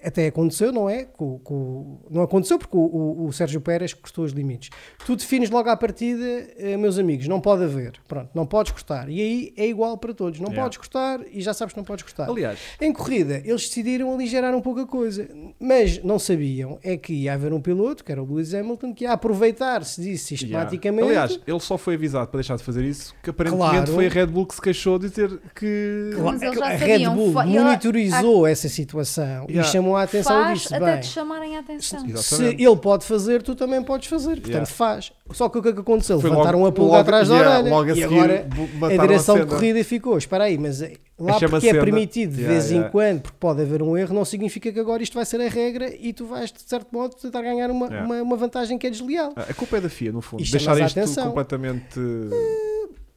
S4: até aconteceu, não é? Com, com- não aconteceu porque o, o- o Sérgio Pérez cortou os limites. Tu defines logo à partida, eh, meus amigos, não pode haver, pronto, não podes cortar. E aí é igual para todos, não
S1: Yeah.
S4: podes cortar e já sabes que não podes cortar.
S1: Aliás,
S4: Em corrida, eles decidiram aligerar um pouco a coisa, mas não sabiam é que ia haver um piloto, que era o Lewis Hamilton, que ia aproveitar-se disso sistematicamente.
S1: Aliás, ele só foi avisado para deixar de fazer isso, que aparentemente
S4: Claro.
S1: foi a Red Bull que se queixou de ter que.
S2: Claro. Mas eles já
S4: a Red
S2: sabiam,
S4: Bull
S2: fa- e ela-
S4: monitorizou essa situação
S1: Yeah.
S4: e chamou a atenção e
S2: Faz
S4: disse:
S2: até
S4: bem,
S2: te chamarem a atenção.
S1: Exato.
S4: se
S1: Exatamente.
S4: ele pode fazer, tu também podes fazer. Portanto,
S1: Yeah.
S4: faz. Só que o que é que aconteceu?
S1: Foi
S4: Levantaram
S1: logo-
S4: a pulga
S1: logo-
S4: atrás da
S1: yeah,
S4: orelha.
S1: logo a
S4: e
S1: seguir
S4: agora
S1: bu-
S4: a
S1: mataram a
S4: direção de
S1: cena.
S4: corrida ficou. Espera aí, mas lá
S1: Achei uma
S4: porque é
S1: cena.
S4: permitido de
S1: Yeah,
S4: vez
S1: yeah.
S4: em quando, porque pode haver um erro, não significa que agora isto vai ser a regra e tu vais, de certo modo, tentar ganhar uma,
S1: Yeah.
S4: uma, uma vantagem que é desleal.
S1: A culpa é da FIA, no fundo.
S4: Isto
S1: deixar
S4: chama-se a
S1: isto
S4: atenção.
S1: completamente.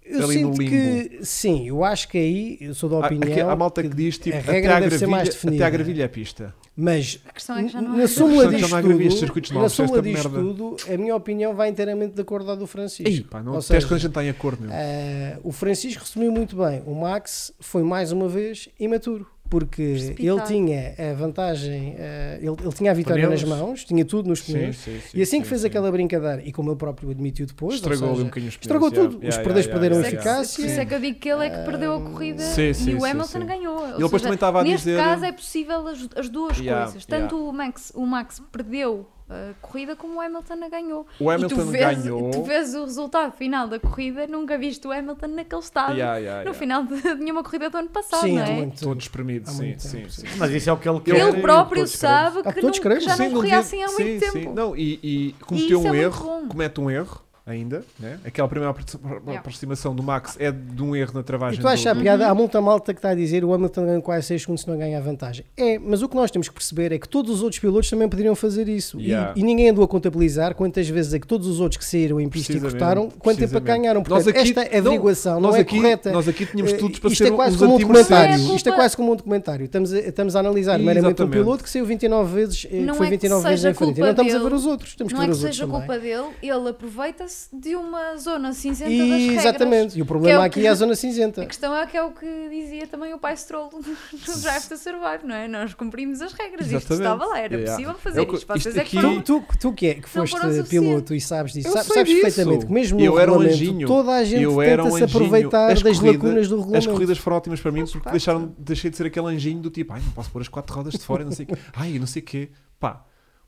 S4: Eu
S1: ali no
S4: sinto que, sim, eu acho que aí, eu sou da
S1: Há-
S4: opinião.
S1: aqui há malta que diz tipo,
S4: a
S1: até,
S4: regra
S1: à
S4: deve ser
S1: gravilha,
S4: mais
S1: até à
S4: definida.
S1: gravilha é pista.
S4: Mas
S2: A questão é que já não
S4: na
S2: há.
S4: súmula
S1: Portanto, já
S4: disto
S1: não há gravias, circuitos
S4: tudo, na
S1: novos, esta
S4: súmula disto
S1: merda.
S4: tudo, a minha opinião vai inteiramente de acordo à do Francisco.
S1: Ei, pá, não
S4: Ou
S1: tens
S4: seja,
S1: quando a gente está em acordo, meu.
S4: eh, o Francisco resumiu muito bem. O Max foi mais uma vez imaturo. Porque
S2: Precipitado.
S4: ele tinha a vantagem, eh, ele, ele tinha a vitória
S3: Pneus.
S4: nas mãos, tinha tudo nos pneus.
S1: sim, sim,
S4: e assim que
S1: sim,
S4: fez
S1: sim.
S4: aquela brincadeira, e como ele próprio admitiu depois, ou
S1: Estragou ali
S4: seja,
S1: um bocadinho os pneus,
S4: estragou
S1: yeah.
S4: tudo.
S1: Yeah,
S4: Os perdedores
S1: yeah,
S4: perderam
S1: yeah,
S2: Por isso é que-
S4: eficácia.
S2: Por isso é que eu digo que ele é que perdeu a corrida
S1: Sim, sim,
S2: e o
S1: sim,
S2: Hamilton
S1: sim.
S2: ganhou. Ou
S1: depois
S2: seja,
S1: também estava a
S2: neste
S1: dizer-
S2: caso é possível as, as duas
S1: Yeah,
S2: coisas. Tanto o, Max, o Max perdeu a corrida como o Hamilton a ganhou.
S1: O
S2: e
S1: Hamilton
S2: tu vês,
S1: ganhou.
S2: tu vês o resultado final da corrida, nunca viste o Hamilton naquele estado.
S1: Yeah, yeah,
S2: No
S1: yeah.
S2: final de [laughs] nenhuma corrida do ano passado,
S4: Sim,
S2: não é?
S4: muito.
S1: Todo espremido,
S4: Há
S1: sim,
S4: muito
S1: sim,
S4: tempo,
S1: sim.
S3: Mas isso é o que ele quer.
S2: Ele próprio
S3: todos queremos.
S2: sabe
S4: Ah,
S2: que,
S4: todos
S2: não-
S4: queremos.
S2: que já
S1: Sim,
S2: não corria
S1: devia-
S2: assim há
S1: sim,
S2: muito
S1: sim.
S2: tempo.
S1: Não, e, e cometeu
S2: isso é
S1: um
S2: muito
S1: erro,
S2: bom.
S1: comete um erro ainda, né? Aquela primeira apro- aproximação do Max é de um erro na
S4: E
S1: travagem
S4: tu achas a
S1: do...
S4: piada?
S2: Uhum.
S4: Há muita malta que está a dizer o Hamilton ganha quase 6 segundos se não ganha a vantagem. É, mas o que nós temos que perceber é que todos os outros pilotos também poderiam fazer isso. E-
S1: Yeah.
S4: E, ninguém andou a contabilizar quantas vezes é que todos os outros que saíram em pista e
S1: Precisamente,
S4: cortaram, quanto tempo é que
S1: precisamente.
S4: ganharam. Portanto,
S1: Nós aqui-
S4: esta averiguação não,
S1: nós
S4: é
S1: aqui-
S4: correta.
S1: nós aqui tínhamos
S4: Eh,
S1: tudo para
S4: isto
S1: ser
S4: é quase
S1: os
S4: como um
S1: anti-Mercedes.
S2: Não
S4: documentário.
S2: é
S4: Isto é
S2: culpa-
S4: quase como um documentário. Estamos a, estamos a analisar meramente um
S1: Exatamente.
S4: piloto que saiu 29 vezes, eh,
S2: Não
S4: que foi
S2: é que
S4: 29 vezes
S2: seja
S4: em frente. E
S2: culpa
S4: não estamos a
S2: dele.
S4: ver os outros. Temos que
S2: Não é
S4: ver
S2: que
S4: os outros
S2: seja
S4: também.
S2: culpa dele, ele aproveita-se de uma zona cinzenta das
S4: E,
S2: regras.
S4: exatamente.
S2: que
S4: E o
S2: é o
S4: problema aqui
S2: que-
S4: é a zona cinzenta.
S2: [laughs] A questão é que é o que dizia também o pai Stroll [laughs] no Drive to Survive, não é? Nós cumprimos as regras, isto
S1: Exatamente.
S2: estava lá, era
S1: Yeah.
S2: possível
S1: É
S2: fazer
S1: o que-
S2: isto. Vocês
S1: isto
S2: é que
S1: aqui-
S4: Tu,
S2: foram.
S4: tu, tu que é que
S2: Não
S4: foste
S2: foram suficientes.
S4: piloto e sabes disso,
S1: Eu
S4: sabes,
S1: sei
S4: sabes
S1: disso.
S4: perfeitamente que mesmo no
S1: Eu era um
S4: regulamento
S1: anjinho.
S4: toda a gente
S1: Eu era um
S4: tenta-se
S1: anjinho.
S4: aproveitar
S1: As
S4: das
S1: corrida-
S4: lacunas do
S1: As
S4: regulamento.
S1: corridas foram ótimas para mim porque
S2: parte.
S1: deixaram, deixei de ser aquele anjinho do tipo, ai, não posso pôr as quatro rodas de fora, e não sei o quê. Ai, não sei o quê. Pá,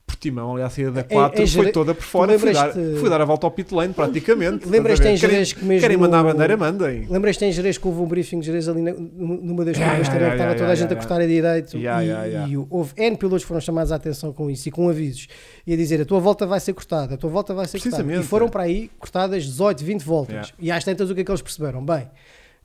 S1: Portimão, ali à saída da
S4: Em-
S1: 4, foi
S4: em Jere-
S1: toda por fora. Fui dar,
S4: lembras-te-
S1: fui dar a volta ao pit lane praticamente.
S4: Lembras-te
S1: Estás a ver?
S4: em Jerez
S1: Querem-
S4: que mesmo
S1: Querem mandar a
S4: no-
S1: bandeira, mandem.
S4: Lembras-te em Jerez que houve um briefing de Jerez ali na- numa
S1: Yeah,
S4: das curvas também
S1: yeah,
S4: que estava
S1: yeah,
S4: toda a
S1: yeah,
S4: gente a
S1: yeah.
S4: cortar a direito
S1: Yeah,
S4: e,
S1: yeah, yeah.
S4: e houve N pilotos que foram chamados à atenção com isso e com avisos e a dizer a tua volta vai ser cortada, a tua volta vai ser cortada. E
S1: Precisamente.
S4: foram para aí cortadas 18, 20 voltas.
S1: Yeah.
S4: E às tantas o que é que eles perceberam? Bem,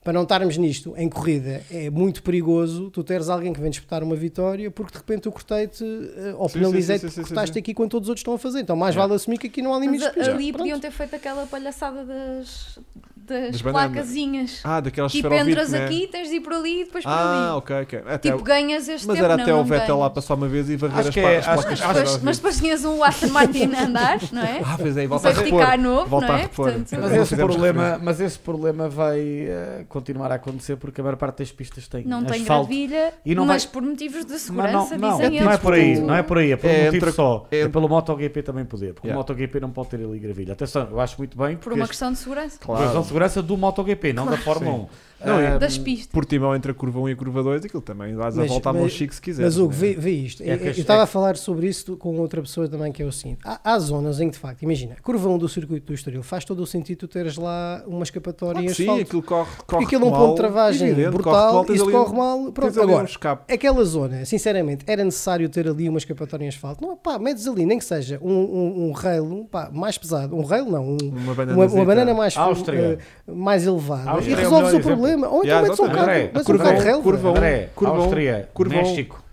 S4: para não estarmos nisto, em corrida é muito perigoso tu teres alguém que vem disputar uma vitória porque de repente eu cortei-te eh, ou
S1: Sim,
S4: penalizei-te
S1: sim, sim,
S4: porque
S1: sim, sim,
S4: cortaste
S1: sim.
S4: aqui quando todos os outros estão a fazer. Então mais
S1: Yeah.
S4: vale assumir que aqui não há
S2: Mas eh,
S4: limites.
S2: a-
S4: para
S2: ali
S4: isto.
S2: podiam ter feito aquela palhaçada das, das,
S1: Das bananas.
S2: placazinhas.
S1: Ah, daquelas
S2: tipo,
S1: esferovite,
S2: entras
S1: né?
S2: aqui, tens de ir por ali e depois por
S1: Ah,
S2: ali.
S1: ok, ok. Até-
S2: Tipo, ganhas este
S1: mas
S2: tempo,
S1: era
S2: não,
S1: até
S2: não
S1: o Vettel lá
S2: ganhas.
S1: passar uma vez e varrer
S3: Acho
S1: as
S3: que
S1: pa-
S3: é-
S1: as
S3: acho-
S1: placas de
S2: Mas depois,
S1: esferovite.
S2: mas depois tinhas um Aston Martin a andar,
S1: [laughs]
S2: não é?
S1: Ah, pois é, e
S2: Um
S1: volta a
S2: safety car
S1: repor.
S2: novo,
S1: Volta
S2: não
S1: a
S2: é?
S1: repor.
S2: Portanto,
S1: Mas assim,
S3: Mas
S1: não
S3: esse,
S1: fizemos
S3: problema,
S1: referência.
S3: mas esse problema vai eh, continuar a acontecer porque a maior parte das pistas tem
S2: não tem
S3: asfalto.
S2: gravilha,
S3: E não
S2: mas
S3: vai-
S2: por motivos de
S3: Mas
S2: segurança,
S3: não, não,
S2: dizem eles.
S3: não é por aí,
S2: porque-
S3: não é por aí, é por um
S1: É
S3: motivo
S1: entre-
S3: só. É,
S1: é-
S3: pelo MotoGP também poder, porque
S1: Yeah.
S3: o MotoGP não pode ter ali gravilha. Atenção, eu acho muito bem
S2: Por
S3: porque
S2: uma
S3: este-
S2: questão de segurança.
S3: por razão de segurança do MotoGP, não da Fórmula 1.
S1: Não, e-
S3: Ah,
S2: Das pistas.
S1: Portimão entre a curva 1 e a curva 2, aquilo também dás a
S4: Mas-
S1: volta à mão
S4: mas-
S1: chique se quiseres.
S4: Mas Hugo,
S1: né?
S4: vê, vê isto.
S3: É que
S4: Eu- eu
S3: este-
S4: estava
S3: é
S4: a falar sobre isso com outra pessoa também, que é o seguinte: há, há zonas em que, de facto, imagina, a curva 1 do circuito do Estoril faz todo o sentido tu teres lá uma escapatória
S1: Claro
S4: em
S1: que sim,
S4: asfalto.
S1: aquilo corre, corre
S4: Porque aquilo é um
S1: mal,
S4: ponto de travagem
S1: evidente, corre
S4: brutal,
S1: mal, tens
S4: isso
S1: ali um-
S4: corre mal.
S1: tens ali
S4: Pronto,
S1: um
S4: agora,
S1: escape.
S4: aquela zona, sinceramente, era necessário ter ali uma escapatória em asfalto. Não, pá, medes ali, nem que seja um, um, um rail pá, mais pesado, um rail não, um-
S1: Uma
S4: uma,
S1: banana
S4: uma banana mais,
S3: Áustria.
S4: eh, mais elevada.
S3: Áustria é
S4: e
S3: o
S4: resolves
S3: melhor
S4: o problema. Ou então
S1: Yeah,
S4: metes um
S1: exatamente.
S4: carro,
S3: André,
S4: mas
S1: curva
S4: um
S1: um,
S4: carro
S1: curva
S4: rail.
S1: um.
S3: André,
S1: curva um,
S3: Áustria,
S1: curva um.
S3: México,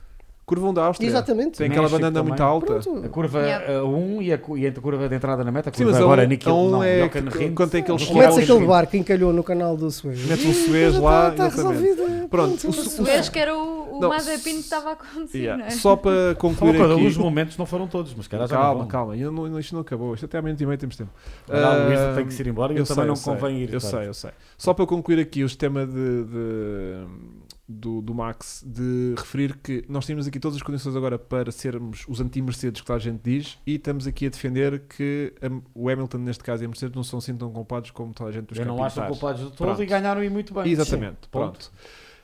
S1: Curvão da Áustria.
S4: Exatamente.
S1: Tem aquela
S3: México
S1: banana
S3: também.
S1: muito alta.
S4: Pronto.
S3: a curva
S2: Yeah.
S3: 1 e, a, cu- e entre a curva de entrada na meta, a
S1: Sim,
S3: curva
S1: mas
S3: agora
S1: a um-
S3: Nikhil,
S1: a um
S3: não,
S1: é
S3: Jochen
S1: que-
S3: Rindt.
S1: quando tem aqueles
S3: Ou
S1: Ou
S4: Metes
S1: é
S4: aquele
S1: um-
S4: barco que encalhou no canal do Suez.
S1: Metes um Suez
S4: já
S1: lá,
S4: Está tá
S1: exatamente.
S4: resolvido.
S1: Pronto, o
S2: O
S1: Su-
S2: Suez, que era o, o
S1: Não,
S2: Mazepin que estava a acontecer,
S1: Yeah.
S2: não é?
S1: Só para
S3: Só uma
S1: concluir
S3: coisa, os
S1: aqui.
S3: momentos não foram todos, mas cara, já
S1: Calma,
S3: não
S1: calma, ainda não- isto não acabou. Isto até à meia-noite e meia temos tempo.
S3: calma. A Luísa
S1: Ah,
S3: tem que se ir embora e eu, também
S1: sei,
S3: não
S1: sei.
S3: convém ir.
S1: Eu
S3: portanto.
S1: sei, eu sei. Só para concluir aqui o sistema de, de- do, do Max de referir que nós temos aqui todas as condições agora para sermos os anti-Mercedes que toda a gente diz e estamos aqui a defender que a- o Hamilton, neste caso, e a Mercedes não são assim tão culpados como toda a gente os
S3: Eu
S1: quer
S3: não acho
S1: pintar.
S3: culpados do todo
S1: Pronto.
S3: e ganharam e muito bem.
S1: Exatamente,
S3: Sim, ponto.
S1: pronto.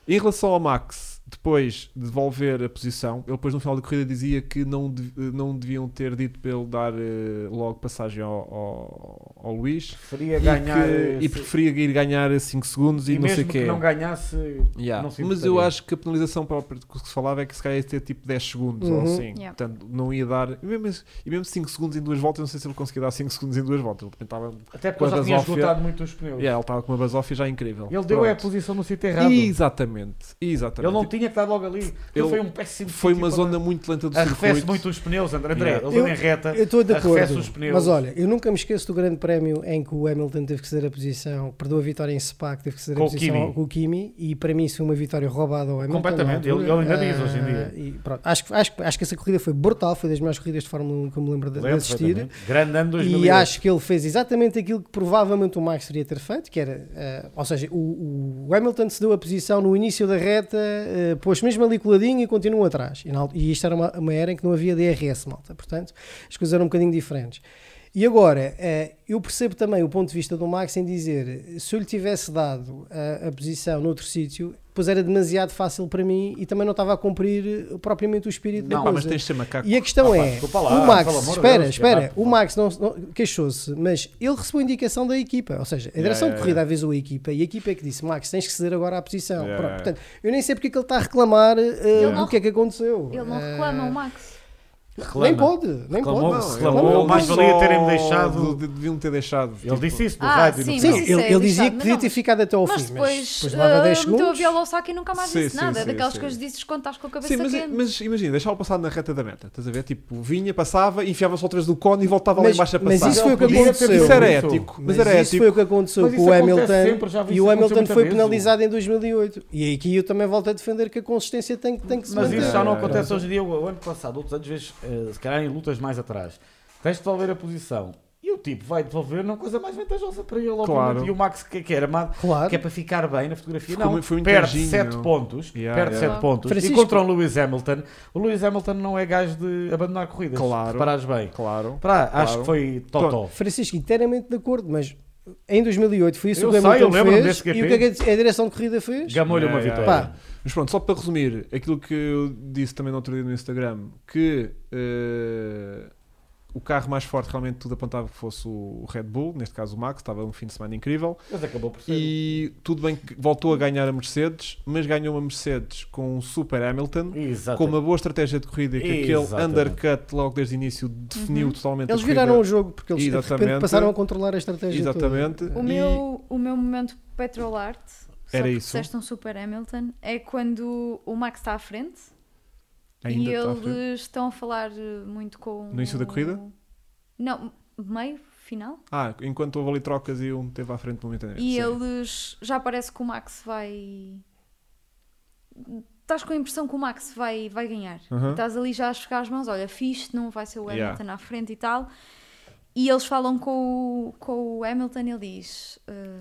S1: Em relação ao Max, depois de devolver a posição, ele depois no final da corrida dizia que não, de- não deviam ter dito para ele dar eh, logo passagem ao, ao, ao Luís
S3: Preferia
S1: e,
S3: ganhar.
S1: que, e
S3: se-
S1: preferia ir ganhar 5 segundos e,
S3: e
S1: não sei
S3: mesmo
S1: o
S3: que
S1: quê.
S3: não ganhasse.
S1: Yeah.
S3: Não se
S1: Mas eu
S3: importaria.
S1: acho que a penalização própria que se falava é que se calhar ia ter tipo 10 segundos ou
S4: Uhum.
S1: assim.
S2: Yeah.
S1: Portanto, não ia dar. E mesmo, e mesmo 5 segundos em duas voltas, eu não sei se ele conseguia dar 5 segundos em duas voltas. Ele tentava.
S3: Até porque eu já
S1: Quantas
S3: tinha
S1: ao fio-
S3: esgotado muito os pneus.
S1: Yeah, ele estava com uma basófia já incrível.
S3: Ele deu é a
S1: Pronto.
S3: posição no sítio errado.
S1: Exatamente. Exatamente.
S3: Ele não tinha que estar logo ali. Ele
S1: Ele-
S3: foi um péssimo
S1: Foi
S3: sítio
S1: uma
S3: para-
S1: zona muito lenta do
S3: Arrefece
S1: circuito.
S3: muito os pneus, André. André
S1: Yeah.
S3: Eles andam em
S4: Eu-
S3: reta.
S4: Eu estou de
S3: Arrefece
S4: acordo.
S3: os pneus.
S4: Mas olha, eu nunca me esqueço do grande prémio em que o Hamilton teve que ceder a posição, perdeu a vitória em Spa, que teve que ceder
S3: Com
S4: a
S3: o
S4: posição
S3: Kimi.
S4: ao- com o Kimi, e para mim isso foi uma vitória roubada ao Hamilton.
S3: Completamente,
S4: na altura.
S3: ele- ele ainda diz hoje em
S4: Ah,
S3: dia.
S4: e pronto, acho, que- acho, que- acho que essa corrida foi brutal, foi das melhores corridas de Fórmula 1 que eu me lembro de, de
S3: Lembro
S1: né?
S4: assistir.
S3: perfeitamente. Grande ano 2008.
S4: E acho que ele fez exatamente aquilo que provavelmente o Max teria ter feito, que era, eh, ou seja, o, o Hamilton se deu a posição no início da reta, eh, pôs-se mesmo ali coladinho e continuou atrás. E, na al- e isto era uma, uma era em que não havia DRS, malta, portanto as coisas eram um bocadinho diferentes. E agora, eh, eu percebo também o ponto de vista do Max em dizer, se eu lhe tivesse dado a, a posição noutro sítio, pois era demasiado fácil para mim e também não estava a cumprir eh, propriamente o espírito da
S1: Não, pá,
S4: coisa.
S1: mas tens de ser macaco.
S4: E a questão
S3: Ah, pá,
S4: é,
S3: desculpa lá,
S4: o
S3: pelo
S4: Max,
S3: amor de
S4: espera,
S3: Deus,
S4: espera,
S3: que é
S4: o Max não, não- queixou-se, mas ele recebeu a indicação da equipa, ou seja, a direção
S1: yeah,
S4: de corrida avisou a equipa e a equipa é que disse, Max, tens que ceder agora à posição.
S1: Yeah,
S4: Pronto,
S1: yeah.
S4: portanto, eu nem sei porque é que ele está a reclamar eh,
S2: não-
S4: o que é que aconteceu.
S2: Ele não
S4: Eh,
S2: reclama o Max.
S4: Nem
S3: Reclama.
S4: pode, nem
S3: Reclamou,
S4: pode.
S1: Não,
S3: Reclamou,
S1: ele-
S3: mais
S1: só
S3: valia terem deixado-
S1: de- de- Deviam ter deixado. tipo,
S3: Ele disse isso no
S2: Ah,
S3: rádio.
S2: sim,
S3: no
S4: Sim,
S2: mas
S3: final.
S2: isso
S4: ele,
S2: é
S4: ele dizia
S2: deixado,
S4: que
S2: mas
S4: devia
S2: não.
S4: ter ficado até ao
S2: Mas
S4: fim, mas
S2: depois,
S4: depois
S2: ah,
S4: dava 10
S2: meteu a
S4: segundos.
S2: viola ao saco e nunca mais
S1: Sim,
S2: disse
S1: sim,
S2: nada.
S1: sim,
S2: Daquelas
S1: sim.
S2: coisas dizes quando estás com a cabeça
S1: Sim, mas,
S2: quente.
S1: mas imagina, deixava passar na reta da meta, estás a ver? Tipo, vinha, passava, enfiava só atrás do cone e voltava lá
S4: Mas-
S1: embaixo a
S4: mas
S1: passar.
S4: isso foi o que
S1: Isso era-
S4: aconteceu.
S1: Isso era
S3: Isso.
S1: ético, mas, era
S4: isso
S1: ético.
S4: foi o que aconteceu
S3: tipo- Mas
S4: com
S3: isso
S4: o
S3: acontece
S4: Hamilton
S3: sempre, já vi
S4: e
S3: isso
S4: o
S3: acontecer
S4: Hamilton
S3: muita
S4: foi
S3: vez, é? o-
S4: penalizado em 2008 e aqui eu também volto a defender que a consistência tem, que- tem que se
S3: Mas
S4: manter.
S3: isso já não
S1: É,
S3: acontece hoje em dia. O ano passado, outros anos, vezes, eh, se calhar em lutas mais atrás, tens de devolver a posição. E o tipo vai devolver uma coisa mais vantajosa para ele, obviamente. E o Max, que, que era amado,
S4: Claro.
S3: que é para ficar bem na fotografia,
S1: Ficou
S3: não.
S1: muito- foi muito
S3: perde
S1: anjinho.
S3: 7 pontos.
S1: Yeah,
S3: perde
S1: yeah.
S3: sete pontos.
S4: Francisco-
S3: E contra o Lewis Hamilton, o Lewis Hamilton não é gajo de abandonar corridas.
S1: Claro.
S3: Se reparares bem.
S1: Claro.
S3: Pra, Acho
S1: Claro.
S3: que foi
S1: Oh.
S3: Totó.
S4: Francisco, inteiramente de acordo, mas em 2008 foi isso
S3: Eu
S4: que o
S3: sei, eu
S4: Hamilton
S3: lembro-me
S4: fez
S3: desse GP.
S4: e o que é que a direção de corrida fez?
S3: Gamou-lhe uma
S1: Yeah, yeah,
S3: vitória.
S1: yeah.
S4: Pá,
S1: Mas pronto, só para resumir, aquilo que eu disse também no outro dia no Instagram, que eh, o carro mais forte realmente tudo apontava que fosse o Red Bull, neste caso o Max, estava um fim de semana incrível.
S3: Mas acabou por ser.
S1: E tudo bem que voltou a ganhar a Mercedes, mas ganhou uma Mercedes com um super Hamilton,
S3: Exato.
S1: com uma boa estratégia de corrida, que aquele
S3: Exatamente.
S1: undercut logo desde o início definiu totalmente
S4: Uhum. eles
S1: a
S4: viraram o
S1: corrida.
S4: jogo porque eles de repente
S1: Exatamente.
S4: passaram a controlar a estratégia
S1: Exatamente.
S4: toda.
S1: E-
S2: O, meu, o meu momento petrol art, só
S1: Era
S2: porque
S1: isso.
S2: disseste um super Hamilton, é quando o Max está à frente
S1: Ainda
S2: e
S1: está à
S2: eles
S1: frente.
S2: estão a falar eh, muito com...
S1: No início da corrida?
S2: Não, meio, final.
S1: Ah, enquanto houve ali trocas e um teve à frente momentaneamente.
S2: E
S1: sim.
S2: eles. Já parece que o Max vai. Estás com a impressão que o Max vai, vai ganhar.
S1: Uhum.
S2: Estás ali já a chegar às mãos, olha, fixe, não vai ser o Hamilton
S1: Yeah.
S2: à frente e tal. E eles falam com o, com o Hamilton ele diz: eh,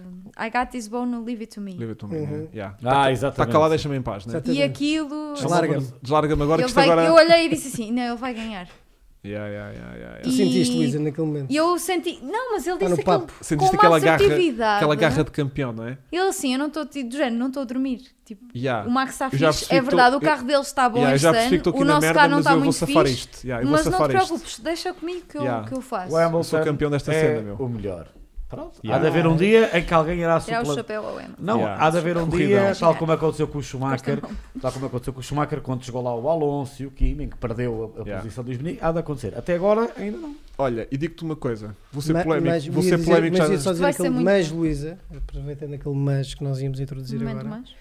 S2: I got this bone, leave it to me.
S1: Leave it to me,
S4: Uhum.
S1: né? Yeah.
S3: Ah,
S1: Está
S3: exatamente.
S1: calado, deixa-me em paz, né?
S4: Exato.
S2: E aquilo.
S4: Larga-me.
S1: Deslarga-me agora que
S2: Ele
S1: isto
S2: vai,
S1: agora.
S2: Eu olhei e disse assim: Não, ele vai ganhar.
S1: Yeah, yeah, yeah, yeah, yeah.
S4: Tu
S2: E-
S4: sentiste, Luísa, naquele momento.
S2: E eu senti. Não, mas ele
S4: Tá
S2: disse
S4: no
S2: aquilo.
S4: papo.
S1: Sentiste
S2: com
S1: aquela
S2: uma
S1: garra,
S2: assertividade.
S1: aquela garra de campeão, não é?
S2: Ele assim: Eu não estou. Do género, não estou a dormir. Tipo,
S1: Yeah.
S2: O Max está
S1: Ah. Eu já
S2: fixe,
S1: percebi
S2: é
S1: que
S2: verdade,
S1: tô-
S2: o carro dele está bom
S1: Yeah, eu
S2: este
S1: já percebi que estou
S2: ano,
S1: aqui
S2: o
S1: na
S2: nosto
S1: merda,
S2: carro não
S1: mas
S2: está
S1: eu vou
S2: muito
S1: safar
S2: fixe,
S1: isto. Yeah, eu
S2: mas
S1: vou
S2: não
S1: safar
S2: te
S1: isto.
S2: preocupes, deixa comigo que eu,
S1: Yeah.
S2: que eu faço.
S3: O Hamilton
S1: Eu sou campeão desta
S3: é
S1: cena, meu.
S3: O melhor. Pronto.
S1: Yeah.
S3: Há de haver um dia em que alguém irá
S2: Tirar É o
S3: suplantar.
S2: chapéu ao Hamilton.
S3: Não,
S1: Yeah.
S3: há de haver um
S1: Corrida.
S3: dia,
S1: Imagina.
S3: tal como aconteceu com o Schumacher, tal como aconteceu com o Schumacher, quando chegou lá o Alonso e o Kimi, que perdeu a, a
S1: Yeah.
S3: posição dos meninos, há de acontecer. Até agora ainda não.
S1: Olha, e digo-te uma coisa, vou ser
S4: Ma-
S1: polémico,
S4: mas,
S1: vou
S4: ia
S1: ser
S4: dizer-
S1: polémico
S4: mas
S1: já.
S4: ia só dizer
S2: Vai ser
S4: aquele
S2: muito
S4: mas,
S2: bom.
S4: Luísa, aproveitando aquele mas que nós íamos introduzir
S2: Momento
S4: agora.
S2: mais.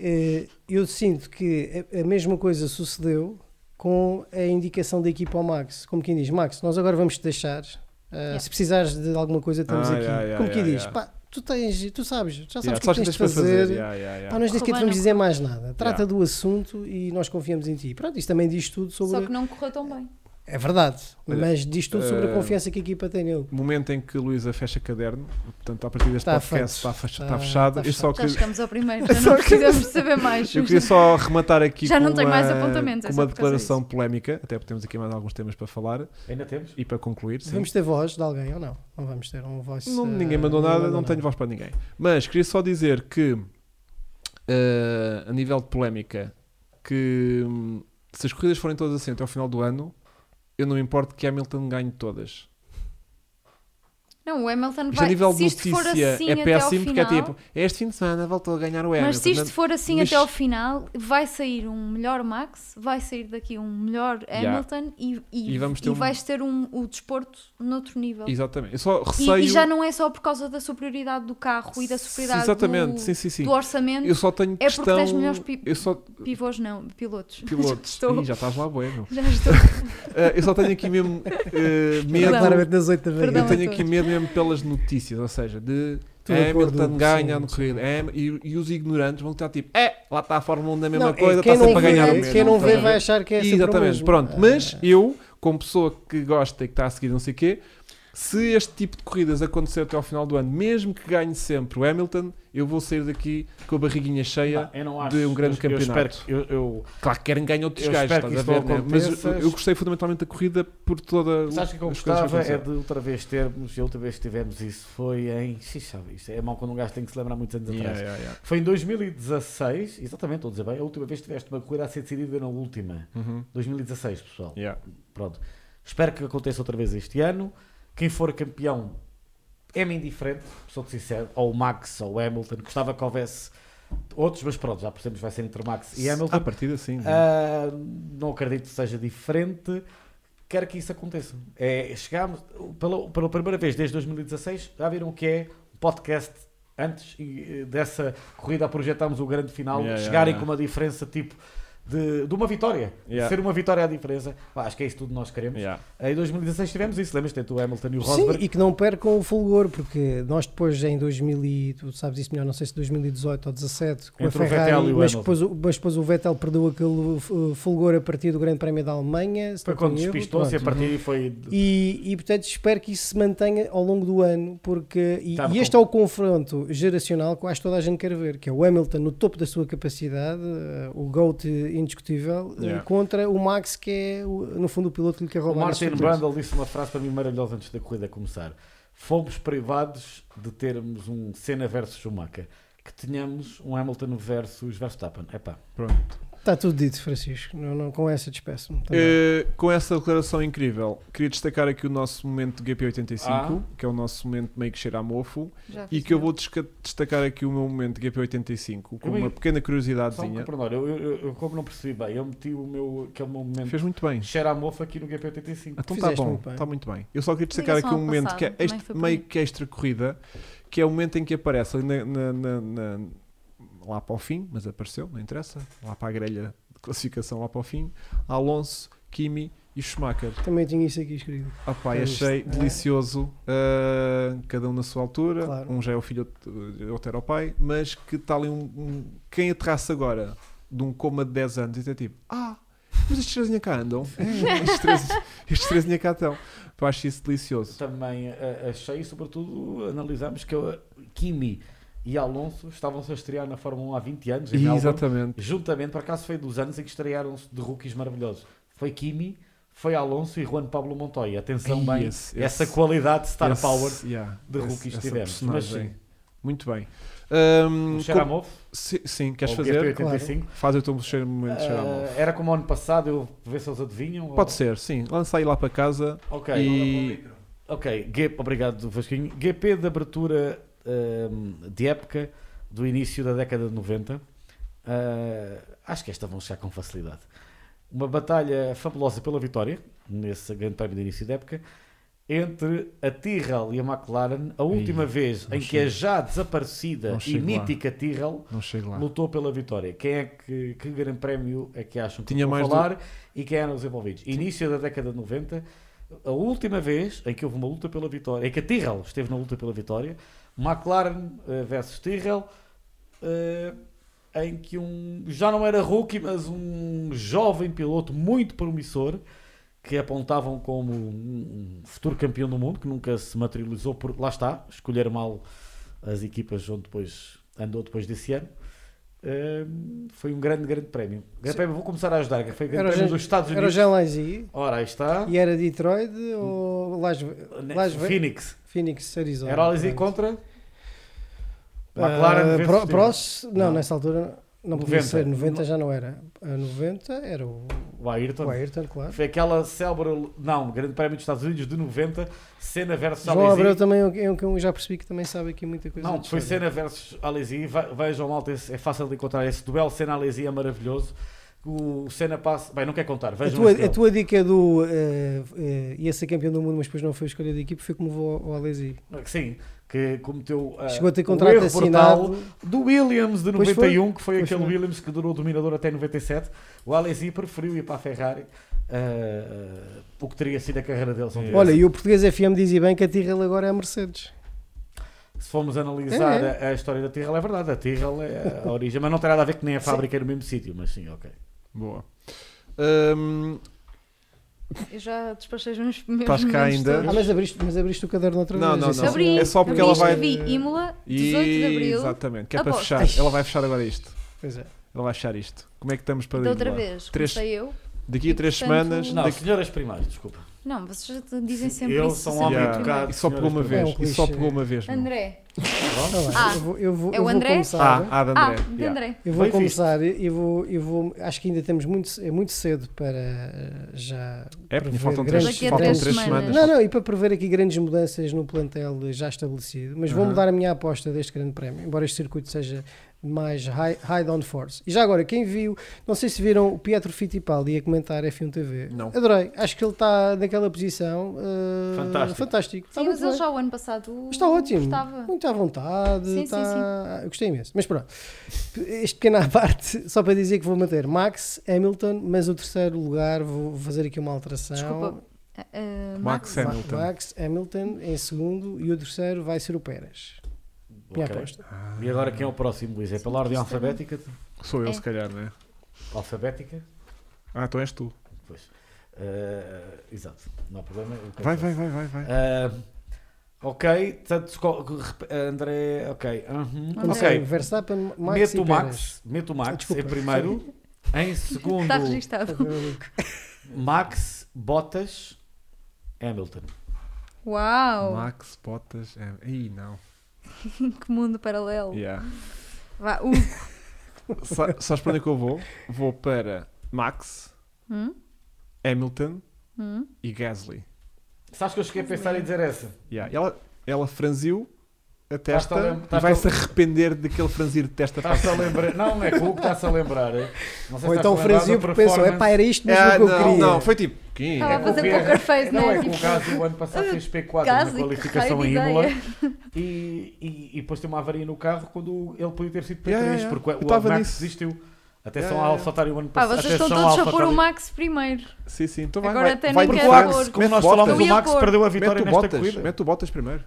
S4: Eh, eu sinto que a, a mesma coisa sucedeu com a indicação da equipa ao Max. Como quem diz, Max, nós agora vamos te deixar. Ah,
S2: Yeah.
S4: Se precisares de alguma coisa, estamos
S1: Ah,
S4: aqui.
S1: yeah, yeah,
S4: como quem
S1: yeah,
S4: diz,
S1: yeah.
S4: pá, tu tens, tu sabes, já sabes
S1: Yeah,
S4: o que é que tens de
S1: para
S4: fazer. Ah,
S1: Yeah, yeah, yeah.
S4: Pá, nós nem sequer te vamos
S2: Correu
S4: dizer mais nada. Trata do assunto e nós confiamos em ti. Pronto, isto também diz tudo sobre.
S2: Só que não correu tão bem.
S4: É verdade,
S1: Olha,
S4: mas diz tudo sobre
S1: eh,
S4: a confiança que a equipa tem nele.
S1: Momento em que a Luísa fecha caderno, portanto, a partir deste
S4: Tá
S1: podcast está,
S4: feito.
S1: fecha-
S4: Tá-
S1: está fechado.
S4: tá
S1: Eu, só
S2: Já
S1: queria-
S2: chegamos
S1: [laughs]
S2: ao primeiro, já não precisamos saber mais.
S1: eu queria só rematar aqui
S2: Já
S1: com
S2: não tenho
S1: uma,
S2: mais apontamentos, é
S1: com
S2: só
S1: uma
S2: por causa
S1: declaração polémica, até porque temos aqui mais alguns temas para falar
S3: Ainda temos?
S1: e para concluir. sim.
S4: Vamos ter voz de alguém ou não? Não vamos ter um voice.
S1: Não-
S4: eh,
S1: ninguém mandou nada,
S4: mandou
S1: não tenho voz para ninguém. Mas queria só dizer que, eh, a nível de polémica, que hum, se as corridas forem todas assim até ao final do ano, eu não me importo que Hamilton ganhe todas.
S2: Não, o Hamilton
S1: Mas
S2: vai.
S1: a nível
S2: se
S1: de
S2: isto for
S1: notícia
S2: assim
S1: é
S2: até
S1: péssimo,
S2: ao
S1: porque é
S2: final-
S1: tipo, este fim de semana voltou a ganhar o Hamilton.
S2: Mas se isto
S1: portanto,
S2: for assim
S1: mas-
S2: até ao final, vai sair um melhor Max, vai sair daqui um melhor
S1: Yeah.
S2: Hamilton e, e,
S1: E vamos ter
S2: e
S1: um-
S2: vais ter um, o desporto noutro nível. E,
S1: Exatamente. Eu só
S2: e
S1: receio...
S2: já não é só por causa da superioridade do carro e da superioridade
S1: Exatamente,
S2: do,
S1: sim, sim, sim.
S2: do orçamento.
S1: Eu só tenho
S2: É porque
S1: questão...
S2: tens melhores pi-
S1: Eu
S2: [laughs]
S1: só...
S2: Pivôs não, pilotos. [laughs]
S1: Pilotos.
S2: Já estou.
S1: Ih, já estás lá, bueno.
S2: Já estou.
S1: Eh, eu só tenho aqui mesmo
S2: [laughs]
S1: eh, medo...
S2: Perdão.
S4: Claramente nas 8 da manhã.
S2: Perdão.
S1: Eu
S2: a
S1: tenho aqui
S2: todos.
S1: medo mesmo pelas notícias, ou seja, de
S4: Estou de
S1: Hamilton
S4: acordo,
S1: ganha
S4: sim,
S1: no
S4: sim.
S1: corrido Ham- e, e os ignorantes vão estar tipo, é, lá está a Fórmula 1 da mesma
S4: Não, é,
S1: coisa,
S4: quem
S1: está sempre
S4: não
S1: a ganhar
S4: vê, é
S1: o mesmo.
S4: Quem não vê
S1: estás a
S4: vai
S1: ver?
S4: achar que é sempre o
S1: Exatamente,
S4: mesmo.
S1: pronto.
S4: Ah,
S1: Mas eu, como pessoa que gosta e que está a seguir não sei o quê, se este tipo de corridas acontecer até ao final do ano, mesmo que ganhe sempre o Hamilton, eu vou sair daqui com a barriguinha cheia.
S3: eu não
S1: acho. de um grande
S3: eu, Eu
S1: campeonato.
S3: espero que, eu, eu-
S1: Claro que querem ganhar outros
S3: Eu
S1: gajos,
S3: espero que
S1: estás a
S3: isso
S1: ver?
S3: não
S1: né? Mas eu,
S3: aconteça.
S1: eu gostei fundamentalmente da corrida por toda o-
S3: Sabes o que eu
S1: as coisas
S3: gostava é
S1: aconteceram.
S3: de outra vez termos, e a outra vez que tivemos isso foi em. Sim, sabe, isto é mal quando um gajo tem que se lembrar muitos anos
S1: Yeah,
S3: atrás.
S1: yeah, yeah.
S3: Foi em 2016, exatamente, estou a dizer bem, a última vez que tiveste uma corrida a ser decidida na última.
S1: Uhum.
S3: 2016, pessoal.
S1: Yeah.
S3: Pronto. Espero que aconteça outra vez este ano. Quem for campeão é-me indiferente, sou-te sincero, ou o Max ou o Hamilton. Gostava que houvesse outros, mas pronto, já percebemos que vai ser entre o Max e é Hamilton.
S1: À partida, sim.
S3: Ah, não acredito que seja diferente. Quero que isso aconteça. É, chegámos, pela, pela primeira vez desde 2016, já viram o que é um podcast antes e, eh, dessa corrida a projetarmos o grande final,
S1: Yeah, yeah,
S3: chegarem
S1: yeah.
S3: com uma diferença tipo de, de uma vitória.
S1: Yeah.
S3: Ser uma vitória à diferença. Pá, acho que é isso tudo que nós queremos.
S1: Yeah.
S3: Em 2016 tivemos isso, lembras-te do Hamilton e o
S4: Sim,
S3: Rosberg?
S4: e que não percam o fulgor, porque nós depois em 2000, e, tu sabes isso melhor, não sei se 2018 ou 17, com
S3: Entre o
S4: a Ferrari,
S3: Vettel e o
S4: mas,
S3: Hamilton.
S4: depois, o- mas depois o Vettel perdeu aquele eh, fulgor a partir do Grande Prémio da Alemanha. se
S3: Foi
S4: não
S3: quando
S4: tenho erro.
S3: despistou-se e a
S4: Pronto.
S3: partir daí foi.
S4: E, e, portanto espero que isso se mantenha ao longo do ano, porque e,
S3: Tá,
S4: e este é o confronto geracional que eu acho que toda a gente quer ver, que é o Hamilton no topo da sua capacidade, eh, o GOAT indiscutível, eh,
S1: Yeah.
S4: contra o Max, que é o- no fundo o piloto que lhe quer
S3: O
S4: roubar. as
S3: Martin
S4: vitórias.
S3: Brundle disse uma frase para mim maravilhosa antes da corrida começar. Fomos privados de termos um Senna versus Schumacher. Que tínhamos um Hamilton versus Verstappen. Epá,
S4: Está Tá tudo dito, Francisco, não, não, com essa despeço-me. também.
S1: Eh, com essa declaração incrível, queria destacar aqui o nosso momento do GP85, que é o nosso momento meio que cheira a mofo,
S2: Já
S1: e
S2: fiz
S1: que eu
S2: mal.
S1: vou desca- destacar aqui o meu momento de GP85, com
S3: Eu
S1: uma
S3: meio-
S1: pequena
S3: só um
S1: curiosidadezinha.
S3: pormenor. Eu, eu, eu- como não percebi bem, eu meti o meu, que é o meu momento
S1: Fez muito bem.
S3: cheira a mofo aqui no GP85.
S1: Então está
S4: Fizeste
S1: bom,
S4: muito bem.
S1: está muito bem. Eu só queria destacar
S2: Ligação
S1: aqui um
S2: ao
S1: momento
S2: passado,
S1: que é
S2: também
S1: este
S2: foi por
S1: meio
S2: mim.
S1: que extra corrida, que é o momento em que aparece ali na- na- na- na- lá para o fim, mas apareceu, não interessa, lá para a grelha de classificação, lá para o fim, Alonso, Kimi e Schumacher.
S3: Eh,
S4: Também tinha isso aqui escrito.
S1: Ah pá,
S4: É
S1: achei
S4: isto, não é?
S1: delicioso. uh, cada um na sua altura.
S4: Claro.
S1: Um já é o filho, outro- outro era o pai. Mas que está ali um, um- Quem aterrasse agora de um coma de 10 anos e até tipo, ah, mas estes três ainda cá andam. É, [laughs] estes, três, estes três ainda cá estão. Pá, acho isso delicioso.
S3: Também eh, achei, e sobretudo, analisámos que eu- Kimi e Alonso estavam-se a estrear na Fórmula 1 há 20 anos. em Melbourne.
S1: Exatamente.
S3: juntamente, por acaso foi dos anos em que estrearam-se de rookies maravilhosos. Foi Kimi, foi Alonso e Juan Pablo Montoya. Atenção
S1: Ei,
S3: bem,
S1: esse-
S3: essa
S1: esse-
S3: qualidade de star
S1: Esse-
S3: power
S1: yeah,
S3: de
S1: esse-
S3: rookies
S1: essa
S3: tivemos. Mas
S1: personagem.
S3: sim,
S1: Muito bem. Um,
S3: o
S1: como-
S3: Xeramov,
S1: si- sim, queres
S3: ou
S1: fazer?
S3: GP85,
S1: Faz o teu cheiro momento de cheirar
S3: ah,
S1: mal.
S3: era como o ano passado, eu vou ver se eles adivinham.
S1: Pode ser, sim. Lança aí lá para casa.
S3: Ok,
S1: E...
S3: ok. G- obrigado Vasquinho. GP de abertura ahm, de época do início da década de 90. Ah, acho que esta vão chegar com facilidade. Uma batalha fabulosa pela vitória, nesse grande prémio de início da época, entre a Tyrrell e a McLaren, a última
S1: Ih,
S3: vez
S1: não
S3: em que a já desaparecida
S1: Não
S3: e
S1: chego lá.
S3: mítica Tyrrell
S1: Não chego lá.
S3: lutou pela vitória. Quem é que, que grande prémio é que acham que
S1: Tinha
S3: vou
S1: mais do-
S3: falar e quem eram os envolvidos? Início da década de 90, a última vez em que houve uma luta pela vitória, em que a Tyrrell esteve na luta pela vitória, McLaren eh, versus Tyrrell, eh, em que um, já não era rookie, mas um jovem piloto muito promissor, que apontavam como um um futuro campeão do mundo, que nunca se materializou, porque lá está, escolher mal as equipas onde depois andou depois desse ano. Ahm, foi um grande, grande prémio. Grande prémio, vou começar a ajudar. que Foi o grande
S4: Era o
S3: prémio
S4: Jean-
S3: dos Estados
S4: Era o
S3: Unidos.
S4: Jean Lazy
S3: Ora, aí está.
S4: e era Detroit ou Las,
S3: Ne-
S4: Las Ve-
S3: Phoenix.
S4: Phoenix, Arizona.
S3: Era Lazy
S4: Pronto.
S3: contra
S4: Ah,
S3: McLaren. versus
S4: Pro-
S3: Stewart.
S4: Prost, não,
S3: Não.
S4: nessa altura não podia
S3: 90.
S4: ser. 90 já não era. A 90 era o,
S3: O Ayrton.
S4: o Ayrton, claro.
S3: Foi aquela célebre. Não, Grande Prémio dos Estados Unidos de 90, Senna versus
S4: João Abreu
S3: Alesi.
S4: também é um que é um que eu já percebi que também sabe aqui muita coisa.
S3: Não,
S4: de
S3: foi
S4: história.
S3: Senna versus Alesi. Ve- Vejam, malta, esse- é fácil de encontrar esse duelo. Senna-Alesi é maravilhoso. O Senna passa. Bem, não quer contar.
S4: A
S3: Vejam
S4: tua,
S3: esse
S4: a
S3: duelo.
S4: tua dica do eh, eh, ia ser campeão do mundo, mas depois não foi escolha da equipe, foi como vou ao Alesi.
S3: Sim, que cometeu ah,
S4: Chegou a ter
S3: o
S4: contrato
S3: erro brutal
S4: assinado.
S3: do Williams de
S4: Pois foi.
S3: 91, que foi
S4: Pois
S3: aquele
S4: foi.
S3: Williams que durou o dominador até 97. O Alesi preferiu ir para a Ferrari, ah, o que teria sido a carreira dele. se não tivesse
S4: Olha, e o português FM dizia bem que a Tyrrell agora é a Mercedes.
S3: Se formos analisar
S4: É.
S3: a, a história da Tyrrell, é verdade, a Tyrrell é
S4: [laughs]
S3: a origem, mas não tem nada a ver que nem a fábrica é no mesmo sítio, mas sim, ok.
S1: Boa. Ahm,
S2: Eu já despachei os meus meus
S1: Estás cá
S2: momentos
S1: ainda?
S2: todos.
S4: Ah, mas abriste, mas abriste o caderno outra
S1: Não,
S4: vez.
S1: não,
S4: isso assim.
S1: não.
S2: Abri,
S1: É só porque ela
S2: abriste,
S1: vai-
S2: vi Imola, 18
S1: e-
S2: de Abril,
S1: Exatamente, que é para
S2: Aposto.
S1: fechar. Ela vai fechar agora isto.
S4: Pois é.
S1: Ela vai fechar isto. Como é que estamos para
S2: da Então outra
S1: Imola?
S2: vez,
S1: Três-
S2: comecei eu.
S1: Daqui a
S2: E,
S1: três
S2: portanto,
S1: semanas.
S3: Não,
S1: daqui-
S3: senhoras primárias, desculpa.
S2: Não, vocês já dizem sempre
S3: Eu
S2: isso.
S3: sou um
S1: Yeah.
S2: sempre
S3: homem
S2: primeiro.
S3: educado.
S1: E só pegou uma
S4: senhoras,
S1: vez.
S4: é um
S1: e só
S4: clichê.
S1: pegou uma vez. meu.
S2: André,
S4: Tá bem,
S2: Ah,
S4: eu vou, eu vou,
S2: é
S4: eu
S2: o
S4: vou
S2: André?
S4: começar.
S1: Ah, ah, de
S2: ah,
S1: André.
S2: de
S1: Yeah.
S2: André.
S4: Eu vou
S3: Bem visto.
S4: começar, eu vou, eu vou, acho que ainda temos muito, é muito cedo para eh, já
S1: É, porque faltam
S4: prever
S1: três,
S2: Daqui a
S1: faltam
S2: três
S1: três
S2: semanas.
S1: semanas.
S4: Não, não, e para prever aqui grandes mudanças no plantel já estabelecido, mas vou
S1: Aham.
S4: mudar a minha aposta deste grande prémio, embora este circuito seja mais high, high down force. E já agora, quem viu, não sei se viram o Pietro Fittipaldi a comentar F1 TV.
S1: Não.
S4: Adorei, acho que ele está naquela posição. eh,
S3: Fantástico.
S4: fantástico. Está
S2: Sim, mas
S4: muito
S2: ele
S4: bem.
S2: já o ano passado
S4: Está ótimo.
S2: Estava.
S4: Muito à vontade.
S2: Sim, sim,
S4: está... Eu gostei imenso. Mas pronto, este pequeno à parte, só para dizer que vou manter Max, Hamilton, mas o terceiro lugar vou fazer aqui uma alteração.
S2: Desculpa. ah, ah,
S1: Max
S4: Ma-
S1: é- Hamilton.
S4: Max, Hamilton em segundo e o terceiro vai ser o Pérez. Minha
S3: Ok.
S4: aposta.
S3: E agora quem é o próximo, Luís? É pela ordem alfabética?
S1: Sou eu,
S2: É.
S1: se calhar, não é?
S3: Alfabética?
S1: Ah, então és tu.
S3: Pois. Eh, exato, não há problema. eu
S1: Vai,
S3: confesso.
S1: vai, vai, vai. vai.
S3: Ah, ok, portanto, esco- rep- eh, André, ok. uhum,
S2: André.
S3: Ok,
S4: Verstappen, Max
S3: meto
S4: e
S3: o
S4: Pérez.
S3: Max, meto o Max
S4: Desculpa.
S3: em
S4: [laughs]
S3: primeiro, em segundo,
S2: Está registado. [laughs]
S3: Max, Bottas, Hamilton.
S2: Uau!
S1: Max, Bottas. É... Ih, não.
S2: [laughs] Que mundo paralelo.
S1: Yeah.
S2: Vá, um o
S1: Sa- Sabes para onde é que eu vou? Vou para Max,
S2: Hum?
S1: Hamilton
S2: Hum?
S1: e Gasly.
S3: Sabes que eu cheguei a pensar em dizer essa?
S1: Yeah. Ela, ela franziu a
S3: Estás-te
S1: testa
S3: a lem-
S1: e
S3: estás-te a-
S1: vai-se arrepender daquele franzir de testa para
S3: Estás-te a lembrar? Não, é que o que está-se a lembrar. é? Não sei
S4: Ou
S3: se
S4: então
S3: estás-te a lembrar
S4: o Franzio
S3: da
S4: porque pensou, é pá,
S3: performance-
S4: era isto mesmo
S1: Ah,
S4: que eu
S1: não,
S4: queria.
S1: não, foi tipo. "Quem
S2: Estava
S1: é
S2: a
S1: que
S3: com o
S2: fazer um
S3: Gasly.
S2: poker face,
S3: Não,
S2: não
S3: é
S2: é?
S3: que o
S2: Tipo,
S3: caso do ano passado fez P4 na
S2: Gasly, que
S3: qualificação
S2: raio
S3: em
S2: de
S3: Imola
S2: ideia.
S3: e, e, e depois tem uma avaria no carro quando ele podia ter sido P3,
S1: Yeah, yeah, yeah.
S3: porque
S1: Eu
S3: o
S1: tava
S3: Max
S1: nisso.
S3: desistiu. Atenção
S1: Yeah,
S3: ao
S1: yeah.
S3: Alphatário o ano
S2: Pá,
S3: passado.
S2: vocês estão
S3: Atenção
S2: todos
S3: ao
S2: a pôr o
S3: AlphaTauri.
S2: Max primeiro.
S1: Sim, sim, então vai.
S2: Agora um
S1: vai,
S2: até
S1: vai
S2: nem
S1: porque
S2: quero
S1: o Max,
S2: pôr.
S1: mete
S3: Como nós
S1: Bottas.
S3: falamos,
S2: Eu
S3: o
S2: ia
S3: Max
S2: pôr.
S3: perdeu a vitória
S1: Mete o
S3: nesta
S1: Bottas,
S3: corrida.
S1: mete o Bottas primeiro.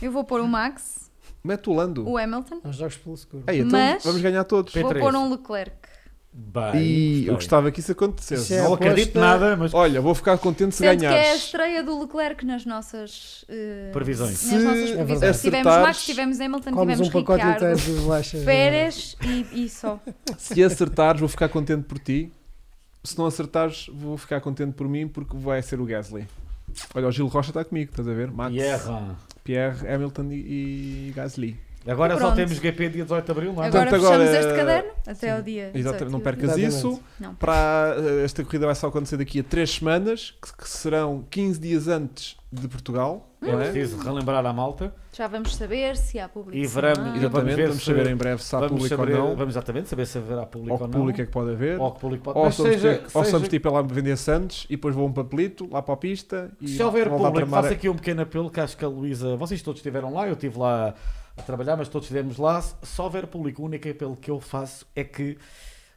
S2: Eu vou pôr o Max,
S1: Mete o Lando.
S2: o Hamilton,
S4: Nós jogos pelo seguro.
S1: Ei, então
S2: Mas-
S1: vamos ganhar todos.
S3: P3.
S2: vou pôr um Leclerc.
S3: Bem,
S1: E eu
S3: gostei.
S1: gostava que isso acontecesse.
S4: Isso é
S3: Não
S4: aposta-
S1: né?
S3: acredito nada, mas
S1: Olha, vou ficar contente se
S2: Sendo que é a
S1: ganhares.
S2: estreia do Leclerc nas nossas eh,
S3: Previsões.
S2: Nas
S1: Se
S2: nossas previsões.
S1: acertares-
S2: Tivemos Max, tivemos Hamilton,
S4: Comes um
S2: Então tivemos
S4: pacote inteiro
S2: Ricardo,
S4: de bolachas. é?
S2: Pérez e, e só.
S1: Se acertares, vou ficar contente por ti. Se não acertares, vou ficar contente por mim porque vai ser o Gasly. Olha, o Gil Rocha está comigo, estás a ver? Max,
S3: Pierre.
S1: Pierre, Hamilton e, e Gasly.
S3: Agora só
S2: Pronto.
S3: temos GP dia 18 de Abril, não é?
S2: Agora
S1: Portanto,
S2: fechamos
S1: agora-
S2: este caderno até ao dia. 18,
S1: Exatamente, não percas
S4: Exatamente.
S1: isso.
S2: Não.
S1: Para, eh, esta corrida vai só acontecer daqui a 3 semanas, que, que serão 15 dias antes de Portugal.
S3: É
S2: Hum.
S1: Não é?
S3: preciso relembrar à malta.
S2: Já vamos saber se há público.
S3: E
S2: se não
S3: veremos-
S2: há.
S3: e
S1: Exatamente,
S3: Vamos ver
S1: vamos
S3: se-
S1: saber em breve se há
S3: Vamos,
S1: público
S3: saber,
S1: ou não.
S3: vamos exatamente saber se haverá público
S1: Ou
S3: ou,
S1: que
S3: não.
S1: público é que pode haver.
S3: Ou que público pode
S1: Ou
S3: Mas
S1: somos,
S3: seja-
S1: tipo, ou somos
S3: seja-
S1: tipo lá vender sandes e depois vou um papelito lá para a pista e
S3: Se houver
S1: voltar para
S3: público,
S1: mar...
S3: faço aqui um pequeno apelo que acho que a Luísa. Vocês todos estiveram lá, eu estive lá a trabalhar, mas todos estivemos lá. Se houver público, o único apelo que eu faço é que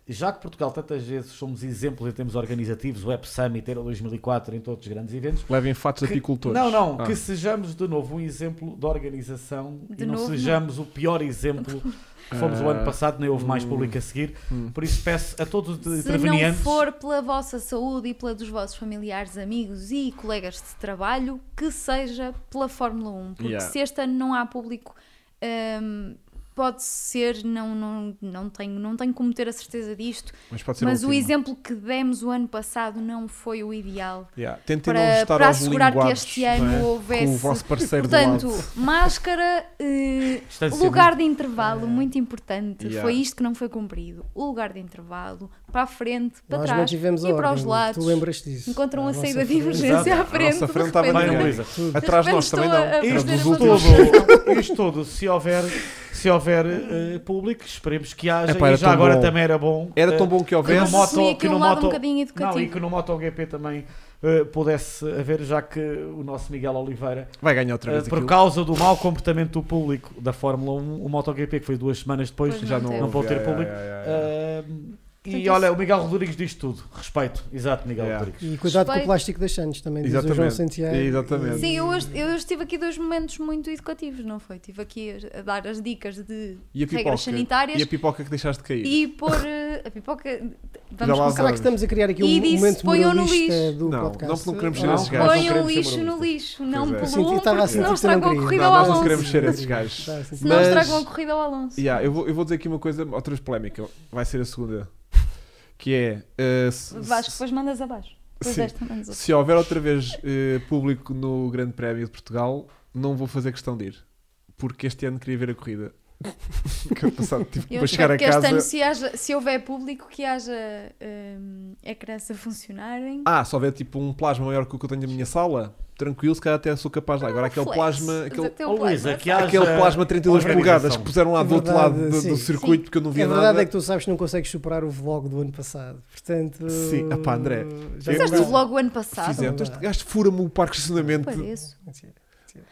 S3: já que Portugal tantas vezes somos exemplos em termos organizativos, o Web Summit, Euro 2004, em todos os grandes eventos,
S1: Levem fatos
S3: que-
S1: apicultores.
S3: Não, não,
S1: Ah.
S3: que sejamos de novo um exemplo de organização
S2: De
S3: e não
S2: novo,
S3: sejamos o pior exemplo que fomos o
S1: Ah,
S3: ano passado, nem houve mais
S1: hum,
S3: público a seguir.
S1: hum.
S3: Por isso peço a todos os
S2: Se não
S3: intervenientes.
S2: for pela vossa saúde e pela dos vossos familiares, amigos e colegas de trabalho, que seja pela Fórmula 1. Porque
S1: Yeah.
S2: se este ano não há público, hum, pode ser, não, não, não, tenho, não tenho como ter a certeza disto,
S1: Mas pode ser
S2: mas o
S1: último.
S2: exemplo que demos o ano passado não foi o ideal.
S1: Yeah. Tentem não
S2: Para,
S1: estar
S2: para
S1: aos
S2: assegurar que
S1: linguados,
S2: este
S1: não é?
S2: ano
S1: com o
S2: houvesse.
S1: vosso parceiro
S2: Portanto,
S1: do lado. é
S2: máscara, eh,
S3: Distanciamento.
S2: lugar de intervalo, muito importante.
S1: Yeah.
S2: Foi isto que não foi cumprido. O lugar de intervalo, para a frente, para
S4: Nós
S2: trás
S4: mantivemos a
S2: e para
S4: ordem, é?
S2: os lados.
S4: Tu lembras disso?
S2: Encontram a
S4: À nossa
S2: saída de
S4: frente.
S2: emergência
S1: Exato.
S2: à frente.
S1: À nossa frente
S2: de repente.
S1: estava
S3: Vai,
S1: ninguém.
S3: Luísa.
S4: Tudo.
S1: Atrás de nós
S2: Estou
S1: também não.
S2: a- a
S1: Era
S2: fazer
S1: dos
S2: é uma
S1: últimos.
S3: todo, isto todo, se houver, se houver eh, público, esperemos que haja.
S1: Epá,
S3: e
S1: era
S3: já
S1: tão
S3: agora
S1: bom.
S3: também era bom.
S1: Era tão
S3: eh,
S1: bom que
S3: que no
S1: houvesse.
S2: Mas
S3: moto,
S2: assumi aqui
S3: que
S2: um
S3: no
S2: lado um
S3: moto,
S2: bocadinho educativo.
S3: Não, e que no MotoGP também eh, pudesse haver, já que o nosso Miguel Oliveira
S1: Vai ganhar outra
S3: Uh,
S1: vez
S3: por
S1: aquilo.
S3: causa do mau comportamento do público da Fórmula 1, o MotoGP, que foi duas semanas depois,
S2: Pois
S1: Já
S2: não
S1: não, Eh,
S2: teve.
S1: houve,
S3: pode ter
S1: yeah,
S3: público.
S1: yeah, yeah, yeah.
S3: Uh,
S2: Portanto,
S3: e
S2: isso-
S3: olha, o Miguel Rodrigues diz tudo. Respeito. Exato, Miguel
S1: Yeah.
S3: Rodrigues.
S4: E cuidado com
S2: Respeito.
S4: o plástico das Santos também, diz o João
S1: Exatamente.
S4: Santiago.
S1: Exatamente.
S2: Sim, eu hoje, eu hoje tive aqui dois momentos muito educativos, não foi? Tive aqui a, a dar as dicas de
S1: E a pipoca?
S2: regras sanitárias
S1: E a pipoca que deixaste cair?
S2: e, pôr eh, a pipoca.
S1: lá
S2: Vamos
S1: vou.
S2: começar.
S4: Será que estamos a criar aqui um
S2: E disse,
S4: momento
S2: ponham no
S4: moralista
S2: lixo.
S4: do
S1: Não,
S4: podcast?
S1: não, não queremos ser
S4: Ah,
S1: esses gajos.
S3: Põe
S2: Põe
S3: não
S2: o
S3: queremos
S2: lixo
S3: ser
S2: no
S3: moralistas.
S2: lixo, não
S1: Pois é.
S2: pelo
S4: Sim,
S2: um,
S4: estava a
S2: porque
S4: sentir
S2: senão estragam a
S4: também.
S2: corrida
S1: não,
S2: ao
S1: nós não
S2: Alonso.
S1: queremos ser esses gajos.
S4: Tá, sim, sim.
S2: Senão
S1: Mas-
S2: estragam a corrida ao Alonso.
S1: Yeah, eu, vou, eu vou dizer aqui uma coisa, outra polémica, vai ser a segunda. Que é. eh, se,
S2: Vasco, depois mandas abaixo. Depois
S1: Sim.
S2: desta mandas outra.
S1: se houver outra vez eh, público no Grande Prémio de Portugal, não vou fazer questão de ir. Porque este ano queria ver a corrida. [laughs] que eu passado tive
S2: Eu
S1: para chegar a
S2: espero que este
S1: casa.
S2: ano, se, haja- se houver público, que haja hum, ecrãs a funcionarem.
S1: Ah, se houver tipo um plasma maior que o que eu tenho na minha sala, tranquilo, se calhar até sou capaz lá. Ah, Agora aquele
S2: Flex.
S1: plasma. Aquele...
S2: Até o
S4: Oh,
S3: Ó, Luísa,
S2: plasma.
S3: que haja
S1: Aquele plasma 32
S3: organização.
S1: polegadas que puseram lá do outro
S4: Verdade,
S1: lado do, do
S4: sim.
S1: circuito
S2: Sim.
S1: porque eu não
S4: A
S1: via
S4: verdade
S1: nada.
S4: é que tu sabes que não consegues superar o vlog do ano passado. Portanto.
S1: Sim, epá, André, eu-
S4: já
S2: Fizeste
S4: sabes-
S2: o vlog o ano passado?
S1: Fizemos. Este gajo fura-me o parque de estacionamento.
S2: Pareço.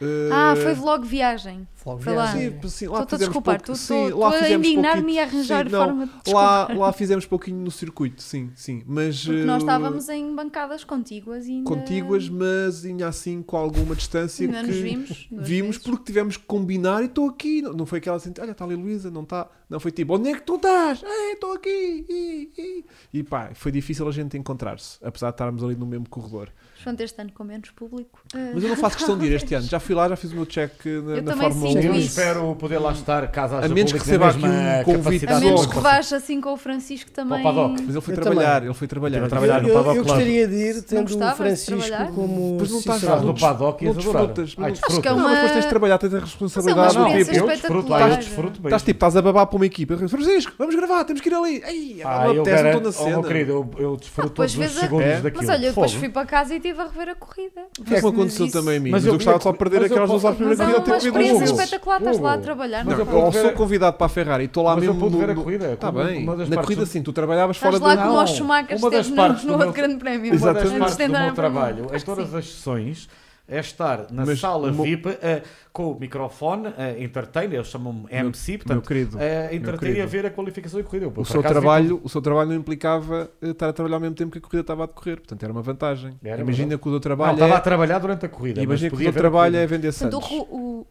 S1: Eh,
S2: é. Ah, foi vlog viagem.
S4: Vlog
S2: Foi lá.
S4: viagem.
S1: Sim, sim, lá
S2: Estou a
S1: fizemos
S2: desculpar,
S1: pouco-
S2: estou
S1: sim,
S2: estou-
S1: lá
S2: estou a
S1: fizemos
S2: indignar-me e
S1: pouquinho-
S2: a arranjar
S1: sim, não,
S2: forma de
S1: lá,
S2: desculpar.
S1: lá fizemos pouquinho no circuito, sim, sim. Mas,
S2: Porque nós
S1: eh,
S2: estávamos em bancadas contíguas e ainda...
S1: contíguas, mas ainda assim com alguma distância
S2: ainda
S1: que
S2: nos vimos. duas
S1: vimos
S2: vezes.
S1: porque tivemos que combinar e estou aqui. Não, não foi aquela assim, olha, está ali a Luísa, não está. Não foi tipo, onde é que tu estás? Ei, Estou aqui. ih, ih." E pá, foi difícil a gente encontrar-se, apesar de estarmos ali no mesmo corredor.
S2: Portanto, este ano com menos público. eh,
S1: Mas eu não faço questão de ir este ano. Já fui lá, já fiz o meu check eh, na,
S2: Eu
S1: na
S2: também
S1: Fórmula 1.
S2: sinto
S3: Eu
S2: é isso.
S3: espero poder lá estar, caso haja
S1: A menos que
S3: público, na
S1: receba
S3: mesma
S1: aqui um convite Dá
S2: A
S3: capacidade
S2: menos
S1: logo.
S2: que vás assim com o Francisco também.
S3: Papadoc.
S1: Mas ele foi
S4: Eu
S1: trabalhar,
S4: também.
S1: ele foi trabalhar.
S3: Eu
S4: Eu,
S3: trabalhar no
S4: eu-
S3: Paddock
S4: eu
S3: Club.
S4: gostaria de ir, tendo o
S2: gostavas de
S4: Francisco
S2: trabalhar?
S4: como.
S1: Pois não estás
S4: Cicerone.
S1: lá.
S3: do paddock e
S1: Não
S3: eles adoraram.
S1: desfrutas,
S3: Ai,
S1: não-
S3: desfruto.
S2: Acho que é
S1: Não,
S2: uma- é
S1: mas depois tens de trabalhar, tens a
S2: uma
S1: responsabilidade
S2: Não,
S1: do
S2: experiência
S1: tipo.
S2: espetacular.
S3: eu desfruto, lá, eu
S2: espetacular.
S3: desfruto mesmo.
S1: Estás tipo, estás a babar para uma equipa. Francisco, vamos gravar, temos que ir ali. Ai,
S3: Ah,
S1: agora
S3: eu
S1: me apetece, não estou
S3: garanto,
S1: na
S3: oh, meu
S1: cena.
S3: querido, eu, eu desfruto
S2: Depois
S3: todos os
S2: vês a-
S3: segundos
S1: É.
S3: daquilo.
S2: Mas olha, eu depois
S3: Fogo.
S2: fui para casa e estive a rever a corrida.
S1: Foi como é aconteceu também a mim. Mas eu gostava só de perder
S3: mas eu
S1: aquelas duas
S3: posso-
S1: horas
S2: Mas
S1: primeiras
S2: é
S1: que eu
S2: uma
S1: tinha um. corrido
S2: experiência
S1: ao
S3: Hugo.
S2: espetacular, estás lá a trabalhar.
S3: Mas
S2: não
S3: eu
S2: é?
S1: Não, eu
S3: pude
S1: sou
S3: ver-
S1: convidado para a Ferrari e estou lá
S3: Mas eu
S1: mesmo.
S3: pude
S1: no-
S3: ver a
S1: no-
S3: corrida, é
S1: Está
S3: como
S1: bem.
S3: uma das
S1: Na
S3: partes
S1: corrida
S3: do-
S1: sim, tu trabalhavas fora
S2: Estás
S1: do.
S2: lá
S3: Não,
S2: como os Schumacher
S3: uma das
S2: esteve no,
S3: partes
S2: no
S3: do
S2: outro
S3: meu-
S2: grande
S1: Uma
S2: prémio.
S1: das
S2: Antes
S1: partes
S2: de
S3: do
S2: entrar
S3: meu
S2: na
S3: trabalho
S2: Fórmula
S3: em
S2: 1.
S3: todas as sessões é estar na
S1: Mas
S3: sala
S1: o meu-
S3: VIP eh, com o microfone, eh, entertain, eles chamam-me MC,
S1: Meu
S3: portanto,
S1: querido.
S3: eh, entertain e a
S1: querido.
S3: ver a qualificação e corrida. Eu, por
S1: O seu,
S3: acaso, então- vi
S1: trabalho, o seu trabalho não implicava eh, estar a trabalhar ao mesmo tempo que a corrida estava a decorrer, portanto era uma vantagem.
S3: Era
S1: imagina
S3: verdade.
S1: que o teu
S3: tudo. Não,
S1: trabalho
S3: estava a
S1: é,
S3: trabalhar durante a corrida. mas
S1: imagina que o
S3: podia
S1: teu
S3: ver a
S1: trabalho é
S3: corrida.
S1: vender
S2: Portanto, o
S1: Santos.
S2: Ru- o-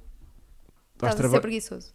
S1: Estás
S2: Estás a
S1: traba-
S2: ser preguiçoso.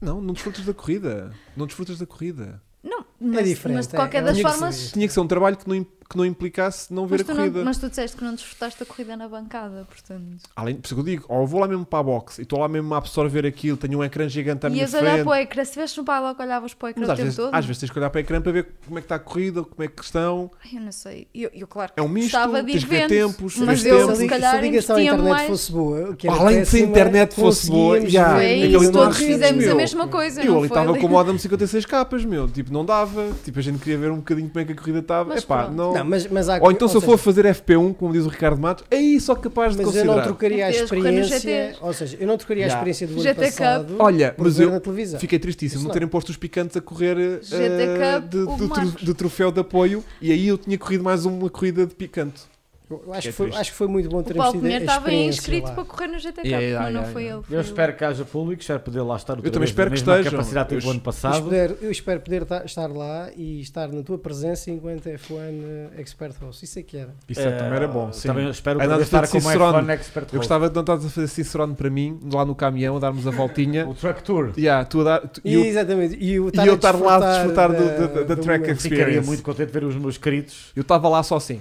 S1: Não, não desfrutas da corrida. Não desfrutas da corrida.
S2: Não, mas,
S4: diferente,
S2: mas de
S4: é-
S2: qualquer
S4: é
S2: das
S4: único
S2: formas,
S4: serviço.
S1: Tinha que ser um trabalho que não, im- que não implicasse não ver
S2: mas
S1: a
S2: tu,
S1: corrida.
S2: não, mas tu disseste que não desfrutaste a corrida na bancada, portanto.
S1: Além, por isso que eu digo, ou vou lá mesmo para a box e estou lá mesmo a absorver aquilo, tenho um ecrã gigante à minha
S2: Ias
S1: frente.
S2: olhar para o ecrã, se estivesse no palco, olhavas para o ecrã
S1: mas
S2: o
S1: às
S2: tempo
S1: vezes,
S2: todo.
S1: às vezes tens que olhar para o ecrã para ver como é que está a corrida, como é que estão.
S2: Ai, eu não sei. Eu, eu claro que
S1: É um misto,
S2: gostava de ir
S1: tens que ver
S2: vendo,
S1: tempos,
S2: mas
S1: ver
S2: eu
S1: tempos.
S2: se
S4: se a
S2: calhar
S4: ligação à
S2: investia
S4: internet
S2: mais.
S4: fosse boa, o que era
S1: Além de se a
S4: péssima,
S1: internet fosse boa,
S4: conseguíamos
S1: já,
S4: ver
S2: Foi
S1: aquele
S2: isso,
S1: não há
S2: todos
S1: redes,
S2: fizemos a
S1: meu.
S2: mesma coisa,
S1: eu
S2: é, não
S1: ali estava
S2: foi?
S1: com o modem 56 capas, meu. Tipo, não dava. Tipo, a gente queria ver um bocadinho como é que a corrida estava.
S2: Mas
S1: Epá,
S2: pronto.
S1: não.
S4: Não, mas, mas há
S1: Ou então se eu
S4: seja,
S1: for fazer FP1, como diz o Ricardo Matos, aí só capaz de
S4: Mas eu não
S1: considerar.
S4: trocaria a
S2: Devias correr no
S4: experiência.
S2: GT.
S4: Ou seja, eu não trocaria
S1: Já.
S4: a experiência do
S2: GT
S4: ano
S2: Cup.
S4: passado.
S1: Olha,
S4: um, por
S1: mas
S4: ver
S1: eu
S4: na televisão.
S1: fiquei tristíssimo
S4: Isso
S1: não
S4: não.
S1: terem posto os picantes a correr
S2: GT
S1: eh,
S2: Cup,
S1: de-
S2: Hugo
S1: do, tru-
S2: Marcos.
S1: do troféu de apoio e aí eu tinha corrido mais uma corrida de picante.
S4: Eu acho,
S1: Que é
S4: que foi,
S1: triste.
S4: acho que foi muito bom
S2: O
S4: termos
S2: Paulo
S4: tido a
S2: Pinheiro estava
S4: experiência
S2: inscrito
S4: lá.
S2: para correr no GTK,
S1: Yeah, yeah,
S2: mas não
S1: yeah,
S2: foi
S1: yeah.
S2: ele. foi
S3: Eu
S2: o-
S3: espero que haja público, espero poder lá estar outra
S1: é também
S3: vez,
S1: espero
S3: na
S1: que
S3: mesma
S1: estejam.
S3: capacidade que tive
S1: Eu-
S3: o ano
S4: Eu
S3: passado.
S4: espero, eu espero poder ta- estar lá e estar na tua presença enquanto F1 Expert Host. Isso é que era.
S1: Isso também era bom.
S3: Eh,
S1: Sim.
S3: Também espero
S1: Ainda
S3: poder
S1: de ter
S3: estar como
S1: Cicerone.
S3: iPhone Expert
S1: Eu gostava de não estás a fazer Cicerone para mim, lá no caminhão, a darmos a voltinha.
S4: [laughs]
S3: O Track Tour.
S1: yeah, tu a dar, tu- e
S4: E,
S1: eu-
S4: exatamente. E eu
S1: eu estar lá a desfrutar do-
S4: da-
S1: da- da
S4: do
S1: track
S4: momento.
S3: Ficaria
S1: Experience.
S3: muito contente de ver os meus queridos.
S1: eu estava lá só assim.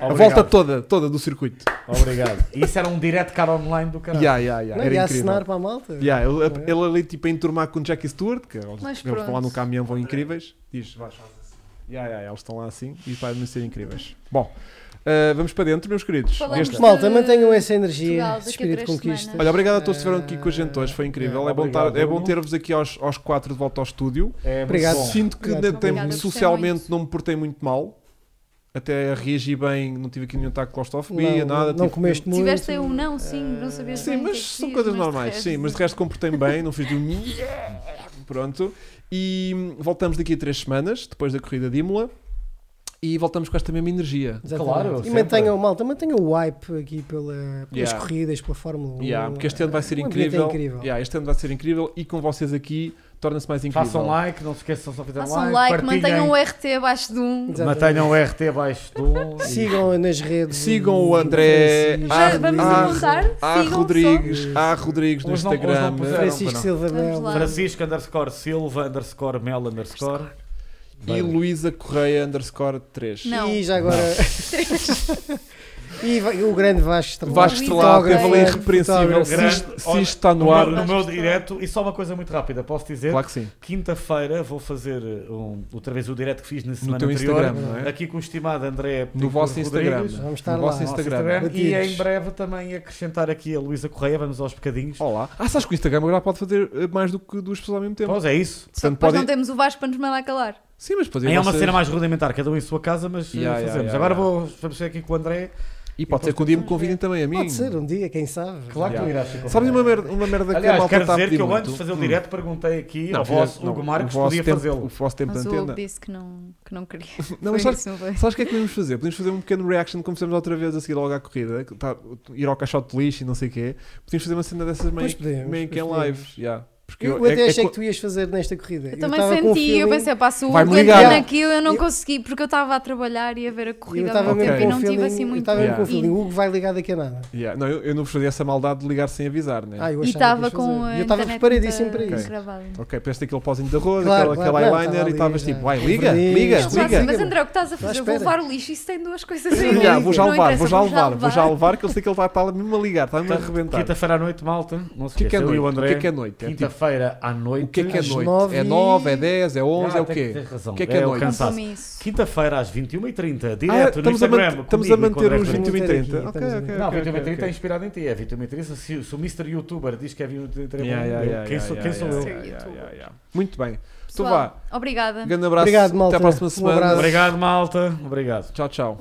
S1: A
S3: Obrigado.
S1: volta toda, toda do circuito.
S3: Obrigado. E isso era um direto cara online do caralho.
S1: Yeah, yeah, yeah.
S4: Não,
S1: Era
S4: e a
S1: incrível.
S4: assinar para a malta.
S1: Yeah, ele,
S4: Não é?
S1: ele ali tipo a enturmar com o Jackie Stewart, que eles
S2: Mas
S1: eles estão lá
S2: pronto.
S1: no caminhão, vão incríveis. Diz, vais.
S4: assim.
S1: Yeah, yeah, eles estão lá assim e vai ser incríveis. Bom, ah, vamos para dentro, meus queridos.
S2: Falamos
S1: Este-
S2: de-
S4: Malta, mantenham essa energia,
S2: Portugal daqui a
S4: espírito de
S2: três
S4: conquista.
S2: semanas.
S1: Olha, obrigado a todos que estiveram aqui com a gente hoje, foi incrível.
S3: Eh,
S1: É bom,
S3: obrigado,
S1: tar- é bom
S3: Bruno.
S1: ter-vos aqui aos, aos quatro de volta ao estúdio.
S3: É muito
S4: Obrigado.
S3: bom.
S1: Sinto que
S4: Obrigado,
S1: ainda
S4: Paulo.
S1: tenho,
S2: Obrigada,
S1: socialmente
S2: gostei
S1: não me portei muito mal. Até reagi bem, não tive aqui nenhum ataque de claustrofobia,
S4: Não,
S1: nada. tipo,
S4: não
S1: tive-
S4: comeste muito.
S2: Tiveste aí um não, sim, não sabias
S1: Sim,
S2: bem o que é
S1: mas
S2: que
S1: são
S2: dizias,
S1: coisas
S2: mas de
S1: normais,
S2: resto-
S1: sim. Mas de resto comportei-me bem, não [laughs] fiz de um. Pronto. E hum, voltamos daqui a três semanas, depois da corrida de Imola. E voltamos com esta mesma energia.
S4: Exatamente.
S3: Claro,
S4: e
S3: sempre.
S4: mantenham, malta, mantenham o hype aqui pela, pelas
S1: Yeah.
S4: corridas, pela Fórmula 1.
S1: Yeah, porque este ano vai ser
S4: O ambiente é
S1: incrível.
S4: incrível.
S1: Yeah, este ano vai ser incrível e com vocês aqui torna-se mais incrível.
S3: Façam like, não se esqueçam só fazer
S2: Façam
S3: like.
S2: like,
S3: partilhem,
S2: mantenham o RT abaixo de um.
S4: Exato.
S3: mantenham o RT
S1: [laughs]
S3: abaixo do.
S4: Sigam nas redes.
S1: Sigam o André.
S4: Francisco-
S2: Já vamos
S1: Ah,
S2: apontar?
S1: Há
S2: Sigam
S1: Rodrigues,
S4: só.
S1: há Rodrigues no
S3: Hoje não- hoje não
S1: Instagram.
S3: puseram.
S4: Francisco Silva
S2: Vamos
S4: Melo.
S2: lá.
S3: Francisco underscore Silva underscore Mel underscore.
S1: E Luísa Correia underscore 3.
S2: Não.
S4: E
S2: [laughs]
S4: já agora. e vai- o grande Vasco Estrelado.
S1: Vasco Estrelado,
S4: Fotógrafo,
S1: teve ali
S4: grande
S1: irrepreensível.
S4: fotógrafo.
S1: Se isto, se isto está no
S3: No
S1: ar,
S3: meu, no meu direto, e só uma coisa muito rápida, posso dizer?
S1: claro que sim.
S3: Quinta-feira vou fazer um, outra vez o direto que fiz na
S1: No
S3: semana
S1: teu
S3: anterior.
S1: Instagram, não é?
S3: Aqui com o estimado André
S1: No vosso Instagram.
S3: Rodrigues.
S4: Vamos estar
S1: no
S4: lá.
S1: vosso
S3: Nosso
S1: Instagram.
S3: E
S4: Batidos.
S3: em breve também acrescentar aqui a Luísa Correia, vamos aos bocadinhos.
S1: Olá. Ah, sabes que o Instagram agora pode fazer eh, mais do que duas pessoas ao mesmo tempo.
S3: Pois é isso.
S2: Só que
S1: Portanto,
S2: depois
S1: podem-
S2: não temos o Vasco para nos mandar calar.
S1: Sim, mas depois
S3: É uma
S1: vocês-
S3: cena mais rudimentar, cada um em sua casa, mas eh,
S1: Yeah, yeah,
S3: fazemos.
S1: yeah,
S3: Agora
S1: yeah.
S3: Vou, vamos ser aqui com o André.
S1: E pode ser que um dia me convidem também a mim.
S4: Pode ser, um dia, quem sabe.
S3: Claro que
S1: Yeah.
S3: tu irás ficar.
S1: Sabes uma merda, uma merda que a
S3: Aliás,
S1: malta
S3: quero
S1: está a
S3: dizer
S1: pedir
S3: que eu
S1: muito?
S3: antes de fazer o
S1: Hum.
S3: direto perguntei aqui
S1: Não,
S3: ao
S1: filha,
S3: vosso
S1: não,
S3: Hugo Marques
S1: o vosso
S3: podia
S1: tempo-
S3: fazê-lo.
S1: O vosso tempo de
S2: Mas o Hugo
S1: antena.
S2: disse que não, que não queria.
S1: Não,
S2: Foi
S1: mas sabes,
S2: isso, não foi?
S1: sabes o que é que podemos fazer? Podemos fazer um pequeno reaction, como fizemos outra vez a seguir logo à corrida, que tá- ir ao caixote de lixo e não sei o quê. Podemos fazer uma cena dessas meio,
S4: Pois podemos,
S1: meio que em
S4: pois podemos.
S1: lives. yeah. Porque
S4: Eu,
S1: é-
S4: até
S1: é
S4: achei
S1: co-
S4: que tu ias fazer nesta corrida.
S2: Eu também
S4: tava com um
S2: senti, eu
S4: feeling-
S2: pensei, pá, se o
S1: Vai-me
S2: Hugo
S1: ligar.
S2: entra naquilo, eu não
S4: Eu-
S2: consegui, porque eu estava a trabalhar e a ver a corrida
S4: eu
S2: ao
S4: tava
S2: mesmo
S1: mesmo
S2: tempo e
S1: com
S2: não
S4: feeling-
S2: tive assim
S4: Eu
S2: muito.
S4: estava mesmo com o
S1: Yeah.
S4: feeling. O Hugo vai ligar daqui a nada.
S1: yeah. Não, eu, eu não vos fazia essa maldade de ligar sem avisar, né?
S4: Ah, eu
S2: E
S4: achava que
S2: estava
S4: ias
S2: com
S4: fazer.
S2: a
S4: Eu estava
S2: internet
S4: preparadíssimo para
S2: muito
S4: isso. Então,
S2: gravada.
S1: Ok, parece aquele pozinho de arroz,
S4: Claro,
S1: aquele,
S4: claro,
S1: aquele
S4: não,
S1: eyeliner
S4: estava
S1: e estavas
S4: ali,
S1: tipo,
S4: já.
S1: vai, liga,
S4: Verniz,
S1: liga,
S2: Ele
S4: Mas
S2: já
S1: liga.
S2: disse, assim, mas
S4: liga-me.
S2: André, o que estás a
S4: Já
S2: fazer? Vou
S4: espera.
S2: levar o lixo, isso tem duas coisas
S4: Sim,
S2: aí.
S3: assim,
S4: já,
S1: Yeah, vou já
S2: Não
S1: levar, vou
S2: interessa,
S1: já levar, vou já levar, que eu sei que ele vai estar mesmo a ligar, está mesmo a arrebentar. O
S3: Quinta-feira à noite, malta. Não se
S1: que é que é
S3: esqueçam, eu e
S1: noite?
S3: o
S1: O que
S3: André.
S1: é que é noite? É tipo,
S3: Quinta-feira à noite.
S1: O que é que é
S4: Às
S1: noite?
S4: nove
S1: É
S4: e-
S1: 9, é 10, é 11, é
S3: Ah,
S1: o
S3: tem-
S1: quê?
S3: tem razão.
S1: O que é que é noite?
S3: cansaço.
S2: Compromisso.
S3: Quinta-feira às 21h30,
S1: Ah,
S3: direto no
S1: estamos a,
S3: É, Instagram.
S1: man- estamos a
S3: comigo e com o
S1: manter
S3: André
S1: os
S4: Fernandes.
S1: 21 e 30.
S4: Estamos
S1: Ok,
S4: a manter
S1: ok,
S4: aqui,
S3: Não,
S1: ok,
S3: 21 e 30 é
S1: ok.
S3: inspirado em ti, é 21 e 30. Se, se o Mr. Youtuber diz que é 21 e 30,
S1: Yeah, yeah,
S3: eu-
S1: yeah,
S3: quem
S1: yeah,
S3: sou, quem
S1: yeah,
S3: sou
S1: yeah,
S3: eu?
S1: yeah, yeah, yeah, yeah. Muito bem. Então
S2: Pessoal,
S1: vá.
S2: Obrigada.
S1: Grande abraço.
S4: Obrigado,
S1: Até
S4: malta.
S1: à próxima
S4: Um
S1: semana.
S4: abraço.
S3: Obrigado, malta. Obrigado.
S1: Tchau, tchau.